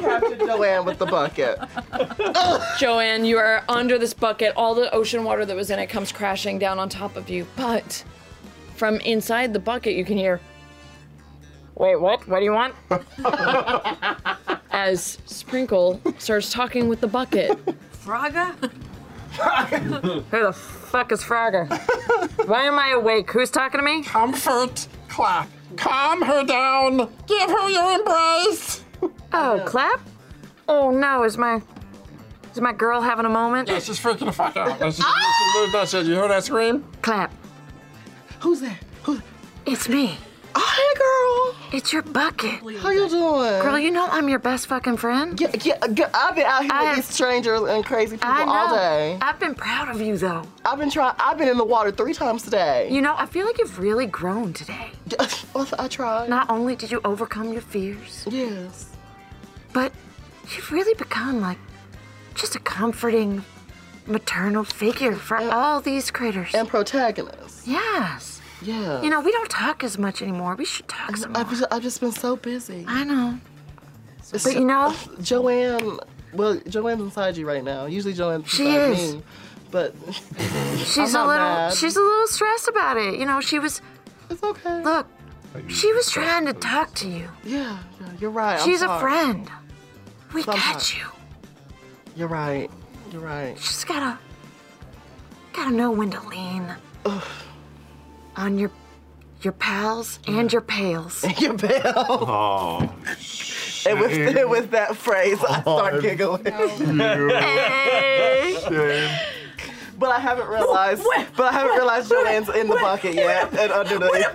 Speaker 4: Capture Joanne with the bucket.
Speaker 3: *laughs* Joanne, you are under this bucket. All the ocean water that was in it comes crashing down on top of you. But from inside the bucket, you can hear. Wait, what? What do
Speaker 7: *laughs*
Speaker 3: you want? As Sprinkle starts talking with the bucket.
Speaker 2: Fraga?
Speaker 3: *laughs* Who the fuck is Frogger? Why am I awake? Who's talking to me?
Speaker 7: Comfort, clap. Calm her down. Give her your embrace.
Speaker 49: Oh, clap? Oh no, is my is my girl having a moment?
Speaker 7: Yeah, she's freaking the fuck out. That's, that's, that's it. You heard that scream?
Speaker 49: Clap.
Speaker 4: Who's there? Who's
Speaker 49: It's
Speaker 7: *laughs*
Speaker 49: me.
Speaker 4: Oh,
Speaker 49: hey, girl. It's your bucket.
Speaker 4: How you doing?
Speaker 49: Girl, you know I'm your best fucking friend.
Speaker 4: Yeah, yeah, g- I've been out here with these strangers and crazy people
Speaker 49: I know.
Speaker 4: all day.
Speaker 49: I've been proud of you though.
Speaker 4: I've been trying. I've been in the water three times today.
Speaker 49: You know, I feel like you've really grown
Speaker 4: *laughs*
Speaker 49: today.
Speaker 4: I tried.
Speaker 49: Not only did you overcome your fears,
Speaker 4: yes,
Speaker 49: but you've really become like just a comforting maternal figure for all these critters.
Speaker 4: and protagonist.
Speaker 49: Yes.
Speaker 4: Yeah.
Speaker 49: You know, we don't talk as much anymore. We should talk some more.
Speaker 4: I've just, I've just been so busy.
Speaker 49: I know.
Speaker 4: It's-
Speaker 49: But you know,
Speaker 4: *sighs* Joanne. Well, Joanne's inside you right now. Usually Joanne's
Speaker 49: She
Speaker 4: inside
Speaker 49: is.
Speaker 4: me, but
Speaker 49: she's
Speaker 4: *laughs* I'm
Speaker 49: a
Speaker 4: not
Speaker 49: little
Speaker 4: mad.
Speaker 49: she's a little stressed about it. You know, she was
Speaker 4: It's okay.
Speaker 49: Look, she was trying to talk to you.
Speaker 4: Yeah, yeah you're right. I'm
Speaker 49: she's a
Speaker 4: sorry.
Speaker 49: friend. We
Speaker 4: Sometimes.
Speaker 49: got you.
Speaker 4: You're right. You're right.
Speaker 49: Just gotta gotta know when to lean on your your pals and your pails.
Speaker 4: *laughs* Your pals.
Speaker 11: Oh.
Speaker 4: And with, and *laughs* with that phrase, I start giggling. But I haven't realized. but I haven't realized Joanne's in the bucket yet and under the.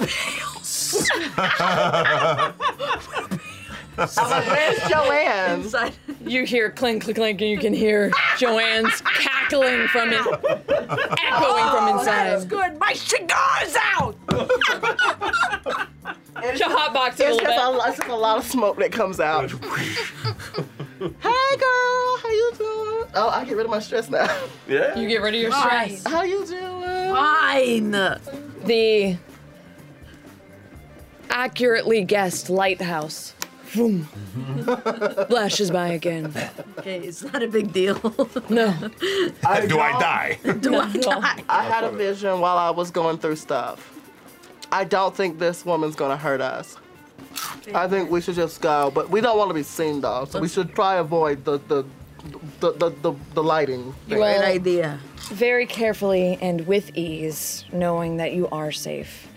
Speaker 4: *laughs* I'm like, where's Joanne?
Speaker 3: You hear clink, clink, clink, and you can hear Joanne's cackling from it, echoing from
Speaker 2: Oh, that is
Speaker 3: inside.
Speaker 2: good. My cigar's out.
Speaker 4: It's
Speaker 3: She'll
Speaker 4: just-
Speaker 3: hotbox
Speaker 4: It's
Speaker 3: it a little
Speaker 4: just a,
Speaker 3: bit.
Speaker 4: lot- it's just a lot of smoke that comes out. hey, girl, how you doing? Oh, I get rid of my stress now.
Speaker 5: Yeah.
Speaker 3: You get rid of your
Speaker 4: Nice.
Speaker 3: stress.
Speaker 4: How
Speaker 3: *laughs*
Speaker 4: you doing?
Speaker 3: Fine. The accurately guessed lighthouse. Vroom. Flashes by again.
Speaker 40: Okay, it's not a big deal. *laughs*
Speaker 3: no.
Speaker 11: Do I die?
Speaker 4: Do *laughs* I die? I had a vision while I was going through stuff. I don't think this woman's gonna hurt us. I think we should just go, but we don't want to be seen though, so we should try avoid the the the the, the, the lighting.
Speaker 3: You Great will- idea. Very carefully and with ease, knowing that you are safe.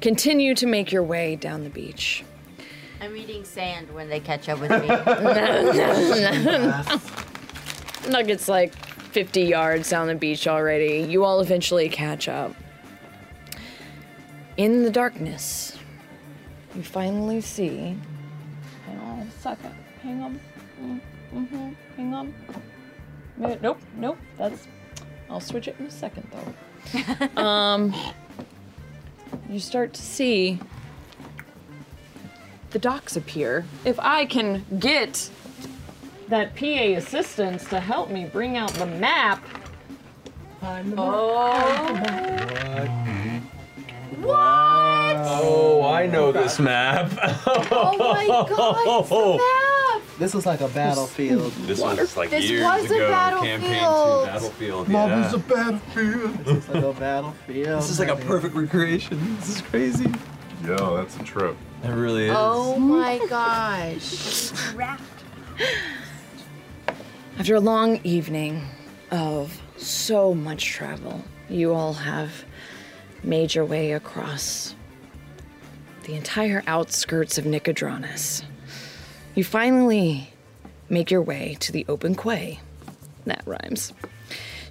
Speaker 3: Continue to make your way down the beach.
Speaker 15: *laughs* I'm eating sand when they catch up with me.
Speaker 3: *laughs*
Speaker 6: *laughs*
Speaker 3: Nugget's like 50 yards down the beach already. You all eventually catch up. In the darkness, you finally see. Hang on a second. Hang on. Mm-hmm. Hang on. Mi- Nope, nope. That's. I'll switch it in a second though. um, you start to see the docks appear. If I can get that PA assistance to help me bring out the map. Oh.
Speaker 4: Uh,
Speaker 5: Oh, I know this map.
Speaker 1: *laughs*
Speaker 8: Oh my god, it's
Speaker 10: This is like a battlefield.
Speaker 5: This was like
Speaker 8: This
Speaker 5: years
Speaker 8: was a
Speaker 5: ago.
Speaker 8: battlefield.
Speaker 5: Campaign two battlefield.
Speaker 8: Mom,
Speaker 5: yeah.
Speaker 8: it's a
Speaker 10: battlefield.
Speaker 5: *laughs*
Speaker 10: This is like a battlefield.
Speaker 5: This is like a perfect recreation. This is crazy.
Speaker 11: Yo, that's a trip.
Speaker 5: It really is.
Speaker 13: Oh
Speaker 3: *laughs*
Speaker 13: my gosh.
Speaker 3: After a long evening of so much travel, you all have made your way across the entire outskirts of Nicodranus. You finally make your way to the open quay. That rhymes.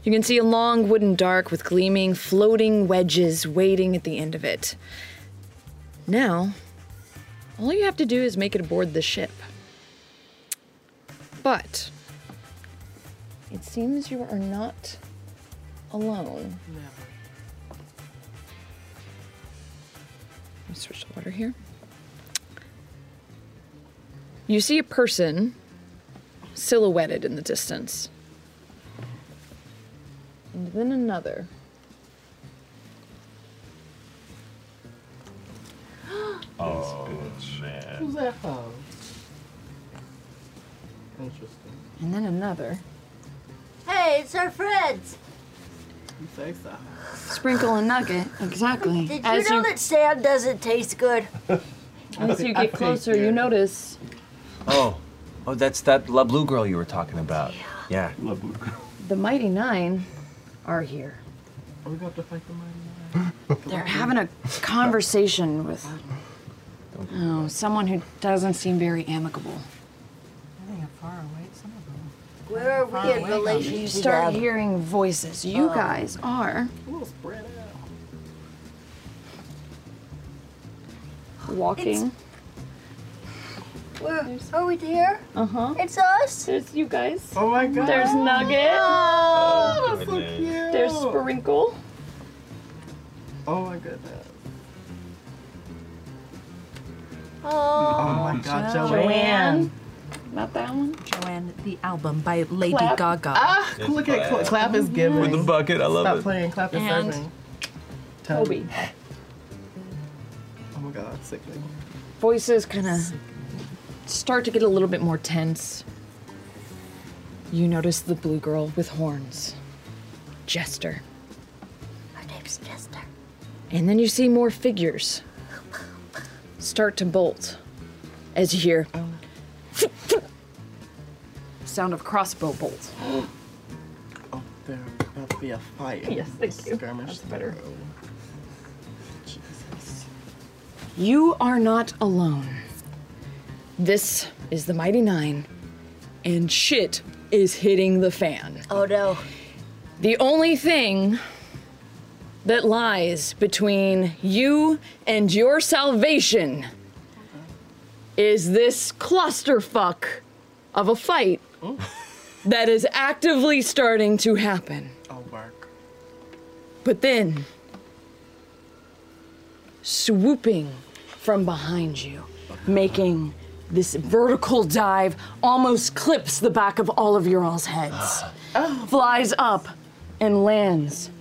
Speaker 3: You can see a long wooden dark with gleaming, floating wedges waiting at the end of it. Now, all you have to do is make it aboard the ship. But it seems you are not alone. No. Let me switch the water here. You see a person silhouetted in the distance. And then another.
Speaker 11: Oh, man.
Speaker 4: Who's that
Speaker 2: *laughs*
Speaker 4: hoe? Interesting.
Speaker 3: And then another.
Speaker 6: Hey, it's our friends.
Speaker 4: You say so.
Speaker 3: Sprinkle and nugget, exactly.
Speaker 6: Did you know that sand doesn't taste good?
Speaker 3: as you get closer, you notice
Speaker 1: Oh, oh, that's that La Blue girl you were talking about. Yeah. La Blue girl.
Speaker 3: the Mighty Nine are here.
Speaker 4: Are Oh, we going to fight the mighty?
Speaker 3: They're having a conversation with oh, someone who doesn't seem very amicable.
Speaker 8: I think I'm far away. Some of them.
Speaker 6: Where are
Speaker 8: Far
Speaker 6: we in
Speaker 8: away.
Speaker 6: relation to
Speaker 3: You start
Speaker 6: them?
Speaker 3: hearing voices. You
Speaker 6: Oh.
Speaker 3: guys are walking.
Speaker 6: Where are we here?
Speaker 3: Uh huh.
Speaker 6: It's us.
Speaker 3: There's you guys.
Speaker 6: Oh my
Speaker 3: God. There's Nugget.
Speaker 6: Oh,
Speaker 8: that's so Goodness. cute.
Speaker 3: There's Sprinkle.
Speaker 4: Oh my goodness.
Speaker 39: 哦
Speaker 8: Oh
Speaker 4: my God,
Speaker 8: Jo-
Speaker 4: Joanne.
Speaker 3: Not that one.
Speaker 8: Joanne, the album by Lady
Speaker 4: Clap.
Speaker 8: Gaga.
Speaker 4: Ah, look at Cla- Clap is giving.
Speaker 5: With the bucket, I love
Speaker 4: Stop
Speaker 5: it.
Speaker 4: playing. Clap is
Speaker 8: And
Speaker 4: serving. Tell
Speaker 3: Toby.
Speaker 4: Oh my God, *gasps* sickening.
Speaker 3: Voices kind of start to get a little bit more tense. You notice the blue girl with horns, Jester.
Speaker 6: Her name's Jester.
Speaker 3: And then you see more figures start to bolt as you hear *laughs* sound of crossbow bolts.
Speaker 4: Oh, There about to be a fight.
Speaker 3: Yes, thank you.
Speaker 4: Skirmish. That's better. Jesus.
Speaker 3: You are not alone. This is the Mighty Nine, and shit is hitting the fan.
Speaker 6: Oh no.
Speaker 3: The only thing that lies between you and your salvation is this clusterfuck of a fight that is actively starting to happen.
Speaker 4: Oh, work.
Speaker 3: But then, swooping
Speaker 2: from behind you, making this vertical dive almost clips the back of all of your all's heads. Flies up and lands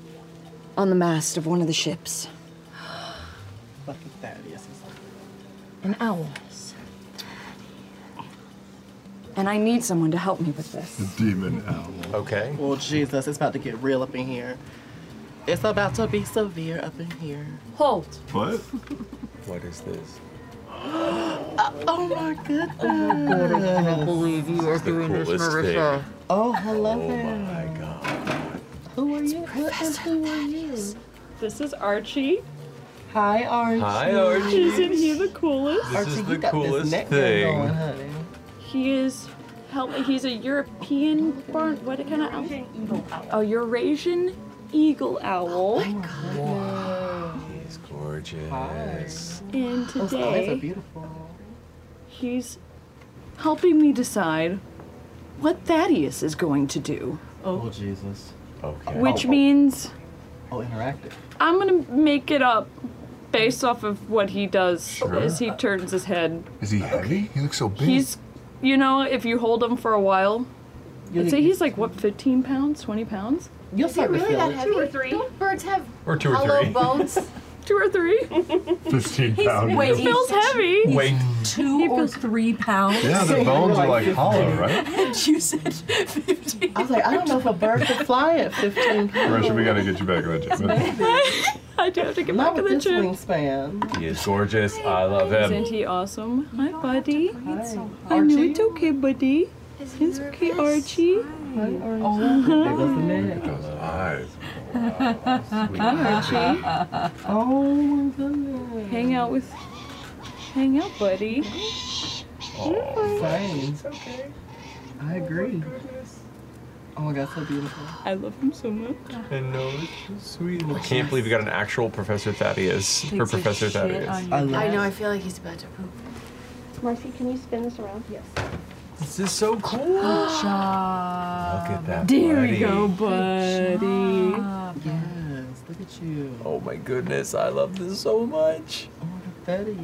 Speaker 2: on the mast of one of the ships.
Speaker 4: Fucking Thaddeus.
Speaker 2: An owl. And I need someone to help me with this.
Speaker 4: Demon owl.
Speaker 11: Okay.
Speaker 4: Well, Oh, Jesus, it's about to get real up in here. It's about to be severe up in here.
Speaker 2: Hold.
Speaker 7: What?
Speaker 1: What is this?
Speaker 4: Oh my goodness. Oh *gasps*
Speaker 50: God, I cannot believe you are doing this,
Speaker 4: coolest
Speaker 50: Marissa.
Speaker 4: Oh, hello there. Oh my God. Who are you? Who and who are you?
Speaker 3: This is Archie.
Speaker 4: Hi, Archie.
Speaker 3: Hi, Archie. Isn't he the coolest?
Speaker 4: This Archie,
Speaker 3: is
Speaker 4: you
Speaker 3: the
Speaker 4: got
Speaker 3: coolest
Speaker 4: this neck
Speaker 3: thing.
Speaker 4: Going, honey.
Speaker 3: He is. Help me. He's a European barn. What kind of owl? Eagle owl. A Eurasian eagle owl. Oh my god.
Speaker 1: He's gorgeous.
Speaker 3: And
Speaker 4: Those eyes
Speaker 3: today,
Speaker 4: are beautiful.
Speaker 3: he's helping me decide what Thaddeus is going to do,
Speaker 4: Oh, Jesus. Okay.
Speaker 3: which means
Speaker 4: Oh, interactive.
Speaker 3: I'm gonna make it up based off of what he does
Speaker 7: Sure.
Speaker 3: as he turns his head
Speaker 7: Is he heavy? He looks so big.
Speaker 3: He's, you know, if you hold him for a while,
Speaker 7: You'll
Speaker 3: I'd say
Speaker 7: get
Speaker 3: he's like what, 15 pounds, 20 pounds.
Speaker 4: You'll start to feel it.
Speaker 3: Two or three. Don't birds have
Speaker 7: Or two or hollow three. bones?
Speaker 3: *laughs* two or three.
Speaker 7: 15
Speaker 3: He's
Speaker 7: pounds.
Speaker 3: weight. He feels heavy.
Speaker 7: Weight.
Speaker 51: Two or three pounds.
Speaker 7: Yeah, the bones are like
Speaker 4: *laughs*
Speaker 7: hollow, right?
Speaker 51: you said 15.
Speaker 4: I was like, I don't know if a bird could fly at 15 pounds.
Speaker 7: Marissa, we gotta get you back on the gym.
Speaker 3: *laughs* I do have to get
Speaker 4: Not with this wingspan.
Speaker 1: He is gorgeous. I love
Speaker 3: Isn't
Speaker 1: him.
Speaker 3: he awesome? Hi, buddy. I know it's okay, buddy. It's okay, Archie.
Speaker 4: Oh,
Speaker 7: Those eyes.
Speaker 3: Hi,
Speaker 2: *laughs*
Speaker 3: Archie.
Speaker 4: Oh my goodness.
Speaker 3: Hang out with, hang out, buddy.
Speaker 4: Same.
Speaker 3: okay.
Speaker 4: I agree. Oh my god, so beautiful.
Speaker 3: I love him so much.
Speaker 9: I know it's so sweet. I can't believe we got an actual Professor Thaddeus for Professor Thaddeus.
Speaker 50: I know. I feel like he's about to poop.
Speaker 3: Marcy, can you spin this around? Yes.
Speaker 1: This is so
Speaker 2: *gasps*
Speaker 1: cool. Look at that.
Speaker 3: There we
Speaker 1: buddy.
Speaker 3: go, buddy.
Speaker 4: Yes, look at you.
Speaker 1: Oh my goodness, I love this so much.
Speaker 4: Thaddeus.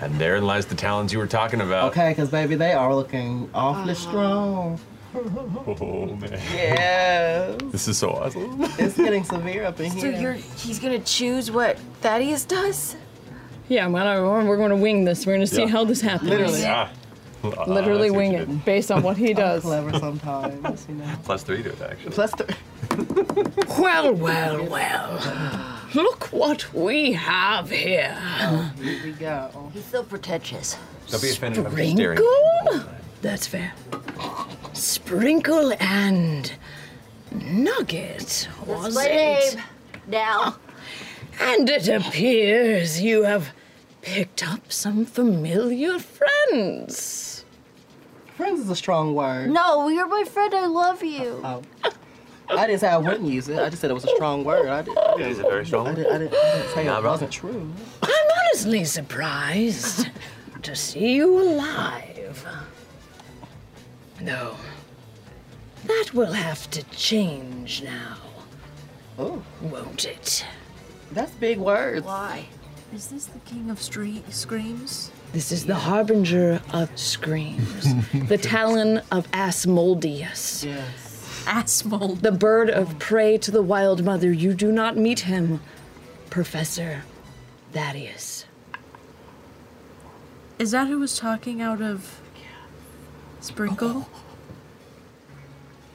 Speaker 9: And therein lies the talons you were talking about.
Speaker 4: Okay, because baby, they are looking awfully strong.
Speaker 9: Oh man.
Speaker 4: Yeah.
Speaker 9: This is so
Speaker 4: *laughs*
Speaker 9: awesome.
Speaker 4: it's getting severe up in
Speaker 50: So
Speaker 4: here.
Speaker 50: you're he's gonna choose what Thaddeus does?
Speaker 2: Yeah, I'm gonna, we're going to wing this. We're going to see
Speaker 50: Yeah.
Speaker 2: how this happens.
Speaker 9: Yeah. Ah,
Speaker 2: Literally
Speaker 9: that's
Speaker 2: wing
Speaker 9: what you
Speaker 2: it based on what he does.
Speaker 4: clever sometimes, you know.
Speaker 9: did. *laughs* Plus three to it, actually.
Speaker 4: Plus *laughs* three.
Speaker 2: Well, well, well. Look what we have here.
Speaker 4: Oh, Here we
Speaker 50: Oh,
Speaker 4: go.
Speaker 6: He's so pretentious.
Speaker 9: Don't be offended. I'm just staring.
Speaker 2: Sprinkle? That's fair. Sprinkle and nugget, was
Speaker 6: my
Speaker 2: it?
Speaker 6: name. Now.
Speaker 2: And it appears you have picked up some familiar friends.
Speaker 4: Friends is a strong word.
Speaker 6: No, you're my friend. I love you.
Speaker 4: Oh. I didn't say I wouldn't use it. I just said it was a strong word. I did. It
Speaker 9: is a very strong
Speaker 4: I did. I did. I didn't say it wasn't true.
Speaker 2: I'm honestly surprised to see you alive. No. That will have to change now,
Speaker 4: Oh,
Speaker 2: won't it?
Speaker 4: that's big words.
Speaker 6: Why?
Speaker 51: Is this the king of street screams?
Speaker 2: This is the harbinger of screams,
Speaker 4: *laughs*
Speaker 2: the talon of Asmodeus.
Speaker 4: Yes.
Speaker 2: Asmold. The bird of prey to the wild mother. You do not meet him, Professor Thaddeus.
Speaker 51: Is that who was talking out of Sprinkle?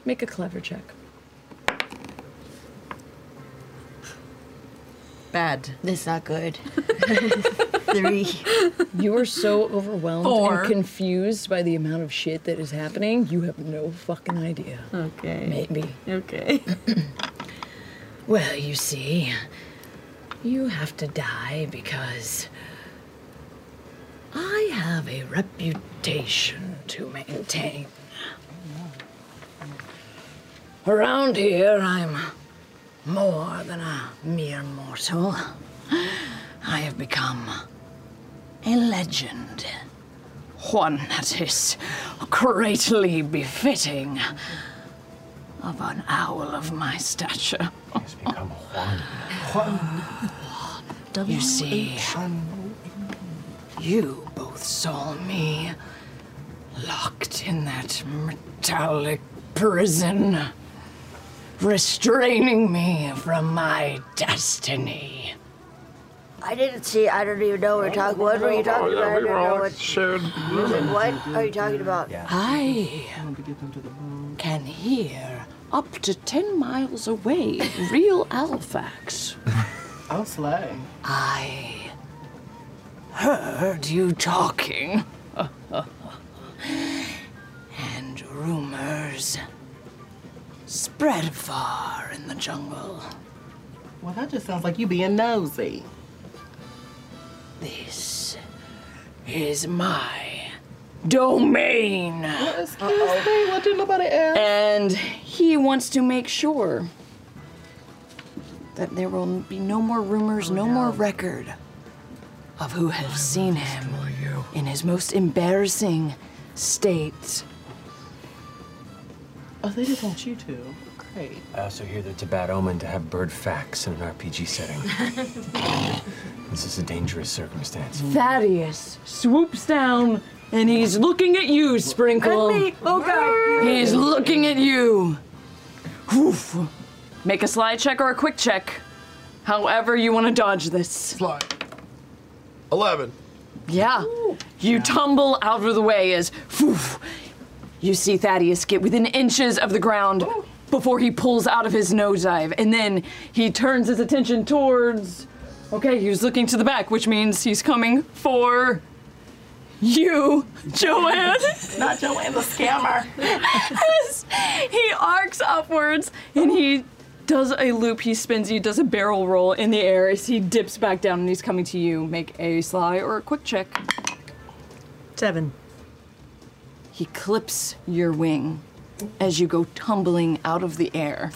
Speaker 2: Make a clever check.
Speaker 51: Bad.
Speaker 2: That's
Speaker 51: *laughs*
Speaker 2: not good. *laughs* Three. You are so overwhelmed
Speaker 51: Four.
Speaker 2: and confused by the amount of shit that is happening. You have no fucking idea.
Speaker 51: Okay.
Speaker 2: Maybe.
Speaker 51: Okay.
Speaker 2: *clears throat* Well, you see, you have to die because I have a reputation to maintain. Around here, I'm more than a mere mortal. I have become a legend. One that is greatly befitting of an owl of my stature.
Speaker 9: He's become Juan.
Speaker 2: You see, You both saw me locked in that metallic prison, restraining me from my destiny.
Speaker 6: I didn't see. I don't even know what you're talking. What Oh,
Speaker 2: Oh,
Speaker 6: were you talking about? I don't know what.
Speaker 7: shared
Speaker 6: you said, What are you talking about?
Speaker 2: I can hear up to 10 miles away real Alfax.
Speaker 4: Oh, slay.
Speaker 2: I heard you talking. and rumors spread far in the jungle.
Speaker 4: Well, that just sounds like you being nosy.
Speaker 2: This is my domain.
Speaker 4: Excuse me, what did nobody ask?
Speaker 3: And he wants to make sure that there will be no more rumors, Oh, no, more record of who have seen him in his most embarrassing state.
Speaker 4: Oh, they just want you to. Great.
Speaker 9: I also hear that it's a bad omen to have bird facts in an RPG
Speaker 2: *laughs*
Speaker 9: setting. this is a dangerous circumstance.
Speaker 3: Thaddeus swoops down and he's looking at you, Sprinkle.
Speaker 52: Oh god.
Speaker 3: He's looking at you. Oof. Make a slide check or a quick check. However, you want to dodge this. Slide.
Speaker 11: 11.
Speaker 3: Yeah. You tumble out of the way as poof, you see Thaddeus get within inches of the ground before he pulls out of his nosedive. And then he turns his attention towards. Okay, he was looking to the back, which means he's coming for you, Joanne.
Speaker 4: Not Joanne the scammer.
Speaker 3: As *laughs* he arcs upwards and he does a loop, he spins you, does a barrel roll in the air as he dips back down and he's coming to you. Make a sly or a quick check. Seven. He clips your wing as you go tumbling out of the air.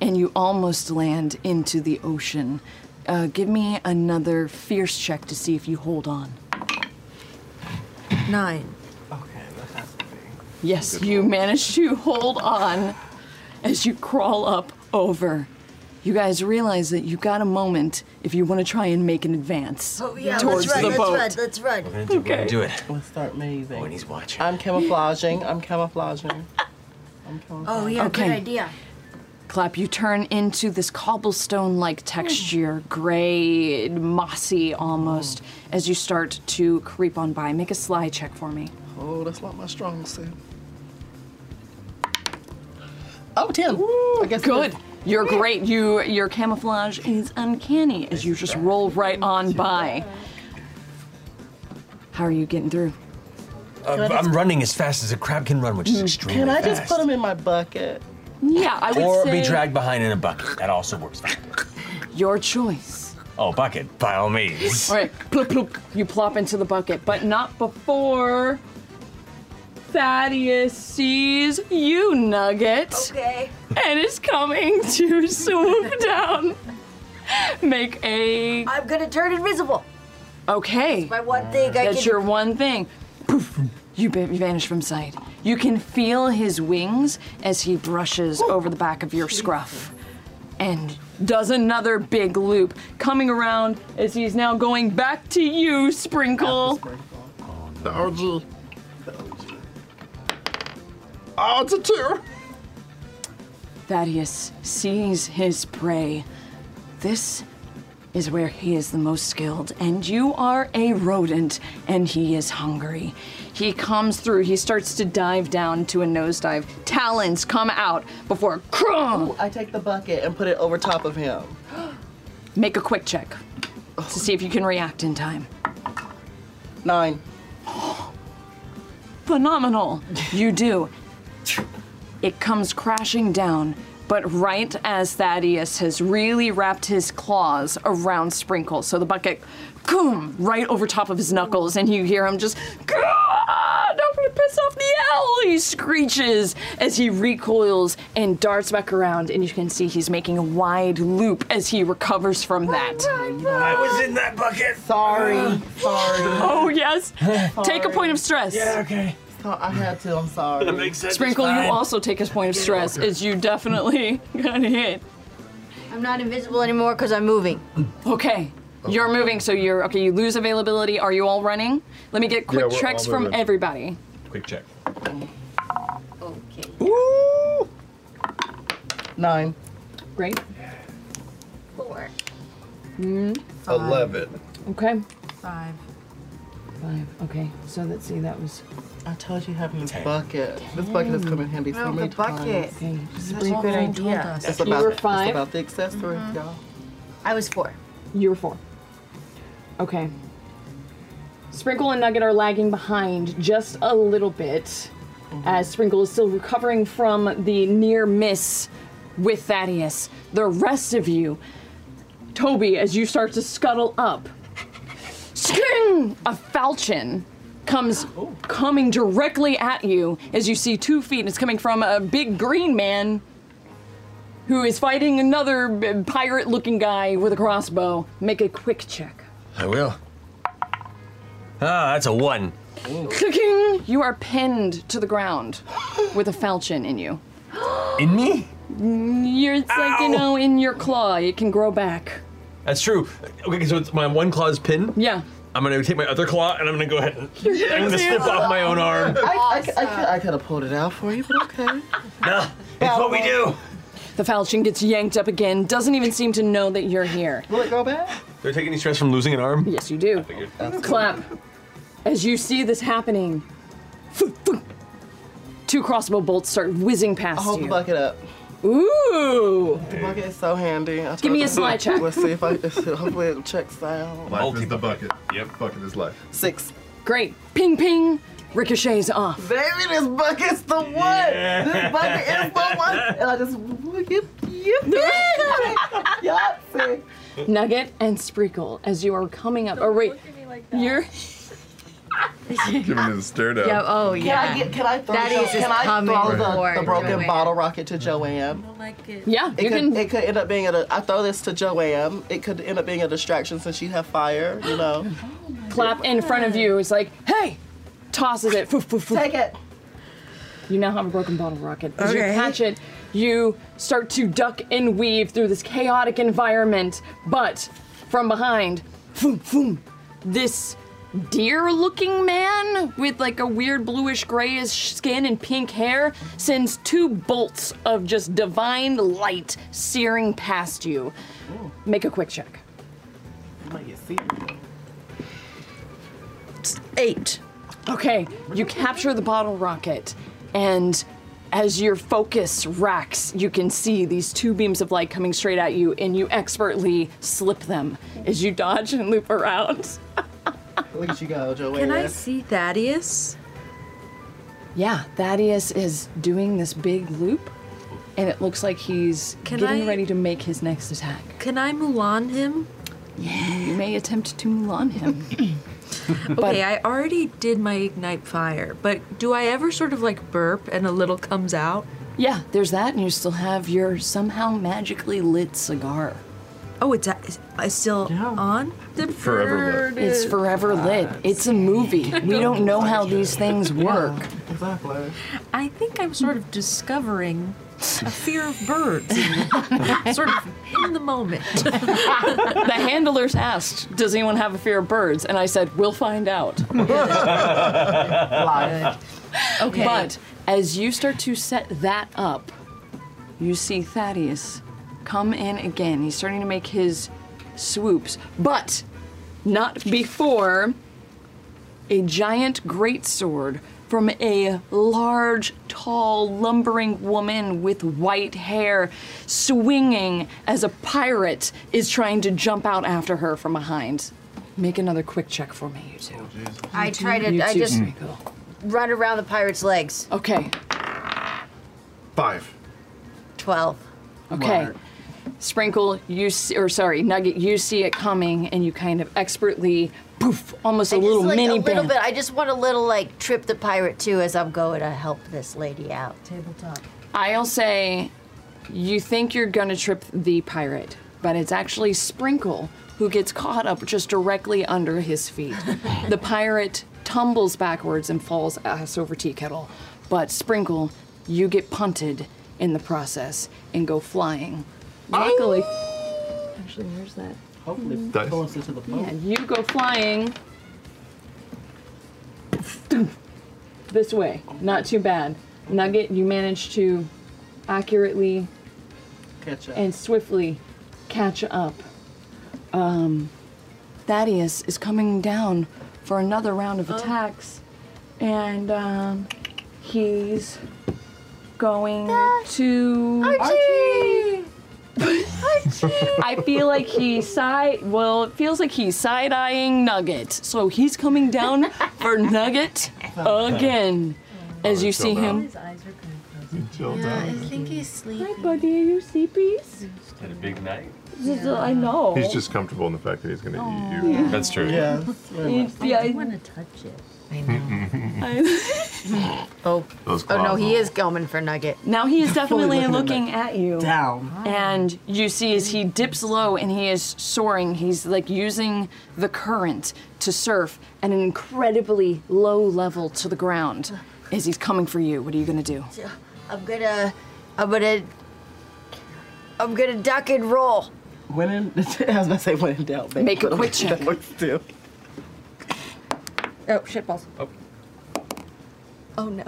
Speaker 3: And you almost land into the ocean. Uh, give me another fierce check to see if you hold on. Nine. Yes, you manage to hold on as you crawl up over. You guys realize that you've got a moment if you want to try and make an advance
Speaker 6: Oh, yeah,
Speaker 3: towards
Speaker 6: let's run,
Speaker 3: the
Speaker 6: let's
Speaker 3: boat.
Speaker 6: run, let's run.
Speaker 4: Okay.
Speaker 9: Do it.
Speaker 4: Let's start moving. When
Speaker 9: Oh, he's watching.
Speaker 4: I'm camouflaging. I'm camouflaging. I'm camouflaging.
Speaker 6: Oh, yeah,
Speaker 3: Okay.
Speaker 6: good idea.
Speaker 3: Clap, you turn into this cobblestone like texture, gray, mossy almost, as you start to creep on by. Make a sly check for me.
Speaker 4: Oh, that's not my strong suit. Oh, 10. I guess
Speaker 3: Good. You're great. You your camouflage is uncanny as you just roll right on by. How are you getting through?
Speaker 9: Uh,
Speaker 3: I just-
Speaker 9: I'm running as fast as a crab can run, which is extremely
Speaker 4: Mm, Can I
Speaker 9: fast.
Speaker 4: just put him in my bucket?
Speaker 3: Yeah, I would
Speaker 9: or
Speaker 3: say
Speaker 9: be dragged behind in a bucket. That also works. fine.
Speaker 3: your choice.
Speaker 9: Oh, bucket, by all means.
Speaker 3: All right, plop, plop, you plop into the bucket, but not before Thaddeus sees you, Nugget.
Speaker 6: Okay.
Speaker 3: And is coming to swoop down. Make a.
Speaker 6: I'm gonna turn invisible.
Speaker 3: Okay.
Speaker 6: My one thing I
Speaker 3: That's
Speaker 6: can-
Speaker 3: your one thing. Poof, you ba- you vanish from sight. You can feel his wings as he brushes over the back of your scruff and does another big loop, coming around as he's now going back to you, Sprinkle.
Speaker 7: The OG. Oh, it's a two.
Speaker 3: Thaddeus sees his prey. This is where he is the most skilled, and you are a rodent, and he is hungry. He comes through, he starts to dive down to a nosedive. Talons come out before crumb.
Speaker 4: Ooh, I take the bucket and put it over top of him.
Speaker 3: *gasps* Make a quick check to see if you can react in time.
Speaker 4: Nine.
Speaker 3: Phenomenal. You do. It comes crashing down, but right as Thaddeus has really wrapped his claws around Sprinkle, so the bucket, boom, right over top of his knuckles, and you hear him just, "Gah, don't want to piss off the owl, he screeches as he recoils and darts back around, and you can see he's making a wide loop as he recovers from that.
Speaker 53: I was in that bucket.
Speaker 4: Sorry. Sorry.
Speaker 3: Oh, yes. *laughs* Take a point of stress.
Speaker 4: Yeah, okay. So Oh, I had to, I'm sorry.
Speaker 3: That
Speaker 4: makes
Speaker 3: Sprinkle, you also take a point of stress as you definitely *laughs* got hit.
Speaker 54: I'm not invisible anymore because I'm moving.
Speaker 3: Okay. You're moving, so you're okay. You lose availability. Are you all running? Let me get
Speaker 9: Yeah,
Speaker 3: quick
Speaker 9: we're all
Speaker 3: checks from
Speaker 9: moving.
Speaker 3: everybody.
Speaker 9: Quick check.
Speaker 4: *laughs* Nine.
Speaker 3: Great.
Speaker 4: Four. Mm-hmm.
Speaker 3: Mm.
Speaker 11: Eleven.
Speaker 3: Okay.
Speaker 2: Five.
Speaker 3: Five. Okay. So let's see. That was.
Speaker 4: I told you having this bucket. This bucket has come in handy so
Speaker 3: Oh, the
Speaker 4: many
Speaker 3: bucket.
Speaker 4: times.
Speaker 3: Okay, this is a good idea.
Speaker 4: It's
Speaker 3: You
Speaker 4: about,
Speaker 3: were
Speaker 4: it's
Speaker 3: five?
Speaker 4: about the accessories,
Speaker 3: Mhm.
Speaker 4: y'all.
Speaker 3: I was four. You were four. Okay. Sprinkle and Nugget are lagging behind just a little bit as Sprinkle is still recovering from the near miss with Thaddeus. The rest of you, Toby, as you start to scuttle up, sking! A falchion comes coming directly at you as you see two feet. It's coming from a big green man who is fighting another pirate looking guy with a crossbow. Make a quick check.
Speaker 55: I will. Ah, that's a one.
Speaker 3: Clicking! You are pinned to the ground with a falchion in you.
Speaker 55: In me?
Speaker 3: You're, it's like, you know, in your claw. It can grow back.
Speaker 9: That's true. Okay, so it's my one claw's pin.
Speaker 3: Yeah.
Speaker 9: I'm gonna take my other claw and I'm gonna go ahead
Speaker 3: *laughs*
Speaker 9: and I'm gonna snip off my own arm.
Speaker 4: I, I, I,
Speaker 9: Uh,
Speaker 4: could- I could have pulled it out for you, but okay.
Speaker 9: Nah, it's what we do.
Speaker 3: The falchion gets yanked up again, doesn't even seem to know that you're here.
Speaker 4: Will it go back?
Speaker 9: Do I take any stress from losing an arm?
Speaker 3: Yes, you do. Clap. As you see this happening, two crossbow bolts start whizzing past
Speaker 4: I'll hold
Speaker 3: you.
Speaker 4: the bucket up.
Speaker 3: Ooh!
Speaker 4: The bucket is so handy. I
Speaker 3: Give me
Speaker 4: told you.
Speaker 3: a slide check.
Speaker 4: Let's see if I if, hopefully it checks out.
Speaker 11: Life is the bucket. Yep, bucket is life.
Speaker 4: Six.
Speaker 3: Great. Ping, ping. Ricochets off.
Speaker 4: Baby, this bucket's the one. This bucket is the one. And I just yip
Speaker 3: *laughs*
Speaker 4: yip *laughs* yip. Yahtzee.
Speaker 3: Nugget and Sprinkle, as you are coming up. Oh wait, you're.
Speaker 11: Giving it a stare down.
Speaker 3: oh,
Speaker 4: Can I get? Can I throw?
Speaker 6: That
Speaker 4: Jo-
Speaker 6: is just
Speaker 4: can I
Speaker 6: coming
Speaker 4: throw
Speaker 6: for
Speaker 4: the, the broken
Speaker 6: Joanne.
Speaker 4: bottle rocket to Joanne?
Speaker 3: Yeah,
Speaker 4: it could, It could end up being a. I throw this to Joanne. It could end up being a distraction since she'd have fire. You know.
Speaker 3: *gasps* clap in front of you. It's like, hey, tosses it. Take
Speaker 4: it.
Speaker 3: You now have a broken bottle rocket. As
Speaker 2: Okay.
Speaker 3: you catch it, you start to duck and weave through this chaotic environment, but from behind, foom, foom, this deer-looking man with like a weird bluish-grayish skin and pink hair sends two bolts of just divine light searing past you. Make a quick check.
Speaker 4: You might get
Speaker 3: Eight. Okay, you capture the bottle rocket, and as your focus racks, you can see these two beams of light coming straight at you, and you expertly slip them as you dodge and loop around.
Speaker 4: Look at you go, Joanne.
Speaker 2: Can I see Thaddeus?
Speaker 3: Yeah, Thaddeus is doing this big loop, and it looks like he's
Speaker 2: Can
Speaker 3: getting
Speaker 2: I-
Speaker 3: ready to make his next attack.
Speaker 2: Can I Mulan him?
Speaker 3: Yeah. You may attempt to Mulan
Speaker 2: *laughs*
Speaker 3: him. *laughs* But-
Speaker 2: okay, I already did my ignite fire, but do I ever sort of like burp and a little comes out?
Speaker 3: Yeah, there's that, and you still have your somehow magically lit cigar.
Speaker 2: Oh, it's, it's, it's still on?
Speaker 3: Forever lit. It's forever lit. It's a
Speaker 2: *laughs*
Speaker 3: movie. We don't know how these things work.
Speaker 4: Exactly.
Speaker 2: I think I'm sort of discovering a fear of birds, *laughs* sort of in the moment.
Speaker 3: the handlers asked, "Does anyone have a fear of birds?" And I said, "We'll find out." *laughs*
Speaker 2: Okay.
Speaker 3: But as you start to set that up, you see Thaddeus come in again. He's starting to make his swoops, but not before a giant greatsword from a large, tall, lumbering woman with white hair swinging as a pirate is trying to jump out after her from behind. Make another quick check for me, you two.
Speaker 6: I
Speaker 3: You two-
Speaker 6: try to.
Speaker 3: you
Speaker 6: I
Speaker 3: two, Mm.
Speaker 6: just
Speaker 3: Sprinkle.
Speaker 6: run around the pirate's legs.
Speaker 3: Okay.
Speaker 11: Five.
Speaker 6: Twelve.
Speaker 3: Okay. Sprinkle, you see, or sorry, Nugget, you see it coming, and you kind of expertly poof, almost a little
Speaker 6: Just like
Speaker 3: mini
Speaker 6: a little
Speaker 3: bend.
Speaker 6: bit. I just want a little like trip the pirate too as I'm going to help this lady out. Tabletop.
Speaker 3: I'll say, you think you're gonna trip the pirate, but it's actually Sprinkle who gets caught up just directly under his feet. the pirate tumbles backwards and falls ass over tea kettle, but Sprinkle, you get punted in the process and go flying. Luckily, actually, where's that?
Speaker 4: Hopefully, it's
Speaker 11: Dice.
Speaker 4: closer to the boat.
Speaker 3: Yeah, you go flying. This way. Not too bad. Nugget, you manage to accurately
Speaker 4: Catch up.
Speaker 3: and swiftly catch up. Um, Thaddeus is coming down for another round
Speaker 4: Oh.
Speaker 3: of attacks, and um, he's going to Archie. *laughs* I feel like he side. Well, it feels like he's side eyeing Nugget, so he's coming down for Nugget again.
Speaker 2: Oh,
Speaker 3: As you see him,
Speaker 2: Yeah, I think he's sleeping.
Speaker 3: hi buddy, are you sleepy?
Speaker 11: Had a big night.
Speaker 3: This is- I know.
Speaker 11: He's just comfortable in the fact that he's going to eat
Speaker 3: Yeah.
Speaker 11: you.
Speaker 3: That's true. Yes.
Speaker 9: I
Speaker 3: yeah,
Speaker 2: *laughs*
Speaker 9: don't want to touch
Speaker 6: *sighs*
Speaker 9: it.
Speaker 3: I-
Speaker 9: oh.
Speaker 11: Those
Speaker 9: Oh no,
Speaker 3: claws.
Speaker 9: he is going for Nugget.
Speaker 3: Now he is
Speaker 9: Fully
Speaker 3: definitely
Speaker 9: looking
Speaker 3: looking at you.
Speaker 9: Down.
Speaker 3: And you see as he dips low and he is soaring, he's like using the current to surf at an incredibly low level to the ground. As he's coming for you, what are you gonna do?
Speaker 6: I'm gonna, I'm gonna, I'm gonna duck and roll.
Speaker 4: When in, *laughs* I was gonna say when in doubt, babe.
Speaker 6: Make a quick check.
Speaker 4: *laughs* That works too. *laughs*
Speaker 6: Oh, shit balls. Oh.
Speaker 2: Oh,
Speaker 6: no.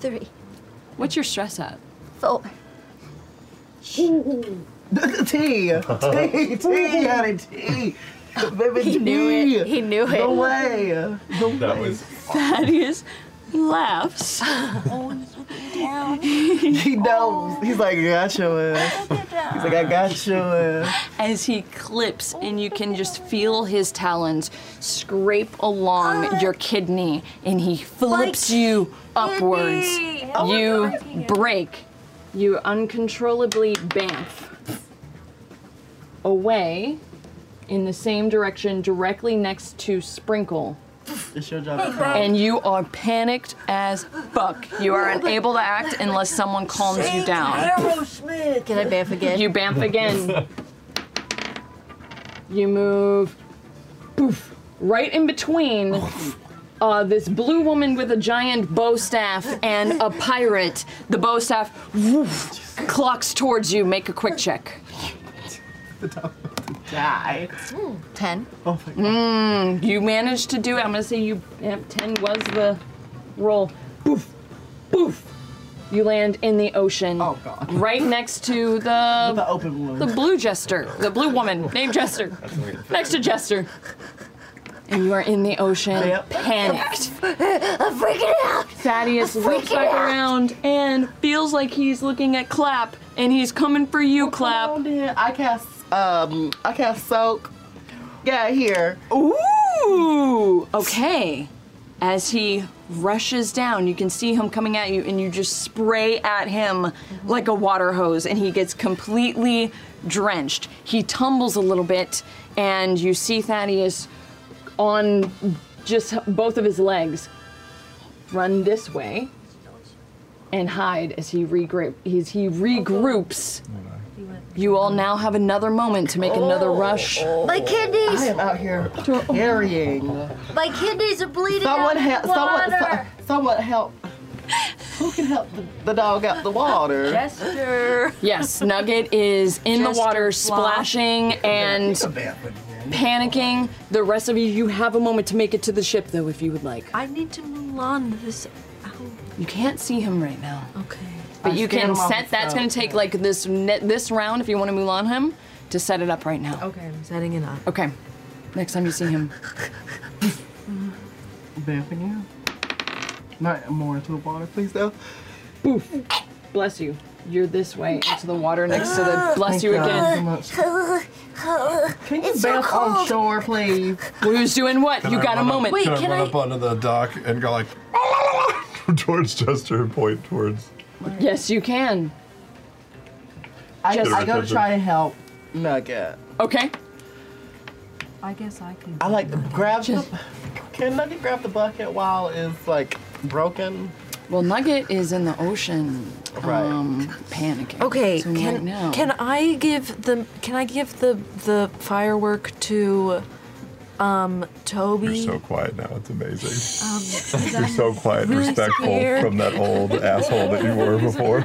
Speaker 6: Three.
Speaker 3: What's your stress at?
Speaker 6: Four.
Speaker 4: tea, tea, tea, honey, tea. Baby,
Speaker 9: He knew
Speaker 4: tea.
Speaker 9: it. He knew it.
Speaker 4: The way. The
Speaker 11: That
Speaker 4: way.
Speaker 11: was
Speaker 3: Thaddeus laughs. *laughs*
Speaker 4: he knows. He's like, I got your ass. He's like, I got your ass.
Speaker 3: as he clips and you can just feel his talons scrape along your kidney and he flips you upwards you break you uncontrollably bamf away in the same direction directly next to sprinkle
Speaker 4: *laughs* It's your job.
Speaker 3: and you are panicked as fuck. You are unable to act unless someone calms you down.
Speaker 9: Aerosmith. Can I bamf again?
Speaker 3: You bamf again. You move poof, right in between *laughs* uh, this blue woman with a giant bow staff and a pirate. The bow staff woof, clocks towards you. Make a quick check.
Speaker 4: *laughs* Die.
Speaker 9: Ten.
Speaker 4: Oh
Speaker 3: Mm, you managed to do it. I'm gonna say you. Yep, ten was the roll. Boof, boof. You land in the ocean. Oh god. Right next to the the
Speaker 4: open one.
Speaker 3: The blue jester, the blue woman named Jester. next to Jester. And you are in the ocean, panicked.
Speaker 6: I'm freaking out. *laughs*
Speaker 3: Thaddeus
Speaker 6: I'm
Speaker 3: looks
Speaker 6: freaking
Speaker 3: back
Speaker 6: out.
Speaker 3: around and feels like he's looking at Clap, and he's coming for you, Clap.
Speaker 4: I cast Um, I cast soak. Get out of here.
Speaker 3: Ooh, okay. As he rushes down, you can see him coming at you, and you just spray at him like a water hose, and he gets completely drenched. He tumbles a little bit, and you see Thaddeus on just both of his legs run this way and hide as he regroup. He's, he regroups. You all now have another moment to make another rush. oh.
Speaker 6: My kidneys.
Speaker 4: Oh. I am out here carrying.
Speaker 6: My kidneys are bleeding
Speaker 4: Someone
Speaker 6: out
Speaker 4: help!
Speaker 6: of
Speaker 4: Someone,
Speaker 6: water.
Speaker 4: so, someone help! Who can help the, the dog out the water?
Speaker 6: Jester.
Speaker 3: Yes, Nugget is in the
Speaker 4: Jester
Speaker 3: water,
Speaker 4: Flop.
Speaker 3: splashing and panicking. The rest of you, you have a moment to make it to the ship, though, if you would like.
Speaker 2: I need to Mulan this out.
Speaker 3: You can't see him right now.
Speaker 2: Okay.
Speaker 3: But
Speaker 2: I
Speaker 3: you
Speaker 2: scared
Speaker 3: can
Speaker 2: him off
Speaker 3: set.
Speaker 2: the
Speaker 3: That's
Speaker 2: spell.
Speaker 3: going to take like this ne- this round if you want to Mulan him to set it up right now.
Speaker 2: Okay, I'm setting it up.
Speaker 3: Okay. Oh, Next time you see him.
Speaker 4: Vamping you? Not more into the water, please, though.
Speaker 3: Boof. Bless you. You're this way into the water next
Speaker 4: *gasps*
Speaker 3: to the.
Speaker 4: Thank
Speaker 3: Bless you
Speaker 4: God
Speaker 3: again.
Speaker 4: Can you
Speaker 6: It's so
Speaker 4: back on
Speaker 6: cold.
Speaker 4: shore, please?
Speaker 3: Who's doing
Speaker 11: *laughs*
Speaker 3: what?
Speaker 11: Can
Speaker 3: you
Speaker 11: I
Speaker 3: got a
Speaker 11: run up-
Speaker 3: moment.
Speaker 11: can, I run up onto the dock and go like *laughs* towards Jester and point towards?
Speaker 3: Yes, you can.
Speaker 4: I,
Speaker 11: Just-
Speaker 4: I gotta try and help Nugget.
Speaker 3: Okay.
Speaker 2: I guess I can.
Speaker 4: I like to grab the. Can Nugget grab the bucket while it's like broken?
Speaker 3: Well, Nugget is in the ocean, um, panicking.
Speaker 2: Okay,
Speaker 3: So
Speaker 2: can
Speaker 3: right now-
Speaker 2: can I give the can I give the the firework to Um, Toby.
Speaker 11: You're so quiet now. It's amazing. *laughs*
Speaker 2: um,
Speaker 11: You're so quiet and
Speaker 2: really
Speaker 11: respectful
Speaker 2: scared.
Speaker 11: from that old asshole that you were before.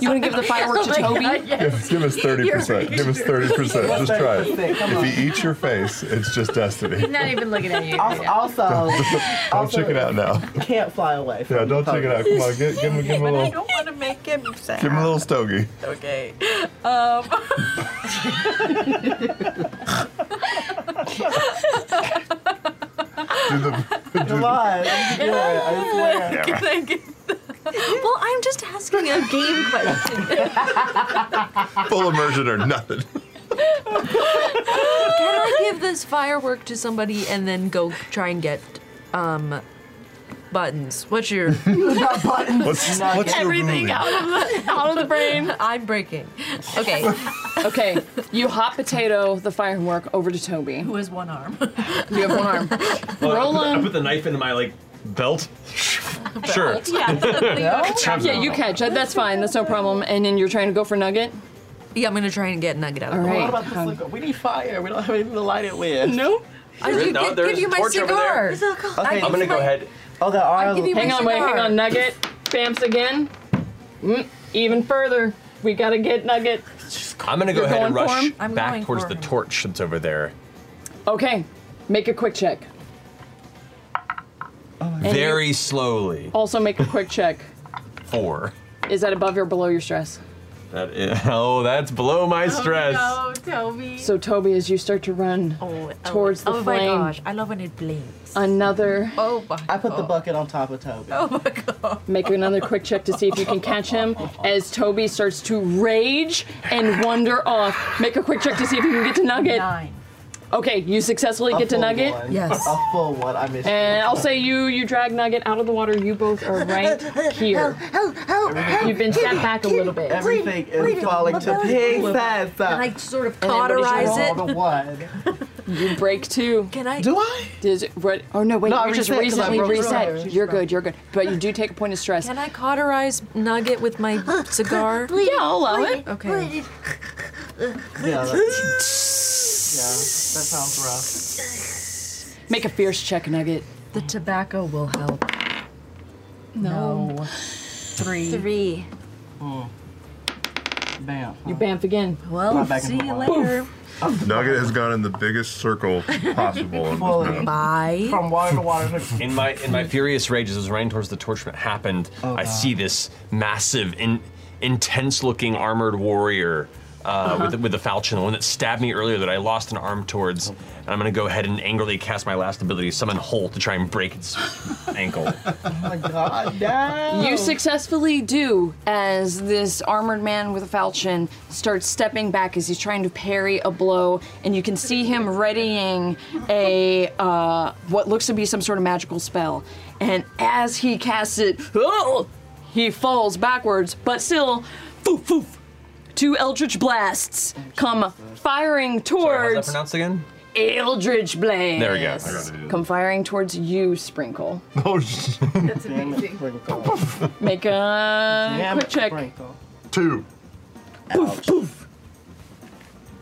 Speaker 3: You want to give
Speaker 11: *laughs*
Speaker 3: the firework to Toby?
Speaker 11: Give, give us 30%. Give us 30%. Just try it. If he eats your face, it's just destiny.
Speaker 4: not even looking at you. Also,
Speaker 11: *laughs* Don't check it out now.
Speaker 4: can't fly away.
Speaker 11: Yeah, don't check it out. Come on, give, give, him, give him a
Speaker 4: But I
Speaker 11: little,
Speaker 4: don't
Speaker 2: want to make him sad.
Speaker 11: give him a little stogie.
Speaker 2: Okay.
Speaker 11: *laughs*
Speaker 2: Um. *laughs*
Speaker 11: Come
Speaker 4: on.
Speaker 2: *laughs* Can I get well, I'm just asking a game question. *laughs*
Speaker 11: Full immersion or nothing.
Speaker 2: Can I give this firework to somebody and then go try and get um buttons? What's your
Speaker 4: Not buttons.
Speaker 11: What's- Not what's your
Speaker 2: everything
Speaker 11: mood?
Speaker 2: out of the out of the brain? *laughs* I'm breaking.
Speaker 3: Okay. *laughs* okay. You hot potato the firework over to Toby. Who
Speaker 2: has one arm?
Speaker 3: You have one arm.
Speaker 56: Well,
Speaker 3: Roll
Speaker 56: I, put the, I
Speaker 3: on.
Speaker 56: put the knife into my like
Speaker 3: *laughs*
Speaker 56: belt.
Speaker 2: *laughs*
Speaker 56: sure. *laughs*
Speaker 11: *laughs*
Speaker 3: Yeah, you catch that. That's fine. That's no problem. And then you're trying to go for Nugget?
Speaker 2: Yeah, I'm going to try and get Nugget out
Speaker 3: All right. um,
Speaker 4: What about the cigar? We need fire. We don't have anything to light it with.
Speaker 3: Nope.
Speaker 4: I
Speaker 9: There-
Speaker 4: could
Speaker 9: no,
Speaker 4: give-
Speaker 9: there's
Speaker 4: give you
Speaker 9: a
Speaker 4: my
Speaker 9: torch over there.
Speaker 4: cigar. It's okay.
Speaker 9: I'm gonna go ahead.
Speaker 4: Oh, there are.
Speaker 9: give you
Speaker 3: hang
Speaker 9: my
Speaker 3: on, wait,
Speaker 9: cigar.
Speaker 3: hang on. Nugget. Bamps again. Mm, even further. We gotta get Nugget.
Speaker 9: I'm gonna go
Speaker 3: You're
Speaker 9: ahead and
Speaker 3: going for
Speaker 9: rush
Speaker 3: him? I'm
Speaker 9: back
Speaker 3: going
Speaker 9: towards
Speaker 3: for
Speaker 9: the
Speaker 3: him.
Speaker 9: torch that's over there.
Speaker 3: Okay. Make a quick check. And
Speaker 9: Very slowly.
Speaker 3: Also make a quick check.
Speaker 9: Four.
Speaker 3: Is that above or below your stress?
Speaker 9: That is, *laughs* oh, that's below my stress.
Speaker 2: Toby.
Speaker 3: So Toby, as you start to run
Speaker 2: Oh,
Speaker 3: towards the
Speaker 4: oh my
Speaker 3: flame,
Speaker 4: gosh,
Speaker 2: I love when it blinks.
Speaker 3: Another.
Speaker 2: Oh my
Speaker 4: I put the bucket on top of Toby.
Speaker 3: Make another quick check to see if you can catch him as Toby starts to rage and wander off. Make a quick check to see if you can get to Nugget. Nine. Okay, you successfully
Speaker 4: A
Speaker 3: get to
Speaker 4: full
Speaker 3: Nugget.
Speaker 4: one. A full one. I missed.
Speaker 3: And Uh, I'll say you you drag Nugget out of the water. You both are right here. You've been set back a little bit.
Speaker 4: Everything is falling to pieces.
Speaker 3: I
Speaker 2: sort of
Speaker 4: cauterize it. One.
Speaker 3: You break two.
Speaker 2: Can I?
Speaker 4: Do I?
Speaker 3: Does what? Oh no! Wait,
Speaker 2: No, I
Speaker 3: you just
Speaker 2: reset 'cause I
Speaker 3: recently
Speaker 2: broke through.
Speaker 3: reset.
Speaker 2: She's
Speaker 3: You're good. You're good. But you do take a point of stress.
Speaker 2: Can I cauterize Nugget with my cigar?
Speaker 3: Bleed, Yeah, I'll allow bleed, it.
Speaker 2: Okay.
Speaker 4: Yeah, *laughs* that's, yeah, that sounds
Speaker 3: Make a fierce check, Nugget.
Speaker 2: The tobacco will help.
Speaker 3: No. Three.
Speaker 2: Three.
Speaker 4: rough. Mm. Bam.
Speaker 3: You bamf again.
Speaker 4: Well, Back into see you the water. later.
Speaker 11: Nugget has gone in the biggest circle possible. in this map.
Speaker 2: Bye.
Speaker 4: From water to water. to-
Speaker 9: *laughs* In my in my furious rage as I was running towards the torch when it happened,
Speaker 4: Oh,
Speaker 9: I see this massive, in, intense-looking armored warrior uh,
Speaker 4: Uh-huh.
Speaker 9: with, the, with the falchion, the one that stabbed me earlier that I lost an arm towards. And I'm gonna go ahead and angrily cast my last ability, summon Holt, to try and
Speaker 4: *laughs*
Speaker 9: break its ankle.
Speaker 4: Oh my god, damn.
Speaker 3: You successfully do as this armored man with a falchion starts stepping back as he's trying to parry a blow, and you can see him readying a uh, what looks to be some sort of magical spell. And as he casts it, oh, he falls backwards, but still, foof foof. Two eldritch blasts come firing
Speaker 9: How's that
Speaker 3: towards
Speaker 9: pronounced again?
Speaker 3: eldritch blast.
Speaker 9: There we go. I got it.
Speaker 3: Come firing towards you, Sprinkle.
Speaker 11: Oh,
Speaker 4: That's amazing.
Speaker 3: Make a quick check.
Speaker 11: *laughs* Two.
Speaker 3: Poof, poof.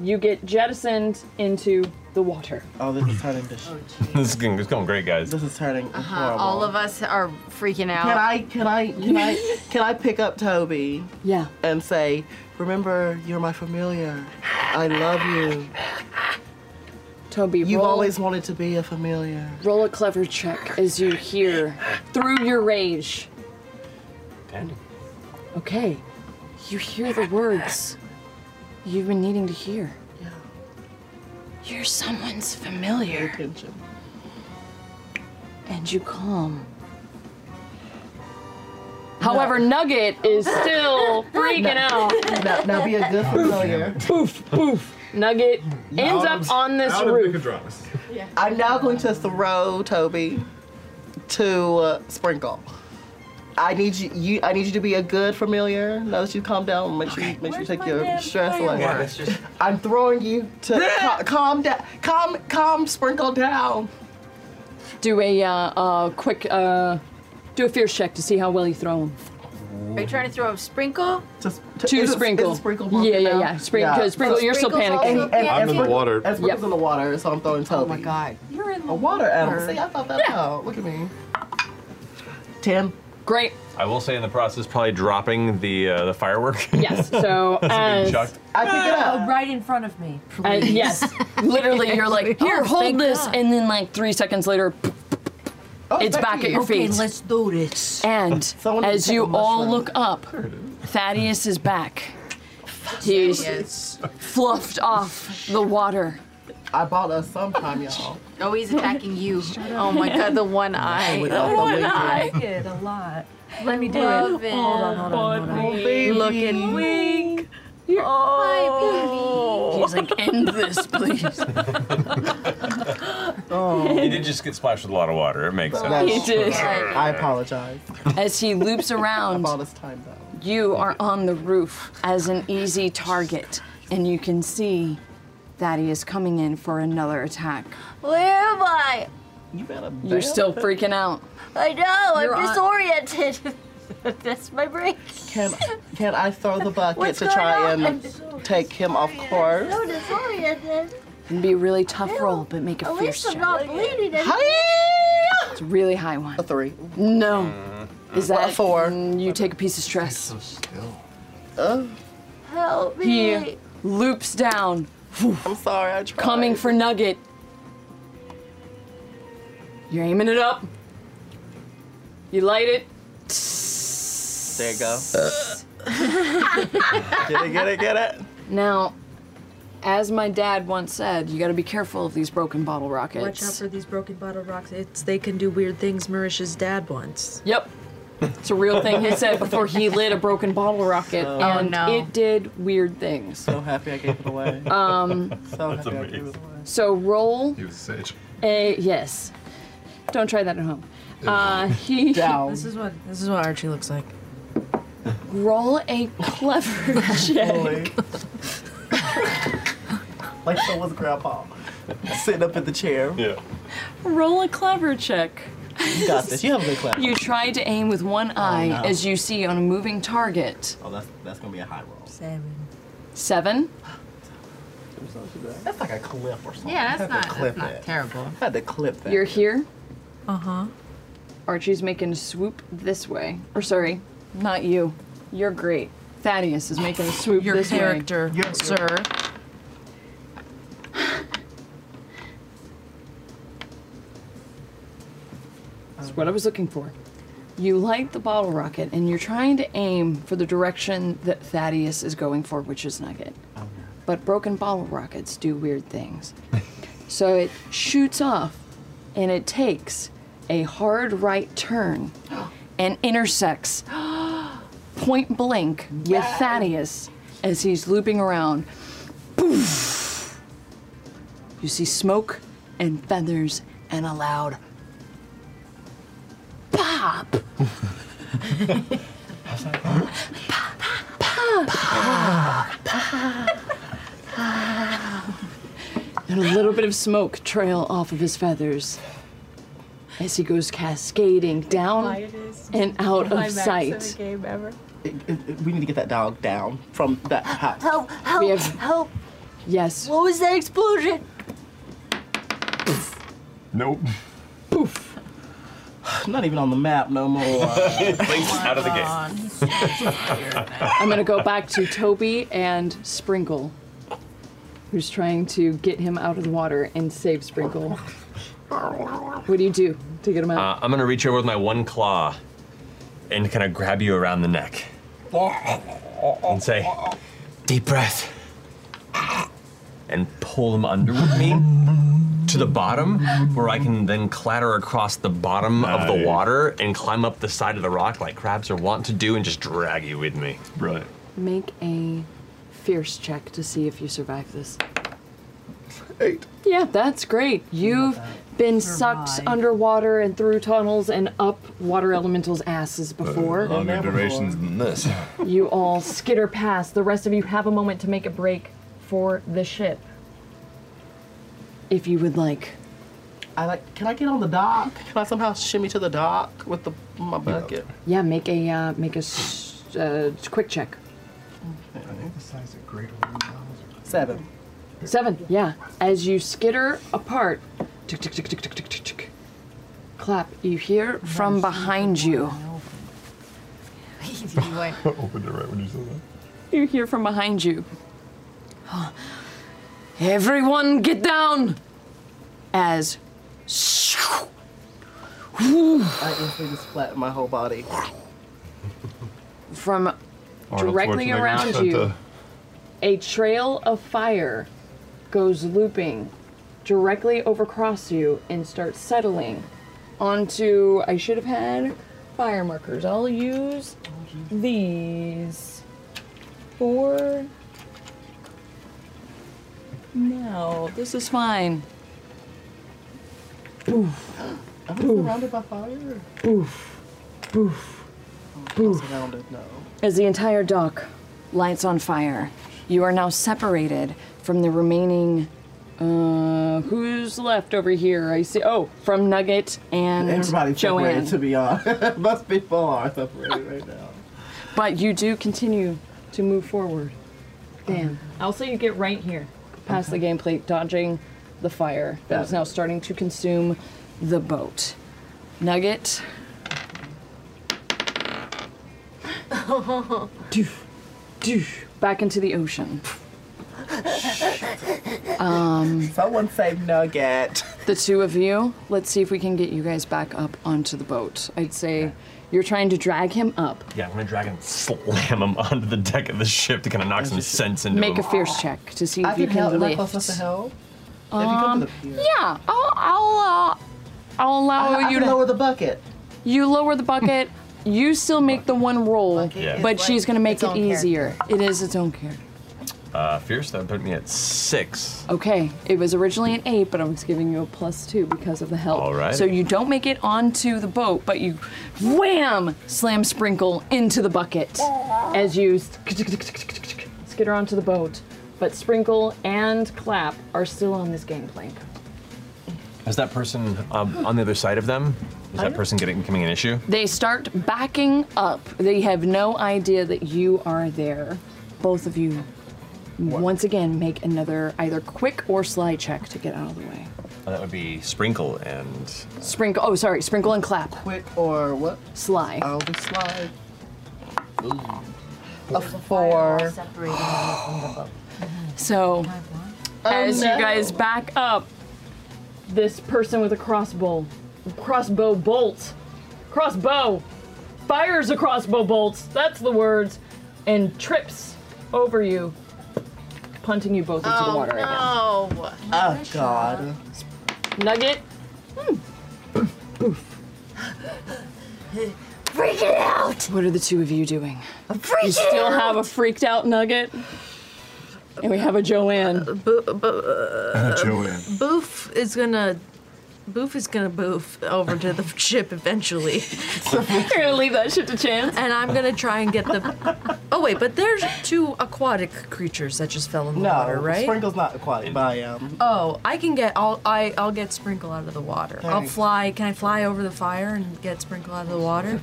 Speaker 3: You get jettisoned into the water.
Speaker 4: Oh, this is turning this.
Speaker 9: *laughs* This is going, it's going great, guys.
Speaker 4: This is turning
Speaker 3: Uh-huh.
Speaker 6: Uh, all of us are freaking out.
Speaker 4: Can
Speaker 3: Oh,
Speaker 4: I can I can I can I pick up Toby?
Speaker 3: Yeah.
Speaker 4: And say, remember, you're my familiar. I love you.
Speaker 3: Toby,
Speaker 4: you've
Speaker 3: roll-
Speaker 4: always wanted to be a familiar.
Speaker 3: Roll a clever check as you hear through your rage.
Speaker 9: Ten.
Speaker 3: Okay. You hear the words you've been needing to hear. You're someone's familiar. And you calm. However, Nugget
Speaker 6: *laughs*
Speaker 3: is still freaking out.
Speaker 4: Now, now be a good familiar.
Speaker 3: Poof, poof. Nugget ends up on this roof.
Speaker 4: I'm now going to throw Toby to uh, Sprinkle. I need you, you. I need you to be a good familiar. Now that you calm down, make sure you, make sure you take your stress away.
Speaker 38: Yeah, that's just-
Speaker 4: I'm throwing you to ca- calm down. Calm, calm, Sprinkle down.
Speaker 3: Do a uh, uh, quick, uh, do a fierce check to see how well you throw him.
Speaker 57: Are you trying to throw a sprinkle?
Speaker 4: Just
Speaker 57: Two
Speaker 4: is it-
Speaker 57: sprinkle.
Speaker 4: is it sprinkle pumpkin
Speaker 57: Yeah, yeah,
Speaker 4: now?
Speaker 57: yeah. Sprin-
Speaker 3: Uh,
Speaker 57: 'cause sprinkle,
Speaker 4: So
Speaker 57: you're still
Speaker 4: sprinkle's
Speaker 57: panicking.
Speaker 4: also- and-
Speaker 57: I'm
Speaker 4: and
Speaker 57: in the
Speaker 4: sprinkle-
Speaker 57: water.
Speaker 4: And sprinkle's in the water, so I'm throwing Toby. Oh my
Speaker 57: god.
Speaker 4: You're *laughs* in the a water animal. See, I thought that out. Look at me. Ten.
Speaker 3: Great.
Speaker 9: I will say in the process, probably dropping the uh, the firework.
Speaker 3: *laughs* Yes. So
Speaker 9: *laughs* It's being
Speaker 3: as *laughs*
Speaker 9: chucked.
Speaker 4: I pick it
Speaker 2: Oh, right in front of me.
Speaker 3: Uh, yes. Literally, you're
Speaker 2: *laughs*
Speaker 3: like, here,
Speaker 2: Oh,
Speaker 3: hold
Speaker 2: thank
Speaker 3: this.
Speaker 2: God.
Speaker 3: And then, like, three seconds later, *laughs* it's back
Speaker 2: back
Speaker 3: at
Speaker 2: to Oh, you.
Speaker 3: your
Speaker 2: Okay,
Speaker 3: feet.
Speaker 2: let's
Speaker 3: do this.
Speaker 2: *laughs*
Speaker 3: And as
Speaker 2: take
Speaker 3: you
Speaker 2: a
Speaker 3: all
Speaker 2: mushroom.
Speaker 3: look up, Thaddeus is back. He's fluffed off the water.
Speaker 4: I bought us sometime, y'all.
Speaker 57: Oh, he's attacking
Speaker 4: *laughs*
Speaker 57: you. Oh my god, the
Speaker 3: *laughs*
Speaker 57: one eye.
Speaker 4: with all the One wicked. eye.
Speaker 2: like it a lot. Let me do
Speaker 57: Love
Speaker 2: it.
Speaker 57: it.
Speaker 2: Hold on, hold on, hold on.
Speaker 57: Oh, baby.
Speaker 2: Look at
Speaker 3: me. You're *laughs*
Speaker 2: oh.
Speaker 3: He's like, end this, please.
Speaker 9: He
Speaker 2: Oh.
Speaker 9: did just get splashed with a lot of water. It makes sense.
Speaker 4: That's-
Speaker 9: *laughs*
Speaker 3: He did.
Speaker 4: I apologize.
Speaker 3: As he
Speaker 2: *laughs*
Speaker 3: loops around,
Speaker 4: All this time, though.
Speaker 3: you are on the roof as an easy target, and you can see that he is coming in for another attack.
Speaker 6: Where am I?
Speaker 4: You better.
Speaker 3: You're still freaking out.
Speaker 6: I know.
Speaker 4: You're
Speaker 6: I'm
Speaker 4: on-
Speaker 6: disoriented. *laughs* That's my brain.
Speaker 4: Can can I throw the bucket
Speaker 6: What's
Speaker 4: to
Speaker 6: going
Speaker 4: try
Speaker 6: on?
Speaker 4: and take him off
Speaker 6: *laughs*
Speaker 4: course?
Speaker 6: So disoriented.
Speaker 3: It'd be a really tough roll, but make a
Speaker 4: Oh.
Speaker 6: At
Speaker 3: fierce
Speaker 6: least I'm not
Speaker 3: check.
Speaker 6: bleeding. anymore.
Speaker 3: It's a really high one. A
Speaker 4: three.
Speaker 3: No. Is that
Speaker 4: A four?
Speaker 3: Mm, You take a piece of stress.
Speaker 4: Oh.
Speaker 6: Help
Speaker 3: He
Speaker 6: me.
Speaker 3: loops down. I'm
Speaker 4: sorry, I tried.
Speaker 3: Coming for Nugget. You're aiming it up. You light it.
Speaker 4: There you go. *laughs* get it, get it, get it.
Speaker 3: Now, as my dad once said, you gotta be careful of these broken bottle rockets.
Speaker 2: Watch out for these broken bottle rocks. It's they can do weird things. Marisha's dad once.
Speaker 3: Yep.
Speaker 2: *laughs*
Speaker 3: It's a real thing he said before he lit a broken bottle rocket,
Speaker 4: Oh.
Speaker 3: and
Speaker 4: Oh, no.
Speaker 3: it did weird things.
Speaker 4: So happy I gave it away.
Speaker 3: *laughs* Um,
Speaker 4: so happy I gave it away.
Speaker 3: So roll
Speaker 4: He was sage.
Speaker 3: a yes. Don't try that at home. Uh,
Speaker 4: *laughs*
Speaker 3: he
Speaker 2: This is what this is what Archie looks *laughs* like.
Speaker 3: roll a
Speaker 4: *laughs*
Speaker 3: clever check.
Speaker 4: Like so was Grandpa, sitting up in the chair.
Speaker 9: Yeah.
Speaker 3: Roll a clever check.
Speaker 4: You got this. You have a good class.
Speaker 3: You try to aim with one eye
Speaker 4: no.
Speaker 3: as you see on a moving target.
Speaker 4: Oh, that's that's gonna be a high roll.
Speaker 2: Seven.
Speaker 3: Seven.
Speaker 4: That's like a clip or something.
Speaker 3: Yeah, that's
Speaker 4: I had to
Speaker 3: not- that's
Speaker 4: clip
Speaker 3: not
Speaker 4: it. terrible. I had to clip that.
Speaker 3: You're here.
Speaker 2: Uh huh.
Speaker 3: Archie's making a swoop this way. Or sorry, not you. You're great. Thaddeus is making a swoop
Speaker 2: Your
Speaker 3: this way.
Speaker 2: character, sir.
Speaker 3: That's what I was looking for. You light the bottle rocket and you're trying to aim for the direction that Thaddeus is going for, which is Nugget.
Speaker 4: Oh,
Speaker 3: But broken bottle rockets do weird
Speaker 4: *laughs*
Speaker 3: things. so it shoots off and it takes a hard right turn and intersects point blank with Thaddeus as he's looping around. Poof! You see smoke and feathers and a loud pop.
Speaker 2: Ah.
Speaker 3: and a little bit of smoke trail off of his feathers as he goes cascading down and out of sight.
Speaker 4: game ever. we need to get that dog down from that house.
Speaker 6: Help! Help! Help!
Speaker 3: Yes.
Speaker 6: What was that
Speaker 4: *laughs*
Speaker 6: explosion?
Speaker 4: Nope. Poof. *sighs* Not even on the map no
Speaker 9: *laughs*
Speaker 4: more.
Speaker 9: out
Speaker 3: Oh
Speaker 9: of the game.
Speaker 3: I'm gonna go back to Toby and Sprinkle, who's trying to get him out of the water and save Sprinkle. What do you do to get him out?
Speaker 9: Uh, I'm gonna reach over with my one claw and kind of grab you around the neck and say, "Deep breath," and pull him under with me to the bottom, where I can then clatter across the bottom of the
Speaker 58: Nice.
Speaker 9: water and climb up the side of the rock like crabs are wont to do, and just drag you with me. Right.
Speaker 3: Make a fierce check to see if you survive this.
Speaker 4: Eight.
Speaker 3: Yeah, that's great. You've been sucked underwater and through tunnels and up water elementals' asses before.
Speaker 11: Longer durations than this.
Speaker 3: You all skitter past. The rest of you have a moment to make a break for the ship. If you would like.
Speaker 4: I like. Can I get on the dock? Can I somehow shimmy to the dock with the my bucket?
Speaker 3: Yeah, make a uh, make a s- uh, quick check.
Speaker 4: Seven.
Speaker 3: Seven. Yeah. As you skitter apart, tick tick tick tick tick tick tick tick. Clap. You hear from behind you.
Speaker 11: *laughs* opened it right when you said that.
Speaker 3: You hear from behind you.
Speaker 59: Everyone get down! As.
Speaker 4: I instantly just flattened my whole body.
Speaker 3: From
Speaker 4: Arnold
Speaker 3: directly
Speaker 4: Schwarzenegger
Speaker 3: around
Speaker 4: sent
Speaker 3: you,
Speaker 4: a-
Speaker 3: a trail of fire goes looping directly over across you and starts settling onto. I should have had fire markers. I'll use these for now. This is fine. Oof.
Speaker 4: I'm
Speaker 3: Oof.
Speaker 4: surrounded by fire.
Speaker 3: Boof. Boof. Boof.
Speaker 4: Surrounded, no.
Speaker 3: As the entire dock lights on fire, you are now separated from the remaining. Uh, who's left over here? I see. Oh, from Nugget and
Speaker 4: Everybody's
Speaker 3: Joanne.
Speaker 4: separated, to be *laughs* honest. Most people are separated right now.
Speaker 3: But you do continue to move forward. Damn.
Speaker 4: Uh-huh.
Speaker 3: Also, you get right here, past the game plate, dodging the fire that is now starting to consume the boat. Nugget. doof, doof, back into the ocean. Um,
Speaker 4: Someone say nugget.
Speaker 3: The two of you. Let's see if we can get you guys back up onto the boat. I'd say you're trying to drag him up.
Speaker 9: Yeah, I'm gonna drag him, slam him onto the deck of the ship to kind of knock some sense into him.
Speaker 3: Make a fierce check to see
Speaker 4: I
Speaker 3: if you
Speaker 4: can help.
Speaker 3: can
Speaker 4: Am I
Speaker 3: lift.
Speaker 4: close enough to help?
Speaker 3: Um, yeah, I'll, I'll, uh, I'll allow
Speaker 4: I- I
Speaker 3: you
Speaker 4: can
Speaker 3: to
Speaker 4: lower the bucket.
Speaker 3: You lower the bucket. you still make the one roll,
Speaker 9: Yeah.
Speaker 3: but
Speaker 9: is
Speaker 3: she's
Speaker 9: like
Speaker 3: gonna make
Speaker 9: its
Speaker 3: it
Speaker 9: own character.
Speaker 3: easier. It is its own character.
Speaker 9: Uh, fierce, that put me at six.
Speaker 3: Okay, it was originally an eight, but I was giving you a plus two because of the help.
Speaker 9: All right.
Speaker 3: So you don't make it onto the boat, but you wham slam sprinkle into the bucket as you skitter onto the boat. But sprinkle and clap are still on this game plank.
Speaker 9: Is that person um, on the other side of them? Is
Speaker 3: I
Speaker 9: that
Speaker 3: don't-
Speaker 9: person getting becoming an issue?
Speaker 3: They start backing up. They have no idea that you are there. Both of you, once again, make another either quick or sly check to get out of the way.
Speaker 9: Uh, that would be Sprinkle and.
Speaker 3: Sprinkle. Oh, sorry. Sprinkle and clap.
Speaker 4: Quick or what?
Speaker 3: Sly.
Speaker 4: I'll be sly. A *gasps* four.
Speaker 3: So,
Speaker 4: Oh,
Speaker 3: as
Speaker 4: no.
Speaker 3: you guys back up, this person with a crossbow, crossbow bolt, crossbow, fires a crossbow bolt. That's the words, and trips over you, punting you both into the water again.
Speaker 4: Oh, no. Oh God.
Speaker 3: Nugget. Freak it out! What are the two of you doing? I'm
Speaker 4: freaking
Speaker 3: You still have a freaked out Nugget, and we have a Joanne.
Speaker 11: Joanne.
Speaker 2: Boof is gonna. Boof is gonna boof over to the *laughs*
Speaker 3: *laughs*
Speaker 2: ship eventually.
Speaker 3: You're gonna leave that shit to chance.
Speaker 2: And I'm gonna try and get the. Oh wait, but there's two aquatic creatures that just fell in the
Speaker 4: No,
Speaker 2: water, right?
Speaker 4: Sprinkle's not aquatic, um, but I am.
Speaker 2: Oh, I can get. I'll. I, I'll get Sprinkle out of the water. I'll
Speaker 3: Thanks.
Speaker 2: fly. Can I fly over the fire and get Sprinkle out of the water?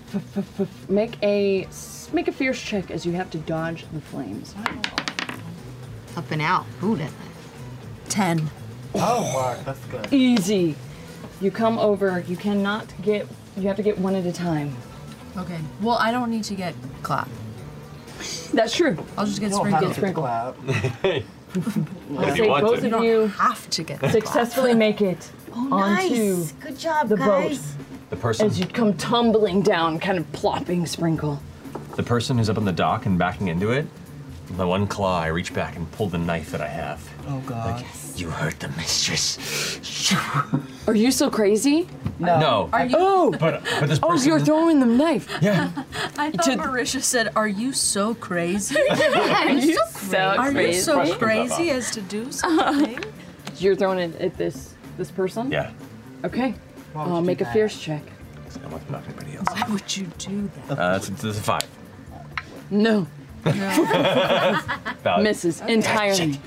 Speaker 3: Make a s- make a fierce check as you have to dodge the flames.
Speaker 60: Up and out. Who did
Speaker 3: Ten.
Speaker 4: Oh Mark, that's good.
Speaker 3: Easy. You come over. You cannot get. You have to get one at a time.
Speaker 2: Okay. Well, I don't need to get clap.
Speaker 3: That's true.
Speaker 2: I'll just get
Speaker 3: You don't have
Speaker 2: Sprinkle.
Speaker 3: to Sprinkle.
Speaker 9: If
Speaker 3: I
Speaker 9: you
Speaker 3: say
Speaker 9: want
Speaker 3: both
Speaker 9: to.
Speaker 3: of you
Speaker 2: have to get Oh,
Speaker 3: successfully make it onto
Speaker 61: nice. Good job,
Speaker 3: the
Speaker 61: guys.
Speaker 9: The person,
Speaker 3: as you come tumbling down, kind of plopping Sprinkle.
Speaker 9: the person who's up on the dock and backing into it. With my one claw, I reach back and pull the knife that I have.
Speaker 4: Oh God.
Speaker 9: You hurt the mistress.
Speaker 3: Are you so crazy?
Speaker 9: No. No. Are you-
Speaker 3: Oh.
Speaker 9: But, but this person.
Speaker 3: Oh, you're throwing the knife.
Speaker 9: Yeah.
Speaker 2: I thought
Speaker 3: To-
Speaker 2: Marisha said, "Are you
Speaker 3: *laughs*
Speaker 2: so crazy?
Speaker 3: Are you so
Speaker 2: Are you
Speaker 3: crazy?
Speaker 2: so
Speaker 3: Questions
Speaker 2: crazy
Speaker 3: about- Uh-huh.
Speaker 2: as to do something?"
Speaker 3: You're throwing it at this this person.
Speaker 9: Yeah.
Speaker 3: Okay.
Speaker 9: Why would
Speaker 3: Uh,
Speaker 9: you do
Speaker 3: make a
Speaker 9: that?
Speaker 3: fierce check.
Speaker 9: I'm not knocking anybody else.
Speaker 2: Why would you do
Speaker 9: Uh, that's, that's a five.
Speaker 4: *laughs*
Speaker 3: No.
Speaker 9: Valid.
Speaker 3: Misses entirely.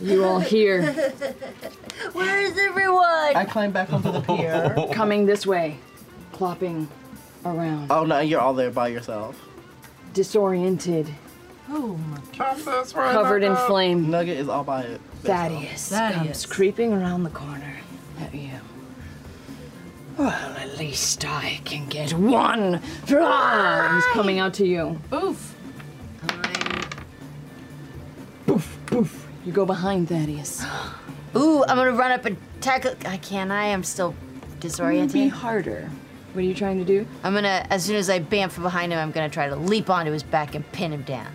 Speaker 3: You all hear
Speaker 6: *laughs* Where is everyone?
Speaker 4: I climb back onto the pier.
Speaker 37: *laughs* Coming this way, clopping around,
Speaker 4: Oh no, you're all there by yourself.
Speaker 37: disoriented,
Speaker 4: Oh my
Speaker 37: covered in flame.
Speaker 4: Nugget is all by it.
Speaker 37: Thaddeus, comes creeping around the corner at you. Well, at least I can get one. Ah, He's coming out to you. Oof. Poof, poof. You go behind Thaddeus.
Speaker 15: Ooh, I'm gonna run up and tackle. I can't. I am still disoriented.
Speaker 37: Maybe harder. What are you trying to do?
Speaker 15: I'm gonna. As soon as I bam from behind him, I'm gonna try to leap onto his back and pin him down.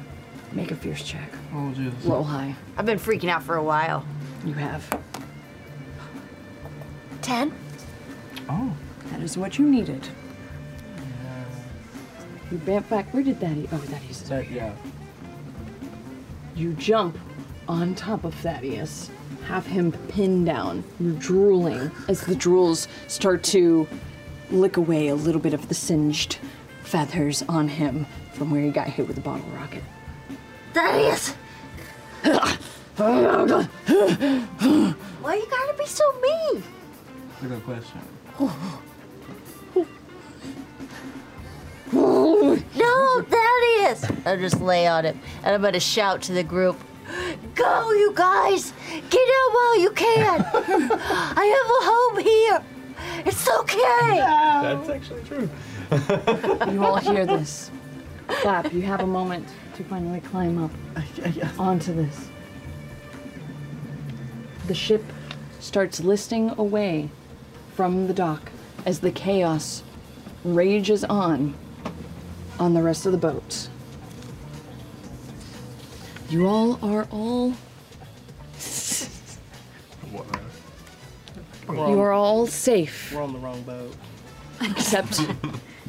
Speaker 37: Make a fierce check.
Speaker 4: Oh Jesus.
Speaker 37: Roll high.
Speaker 15: I've been freaking out for a while.
Speaker 37: You have.
Speaker 15: Ten.
Speaker 37: Oh. That is what you needed. You bent back. Where did Thaddeus? Oh, Thaddeus is over here.
Speaker 4: Yeah.
Speaker 37: You jump on top of Thaddeus, have him pinned down. You're drooling as the drools start to lick away a little bit of the singed feathers on him from where he got hit with the bottle rocket.
Speaker 6: Thaddeus! Why you gotta be so mean?
Speaker 7: That's a good question.
Speaker 15: No, Thaddeus! I'll just lay on him, and I'm gonna shout to the group.
Speaker 6: Go, you guys! Get out while
Speaker 15: *laughs*
Speaker 6: you can! I have a home here! It's okay!
Speaker 5: That's actually true.
Speaker 37: *laughs* you all hear this. Clap, you have a moment to finally climb up onto this. The ship starts listing away from the dock as the chaos rages on on the rest of the boats. You all are all. You are all safe.
Speaker 4: We're on the wrong boat.
Speaker 3: Except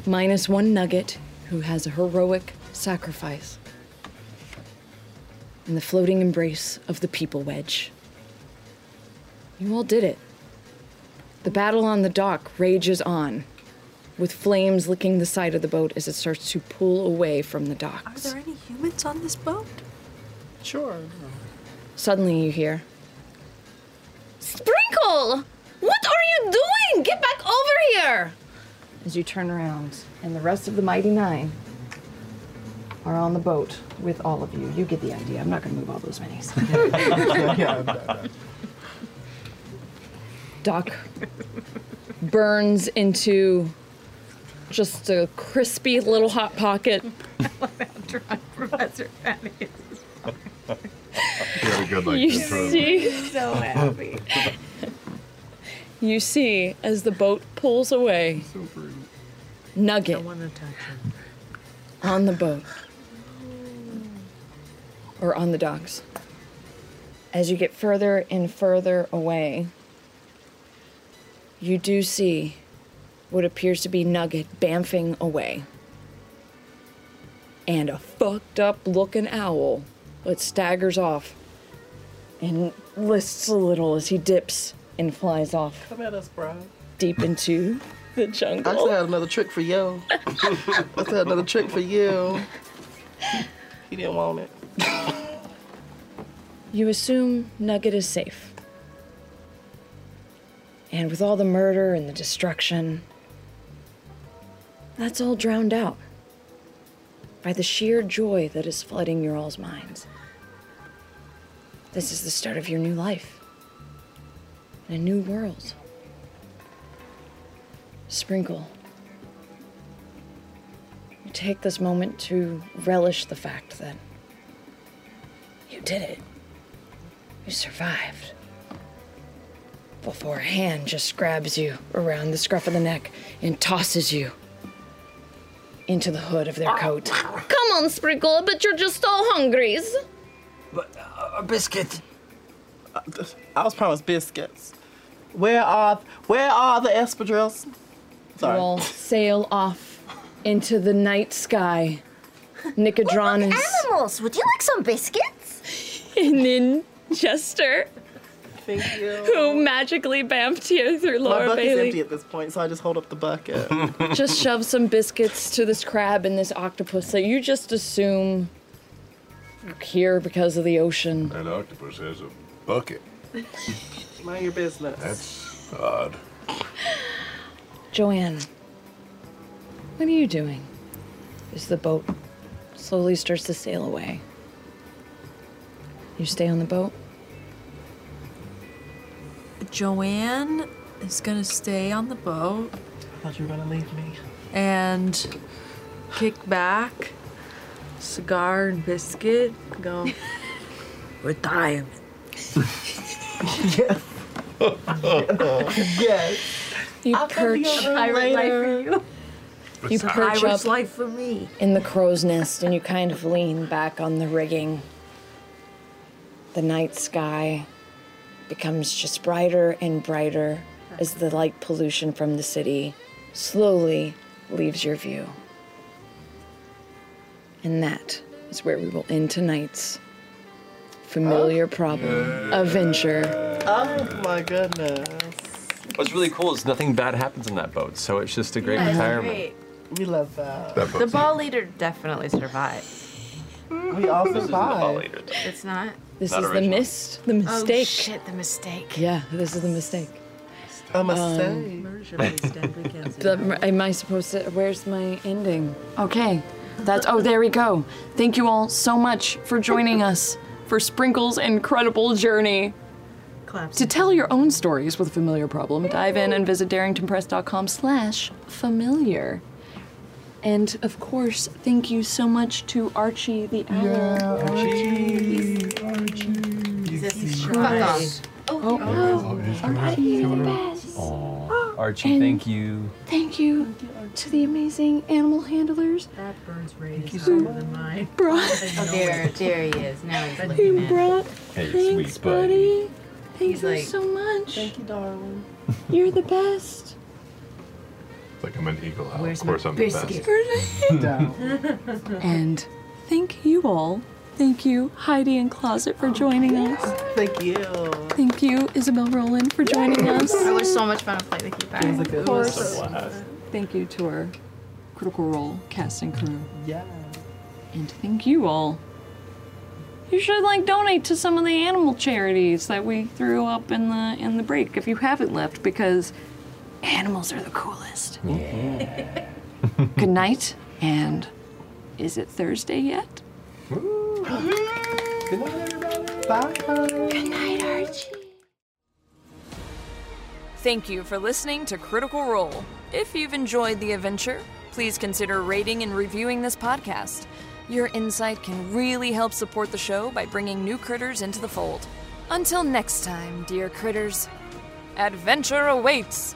Speaker 3: minus one nugget who has a heroic sacrifice in the floating embrace of the people wedge. You all did it. The battle on the dock rages on, with flames licking the side of the boat as it starts to pull away from the
Speaker 8: Are
Speaker 3: docks.
Speaker 8: there any humans on this boat?
Speaker 4: Sure.
Speaker 3: Suddenly you hear,
Speaker 18: Sprinkle! What are you doing? Get back over here!
Speaker 37: as you turn around, and the rest of the Mighty Nine are on the boat with all of you. You get the idea. I'm not going to move all those minis.
Speaker 2: *laughs*
Speaker 7: *laughs*
Speaker 3: Doc burns into just a crispy little hot pocket.
Speaker 40: Professor Thaddeus.
Speaker 11: Yeah, we good like
Speaker 3: you
Speaker 11: this, right?
Speaker 3: see,
Speaker 40: So happy.
Speaker 3: you see, as the boat pulls away, Nugget on the boat or on the docks. As you get further and further away, you do see what appears to be Nugget bamfing away. And a fucked up looking owl that staggers off and lists a little as he dips and flies off
Speaker 4: Come at us, bro.
Speaker 3: deep into the
Speaker 4: I
Speaker 3: jungle.
Speaker 4: actually had another trick for
Speaker 3: *laughs*
Speaker 4: you. I actually had another trick for you. He didn't want it.
Speaker 3: You assume Nugget is safe. And with all the murder and the destruction, that's all drowned out by the sheer joy that is flooding your all's minds. This is the start of your new life, and a new world. Sprinkle. You take this moment to relish the fact that you did it. You survived. Before a hand just grabs you around the scruff of the neck and tosses you into the hood of their coat.
Speaker 40: Come on, Sprinkle, but you're just so hungry.
Speaker 4: A biscuit. I was promised biscuits. Where are where are the espadrilles? Sorry.
Speaker 3: You all sail off into the night sky. Nicodranus.
Speaker 6: Animals, would you like some biscuits?
Speaker 3: *laughs* and then Jester.
Speaker 4: Thank you.
Speaker 3: Who magically bamfed you through
Speaker 4: My
Speaker 3: Laura
Speaker 4: bucket's
Speaker 3: Bailey.
Speaker 4: empty at this point, so I just hold up the bucket.
Speaker 3: *laughs*
Speaker 4: *laughs*
Speaker 3: just shove some biscuits to this crab and this octopus that you just assume are here because of the ocean.
Speaker 11: An octopus has a bucket.
Speaker 4: *laughs* Mind your business.
Speaker 11: That's odd.
Speaker 62: Joanne, what are you doing? As the boat slowly starts to sail away. You stay on the boat?
Speaker 2: Joanne is gonna stay on the boat
Speaker 4: I thought you were gonna leave me.
Speaker 2: and kick back, cigar and biscuit, go *laughs* retirement.
Speaker 4: yes. yes.
Speaker 62: You
Speaker 4: I'll come to your
Speaker 62: perch.
Speaker 4: room
Speaker 62: Pirate life for
Speaker 4: later.
Speaker 62: you. You
Speaker 4: It's
Speaker 62: perch
Speaker 4: Irish
Speaker 62: up
Speaker 4: life for me.
Speaker 62: in the crow's nest and you kind of lean back on the rigging. The night sky becomes just brighter and brighter as the light pollution from the city slowly leaves your view. And that is where we will end tonight's familiar problem adventure.
Speaker 4: Oh my goodness.
Speaker 9: What's really cool is nothing bad happens in that boat, so it's just a great retirement.
Speaker 4: We love that.
Speaker 9: That
Speaker 6: The
Speaker 9: boat's
Speaker 6: ball leader definitely survived.
Speaker 4: We all survived.
Speaker 6: It's not.
Speaker 62: Oh, This is the mist, the mistake.
Speaker 6: Oh shit, the mistake.
Speaker 62: Yeah, this is the mistake. Um,
Speaker 4: A Um, *laughs*
Speaker 62: the, am I supposed to? Where's my ending?
Speaker 3: Okay. That's oh there we go. Thank you all so much for joining us for Sprinkle's incredible journey. To tell your own stories with a familiar problem, dive in and visit darringtonpress.com slash familiar. And of course, thank you so much to Archie the Owl. Archie,
Speaker 9: Oh, Archie,
Speaker 3: And-
Speaker 9: thank you.
Speaker 3: Thank you to the amazing animal handlers. That bird's rate is higher than mine. Brought,
Speaker 6: *laughs* Oh, there, there he is. Now he's
Speaker 3: who
Speaker 6: looking at
Speaker 3: brought
Speaker 9: Hey,
Speaker 3: Thanks,
Speaker 9: sweet
Speaker 3: buddy. Thank
Speaker 6: He's
Speaker 3: you
Speaker 6: like,
Speaker 3: so much.
Speaker 4: Thank you, darling.
Speaker 3: You're the best.
Speaker 11: It's like I'm an eagle. Owl. Of
Speaker 3: Where's
Speaker 11: course,
Speaker 3: my
Speaker 11: I'm the best.
Speaker 3: biscuit? *laughs* and thank you all. Thank you, Heidi and Closet, for joining us.
Speaker 4: Oh Thank you.
Speaker 3: Thank you, Isabel Rowland, for joining us.
Speaker 63: It was so much fun to play with you guys.
Speaker 3: Of course. Thank you to our Critical Role cast and crew.
Speaker 4: Yeah.
Speaker 3: And thank you all. You should like donate to some of the animal charities that we threw up in the in the break if you haven't left because animals are the coolest. *laughs* Good night and is it Thursday yet?
Speaker 4: Good night, everybody. Bye. Good
Speaker 3: night, Archie.
Speaker 64: Thank you for listening to Critical Role. If you've enjoyed the adventure, please consider rating and reviewing this podcast. Your insight can really help support the show by bringing new critters into the fold. Until next time, dear critters, adventure awaits!